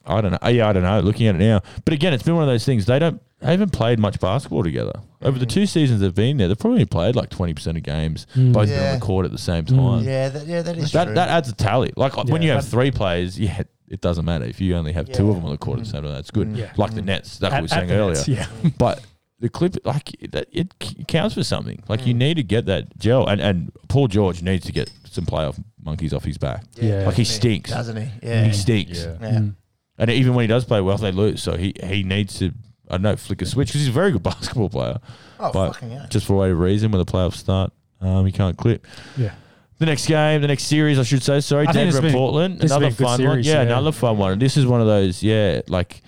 I don't know. Oh, Yeah, I don't know. Looking at it now, but again, it's been one of those things. They don't. They haven't played much basketball together over the two seasons they've been there. They've probably played like 20 percent of games. Both
Mm.
of them
Yeah. Mm.
on the court at the same time.
Yeah, that, yeah, that is
that,
true.
that adds a tally. Like uh, when
Yeah,
you have
that-
three players, yeah, it doesn't matter. If you only have two
Yeah. Mm.
of them on the court at the same time, that's good.
Yeah.
Like the Nets, that's what we were
At- at
saying
the
earlier.
Nets, yeah.
But the clip, like that, it c- counts for something. Like
Mm.
you need to get that gel, and and Paul George needs to get some playoff monkeys off his back.
Yeah. Mm.
Like he stinks.
doesn't he? Yeah.
He stinks.
yeah.
And even when he does play well, they lose. So he, he needs to, I don't know, flick a switch because he's a very good basketball player.
Oh,
but
fucking yeah.
just for whatever reason, when the playoffs start, um, he can't clip.
Yeah.
The next game, the next series, I should say. Sorry,
I think
Denver
it's
and
been-
Portland.
this has
Another
been a good
fun one.
series,
Yeah,
yeah.
another fun one. And this is one of those, yeah, like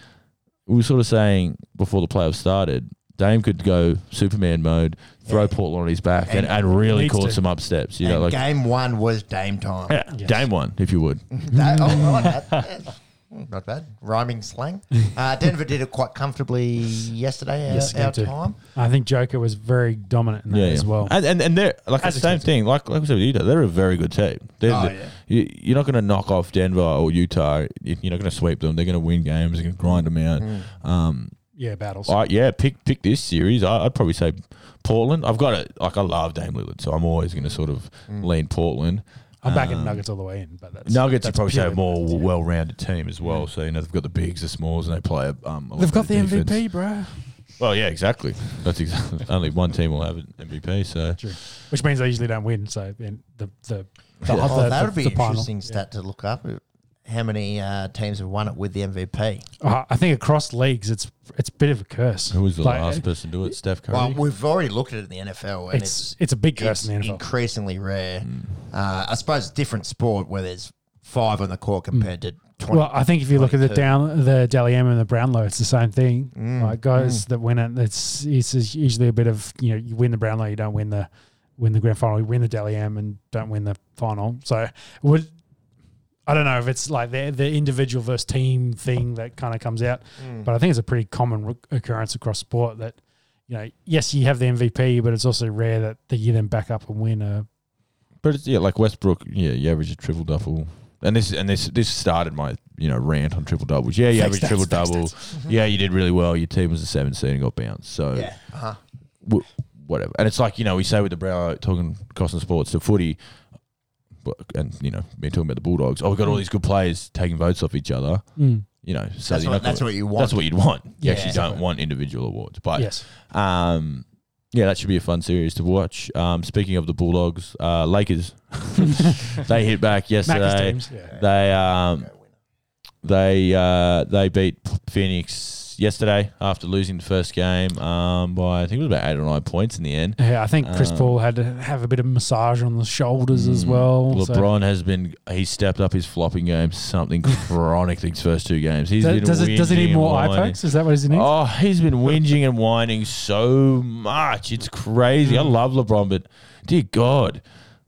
we were sort of saying before the playoffs started, Dame could go Superman mode, throw Portland on his back, and, and, really
Needs
cause
to.
some upsets. You
And
know, like
game one was Dame time.
yeah, Dame won, if you would.
That- oh, I like that. Yeah. Not bad. Rhyming slang. Uh, Denver did it quite comfortably yesterday, our,
Yes,
our
they do.
time.
I think Joker was very dominant in that as well.
And and, and they're like
As
the
a
same
team.
thing. Like like we said with Utah, they're a very good team. They're,
Oh,
the- you, you're not going to knock off Denver or Utah. You- You're not going to sweep them. They're going to win games. They're going to grind them out.
Mm,
Um,
yeah, battles.
I, yeah, pick pick this series. I, I'd probably say Portland. I've got it. Like I love Dame Lillard, so I'm always going to sort of
mm.
lean Portland.
I'm back in Nuggets all the way in, but Mm. that's
Um, Nuggets are
that's
probably say a
purely
more
Nuggets, yeah.
well-rounded team as well. So you know they've got the bigs, the smalls, and they play. Um, a lot
They've got the
better defense.
MVP, bro.
Well, yeah, exactly. That's exactly. only one team will have an MVP. So
True. Which means they usually don't win. So in the the, the,
oh,
other-
that would
the-
be
the
an
final.
interesting stat to look up. how many uh, teams have won it with the MVP.
Uh, I think across leagues, it's it's a bit of a curse.
Who was the
Like, uh,
last person to do it? Steph Curry.
Well, we've already looked at it in the NFL, and
It's it's a big curse
it's
in the NFL.
increasingly rare.
Mm.
Uh, I suppose it's different sport where there's five on the court compared to twenty.
Mm. Well, I think if you look at the
22.
down the Dally M and the Brownlow, it's the same thing. Like guys that win it, it's it's usually a bit of you know you win the Brownlow, you don't win the win the grand final, you win the Dally M and don't win the final. So would I don't know if it's like the the individual versus team thing that kind of comes out,
Mm.
but I think it's a pretty common re- occurrence across sport that you know yes you have the MVP, but it's also rare that, that you then back up and win a
But it's, yeah, like Westbrook, yeah, you average a triple double. And this and this this started my you know rant on triple doubles. Yeah, you averaged triple double. Yeah, you did really well. Your team was a seven seed and got bounced. So
yeah, uh-huh.
w- whatever. And it's like you know we say with the brow talking costing sports to footy, but, and you know me talking about the Bulldogs. Oh, we
Mm.
got all these good players taking votes off each other. You know, so
that's,
you're
what,
not
that's
gonna-
what you want.
that's what you'd want. You
Yeah.
actually don't want individual awards, but
yes.
um, yeah, that should be a fun series to watch. Um, speaking of the Bulldogs, uh, Lakers, they hit back
Macca's
yesterday.
teams, yeah.
They um, they uh, they beat Phoenix yesterday after losing the first game um, by I think it was about eight or nine points in the end.
Yeah, I think Chris
Um,
Paul had to have a bit of massage on the shoulders as well. so-
Mm. LeBron has been he's stepped up his flopping game something chronic these first two games. He's
Does,
been
does it, does he
whinging
need
and
more eye
whining.
pokes? Is that what he needs?
Oh, he's been whinging and whining so much. It's crazy.
Mm.
I love LeBron, but dear God.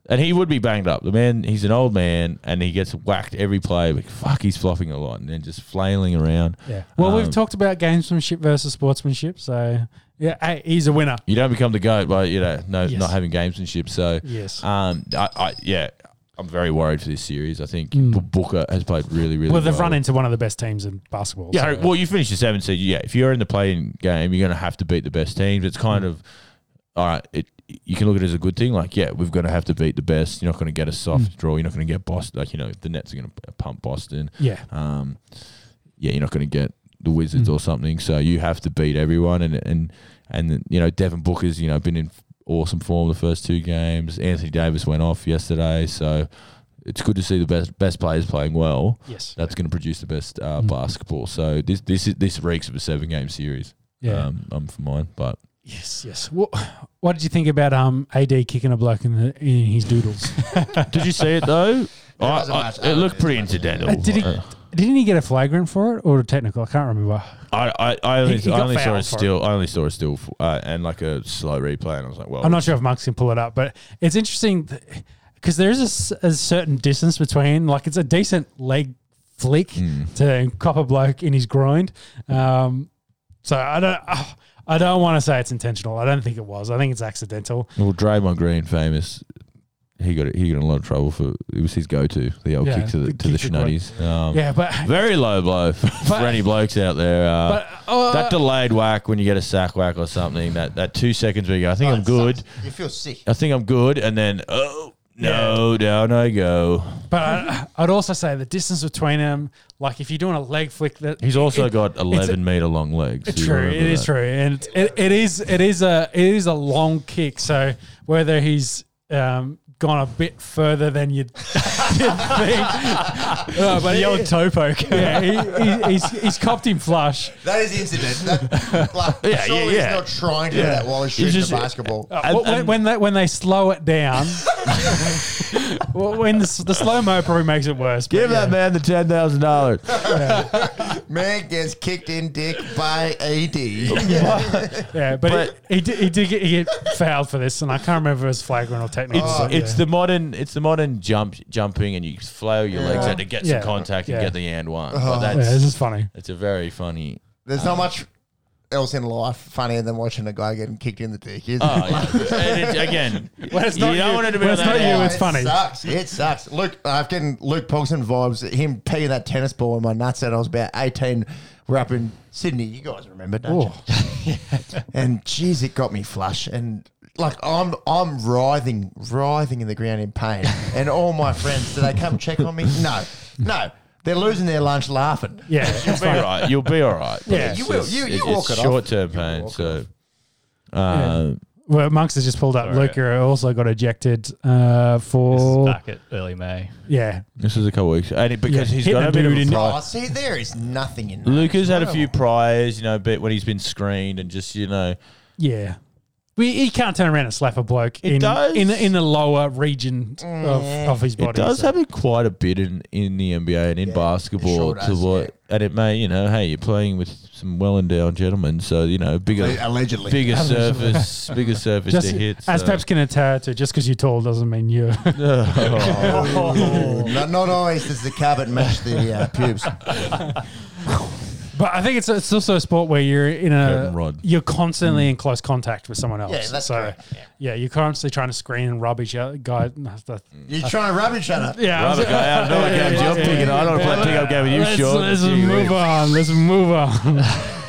And he would be banged up. The man, he's an old man and he gets whacked every play, but fuck, he's flopping a lot and then just flailing around.
yeah. Well, we've
Um,
talked about gamesmanship versus sportsmanship, so yeah, hey, he's a winner.
You don't become the GOAT by, you know, no,
Yes.
not having gamesmanship. So,
Yes.
um, I, I, yeah, I'm very worried for this series. I think B- Booker has played really, really
Mm. well, they've
well.
run into one of the best teams in basketball.
Yeah,
so-
well, you finish the seven seed. Yeah, if you're in the playing game, you're going to have to beat the best teams. It's kind of all right. It you can look at it as a good thing. Like, yeah, we're going to have to beat the best. You're not going to get a soft draw. You're not going to get Boston. Like, you know, the Nets are going to pump Boston.
yeah.
Um, yeah, you're not going to get the Wizards or something. So you have to beat everyone. And and and you know, Devin Booker's you know been in awesome form the first two games. Anthony Davis went off yesterday, so. It's good to see the best best players playing well
Yes.
that's going to produce the best uh,
Mm.
basketball. So this this is, this reeks of a seven game series.
Yeah.
um, I'm for mine, but
yes. Yes. What, what did you think about um AD kicking a bloke in, the, in his doodles?
did you see it though?
I- wasn't I- much- it
it
looked
looked
pretty
pretty
Uh,
incidental.
did he? Didn't he get a flagrant for it or a technical? I can't remember.
I, I, I only,
He- he
I
got
only saw
fouled
it
for it.
still. I only saw it still, f- uh, and like a slow replay, and I was like, well,
I'm not sure if Marks can pull it up, but it's interesting because there is a s- a, certain distance between, like, it's a decent leg flick
Mm.
to cop a bloke in his grind. Um, so I don't. ah, I don't want to say it's intentional. I don't think it was. I think it's accidental.
Well, Draymond Green, famous. He got he got in a lot of trouble for it was his go to the old
Yeah,
kick to the,
the
to the
kick to the-
schnutties. Um,
Yeah, but
Very low blow for
But-
any blokes out there. Uh,
but oh,
that delayed whack when you get a sack whack or something. That that two seconds where you go, I think I'm good.
You feel sick.
I think I'm good, and then oh no, down I go.
but I, I'd also say the distance between them. Like if you're doing a leg flick, that
He's also
it-
got 11 meter long legs.
It's
You
true.
remember
It is
that.
true, and it, it, it is it is a it is a long kick. So whether he's um, gone a bit further than you'd think, Uh, but the old toe poke. Yeah, he, he, he's he's copped him flush.
That is incident. That, like,
Yeah,
surely
yeah,
he's
yeah.
not trying to do that while he's shooting
just-
the basketball.
And-
Wh- when,
and-
when they when they slow it down, Wh- when the, s- the slow mo probably makes it worse. but
Give
yeah.
that man the ten thousand dollars.
Man gets kicked in dick by AD.
Yeah, but, he, he did he did get, he get fouled for this, and I can't remember if it was flagrant or technical.
It's,
so,
it's
Oh, yeah.
the modern it's the modern jump jumping and you flail your legs out to get
Yeah.
some contact and
Yeah. Uh-huh.
get the and one. But
yeah,
that's
this is funny.
it's a very funny.
There's not much else in life funnier than watching a guy getting kicked in the dick. Is
Oh, yeah. And it's- again,
it's
you
not
don't
you-
want it to be
when
on
it's
that.
not you,
end.
it's funny.
It sucks. It sucks. Luke, I'm getting Luke Pogson vibes. Him peeing that tennis ball in my nuts out. I was about 18. We're up in Sydney. You guys remember, don't you?
Oh.
and geez, it got me flush. And like I'm, I'm writhing, writhing in the ground in pain. And all my friends, do they come check on me? No, no. They're losing their lunch laughing.
Yeah, it's
You'll be
funny.
all right. You'll be all right.
Yeah,
you will. You- you walk it off.
Short term
You
pain.
walk it
So,
off.
uh,
Well, Monks has just pulled up.
Sorry.
Luca also got ejected uh,
This
for
is back at early May.
yeah.
This is a couple weeks, and it, because
Yeah,
he's
hitting
got
a
a bit of
dude
a
in-
prior.
Oh, see, there is nothing in that.
Luca's had a few priors, you know, but when he's been screened and just you know,
Yeah. We, he can't turn around and slap a bloke in,
does.
in the- in the lower region of, of his body.
it does
so-
happen quite a bit in, in the NBA and in basketball.
sure
to
does,
what, and it may, you know, hey, you're playing with some well endowed gentlemen, so you know, bigger,
Allegedly.
bigger surface, bigger surface
Just,
to hit.
as
so-
Peps can attest to, just because you're tall doesn't mean you're
Oh, not, not always does the carpet match the uh, pubes.
But I think it's it's also a sport where you're in a
Curtain rod. Mm.
you're constantly in close contact with someone else.
Yeah, that's
so
correct,
yeah. you're constantly trying to screen and rub each other. Guy, no, that-
You're trying to rub each other.
yeah, I
Rubber
was-
Mm. guy, I know what games you're picking. I don't play pick up game with you,
Let's,
Sean.
let's
Gee
move
whiz.
on. Let's move on.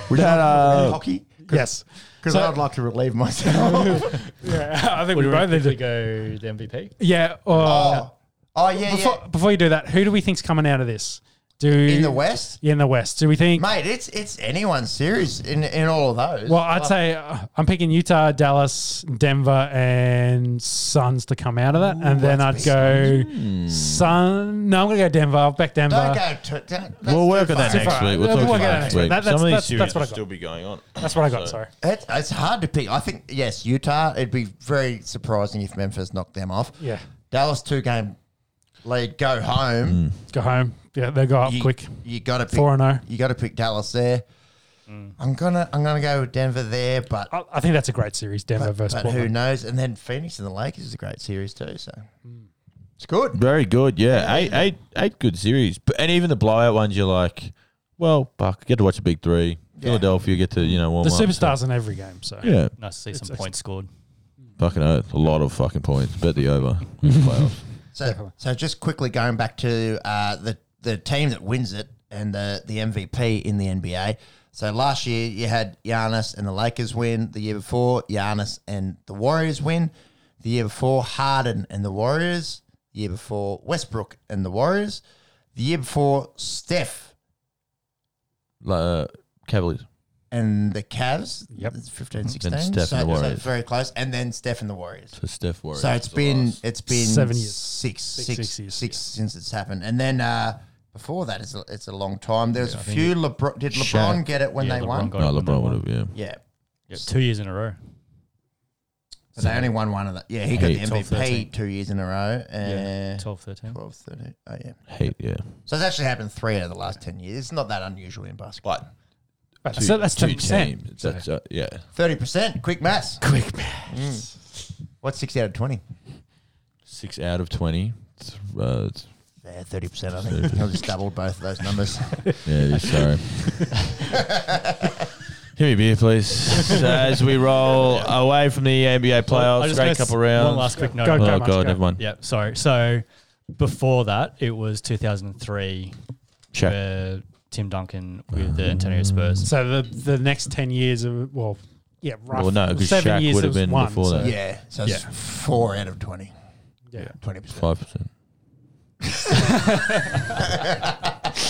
We had, uh,
hockey?
yes,
Because
So-
I'd like to relieve myself.
I think we
Would
both
we
need to.
quickly go the MVP?
Yeah. Uh,
oh. oh, yeah,
before,
yeah.
before you do that, who do we think's coming out of this? Do
In the West?
Yeah, in the West. Do we think?
Mate, it's it's anyone's series in in all of those.
Well, I'd say uh, I'm picking Utah, Dallas, Denver, and Suns to come out of that, and then I'd
that's
go Sun. No, I'm gonna go Denver. I'll back Denver.
don't go. To, don't, that's
uh, We'll
too
work on that
far.
next
far.
week. We'll
We'll
talk
work
about
on that
next
next week.
week.
That-
Some of
that's-
these
that's- that's
series
what I
will
got.
still be going on.
That's what I got.
So-
Sorry.
It's, it's hard to pick. I think yes, Utah. It'd be very surprising if Memphis knocked them off.
Yeah.
Dallas two game lead. Go home.
Mm.
Go home. Yeah, they go up
you,
quick. oh.
You got to pick.
oh.
4-0.
You got to pick Dallas there. I'm gonna I'm gonna go with Denver there, but
I, I think that's a great series, Denver versus
but who
Portland.
knows? And then Phoenix and the Lakers is a great series too. So
Mm.
it's good.
Very good, yeah. Eight, eight, eight good series, but, and even the blowout ones, you're like, well, fuck, get to watch the big three. Philadelphia get to you know warm
The
up,
superstars in every game. So
So. Yeah,
Nice to see some
It's-
points scored.
fucking oath, a lot of fucking points. Bet the over. in the playoffs.
So so just quickly going back to uh, the the team that wins it and the the MVP in the NBA. So last year you had Giannis and the Lakers win. The year before Giannis and the Warriors win. The year before Harden and the Warriors. The year before Westbrook and the Warriors. The year before Steph
Like, uh, Cavaliers.
and the Cavs.
Yep.
It's 15,
Steph
16.
and the
so, so
Warriors.
very close. And then Steph and the Warriors.
The Steph Warriors.
So it's
was the
been
last.
it's been
Seven years.
six six
six years,
six since it's happened, and then uh, before that, it's a, it's a long time. There's a few LeBron. Did LeBron
Shaq.
get it when
Yeah,
they
LeBron
won?
got it
No,
when they
LeBron
won.
would have. Yeah,
Yeah,
Yeah, two years in a row.
so they only won one of the. Yeah, he got
Eight.
the
12,
MVP
13.
two years in a row.
Yeah,
Uh,
12, 13.
12, 13. Oh yeah.
hate. Yeah,
So it's actually happened three out of the last ten years. It's not that unusual in basketball.
but
that's, that's ten percent.
teams. That's, uh, yeah,
Thirty percent, quick maths. Mm.
Quick man.
What's six out of twenty?
six out of twenty. It's, Uh, it's-
Yeah, thirty percent. I think I just doubled both of those numbers.
yeah, it is, sorry. Give me a beer, please. So as we roll away from the NBA
Well, I
playoffs,
just
great
wanna
couple
s-
rounds.
One last quick note.
Go,
oh
go.
god,
Mark,
never mind.
Yeah, sorry. So before that, it was 2003
Shaq.
where Tim Duncan with
Mm.
the Antonio Spurs.
So the the next ten years of well, yeah, rough.
Well, no, 'cause
seven
Shaq
years
would have
it was
been
one,
before
so-
that.
yeah, so it's four out of twenty.
Yeah.
Twenty percent.
Five percent.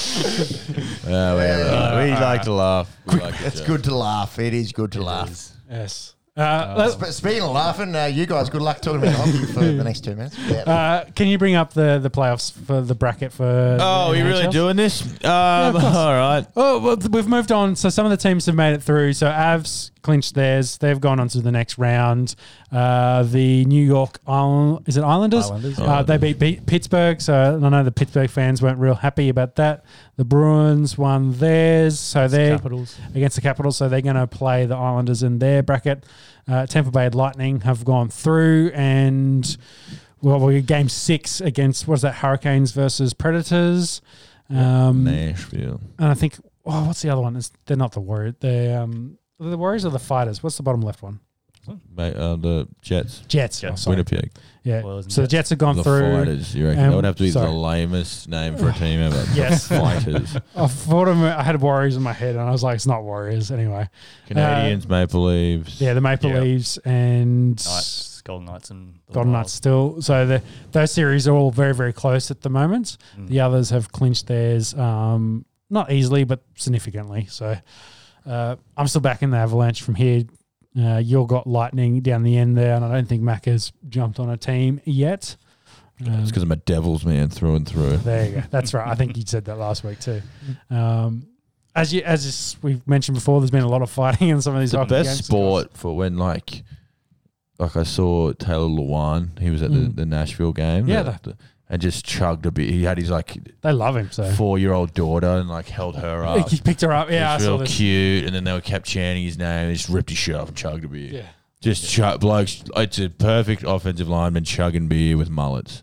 yeah, we, have a- we like to laugh. We like to
It's
joke.
good to laugh. It is good to laugh.
Yes. Uh, let's,
But speaking of laughing, uh, you guys, good luck talking about hockey for the next two minutes. Yeah.
uh, can you bring up the, the playoffs for the bracket for?
Oh,
the
you really
NHLs?
doing this? Um,
of course.
all right.
Oh, well, th- we've moved on. So some of the teams have made it through. So Avs clinched theirs. They've gone on to the next round. Uh, the New York Island, is it Islanders?
Islanders.
Uh, they beat, beat Pittsburgh. So I know the Pittsburgh fans weren't real happy about that. The Bruins won theirs. So they're
Capitals.
against the Capitals. So they're going to play the Islanders in their bracket. Uh, Tampa Bay Lightning have gone through and. Well, we're game six against what is that? Hurricanes versus Predators. Um,
Nashville.
and I think, oh, what's the other one? It's, they're not the Warriors. They um, are the Warriors or the Fighters. What's the bottom left one?
Mate, uh, the Jets.
Jets.
Jets.
Oh, sorry.
Winnipeg.
Yeah.
Oilers and
So the
Jets.
Jets have gone
The
through.
Fighters. You reckon
Um,
that would have to be
sorry.
the lamest name for a team ever.
Yes.
The Fighters.
I thought of- I had Warriors in my head, and I was like, it's not Warriors anyway.
Canadians, Maple Leafs.
Yeah, the Maple
Yeah.
Leafs and
Knights, Golden Knights, and the
Golden
Wild.
Knights still. So the, those series are all very, very close at the moment.
Mm.
The others have clinched theirs, um, not easily, but significantly. So uh, I'm still backing the Avalanche from here. Uh, you've got Lightning down the end there, and I don't think Mac has jumped on a team yet. Um,
It's because I'm a Devils man through and through.
there you go. That's right. I think you said that last week too. Um, as you, as is- we've mentioned before, there's been a lot of fighting in some of these
It's the
hockey
best
games.
sport for when like like I saw Taylor Lewan, he was at
Mm.
the, the Nashville game.
Yeah,
the- the- and just chugged a bit. He had his like
They love him so.
four year old daughter and like held her up.
he picked her up. Yeah, I
it was
saw
real
this.
cute, and then they were kept chanting his name. And just ripped his shirt off and chugged a beer.
Yeah.
Just chug, blokes. It's a perfect offensive lineman chugging beer with mullets,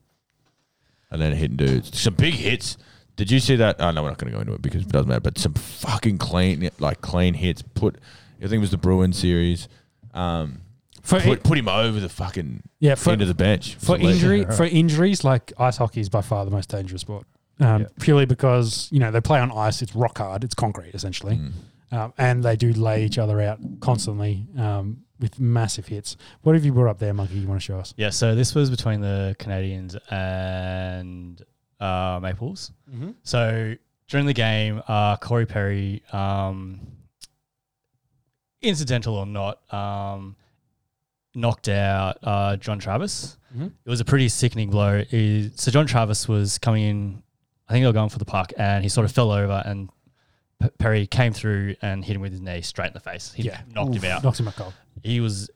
and then hitting dudes. Some big hits. Did you see that? Oh no, we're not going to go into it because it doesn't matter. But some fucking clean, like clean hits. Put I think it was the Bruin series. Um,
For,
put, put him over the fucking
yeah, for,
end of the bench It was
for
a legend.
injury for injuries like ice hockey is by far the most dangerous sport um,
Yeah.
purely because you know they play on ice it's rock hard it's concrete essentially
Mm.
um, and they do lay each other out constantly um, with massive hits what have you brought up there monkey you want to show us
Yeah, so this was between the Canadians and uh, Maples.
mm-hmm.
So during the game, uh, Corey Perry, um, incidental or not, um, knocked out uh, John Travis.
Mhm.
It was a pretty sickening blow. He- so John Travis was coming in, I think they were going for the puck, and he sort of fell over and. P- Perry came through and hit him with his knee straight in the face. He
Yeah.
knocked him out
knocked him out cold
he was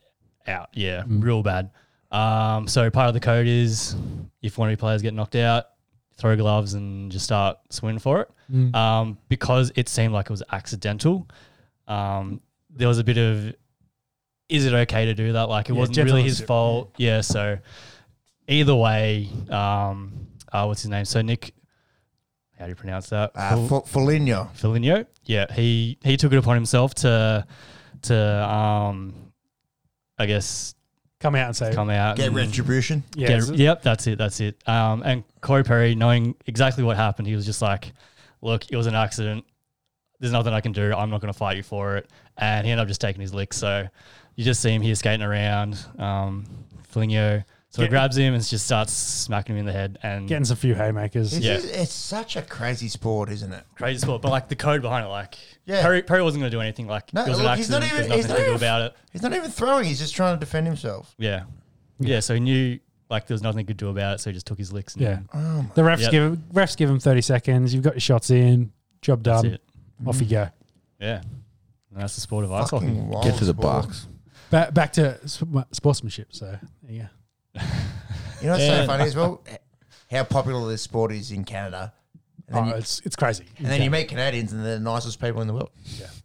out. Yeah,
Mm.
real bad. Um, so part of the code is if one of your players get knocked out, throw gloves and just start swinging for it.
Mm.
Um, because it seemed like it was accidental. Um, there was a bit of, is it okay to do that? Like it
Yeah,
wasn't
gentleman's
really his
it.
fault. Yeah. So either way, um, uh, what's his name? So Nick, how do you pronounce that?
Uh,
Cool.
Fo- Foligno.
Foligno. Yeah, he he took it upon himself to to um, I guess
come out and say
come out
Get
and
retribution.
yeah,
get-
is it-
yep, that's it, that's it. Um, and Corey Perry, knowing exactly what happened, he was just like, "Look, it was an accident. There's nothing I can do. I'm not going to fight you for it." And he ended up just taking his lick. So you just see him here skating around. Um, Foligno
Get-
sort of grabs him and just starts smacking him in the head and
getting some few haymakers
It's,
Yeah.
just- it's such a crazy sport, isn't it?
crazy sport, but like the code behind it, like
Yeah.
Perry, Perry wasn't going to do anything. Like
No,
it was an
look, he's not
accident.
even-
There's
he's
nothing to
not
do
even-
about it.
He's not even throwing. He's just trying to defend himself.
Yeah, yeah. So he knew like there was nothing he could do about it, so he just took his licks. And
yeah
Oh my.
the refs
Yep.
give him, refs give him 30 seconds you've got your shots in job
that's
done
it.
off you go
Yeah, and that's the sport of ice hockey.
Fucking wild
Get to the
sport.
box.
back, back to sp- sportsmanship so yeah
You know what's
Yeah.
so funny as well? How popular this sport is in Canada. And then,
oh,
you,
it's it's crazy
and then you meet Canadians and they're the nicest people in the world.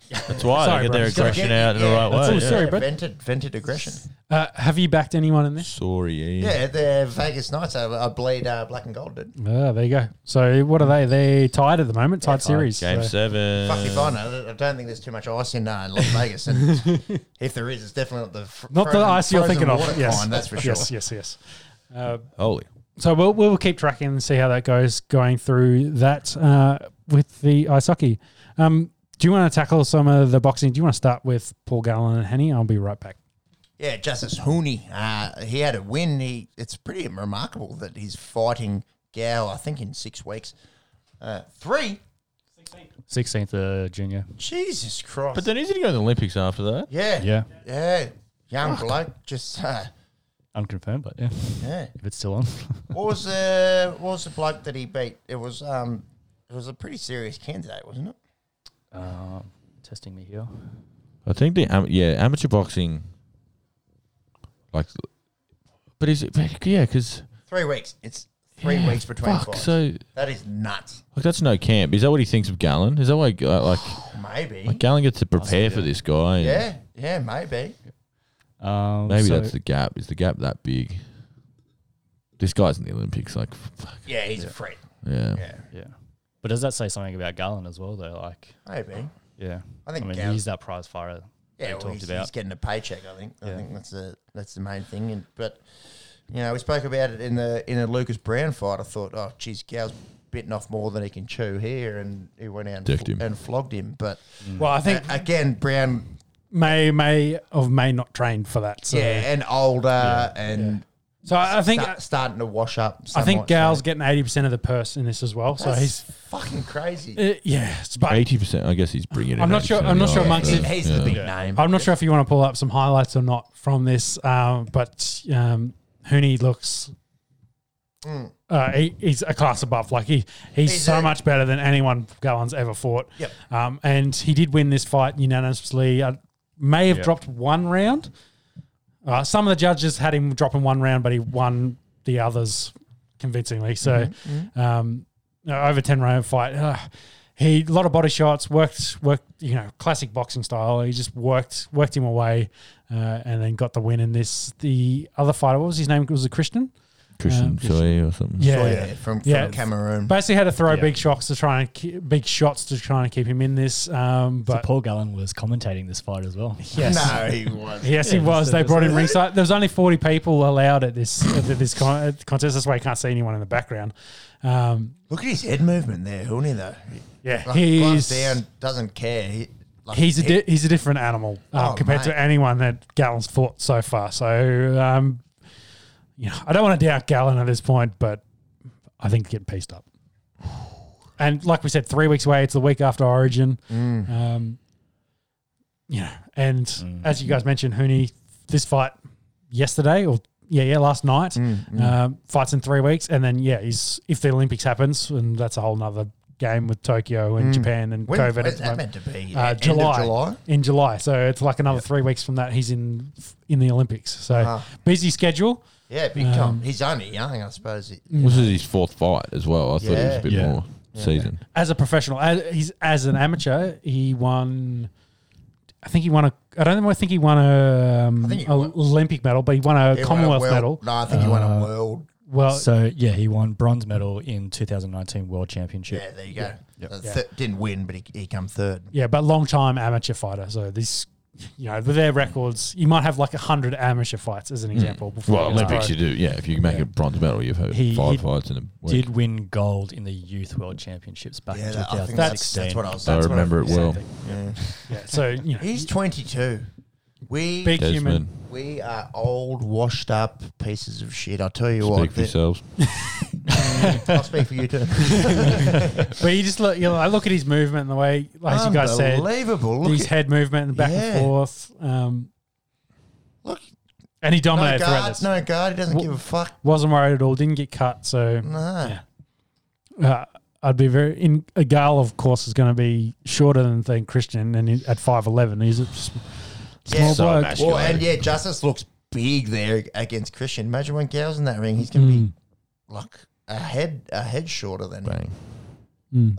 That's why
Sorry,
they get
bro.
their
He's gotta
aggression
get-
out in the
yeah,
right
that's
way.
all-
yeah.
sorry. bro.
vented, vented aggression.
Uh, have you backed anyone in this?
Sorry, Ian.
Yeah, they're Vegas Knights. I, I bleed uh, black and gold, dude.
Ah, there you go. So what are they? They're tied at the moment, tied series.
Game
So-
seven.
Fuck if I know. I don't think there's too much ice in uh, Las Vegas. And if there is, it's definitely not the fr-
Not the
frozen-
ice you're
frozen
thinking of.
water
Yes,
kind, that's for sure.
Yes, yes, yes. Uh,
Holy.
so we'll we'll keep tracking and see how that goes going through that uh, with the ice hockey. Um, do you want to tackle some of the boxing? Do you want to start with Paul Gallen and Henny? I'll be right back.
Yeah, Justice Hooney. Uh, he had a win. He it's pretty remarkable that he's fighting Gao. I think in six weeks. Uh, three.
Sixteenth of junior.
Jesus Christ.
But then isn't he going to the Olympics after that?
yeah, yeah,
Yeah,
Young bloke. Just uh,
unconfirmed, but yeah,
yeah.
if it's still on.
What was the what was the bloke that he beat? It was um, it was a pretty serious candidate, wasn't it?
um, testing me here.
I think the am- yeah amateur boxing, like, but is it but yeah because
Three weeks. It's three weeks between
fuck
fights.
so
that is nuts.
like that's no camp. Is that what he thinks of Gallon? Is that why uh, like
Maybe.
like Gallon gets to prepare for this guy? and
yeah, yeah, maybe.
Um,
maybe
so
that's the gap. Is the gap that big? This guy's in the Olympics. Like fuck
Yeah, he's a freak.
yeah.
Yeah,
yeah. But does that say something about Gallon as well, though? Like,
maybe.
yeah,
I think
I mean
Gallon-
he's that prize fighter.
Yeah,
they
well,
talked
he's,
about.
he's getting a paycheck. I think. I
Yeah.
think that's the that's the main thing. And but you know, we spoke about it in the in the Lucas Brown fight. I thought, oh, geez, Gal's bitten off more than he can chew here, and he went out and,
Dicked him.
and flogged him. But
Well, I think
a- again, Brown,
May may of may not trained for that. So
yeah, and older, and
So I, I think
Start- starting to wash up.
I think
somewhat,
Gal's
so.
getting eighty percent of the purse in this as well. So
That's
he's
fucking crazy.
uh, yeah, it's- but
Eighty percent. I guess he's bringing it.
I'm
in
not sure-
80%.
I'm not sure
Yeah,
Monk's-
yeah.
He's the big name.
I'm not sure if you want to pull up some highlights or not from this, um, but um, Hooney looks. Uh, he, he's a class above. Like he, he's,
He's
so
a-
much better than anyone Galen's ever fought.
Yep.
Um, and he did win this fight unanimously. I may have dropped one round. Uh, some of the judges had him dropping one round, but he won the others convincingly. So, um, uh, over ten round fight. Uh, he a lot of body shots. Worked worked you know classic boxing style. He just worked worked him away, uh, and then got the win in this. The other fighter, what was his name? Was it Christian?
Christian
Um,
Soy or something.
Yeah.
So, yeah, from, from
Yeah.
Cameroon.
Basically, had to throw
Yeah.
big shots to try and keep, big shots to try and keep him in this. Um,
So
but
Paul Gallen was commentating this fight as well.
yes,
No, he was.
Yes, he
Yeah,
was.
so
They
there's
brought him ringside. There was only forty people allowed at this at this con- at contest. That's why you can't see anyone in the background. Um,
Look at his head movement there, Hooney, though.
yeah,
Like,
he's
gloves down, doesn't care. He, like,
he's a
he-
di- he's a different animal uh,
Oh,
compared
mate.
to anyone that Gallon's fought so far. So, um, you know, I don't want to doubt Gallon at this point, but I think getting pieced up. And like we said, three weeks away. It's the week after Origin.
Mm.
Um, you know, and as you guys mentioned, Hooney, this fight yesterday or yeah, yeah, last night.
Mm,
Um, fights in three weeks, and then yeah, he's if the Olympics happens, and that's a whole nother game with Tokyo and Japan and
Mm. When,
COVID. at
when's
the
that
moment.
meant to be?
Uh,
End of
July,
July?
in July. So it's like another three weeks from that. He's in in the Olympics. So
Ah.
busy schedule.
Yeah, big time. He's only young, I suppose.
This is his fourth fight as well. I thought it was
Yeah.
a bit
Yeah.
more season.
As a professional, as, he's as an amateur, he won. I think he won a. I don't know, I think he won a um,
I think he won-
Olympic medal, but he won a
He won a
Commonwealth
world-
medal.
No, I think he won a world.
Well,
Oh. So yeah, he won bronze medal in 2019 World Championship.
Yeah, there you go. Uh, Th- didn't win, but he, he come third.
yeah, but long time amateur fighter. So this, you know, with their records, you might have like hundred amateur fights as an example. Before
Hmm. Well,
he gets
Olympics
pro.
you do. Yeah, if you make a bronze medal, you've had
He-
five
he
fights in a week.
Did win gold in the Youth World Championships back
Yeah,
in
that, I think
2016.
that's, that's what I was
I
that's what
remember it well.
Yeah.
Yeah, so you know,
He's 22. We
big
Desmond,
human.
we are old, washed up pieces of shit. I tell you
speak
what.
for
that-
yourselves.
I'll speak for you too.
But you just look, you know, I look at his movement and the way, like as you guys said,
Unbelievable. Look,
his
at-
head movement and back
Yeah.
and forth. Um,
look
and he
no
dominated throughout
guard,
this.
no guard. He doesn't
Wha-
give a fuck.
Wasn't worried at all. Didn't get cut. So
No.
uh, I'd be very. In a Gal, of course, is going to be shorter than, than Christian, and he- at five eleven, he's a s- small
Yeah. So
bloke.
massive.
Well, and yeah, Justice looks big there against Christian. Imagine when Gale's in that ring, he's going to
Hmm.
be like a head a head shorter than.
Bang.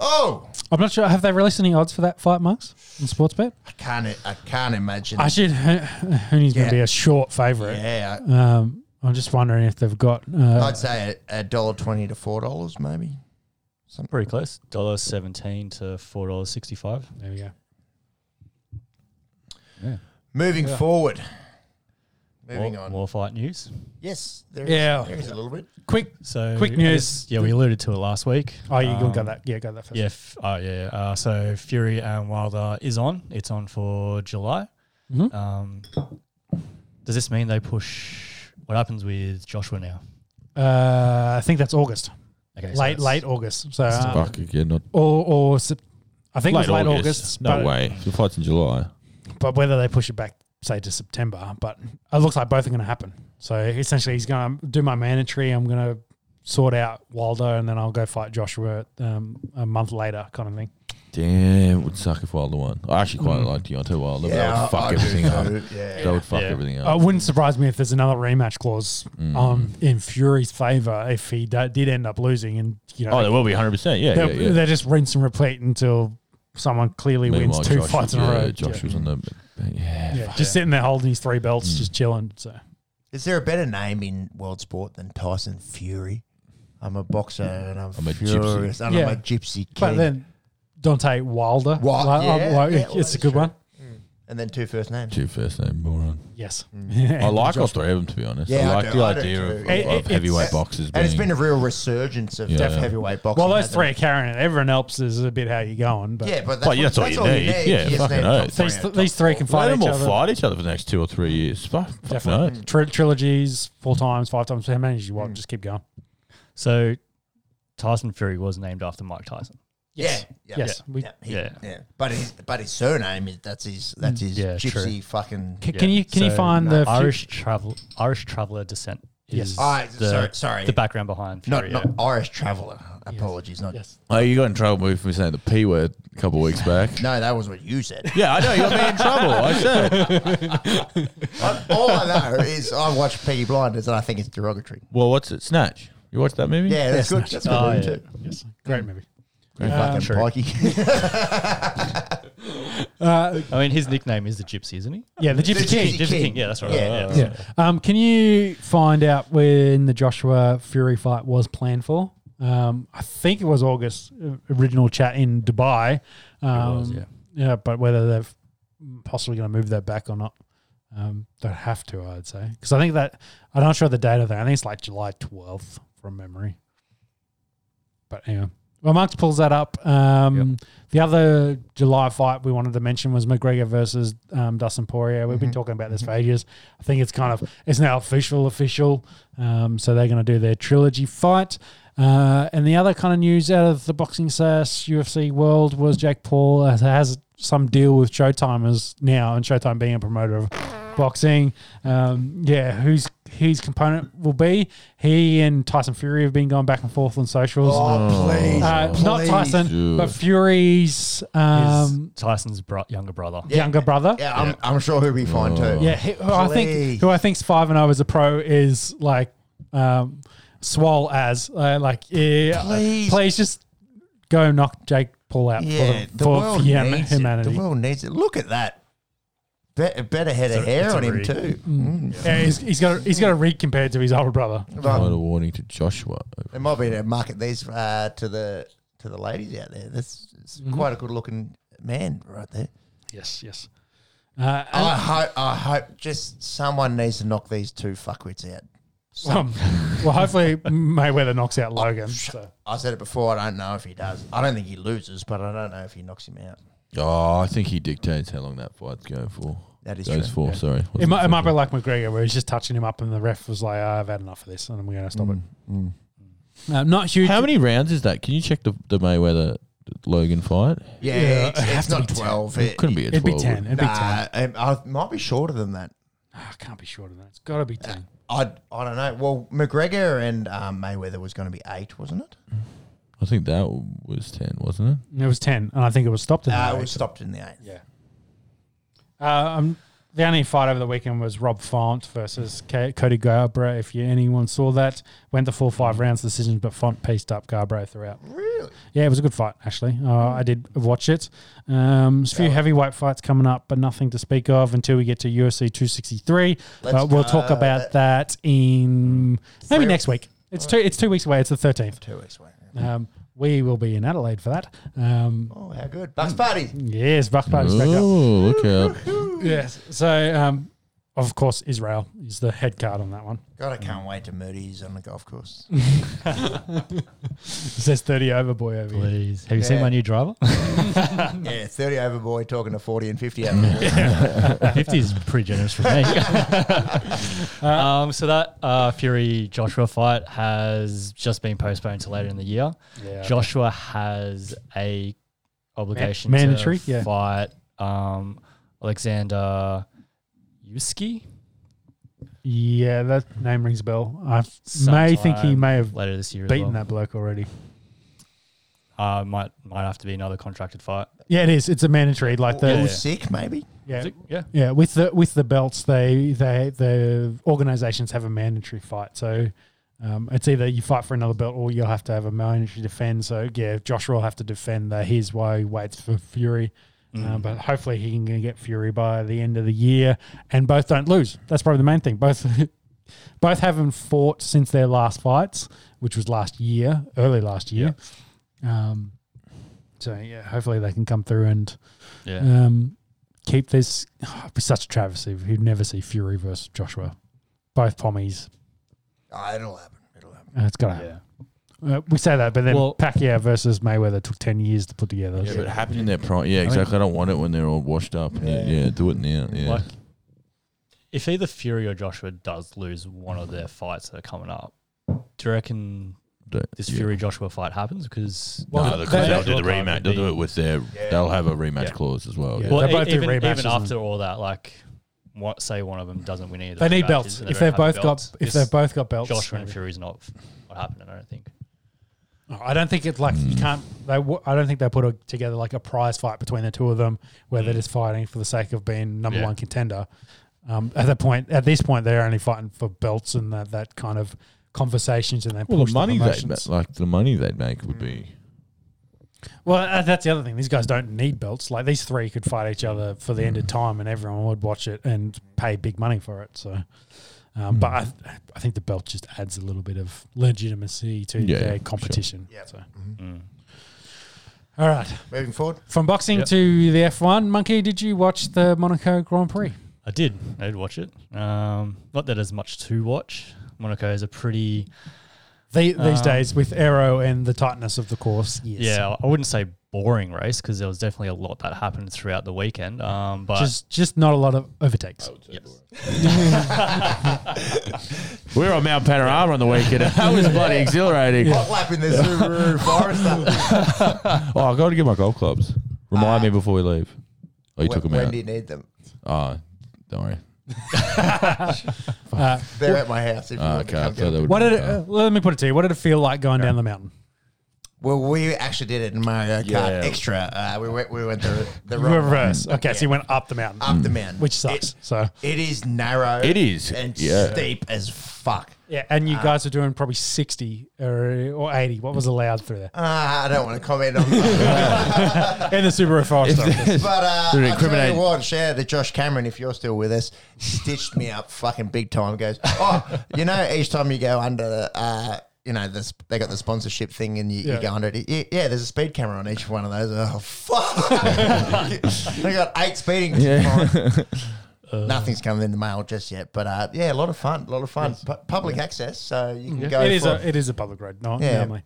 Oh,
Mm, I'm not sure. Have they released any odds for that fight, Marks, in Sportsbet?
I can't I can't imagine.
I should. Hooney's going
Yeah.
to be a short favourite.
yeah, I-
Um, I'm just wondering if they've got. Uh,
I'd say a, a dollar twenty to four dollars maybe.
pretty close. Dollar seventeen to four dollars sixty five.
there we go.
Moving forward. Moving
more,
on.
More fight news.
Yes, there is,
Yeah.
there is a little bit.
Quick.
So
Quick
I
news.
guess- yeah, we alluded to it last week.
Oh, you
Um,
got that. Yeah, go that first.
Yeah. F- oh, yeah. yeah. Uh, so Fury and Wilder is on. It's on for July.
Mhm.
Um, does this mean they push? What happens with Joshua now?
Uh, I think that's August.
Okay, so
late
that's-
late August. So uh,
Fuck again. Not
or or Sep- I think it was late August.
No
but,
way. The fight's in July.
But whether they push it back, say to September, but it looks like both are going to happen. So essentially, he's going to do my mandatory. I'm going to sort out Waldo, and then I'll go fight Joshua um, a month later, kind of thing.
Damn, it would suck if Wilder won. I actually quite like Deontay Wilder. Yeah, that would fuck everything up.
Yeah.
That would fuck
Yeah.
everything
Uh,
up.
It wouldn't surprise me if there's another rematch clause
Mm.
um, in Fury's favor if he d- did end up losing, and you know
Oh, there will be 100%. Yeah, yeah,
they're,
yeah.
they're just rinse and repeat until someone clearly
Meanwhile,
wins two
Josh-
fights in a
yeah,
row.
Josh
Yeah.
was on the. Yeah.
Yeah, just sitting there holding his three belts, just chilling. So
Is there a better name in world sport than Tyson Fury? I'm a boxer and I'm,
I'm a gypsy.
furious and
Yeah.
I'm a gypsy king.
But then Dante Wilder,
Wa-
like,
yeah,
um, like,
yeah,
it's
well,
a good
sure.
one.
and then two first names.
Two first name moron.
Yes.
I like all three of them to be honest.
Yeah, I
I like
do-
the
I do
idea
too.
of, of,
It- it-
of heavyweight
it's-
boxes.
And
Being,
it's been a real resurgence of
Yeah.
deaf heavyweight boxing.
Well, those
hasn't
three are
it?
carrying it. Everyone else is a bit how you're going. But
Yeah, but that's,
Well,
what,
that's all you need. Yeah,
You just
fucking
need top
oath.
three
these,
and top
these three
four.
can
let
fight
them
each
all
other.
fight each other for the next two or three years. Fuck, fuck
Definitely.
knows.
Tri- trilogies, four times, five times, how many as you want. Just keep going.
So Tyson Fury was named after Mike Tyson.
Yes.
Yeah, yeah,
Yes. We,
Yeah, he-
Yeah.
yeah. But his but his surname is that's his that's his
Yeah,
gypsy
true.
fucking.
C- Can
Yeah.
you can you
So,
find
no,
the few-
Irish travel Irish traveler descent
Yes.
is
Ah, sorry,
the,
sorry.
the background behind
not
Fury.
not
yeah.
Irish traveller. Apologies, not.
Yes.
Oh, you got in trouble with me saying the p word a couple of weeks back.
No, that was what you said.
Yeah, I know you got me in trouble. I said.
I- all I know is I watch Peggy Blinders and I think it's derogatory.
Well, what's it? Snatch. You watched that movie?
Yeah, that's good. That's good
Oh,
movie
yeah.
too.
Yes. Great movie.
Fucking
true.
pikey.
Uh,
I mean his nickname is the Gypsy, isn't he?
yeah, the
The
Gypsy King.
Gypsy
Gypsy King, yeah, that's right.
Yeah.
Yeah.
Yeah. Um, can you find out when the Joshua Fury fight was planned for? Um, I think it was August uh, original chat in Dubai. Um,
was, yeah.
yeah, but whether they're possibly going to move that back or not, um, they'd have to, I'd say, because I think that I'm not sure the date of that. I think it's like July 12th from memory. But anyway, well, Marks pulls that up. Um, The other July fight we wanted to mention was McGregor versus um, Dustin Poirier. We've been talking about this for ages. I think it's kind of it's now official, official. Um, so they're going to do their trilogy fight. Uh, and the other kind of news out of the boxing slash UFC world was Jack Paul has- has some deal with Showtime as now, and Showtime being a promoter of boxing. Um, yeah, whose whose component will be he and Tyson Fury have been going back and forth on socials.
Oh, please,
Uh, not
please.
Tyson,
Dude.
but Fury's
Is
um,
Tyson's bro- younger brother.
younger brother. Yeah,
Yeah, I'm, I'm sure he'll be fine too.
he- who I think
Please.
who I think's five and zero as a pro is like um, Swole as uh, like yeah,
Please.
please just go knock Jake Paul out
Yeah,
for,
the
for
world
hum-
needs
humanity.
it. The world needs it. Look at that. Be- better head of hair
it's a
on him
rig.
too.
Mm. Yeah, he's, he's got a, he's got a rig compared to his older brother.
Not a warning to Joshua.
It might be to market these uh, to the to the ladies out there. That's it's
Mm-hmm.
quite a good looking man right there.
Yes, yes. Uh, and-
I hope I hope just someone needs to knock these two fuckwits out. Ah.
Um, well, hopefully Mayweather knocks out
Oh,
Logan. So.
I said it before. I don't know if he does. I don't think he loses, but I don't know if he knocks him out.
Oh, I think he dictates how long that fight's going for.
That is
Goes
true.
for. Sorry.
It might, it might be like McGregor, where he's just touching him up, and the ref was like, "Ah, "I've had enough of this, and we're going to stop
Mm,
it." Uh, not huge.
How many rounds is that? Can you check the, the Mayweather Logan fight?
Yeah,
Yeah,
it's,
it'd have
it's
to
not
be ten.
twelve.
It couldn't be a
It'd
12.
be ten. It'd be ten.
Nah, it, I might be shorter than that.
Ah, I can't be shorter than that. It's got to be ten.
I I don't know. Well, McGregor and um, Mayweather was going to be eight, wasn't it?
I think that was 10, wasn't it?
It was ten, and I think it was stopped at
Uh,
that.
it was stopped in the eighth.
yeah. Uh, um, the only fight over the weekend was Rob Font versus K- Cody Garbrandt. If you, anyone saw that, went the full
Mm.
five rounds decisions, but Font pieced up Garbrandt throughout.
Really?
Yeah, it was a good fight actually. Uh, I did watch it. Um, there's a few heavyweight fights coming up, but nothing to speak of until we get to UFC 263.
Let's
But we'll talk
go.
about that in maybe
Three-
next week. It's two. It's two weeks away. It's the 13th.
Two weeks away.
Um, we will be in Adelaide for that. Um,
Oh, how good! Bucks party.
yes, Bucks Party's back up.
Oh, look out.
Yes. So, um, of course, Israel is the head card on that one.
God, I can't wait to Moody's on the golf course.
It says 30 over boy over here.
Please. Have you seen
Yeah.
my new driver?
yeah, thirty over boy talking to forty and fifty. Out of the
Fifty is pretty generous for me. um, so that uh, Fury Joshua fight has just been postponed to later in the year.
Yeah.
Joshua has a obligation
Man- mandatory,
to
yeah.
fight um, Alexander Yuski
Yeah, that name rings a bell. I may think he may have
later this year.
beaten
as well.
that bloke already.
Uh, might might have to be another contracted fight.
Yeah, it is. It's a mandatory. Like
Or
the
sick, maybe.
yeah.
Is it? Yeah.
Yeah, with the with the belts, they they the organizations have a mandatory fight. So um, it's either you fight for another belt or you'll have to have a mandatory defend. So yeah, Joshua will have to defend that. Here's why he waits for Fury.
Mm.
Um, but hopefully he can get Fury by the end of the year, and both don't lose. That's probably the main thing. Both both haven't fought since their last fights, which was last year, early last year. Um, so yeah, hopefully they can come through and
Yeah.
um, keep this. it'd be such a travesty. if We'd never see Fury versus Joshua. Both pommies.
Oh, it'll happen. It'll happen.
Uh, it's got to happen. Uh, we say that, but then
Well-
Pacquiao versus Mayweather took 10 years to put together.
Yeah, but it happened in their prime. Yeah, exactly. I don't want it when they're all washed up. Yeah, yeah do it now. Yeah.
Like, if either Fury or Joshua does lose one of their fights that are coming up, do you reckon
Do-
this
yeah.
Fury Joshua fight happens? Because
Well,
no,
they-
because they'll,
they-
do the
they-
rematch. They'll do it with their. They'll have a rematch
Yeah.
clause as well.
Yeah.
Yeah.
Well,
well, e-
they both do
even,
rematches
even
and-
after all that, like, what, say one of them doesn't win either.
They need
rematches
belts.
and
If
don't
they've
have
both
belts,
got if
it's
they've both got belts,
Joshua and
maybe.
Fury's not not happening. I don't think.
I don't think it's like you can't. They, w- I don't think they put a, together like a prize fight between the two of them where they're just fighting for the sake of being number
Yeah.
one contender. Um, at that point, at this point, they're only fighting for belts and that, that kind of conversations and then
Well,
push
the money
promotions.
they like the money they'd make would be.
Well, uh, that's the other thing. These guys don't need belts. Like these three could fight each other for the end of time, and everyone would watch it and pay big money for it. So, um, but I, I think the belt just adds a little bit of legitimacy to
Yeah,
their
yeah,
competition.
sure. Yeah.
So. All right,
Moving forward.
from boxing
Yep.
to the F one. Monkey, did you watch the Monaco Grand Prix?
I did. I did watch it. Um, not that there's much to watch. Monaco is a pretty
The, these
Um,
days, with aero and the tightness of the course, yes.
yeah. I wouldn't say boring race because there was definitely a lot that happened throughout the weekend. Um, but
just just not a lot of overtakes.
We were on Mount Panorama on the weekend. That was bloody exhilarating.
Hot lap in the Subaru Forester.
Oh, I got to get my golf clubs. Remind
Ah.
me before we leave. Oh, you took them
when
out.
do you need them?
Oh, don't worry.
Uh,
They're at my house. If you
Ah,
want
okay.
to come
I
get
thought they
them.
would.
what did it, uh, let me put it to you? What did it feel like going down the mountain?
Well, we actually did it in Mario Kart
Yeah.
Extra. Uh, we went. We went the the
You
wrong
were
way,
reverse. Okay, so you went up the mountain,
up the mountain,
which sucks.
It-
so
it is narrow.
Mm. It is,
and
yeah.
steep as fuck.
yeah, and you guys were doing probably sixty or, or eighty. What was allowed through there?
Uh, I don't want to comment on that.
And the Subaru Forester.
but uh,
They're
I tell
incriminating.
you what, shout out to Josh Cameron if you're still with us. Stitched me up fucking big time. Goes, oh, you know, each time you go under the. Uh, you know, this, they got the sponsorship thing, and you,
Yeah.
you go under it. Y- Yeah, there's a speed camera on each one of those. Oh fuck! they got eight speeding. tickets on it.
Uh.
Nothing's coming in the mail just yet, but uh, yeah, a lot of fun, a lot of fun. Pu- public access, so you can go.
it is
for-
a it is a public road, not
Yeah. Mm.
normally.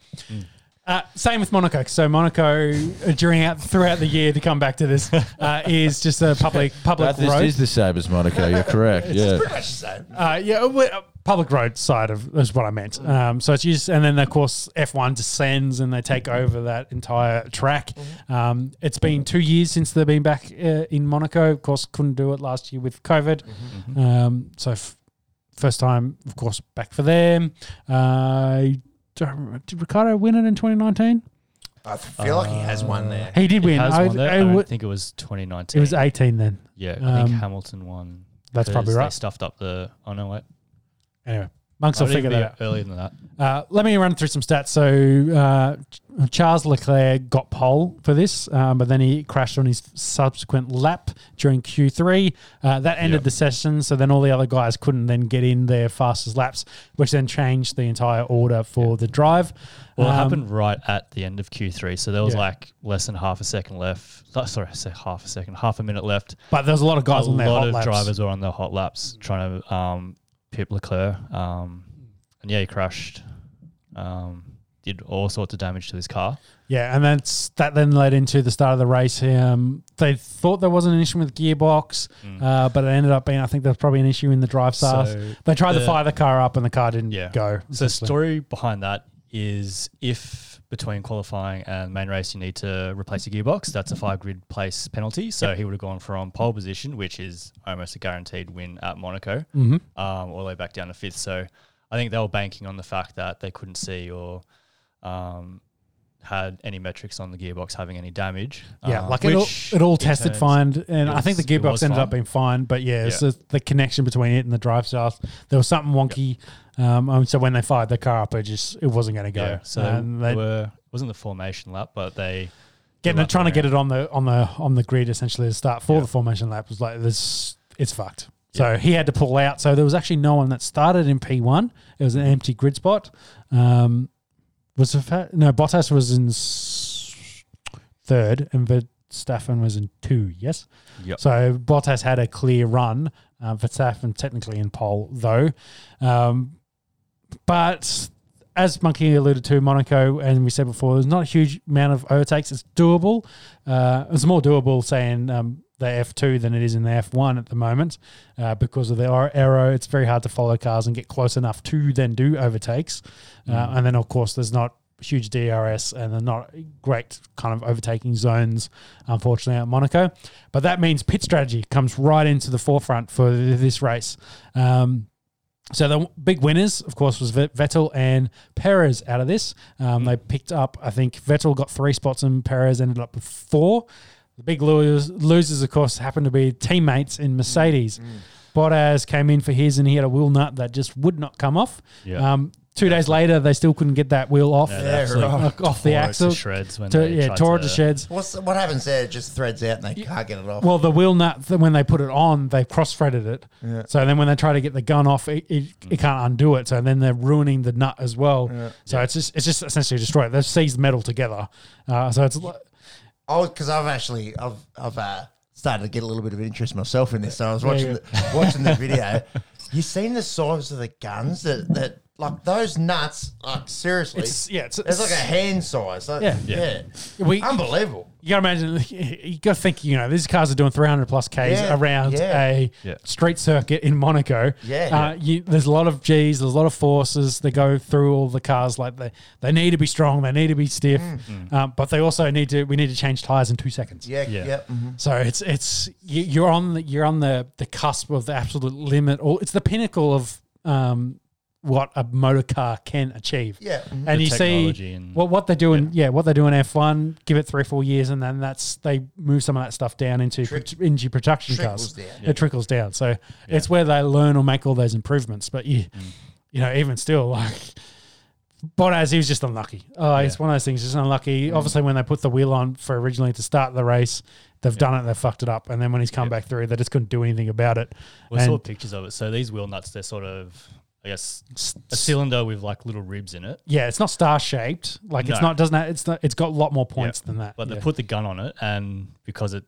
Uh, same with Monaco. So Monaco uh, during out throughout the year to come back to this uh, is just a public public
That this
road.
is the same as Monaco. You're correct. yeah.
pretty much the same.
Uh, yeah, we- uh, public road side of is what I meant.
Mm.
Um, so it's used, and then of course F one descends and they take
Mm-hmm.
over that entire track. Um, it's been two years since they've been back uh, in Monaco. Of course, couldn't do it last year with COVID.
Mm-hmm.
Um, so f- first time, of course, back for them. Uh, don't remember- did Ricardo win it in 2019?
I feel like he has
Uh.
one there.
He did
it Oh,
win.
has
I-
won that.
I
I don't
w-
think it was 2019.
it was 18 then.
yeah. I think
um,
Hamilton won.
That's probably
'cause They
right.
stuffed up the. Oh no, wait.
Anyway, monks will
Might even
figure
be
that out.
earlier than that.
Uh, let me run through some stats. So uh, Ch- Charles Leclerc got pole for this, um, but then he crashed on his subsequent lap during Q3. Uh, that ended the session, so then all the other guys couldn't then get in their fastest laps, which then changed the entire order for the drive.
Well, it
Um,
happened right at the end of Q3, so there was
Yeah.
like less than half a second left. Oh, sorry, I said half a second, half a minute left.
but there's a lot of guys
a
on their
lot
hot
of
laps.
drivers were on their hot laps trying to um, pip Leclerc, um, and yeah, he crashed. Um, did all sorts of damage to his car.
Yeah, and that's that then led into the start of the race. Um, they thought there wasn't an issue with gearbox, uh, but it ended up being I think there was probably an issue in the drive shaft.
Mm. So
they tried to
the-
fire the car up, and the car didn't
Yeah.
go.
So the
essentially.
story behind that is if between qualifying and main race you need to replace your gearbox, that's a five grid place penalty. So he would have gone from pole position, which is almost a guaranteed win at Monaco, um, all the way back down to fifth. So I think they were banking on the fact that they couldn't see or um, had any metrics on the gearbox having any damage.
Yeah,
um,
like it all,
which
it all
in
tested
turns-
fine, and
it
I think the
was- it
gearbox
was
ended
fine.
up being fine. But yeah, it's
Yeah.
just the connection between it and the drive shaft, there was something wonky. Um, and so when they fired the car up, it just it wasn't going to go.
Yeah, so
and
they
they
were it wasn't the formation lap, but they
getting
were
it, trying to
lucky
get it on the on the on the grid essentially to start for the formation lap was like this. It's fucked. So he had to pull out. So there was actually no one that started in P one. It was an empty grid spot. Um, was it, fa- no Bottas was in s- third and. Vet- Verstappen was in two, yes?
Yep.
So Bottas had a clear run. Uh, Verstappen technically in pole, though. Um, but as Monkey alluded to, Monaco, and we said before, there's not a huge amount of overtakes. It's doable. Uh, it's more doable, saying um, the F2 than it is in the F1 at the moment uh, because of the ar- aero. It's very hard to follow cars and get close enough to then do overtakes. Uh, and then, of course, there's not huge DRS and they're not great kind of overtaking zones, unfortunately, at Monaco. But that means pit strategy comes right into the forefront for th- this race. Um, so the w- big winners, of course, was Ve- Vettel and Perez out of this. Um, They picked up, I think Vettel got three spots and Perez ended up with four. The big losers, losers of course, happened to be teammates in Mercedes. Bottas came in for his and he had a wheel nut that just would not come off.
Yeah.
Um, two days later, they still couldn't get that wheel off,
Yeah, they absolutely
off- off the
tore it to
axle.
shreds when
To-
they
yeah,
tried
tore it to
to-
shreds.
What's what happens there? It just threads out and they can't get it off.
Well, the wheel nut th- when they put it on, they cross threaded it. So then when they try to get the gun off, it, it, it can't undo it. So then they're ruining the nut as well. So it's just it's just essentially destroyed. They've seized metal together. Uh, so it's li-
I because I've actually I've I've uh, started to get a little bit of interest myself in this. So I was watching
yeah.
The, watching the video. You seen the size of the guns that that like those nuts? Like seriously,
it's yeah it's,
it's like a hand size. Like,
Yeah.
yeah,
We-
unbelievable.
you gotta imagine you gotta think you know these cars are doing 300 plus k's
Yeah,
around
yeah.
a
Yeah.
street circuit in monaco
Yeah.
uh, You, there's a lot of g's there's a lot of forces that go through all the cars like they they need to be strong they need to be stiff um, but they also need to we need to change tires in two seconds
Mm. Yeah, yeah.
Yeah.
mhm.
so it's it's you, you're on the, you're on the the cusp of the absolute limit, or it's the pinnacle of um, what a motor car can achieve.
Yeah. mm-hmm.
and
The
you see
technology and-
what what they do in yeah. what they do in F one. Give it three or four years, and then that's they move some of that stuff down into
Trick-
pro- into production cars.
trickles down.
It trickles down, so it's where they learn or make all those improvements. But you
Mm.
you know even still like. Bottas, he was just unlucky. Oh, it's one of those things, just unlucky.
Mm.
Obviously, when they put the wheel on for originally to start the race, they've done it, they fucked it up. And then when he's come back through, they just couldn't do anything about it.
We
and
saw pictures of it. So these wheel nuts, they're sort of, I guess, a cylinder with like little ribs in it.
yeah, it's not star shaped. Like it's
No.
not doesn't have, it's not, it's got a lot more points
Yeah.
than that.
But
Yeah.
they put the gun on it, and because it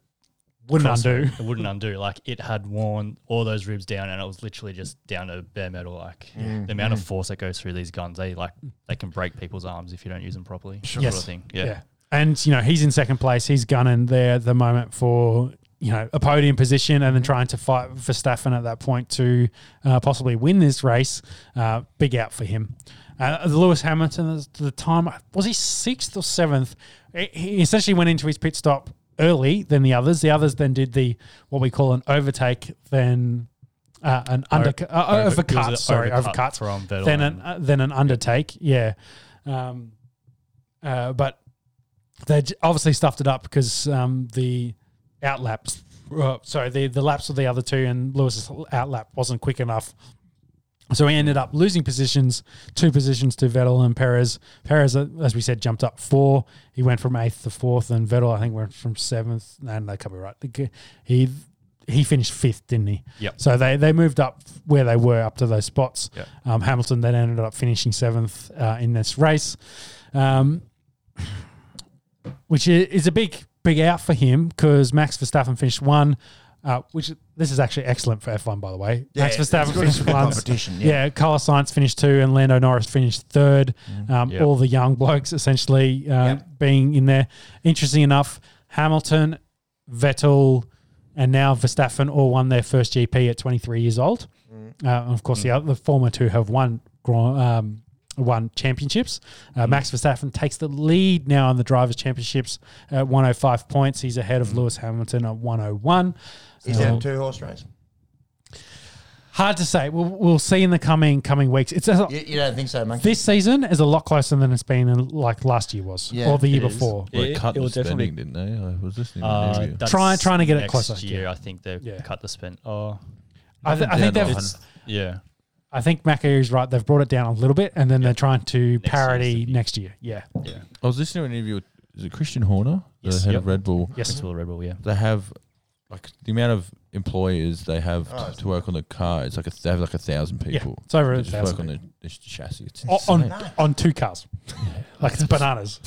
wouldn't
crossed-
undo.
it wouldn't undo. Like it had worn all those ribs down, and it was literally just down to bare metal. Like the amount
Mm.
of force that goes through these guns, they like they can break people's arms if you don't use them properly. Sort
Yes.
of thing. Yeah.
And you know he's in second place. He's gunning there at the moment for you know a podium position, and then
Mm-hmm.
trying to fight for Staffen at that point to uh, possibly win this race. Uh, big out for him. Uh, Lewis Hamilton at the time was he sixth or seventh. He- He essentially went into his pit stop early than the others. The others then did the what we call an overtake, then uh, an under uh,
Oh, over- it was
overcut.
an
Sorry,
overcut
overcut
from Vettel
Then an
and-
uh, then an undertake. Yeah. Um, uh, but they j- obviously stuffed it up because um, the outlaps, uh, sorry, the, the laps of the other two and Lewis's outlap wasn't quick enough. So he ended up losing positions, two positions to Vettel and Perez. Perez, uh, as we said, jumped up four. He went from eighth to fourth, and Vettel, I think, went from seventh. And they could be right. He he finished fifth, didn't he?
Yep.
So they, they moved up where they were up to those spots.
Yep.
Um, Hamilton then ended up finishing seventh uh, in this race. Um, which i- is a big big out for him because Max Verstappen finished one. Uh, which this is actually excellent for F1, by the way.
Yeah,
Max
it's
Verstappen
good for
finished
the
one.
competition, yeah.
Yeah, Carlos Sainz finished two, and Lando Norris finished third. Um,
Yeah.
All the young blokes essentially uh,
Mm-hmm. Yeah.
being in there. Interesting enough, Hamilton, Vettel, and now Verstappen all won their first GP at 23 years old.
Mm.
Uh, and of course, the, other, the former two have won grand- um, won championships. Uh,
Mm.
Max Verstappen takes the lead now in the drivers' championships at 105 points. He's ahead
Mm.
of Lewis Hamilton at 101.
Is that a two horse race?
Hard to say. We'll, we'll see in the coming coming weeks. It's a,
You, you don't think so, monkey?
this season is a lot closer than it's been in, like last year was
Yeah,
or the year
it is.
before.
Well, they
It-
cut
it
the
will definitely-
spending, didn't they? I was listening. to
Uh,
an interview.
that's
Trying- trying to get it
next
closer,
year.
yeah.
I think they've
Yeah.
cut the spend. Oh,
I, th- I think
down
they've,
to
yeah.
I think Mackay is right. They've brought it down a little bit, and then they're trying to
the
parody
year.
next year. Yeah.
I was listening to an interview with is it Christian Horner, the
Yes.
head
Yep.
of Red Bull.
Yes.
It's all Red Bull. Yeah.
They have like the amount of employers they have
Oh,
to, to work on the car. It's like a, they have like a thousand people.
Yeah. It's over
They
a
just
thousand.
work on the, the ch- chassis. It's
O- on
insane.
on two cars. like it's bananas.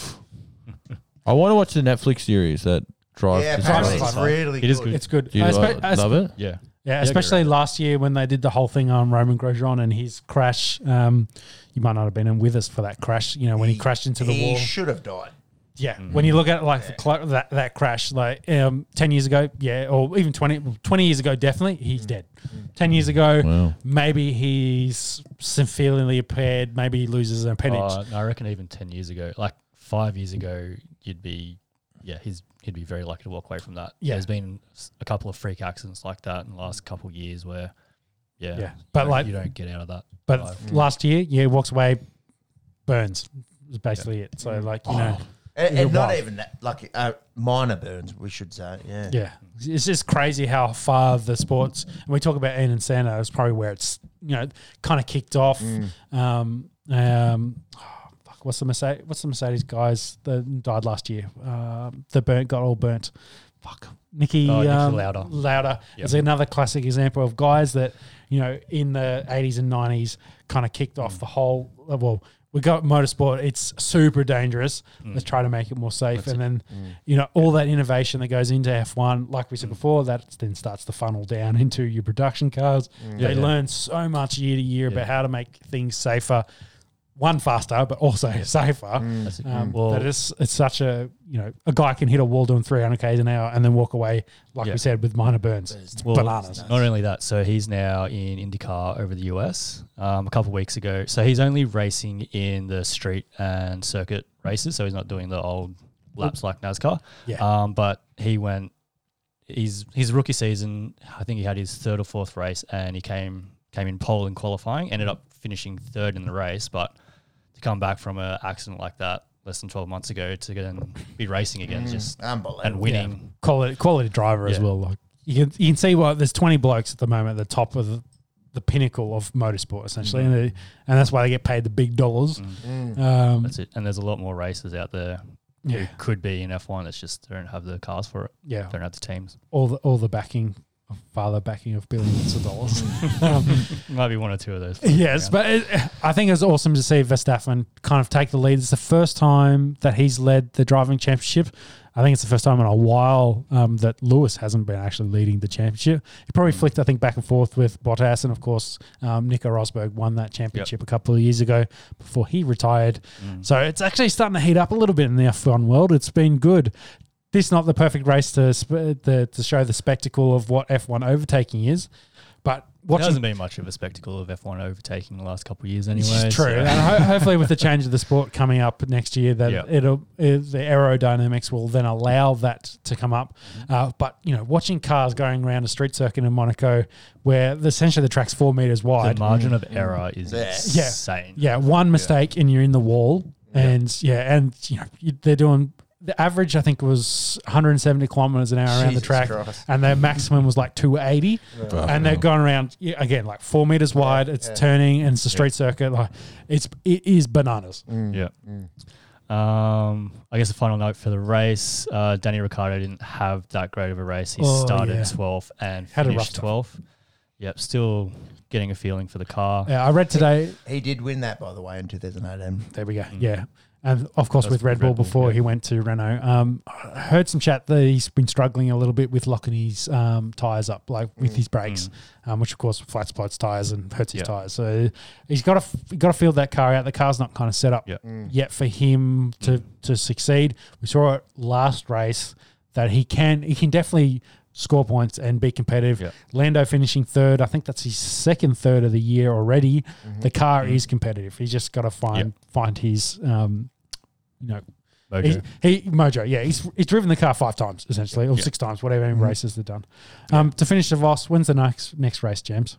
I want to watch the Netflix series that
Drive.
yeah,
to
apparently
Drive
it's
Survival.
really
It is
good.
good.
It's good.
Do you
I spe-
like-
I spe-
love it?
Yeah.
Yeah,
Yeah,
especially
correct.
last year when they did the whole thing on Roman Grosjean and his crash. Um, you might not have been in with us for that crash. You know when he, crashed into the
he
wall.
should have died.
Yeah, when you look at it like the clo that that crash, like um, ten years ago, yeah, or even 20, 20 years ago, definitely he's dead. Ten years ago,
Wow.
maybe he's severely impaired. Maybe he loses an appendage.
Uh, no, I reckon even ten years ago, like five years ago, you'd be, yeah, he's he'd be very lucky to walk away from that.
Yeah.
there's been s- a couple of freak accidents like that in the last couple of years where, yeah,
Yeah, but
you-
like-
you don't get out of that.
but
alive.
last year, yeah, walks away, burns. Is basically it. So like you know,
Oh.
And, and
Yeah,
not
wow.
even that, like uh, minor burns, we should say. Yeah.
Yeah, it's just crazy how far the sports. And we talk about Ian and Santa is probably where it's you know kind of kicked off.
Mm.
Um, um, oh, fuck, what's the Mercedes? What's the Mercedes guys that died last year? Um, the burnt got all burnt. Fuck, Nicky,
Oh, Nicky
um,
Lauda.
Louder
Yep.
is another classic example of guys that you know in the eighties and nineties kind of kicked
Mm.
off the whole. Well, we got motorsport; it's super dangerous.
Mm.
Let's try to make it more safe, and then you know all that innovation that goes into F one, like
Mm.
we said before, that then starts to funnel down into your production cars. They
Mm. Yeah.
learn so much year to year
Yeah.
about how to make things safer. One faster, but also safer.
That's it.
Um,
Mm. Well-
that is, it's such a you know a guy can hit a wall doing 300 k's an hour and then walk away like
Yeah.
we said with minor burns. It's bananas.
Not only that, so he's now in IndyCar over the US um, a couple of weeks ago. So he's only racing in the street and circuit races. So he's not doing the old laps like NASCAR.
Yeah.
Um, but he went, he's, his rookie season, I think he had his third or fourth race and he came came in pole in qualifying, ended up finishing third in the race. But to come back from an accident like that less than 12 months ago to then be racing again is just
Unbelievable.
and winning.
quality quality driver as
Yeah.
well. Like you can you can see what there's 20 blokes at the moment at the top of the, the pinnacle of motorsport
Mm.
essentially, and, they, and that's why they get paid the big dollars.
Mm.
Um,
That's it. And there's a lot more races out there
Yeah.
who could be in F1. It's just they don't have the cars for it.
yeah,
Don't have the teams.
all the all the backing, father backing of billions of dollars.
Mm.
um,
Might be one or two of those.
Yes,
Yeah.
but it, I think it's awesome to see Verstappen kind of take the lead. It's the first time that he's led the driving championship. I think it's the first time in a while um, that Lewis hasn't been actually leading the championship. He probably flicked, I think, back and forth with Bottas, and of course, um, Nico Rosberg won that championship a couple of years ago before he retired. So it's actually starting to heat up a little bit in the F1 world. It's been good. This is not the perfect race to sp- uh, the, to show the spectacle of what F1 overtaking is, but
There
watching
hasn't been much of a spectacle of F1 overtaking the last couple of years, anyway.
it's true.
so-
And ho- hopefully, with the change of the sport coming up next year, that
Yeah.
it'll it, the aerodynamics will then allow that to come up.
Mm-hmm.
Uh, but you know, watching cars going around a street circuit in Monaco, where the, essentially the track's four meters
The
wide,
margin of error is
Yeah.
Mm. Yeah.
insane.
yeah, one mistake and you're in the wall, and yeah, and you know you, they're doing. The average, I think, was 170 kilometers an hour around the
Jesus
track,
Christ.
and their maximum was like 280. And they're going around yeah, again, like four meters wide. It's turning, and it's a street circuit. Like it's it is bananas.
Yeah.
Mm.
Um, I guess a final note for the race: uh, Danny Ricciardo didn't have that great of a race. He
Oh,
started
yeah.
12th and
Had a rough
finished
time.
12th. Yep, still getting a feeling for the car.
Yeah, I read today.
He did win that, by the way, in 2018.
There we go. Yeah. And of course, with Red, Bull, before
yeah.
he went to Renault, um, I heard some chat that he's been struggling a little bit with locking his um, tyres up, like with his brakes, um, which of course flat spots tyres and hurts his
Mm. Yeah.
tyres. So he's got to got to feel that car out. The car's not kind of set up
Yeah. Mm.
yet for him to to succeed. We saw it last race that he can he can definitely score points and be competitive.
Yeah.
Lando finishing third. I think that's his second third of the year already. The car
Mm.
is competitive. He's just got to find find his um, you know.
Mojo.
He, he mojo, yeah. He's he's driven the car five times essentially, or six times, whatever
Mm-hmm.
races they've done. Um, to finish the Voss, when's the next next race, James?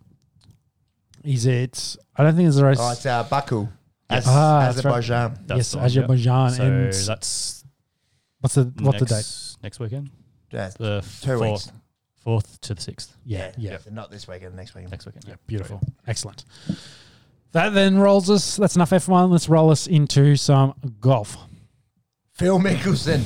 Is it? I don't think there's a race.
Oh, it's uh, Baku, Az-
Ah, that's right.
Azerbaijan.
That's
yes,
the one, yep.
Azerbaijan.
So
and
that's
what's the what's the
next,
date?
Next weekend.
Yeah,
The
two
fourth,
weeks.
fourth to the sixth.
Yeah, yeah.
So Not this weekend, next weekend.
Next weekend.
Yeah, beautiful. Excellent. That then rolls us. That's enough F1. Let's roll us into some golf.
Phil Mickelson,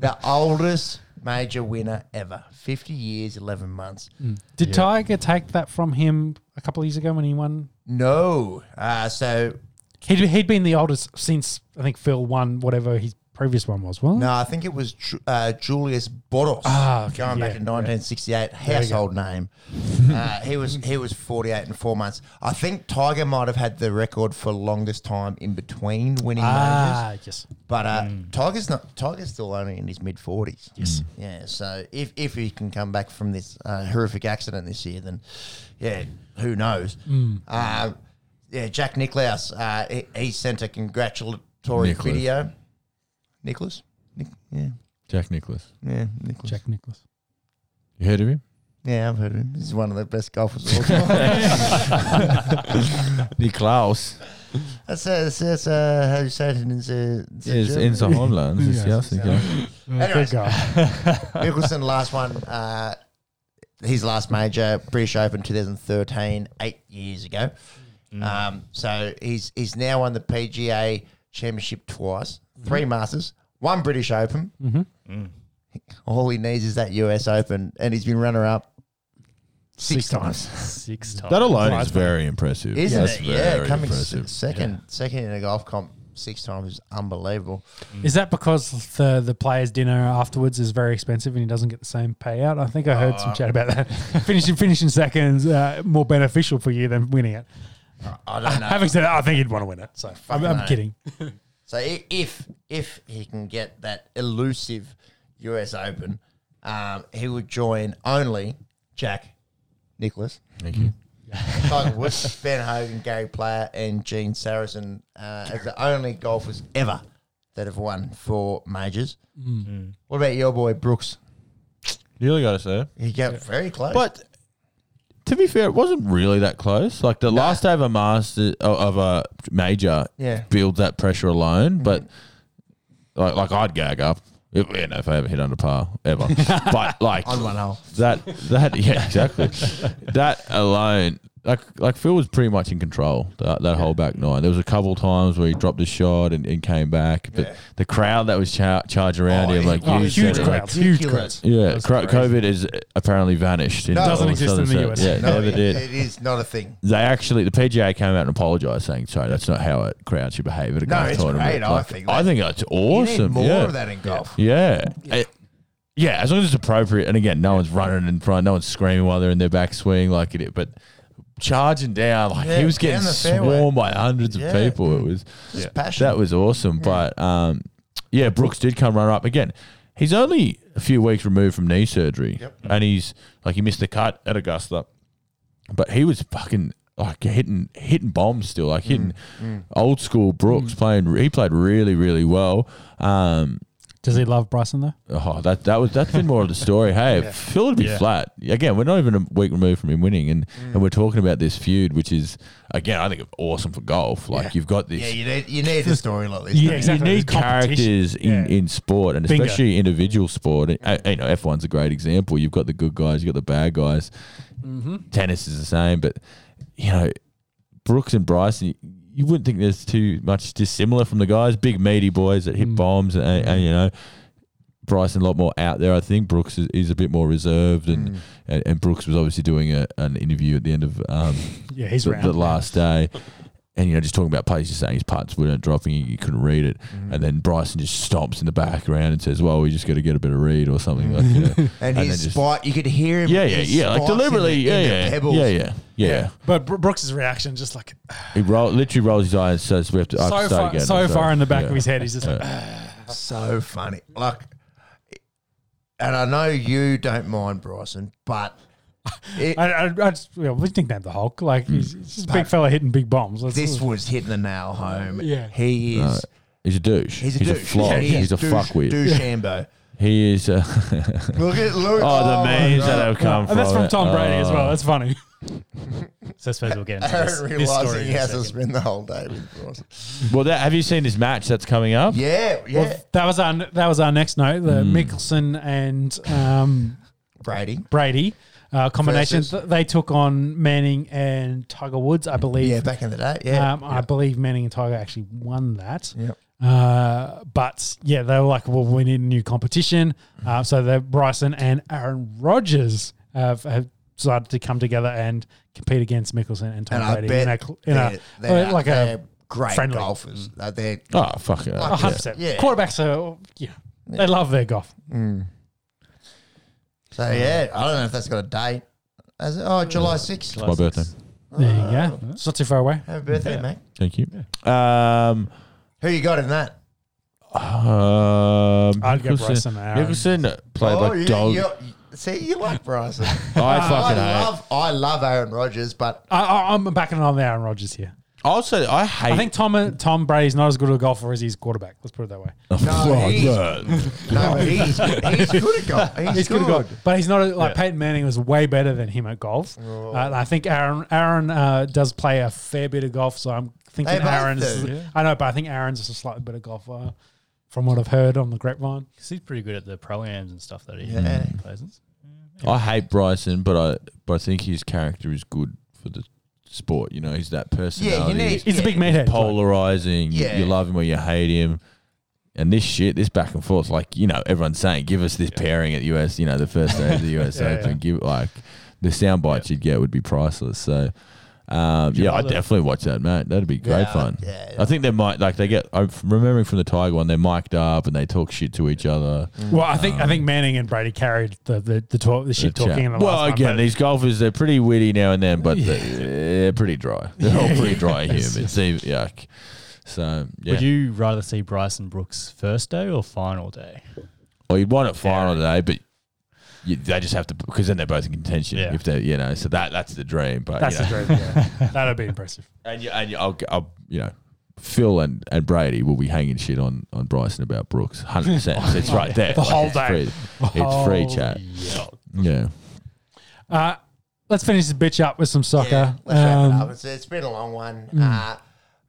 the oldest major winner ever. 50 years, 11 months.
Did Tiger take that from him a couple of years ago when he won?
No. Uh, so
He'd, he'd been the oldest since I think Phil won whatever his previous one was, well,
No, I think it was Ju- uh, Julius Bottles.
Ah, okay,
going back
yeah,
in 1968, household name. uh, he was he was 48 and four months. I think Tiger might have had the record for longest time in between winning majors.
Ah, yes.
But uh, Tiger's not. Tiger's still only in his mid forties.
Mm.
Yes. Yeah. So if if he can come back from this uh, horrific accident this year, then yeah, who knows? Uh, yeah, Jack Nicklaus. Uh, he, he sent a congratulatory
Nicholas.
video. Nicholas. Nic- yeah.
Jack Nicholas.
Yeah. Nicholas.
Jack Nicholas.
You heard of him?
Yeah, I've heard of him. He's one of the best golfers of all time.
Niklaus.
that's, uh, that's, that's uh, how you say it in the, the
Yes,
German.
in the homeland.
Yes,
Yes,
yes.
yeah.
Good guy.
Mickelson, last one. Uh, his last major, British Open 2013, eight years ago.
Mm.
Um, so he's he's now won the PGA Championship twice,
Mm-hmm.
three Masters, one British Open.
Hmm.
All he needs is that US Open, and he's been runner up six, times.
Six times.
That alone is very impressive.
Isn't
That's
it? Yeah,
very
coming s-
impressive.
second, second in a golf comp six times is unbelievable.
Is that because the the players' dinner afterwards is very expensive and he doesn't get the same payout? I think I heard some chat about that. finishing finishing seconds uh, more beneficial for you than winning it.
I don't know.
Having said that, I think he'd want to win it. So I'm, I'm
no.
kidding.
So i- if if he can get that elusive US Open, um, he would join only Jack Nicholas,
Thank you.
Tiger Woods, Ben Hogan, Gary Player, and Gene Saracen uh, as the only golfers ever that have won four majors.
Mm.
What about your boy Brooks?
Nearly got us there.
He got very close.
But to be fair, it wasn't really that close. Like the last day of a master uh, of a major
Yeah. Mm-hmm.
builds that pressure alone, but like like I'd gag up. If, you know, if I ever hit under par ever, but like
on one hole.
that that yeah exactly that alone like like Phil was pretty much in control that, that whole back nine. There was a couple times where he dropped his shot and, and came back, but
Yeah.
the crowd that was char- charged around
Oh,
him like
Oh,
you
huge
said,
crowds. Huge crowds.
yeah,
That's
cro-
crazy.
COVID is apparently vanished. In
No. Doesn't
all
exist
southern
in the
states.
US.
Yeah,
No,
never
it-
did.
it is not a thing.
They actually, the PGA came out and apologised, saying, "Sorry, that's not how a crowd should behave at a
No,
golf
it's
tournament."
great, I
Like,
think
I
that-
think that's
You
awesome.
need more
yeah.
of that in golf.
Yeah. It- yeah, as long as it's appropriate. And again, no one's running in front, no one's screaming while they're in their backswing like it. But charging down, like
Yeah,
he was
down
getting
the fairway.
swarmed by hundreds
Yeah.
of people. It was
It's
yeah.
passion.
that was awesome. But um, yeah, Brooks did come runner up again. He's only a few weeks removed from knee surgery, and he's like he missed the cut at Augusta, but he was fucking like hitting hitting bombs still, like hitting
Mm.
old school Brooks playing. He played really really well. Um,
Does he love Bryson though?
Oh, that that was that's been more of the story. Hey, Phil would be flat again. We're not even a week removed from him winning, and and we're talking about this feud, which is again, I think awesome for golf. Like you've got this.
Yeah, you need you need a story like this.
Yeah,
don't
exactly.
you?
You
There's
need
competition.
characters in,
Yeah.
in sport and
Bingo.
especially individual sport. And, uh, you know, F1's a great example. You've got the good guys, you've got the bad guys. Tennis is the same, but, you know, Brooks and Bryson, you, you wouldn't think there's too much dissimilar from the guys. Big, meaty boys that hit
Mm.
bombs, and, and, you know, Bryson a lot more out there. I think Brooks is, is a bit more reserved, and,
Mm.
Mm.
and, and Brooks was obviously doing a, an interview at the end of um,
Yeah, he's
the,
round.
the last day. And you know, just talking about plays, just saying his putts weren't dropping, you couldn't read
Mm.
it, and then Bryson just stomps in the background and says, "Well, we just got to get a bit of read or something like that."
And,
then
his
just-
spike, you could hear him.
yeah, yeah,
his
yeah, like
spikes in the-
deliberately,
in
yeah,
the
yeah,
pebbles.
yeah, yeah, yeah,
But Br- Brooks' reaction, just like
He roll, literally rolls his eyes, says, "We have to, I have to
so
start
far,
again."
so
So,
far in the back
yeah.
of his head, he's just like,
so funny. Like, and I know you don't mind Bryson, but it,
I, I, I just, yeah, we nicknamed the Hulk. Like he's,
Mm.
he's just a big fella hitting big bombs. That's-
this was hitting the nail home.
Yeah.
he is.
He's a douche.
He's a
he's a
douche.
flog.
He is
he's a
douche-
fuckwit.
Douchambo.
He is. Uh,
Look at look.
oh, the
my
memes that
God.
have come from.
and Oh, that's from
it.
Tom Brady as well.
Oh.
That's funny.
So I suppose we'll get into this,
Aaron
this story.
realizing he
in a
has to
second.
spend the whole day with Bryson.
Oh. Well, that, have you seen this match that's coming up?
Yeah, yeah.
Well, that was our that was our next note. The Mickelson and um,
Brady.
Brady uh, combination.
Versus-
Th- They took on Manning and Tiger Woods, I believe.
Yeah, back in the day. Yeah.
um, I believe Manning and Tiger actually won that.
Yep.
Uh, but yeah, they were like, well, we need a new competition.
Hmm.
Uh, so the Bryson and Aaron Rodgers have, have decided to come together and compete against Mickelson and Tom
And I
Brady
bet
in a, cl- in a
they're- they're-
like a
they're great
Friendly.
golfers. Uh, they're
Oh, fuck it.
Like-
A hundred
Yeah.
percent.
Yeah.
Quarterbacks are yeah, they love their golf.
so yeah. I don't know if that's got a date. Has it? Oh, July sixth.
my birthday.
There you go.
Oh.
It's not too far away.
Happy birthday, mate.
Thank you. Um,
Who you got in that?
um,
I'd go
Nicholson-
Bryson Aaron.
Nicholson played like
Oh, you,
dog.
you see, you like Bryson.
I fucking
Ah, I
hate.
love, I love Aaron Rodgers, but
I, I, I'm backing on the Aaron Rodgers here.
Also, I hate.
I think Tom uh, Tom Brady's not as good a golfer as his quarterback. Let's put it that way.
no, he's,
Yeah.
no, he's, he's good at golf. He's,
He's good at golf, but he's not a, like Peyton Manning was way better than him at golf.
Oh.
Uh, and I think Aaron Aaron uh, does play a fair bit of golf, so I'm thinking
They both
Aaron's.
do.
I know, but I think Aaron's just a slightly better golfer, from what I've heard on the grapevine.
Because he's pretty good at the proams and stuff that he
Yeah.
plays. in.
I hate Bryson, but I but I think his character is good for the sport. You know, he's that
Yeah, you
personality.
need.
He's
yeah.
a big meathead.
polarizing. You-
Yeah.
You, love him or you hate him. And this shit, this back and forth, like you know, everyone's saying, give us this pairing at US. You know, the first day of the US
Yeah,
Open.
yeah.
Give like the sound bites you'd get would be priceless. So. Um, yeah, I
like that?
definitely watch that, mate. That'd be great
Yeah,
fun.
yeah.
I think they might like they get. I'm remembering from the Tiger one, they're mic'd up and they talk shit to each other.
Well, I think I think Manning and Brady carried the the, the, talk, the shit
The chat.
talking. In the
well,
last one,
again,
but-
these golfers they're pretty witty now and then, but they, are pretty dry. They're all pretty dry humans. They- Yuck. So yeah,
Would you rather see Bryson Brooks first day or final day?
Well, you'd want it final today, but you, they just have to because then they're both in contention.
Yeah.
If they, you know, so that that's the dream. But
that's
you know,
the dream. Yeah. That'd be impressive.
and you, and you, I'll, I'll, you know, Phil and, and Brady will be hanging shit on on Bryson about Brooks, hundred percent. It's right there.
The whole
it's
day. Oh,
Free, it's free
whole-
chat.
Yeah.
Yeah.
Uh, let's finish this bitch up with some
Yeah,
soccer.
let's wrap
Um, mm.
it up. It's, it's been a long one. Uh,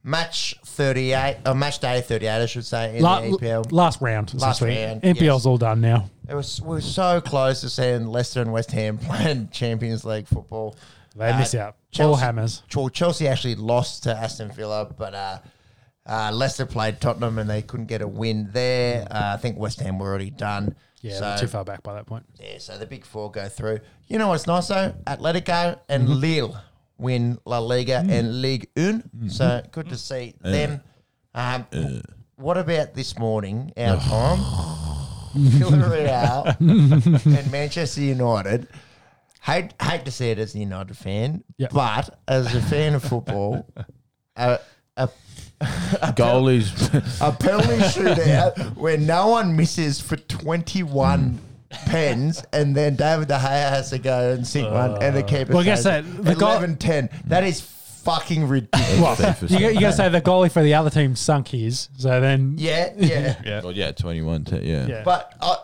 match 38, or match day 38, I should say, in
la-
the EPL.
last round.
Last
essentially.
round,
NPL's
yes.
all done now.
It was we were so close to seeing Leicester and West Ham playing Champions League football.
They
Uh,
miss out. All
Chelsea-
hammers.
Well, Chelsea actually lost to Aston Villa, but uh, uh, Leicester played Tottenham and they couldn't get a win there. Uh, I think West Ham were already done.
Yeah,
so,
they're too far back by that point.
yeah, so the big four go through. You know what's nice though? Atletico and Lille win La Liga and League Un. So good to see them. Um, What about this morning, our time? Villarreal and Manchester United. Hate, hate to see it as a United fan,
Yep.
but as a fan of football, a, a,
Goalies.
a penalty shootout where no one misses for 21 pens, and then David De Gea has to go and sink one, and the keeper
Uh, Well, I guess
saves
that- the goal-
11-10. That is fucking ridiculous.
FIFA
You, got- you got to say the goalie for the other team sunk his. So then,
yeah, yeah.
Oh, yeah, 21. T- yeah.
Yeah.
But I,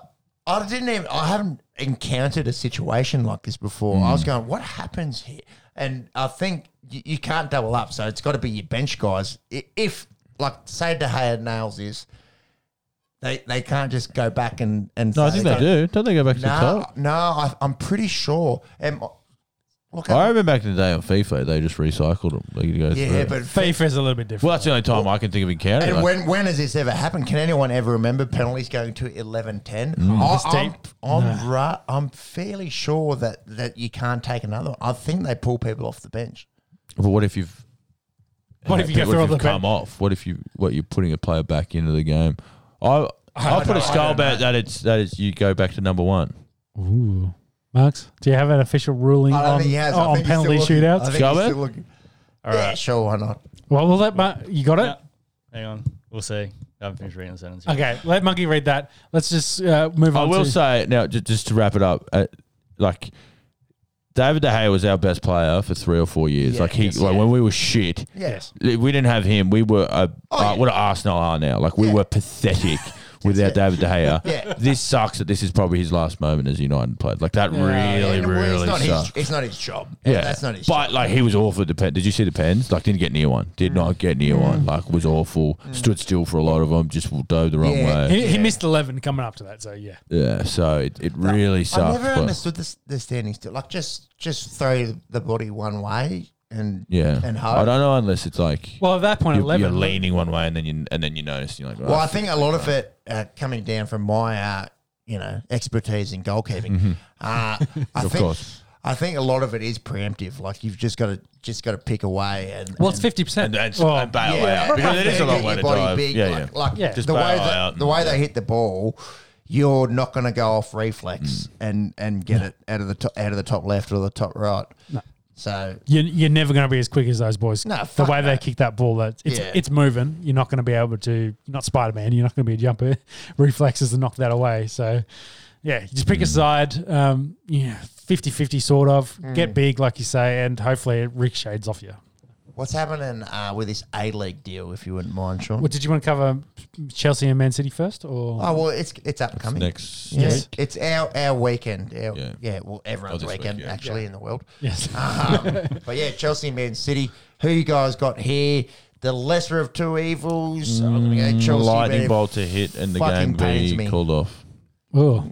I didn't even, I haven't encountered a situation like this before. I
Mm.
was going, what happens here? And I think you, you can't double up, so it's got to be your bench guys. I- If, like, say De Gea nails this, they they can't just go back and and.
No, I
say-
think they do. Don't they go back to the
No,
top?
no, I, I'm pretty sure. Um, look,
I
I,
remember back in the day on FIFA, they just recycled them. They could go
yeah,
through.
but
FIFA is a little bit different.
well, that's the only time I can think of encountering.
And
Like,
when when has this ever happened? Can anyone ever remember penalties going to eleven ten?
Mm.
I'm
deep.
I'm, ra- I'm fairly sure that that you can't take another. one. I think they pull people off the bench.
but what if you've
what if you go through all the
you've come off? What if you what you're putting a player back into the game? I I, put a skull bet that it's that it's you go back to number one.
Ooh. Marks, do you have an official ruling
I don't
on,
think he has. I
on
think he's
penalty
still looking. I
shootouts?
think
Shall
he's
we?
still looking. Yeah, sure. Why not?
Well, we'll let Mar- you got it.
Yeah. Hang on. We'll see. I haven't finished reading the sentence. yet.
Okay, let Monkey read that. Let's just uh, move
I
on.
will
to,
say now, just, just to wrap it up, uh, like David De Gea was our best player for three or four years.
Yeah,
like he,
yes,
like
yeah.
when we were shit,
Yes.
If we didn't have him. We were uh, uh,
Oh, yeah.
what Arsenal are now. Like we
Yeah.
were pathetic without David De Gea.
Yeah.
This sucks. That this is probably his last moment as a United player. Like that really,
And, well,
really
it's not
sucks.
his. It's not his job.
Yeah,
that's not his. job.
But like he was awful. at The pen. Did you see the pens? Like didn't get near one.
Mm.
Did not get near one. Like was awful. Stood still for a lot of them. Just dove the wrong
Yeah.
way.
he, he missed 11 coming up to that, so yeah.
Yeah. So it, it really
I
sucks.
never
but-
understood this. The standing still, like just just throw the body one way and
yeah.
and
I
hope.
don't know unless it's like
Well, at that point,
you're,
11.
you're leaning one way and then you and then you notice you're like. "Ah,
Well, I think a lot of it uh, coming down from my, uh, you know, expertise in goalkeeping. Uh, I
Mm-hmm. Of
think
course.
I think a lot of it is preemptive. Like you've just got to just got to pick away and
Well, it's fifty percent.
And, and,
Well,
and bail
yeah,
out because
yeah,
it is a
get
long
your
way to
body
dive.
big,
yeah,
like,
yeah.
like
Yeah.
Just
the way
bail
that,
out
the way they hit the ball, you're not going to go off reflex
Mm.
and and get it out of the top, out of the top left or the top right. So
You're, you're never going to be as quick as those boys.
No,
the
fuck
way they
no.
kick that ball, that it's
Yeah.
it's moving. You're not going to be able to. You're not Spider Man. You're not going to be a jumper. Reflexes to knock that away. So, yeah, you just pick a side. Um, yeah, 50-50 sort of.
Mm.
Get big, like you say, and hopefully it ricochets off you.
what's happening uh, with this A League deal? If you wouldn't mind, Sean.
Well, did you want to cover Chelsea and Man City first, or
Oh well, it's it's upcoming.
Next,
Yeah,
Yes.
it's- it's our our weekend. Our, yeah.
Yeah.
well,
Oh,
everyone's
this week,
weekend
yeah.
actually in the world.
yes?
Um, but yeah, Chelsea, and Man City. Who you guys got here? The lesser of two evils. I'm gonna go Chelsea.
Mm, lightning
man.
bolt to hit and the
fucking
game
pains
be
me.
called off.
oh,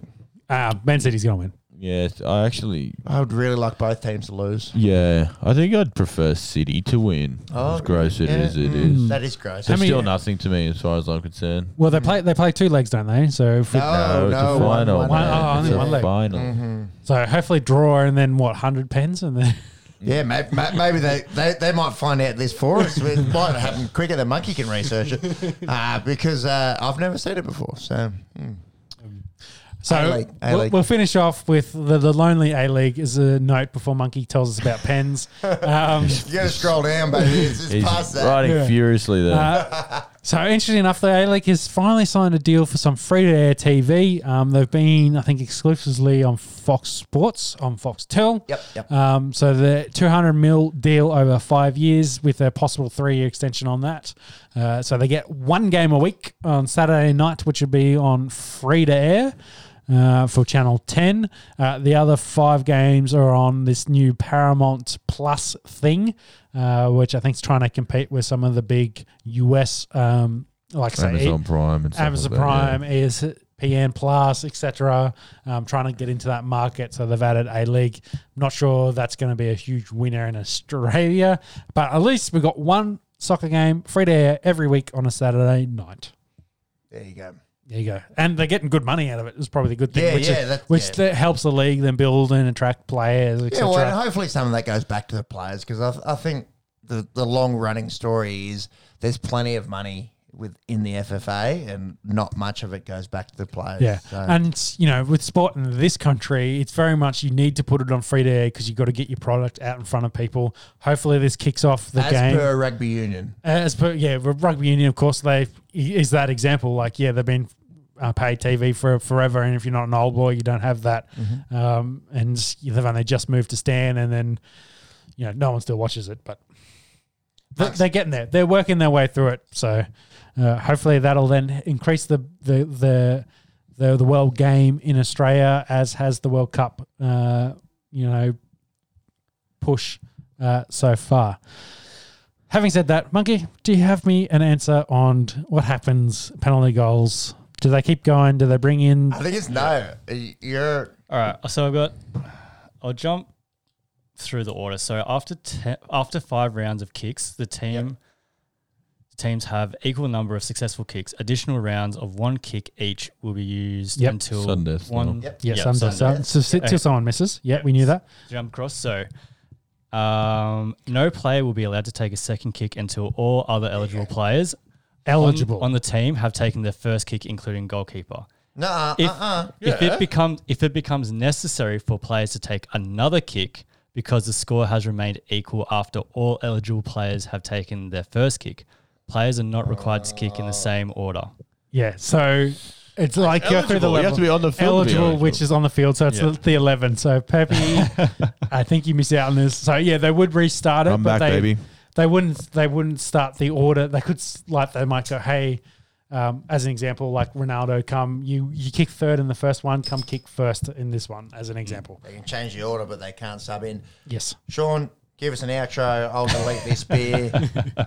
ah, Man City's going to win.
Yeah, I actually.
I would really like both teams to lose.
Yeah, I think I'd prefer City to win.
Oh,
as gross it
yeah,
is, it
mm,
is.
That is gross.
There's
many-
still nothing to me as far as I'm concerned.
Well, they play they play two legs, don't they? So if we-
Mm. No,
it's
Oh, no,
a
one-
final.
one- uh, Mm-hmm.
man.
one- oh,
It's
only
a
one leg.
final.
so hopefully draw and then what hundred pens and then
Yeah, maybe, maybe they, they, they might find out this for us. It might happen quicker than Monkey can research it uh, because uh, I've never seen it before. So, mm.
So
A-League,
We'll,
A-League.
we'll finish off with the, the lonely A League is a note before Monkey tells us about pens. Um,
you got to scroll down, baby. It's just
He's
past that.
riding
Yeah. Uh,
furiously there.
so interesting enough, the A League has finally signed a deal for some free to air TV. Um, they've been, I think, exclusively on Fox Sports on Foxtel.
Yep, yep.
Um, so the 200 mil deal over five years with a possible three year extension on that. Uh, so they get one game a week on Saturday night, which would be on free to air. Uh, for Channel 10. Uh, the other five games are on this new Paramount Plus thing, uh, which I think is trying to compete with some of the big US, um, like I say,
Amazon Prime and stuff
Amazon
like that, yeah.
Prime, E ESPN Plus, etc. Um, trying to get into that market, so they've added a league. Not sure that's going to be a huge winner in Australia, but at least we've got one soccer game free to air every week on a Saturday night.
There you go.
There you go, and they're getting good money out of it. Is probably the good thing,
Yeah,
which,
yeah,
is-
that-
which
yeah.
that helps the league then build and attract players,
Yeah,
etc.
well, and hopefully some of that goes back to the players because I, th- I think the, the long running story is there's plenty of money within the FFA and not much of it goes back to the players.
Yeah,
So-
and you know, with sport in this country, it's very much you need to put it on free to air because you've got to get your product out in front of people. Hopefully, this kicks off the
as
game.
per rugby union.
Uh, As per yeah, r- rugby union, of course, they is that example. Like yeah, they've been uh, paid TV for forever, and if you're not an old boy, you don't have that. Um, and they've only just moved to Stan, and then you know no one still watches it, but th-
Thanks.
they're getting there. They're working their way through it. So uh, hopefully that'll then increase the the the the, the world game in Australia, as has the World Cup. Uh, you know, push uh, so far. Having said that, Monkey, do you have me an answer on what happens penalty goals? Do they keep going? Do they bring in?
Uh,
I think it's no. Y- You're
All right, so I've got. I'll jump through the order. So after te- after five rounds of kicks, the team teams have equal number of successful kicks. Additional rounds of one kick each will be used
Yep.
until
Sundeath, no?
one.
Yep.
Yes,
yeah,
I'm
Sundeath.
so, so, so, till someone misses. Yeah, we knew that.
jump across. So, um, no player will be allowed to take a second kick until all other eligible players on-
Eligible.
On, the team have taken their first kick, including goalkeeper.
no. Uh,
If,
uh,
if it becomes if it becomes necessary for players to take another kick because the score has remained equal after all eligible players have taken their first kick, players are not required to kick in the same order.
yeah, so it's like you're through the
eligible. You
level.
have to be on the field to be
eligible,
eligible.
which is on the field. So it's
Yeah.
the, the eleven. So Pepe, I think you missed out on this. So yeah, they would restart it,
I'm
but
back,
they
baby.
they wouldn't they wouldn't start the order. They could s- like they might go, hey, um, as an example, like Ronaldo, come you you kick third in the first one, come kick first in this one, as an example.
they can change the order, but they can't sub in.
Yes.
Sean, Give us an outro. I'll delete this beer.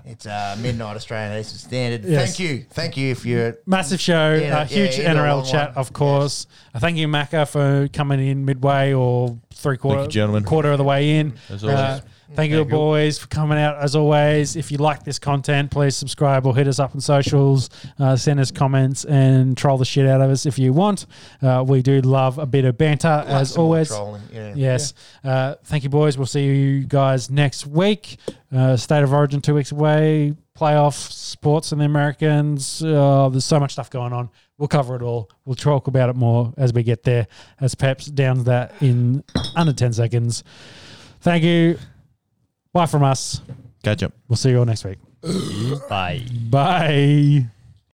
it's uh, midnight Australian Eastern Standard.
Yes.
Thank you, thank you if you're
Massive show,
Yeah,
uh,
yeah,
huge
either
NRL
one,
chat,
one.
of course. Uh, thank you, Macca, for coming in midway or three quarter,
you, gentlemen.
quarter of the way in. Uh,
As always.
thank you, boys, for coming out. As always, if you like this content, please subscribe or hit us up on socials, uh, send us comments, and troll the shit out of us if you want. Uh, we do love a bit of banter, as
some more
always.
trolling. Yeah.
Yes. Uh, thank you, boys. We'll see you guys next week. Uh, State of Origin two weeks away. Playoff sports and the Americans. Uh, there's so much stuff going on. We'll cover it all. We'll talk about it more as we get there. As Peps downs that in under ten seconds. Thank you. Bye from us.
Catch up.
We'll see you all next week.
Bye.
Bye.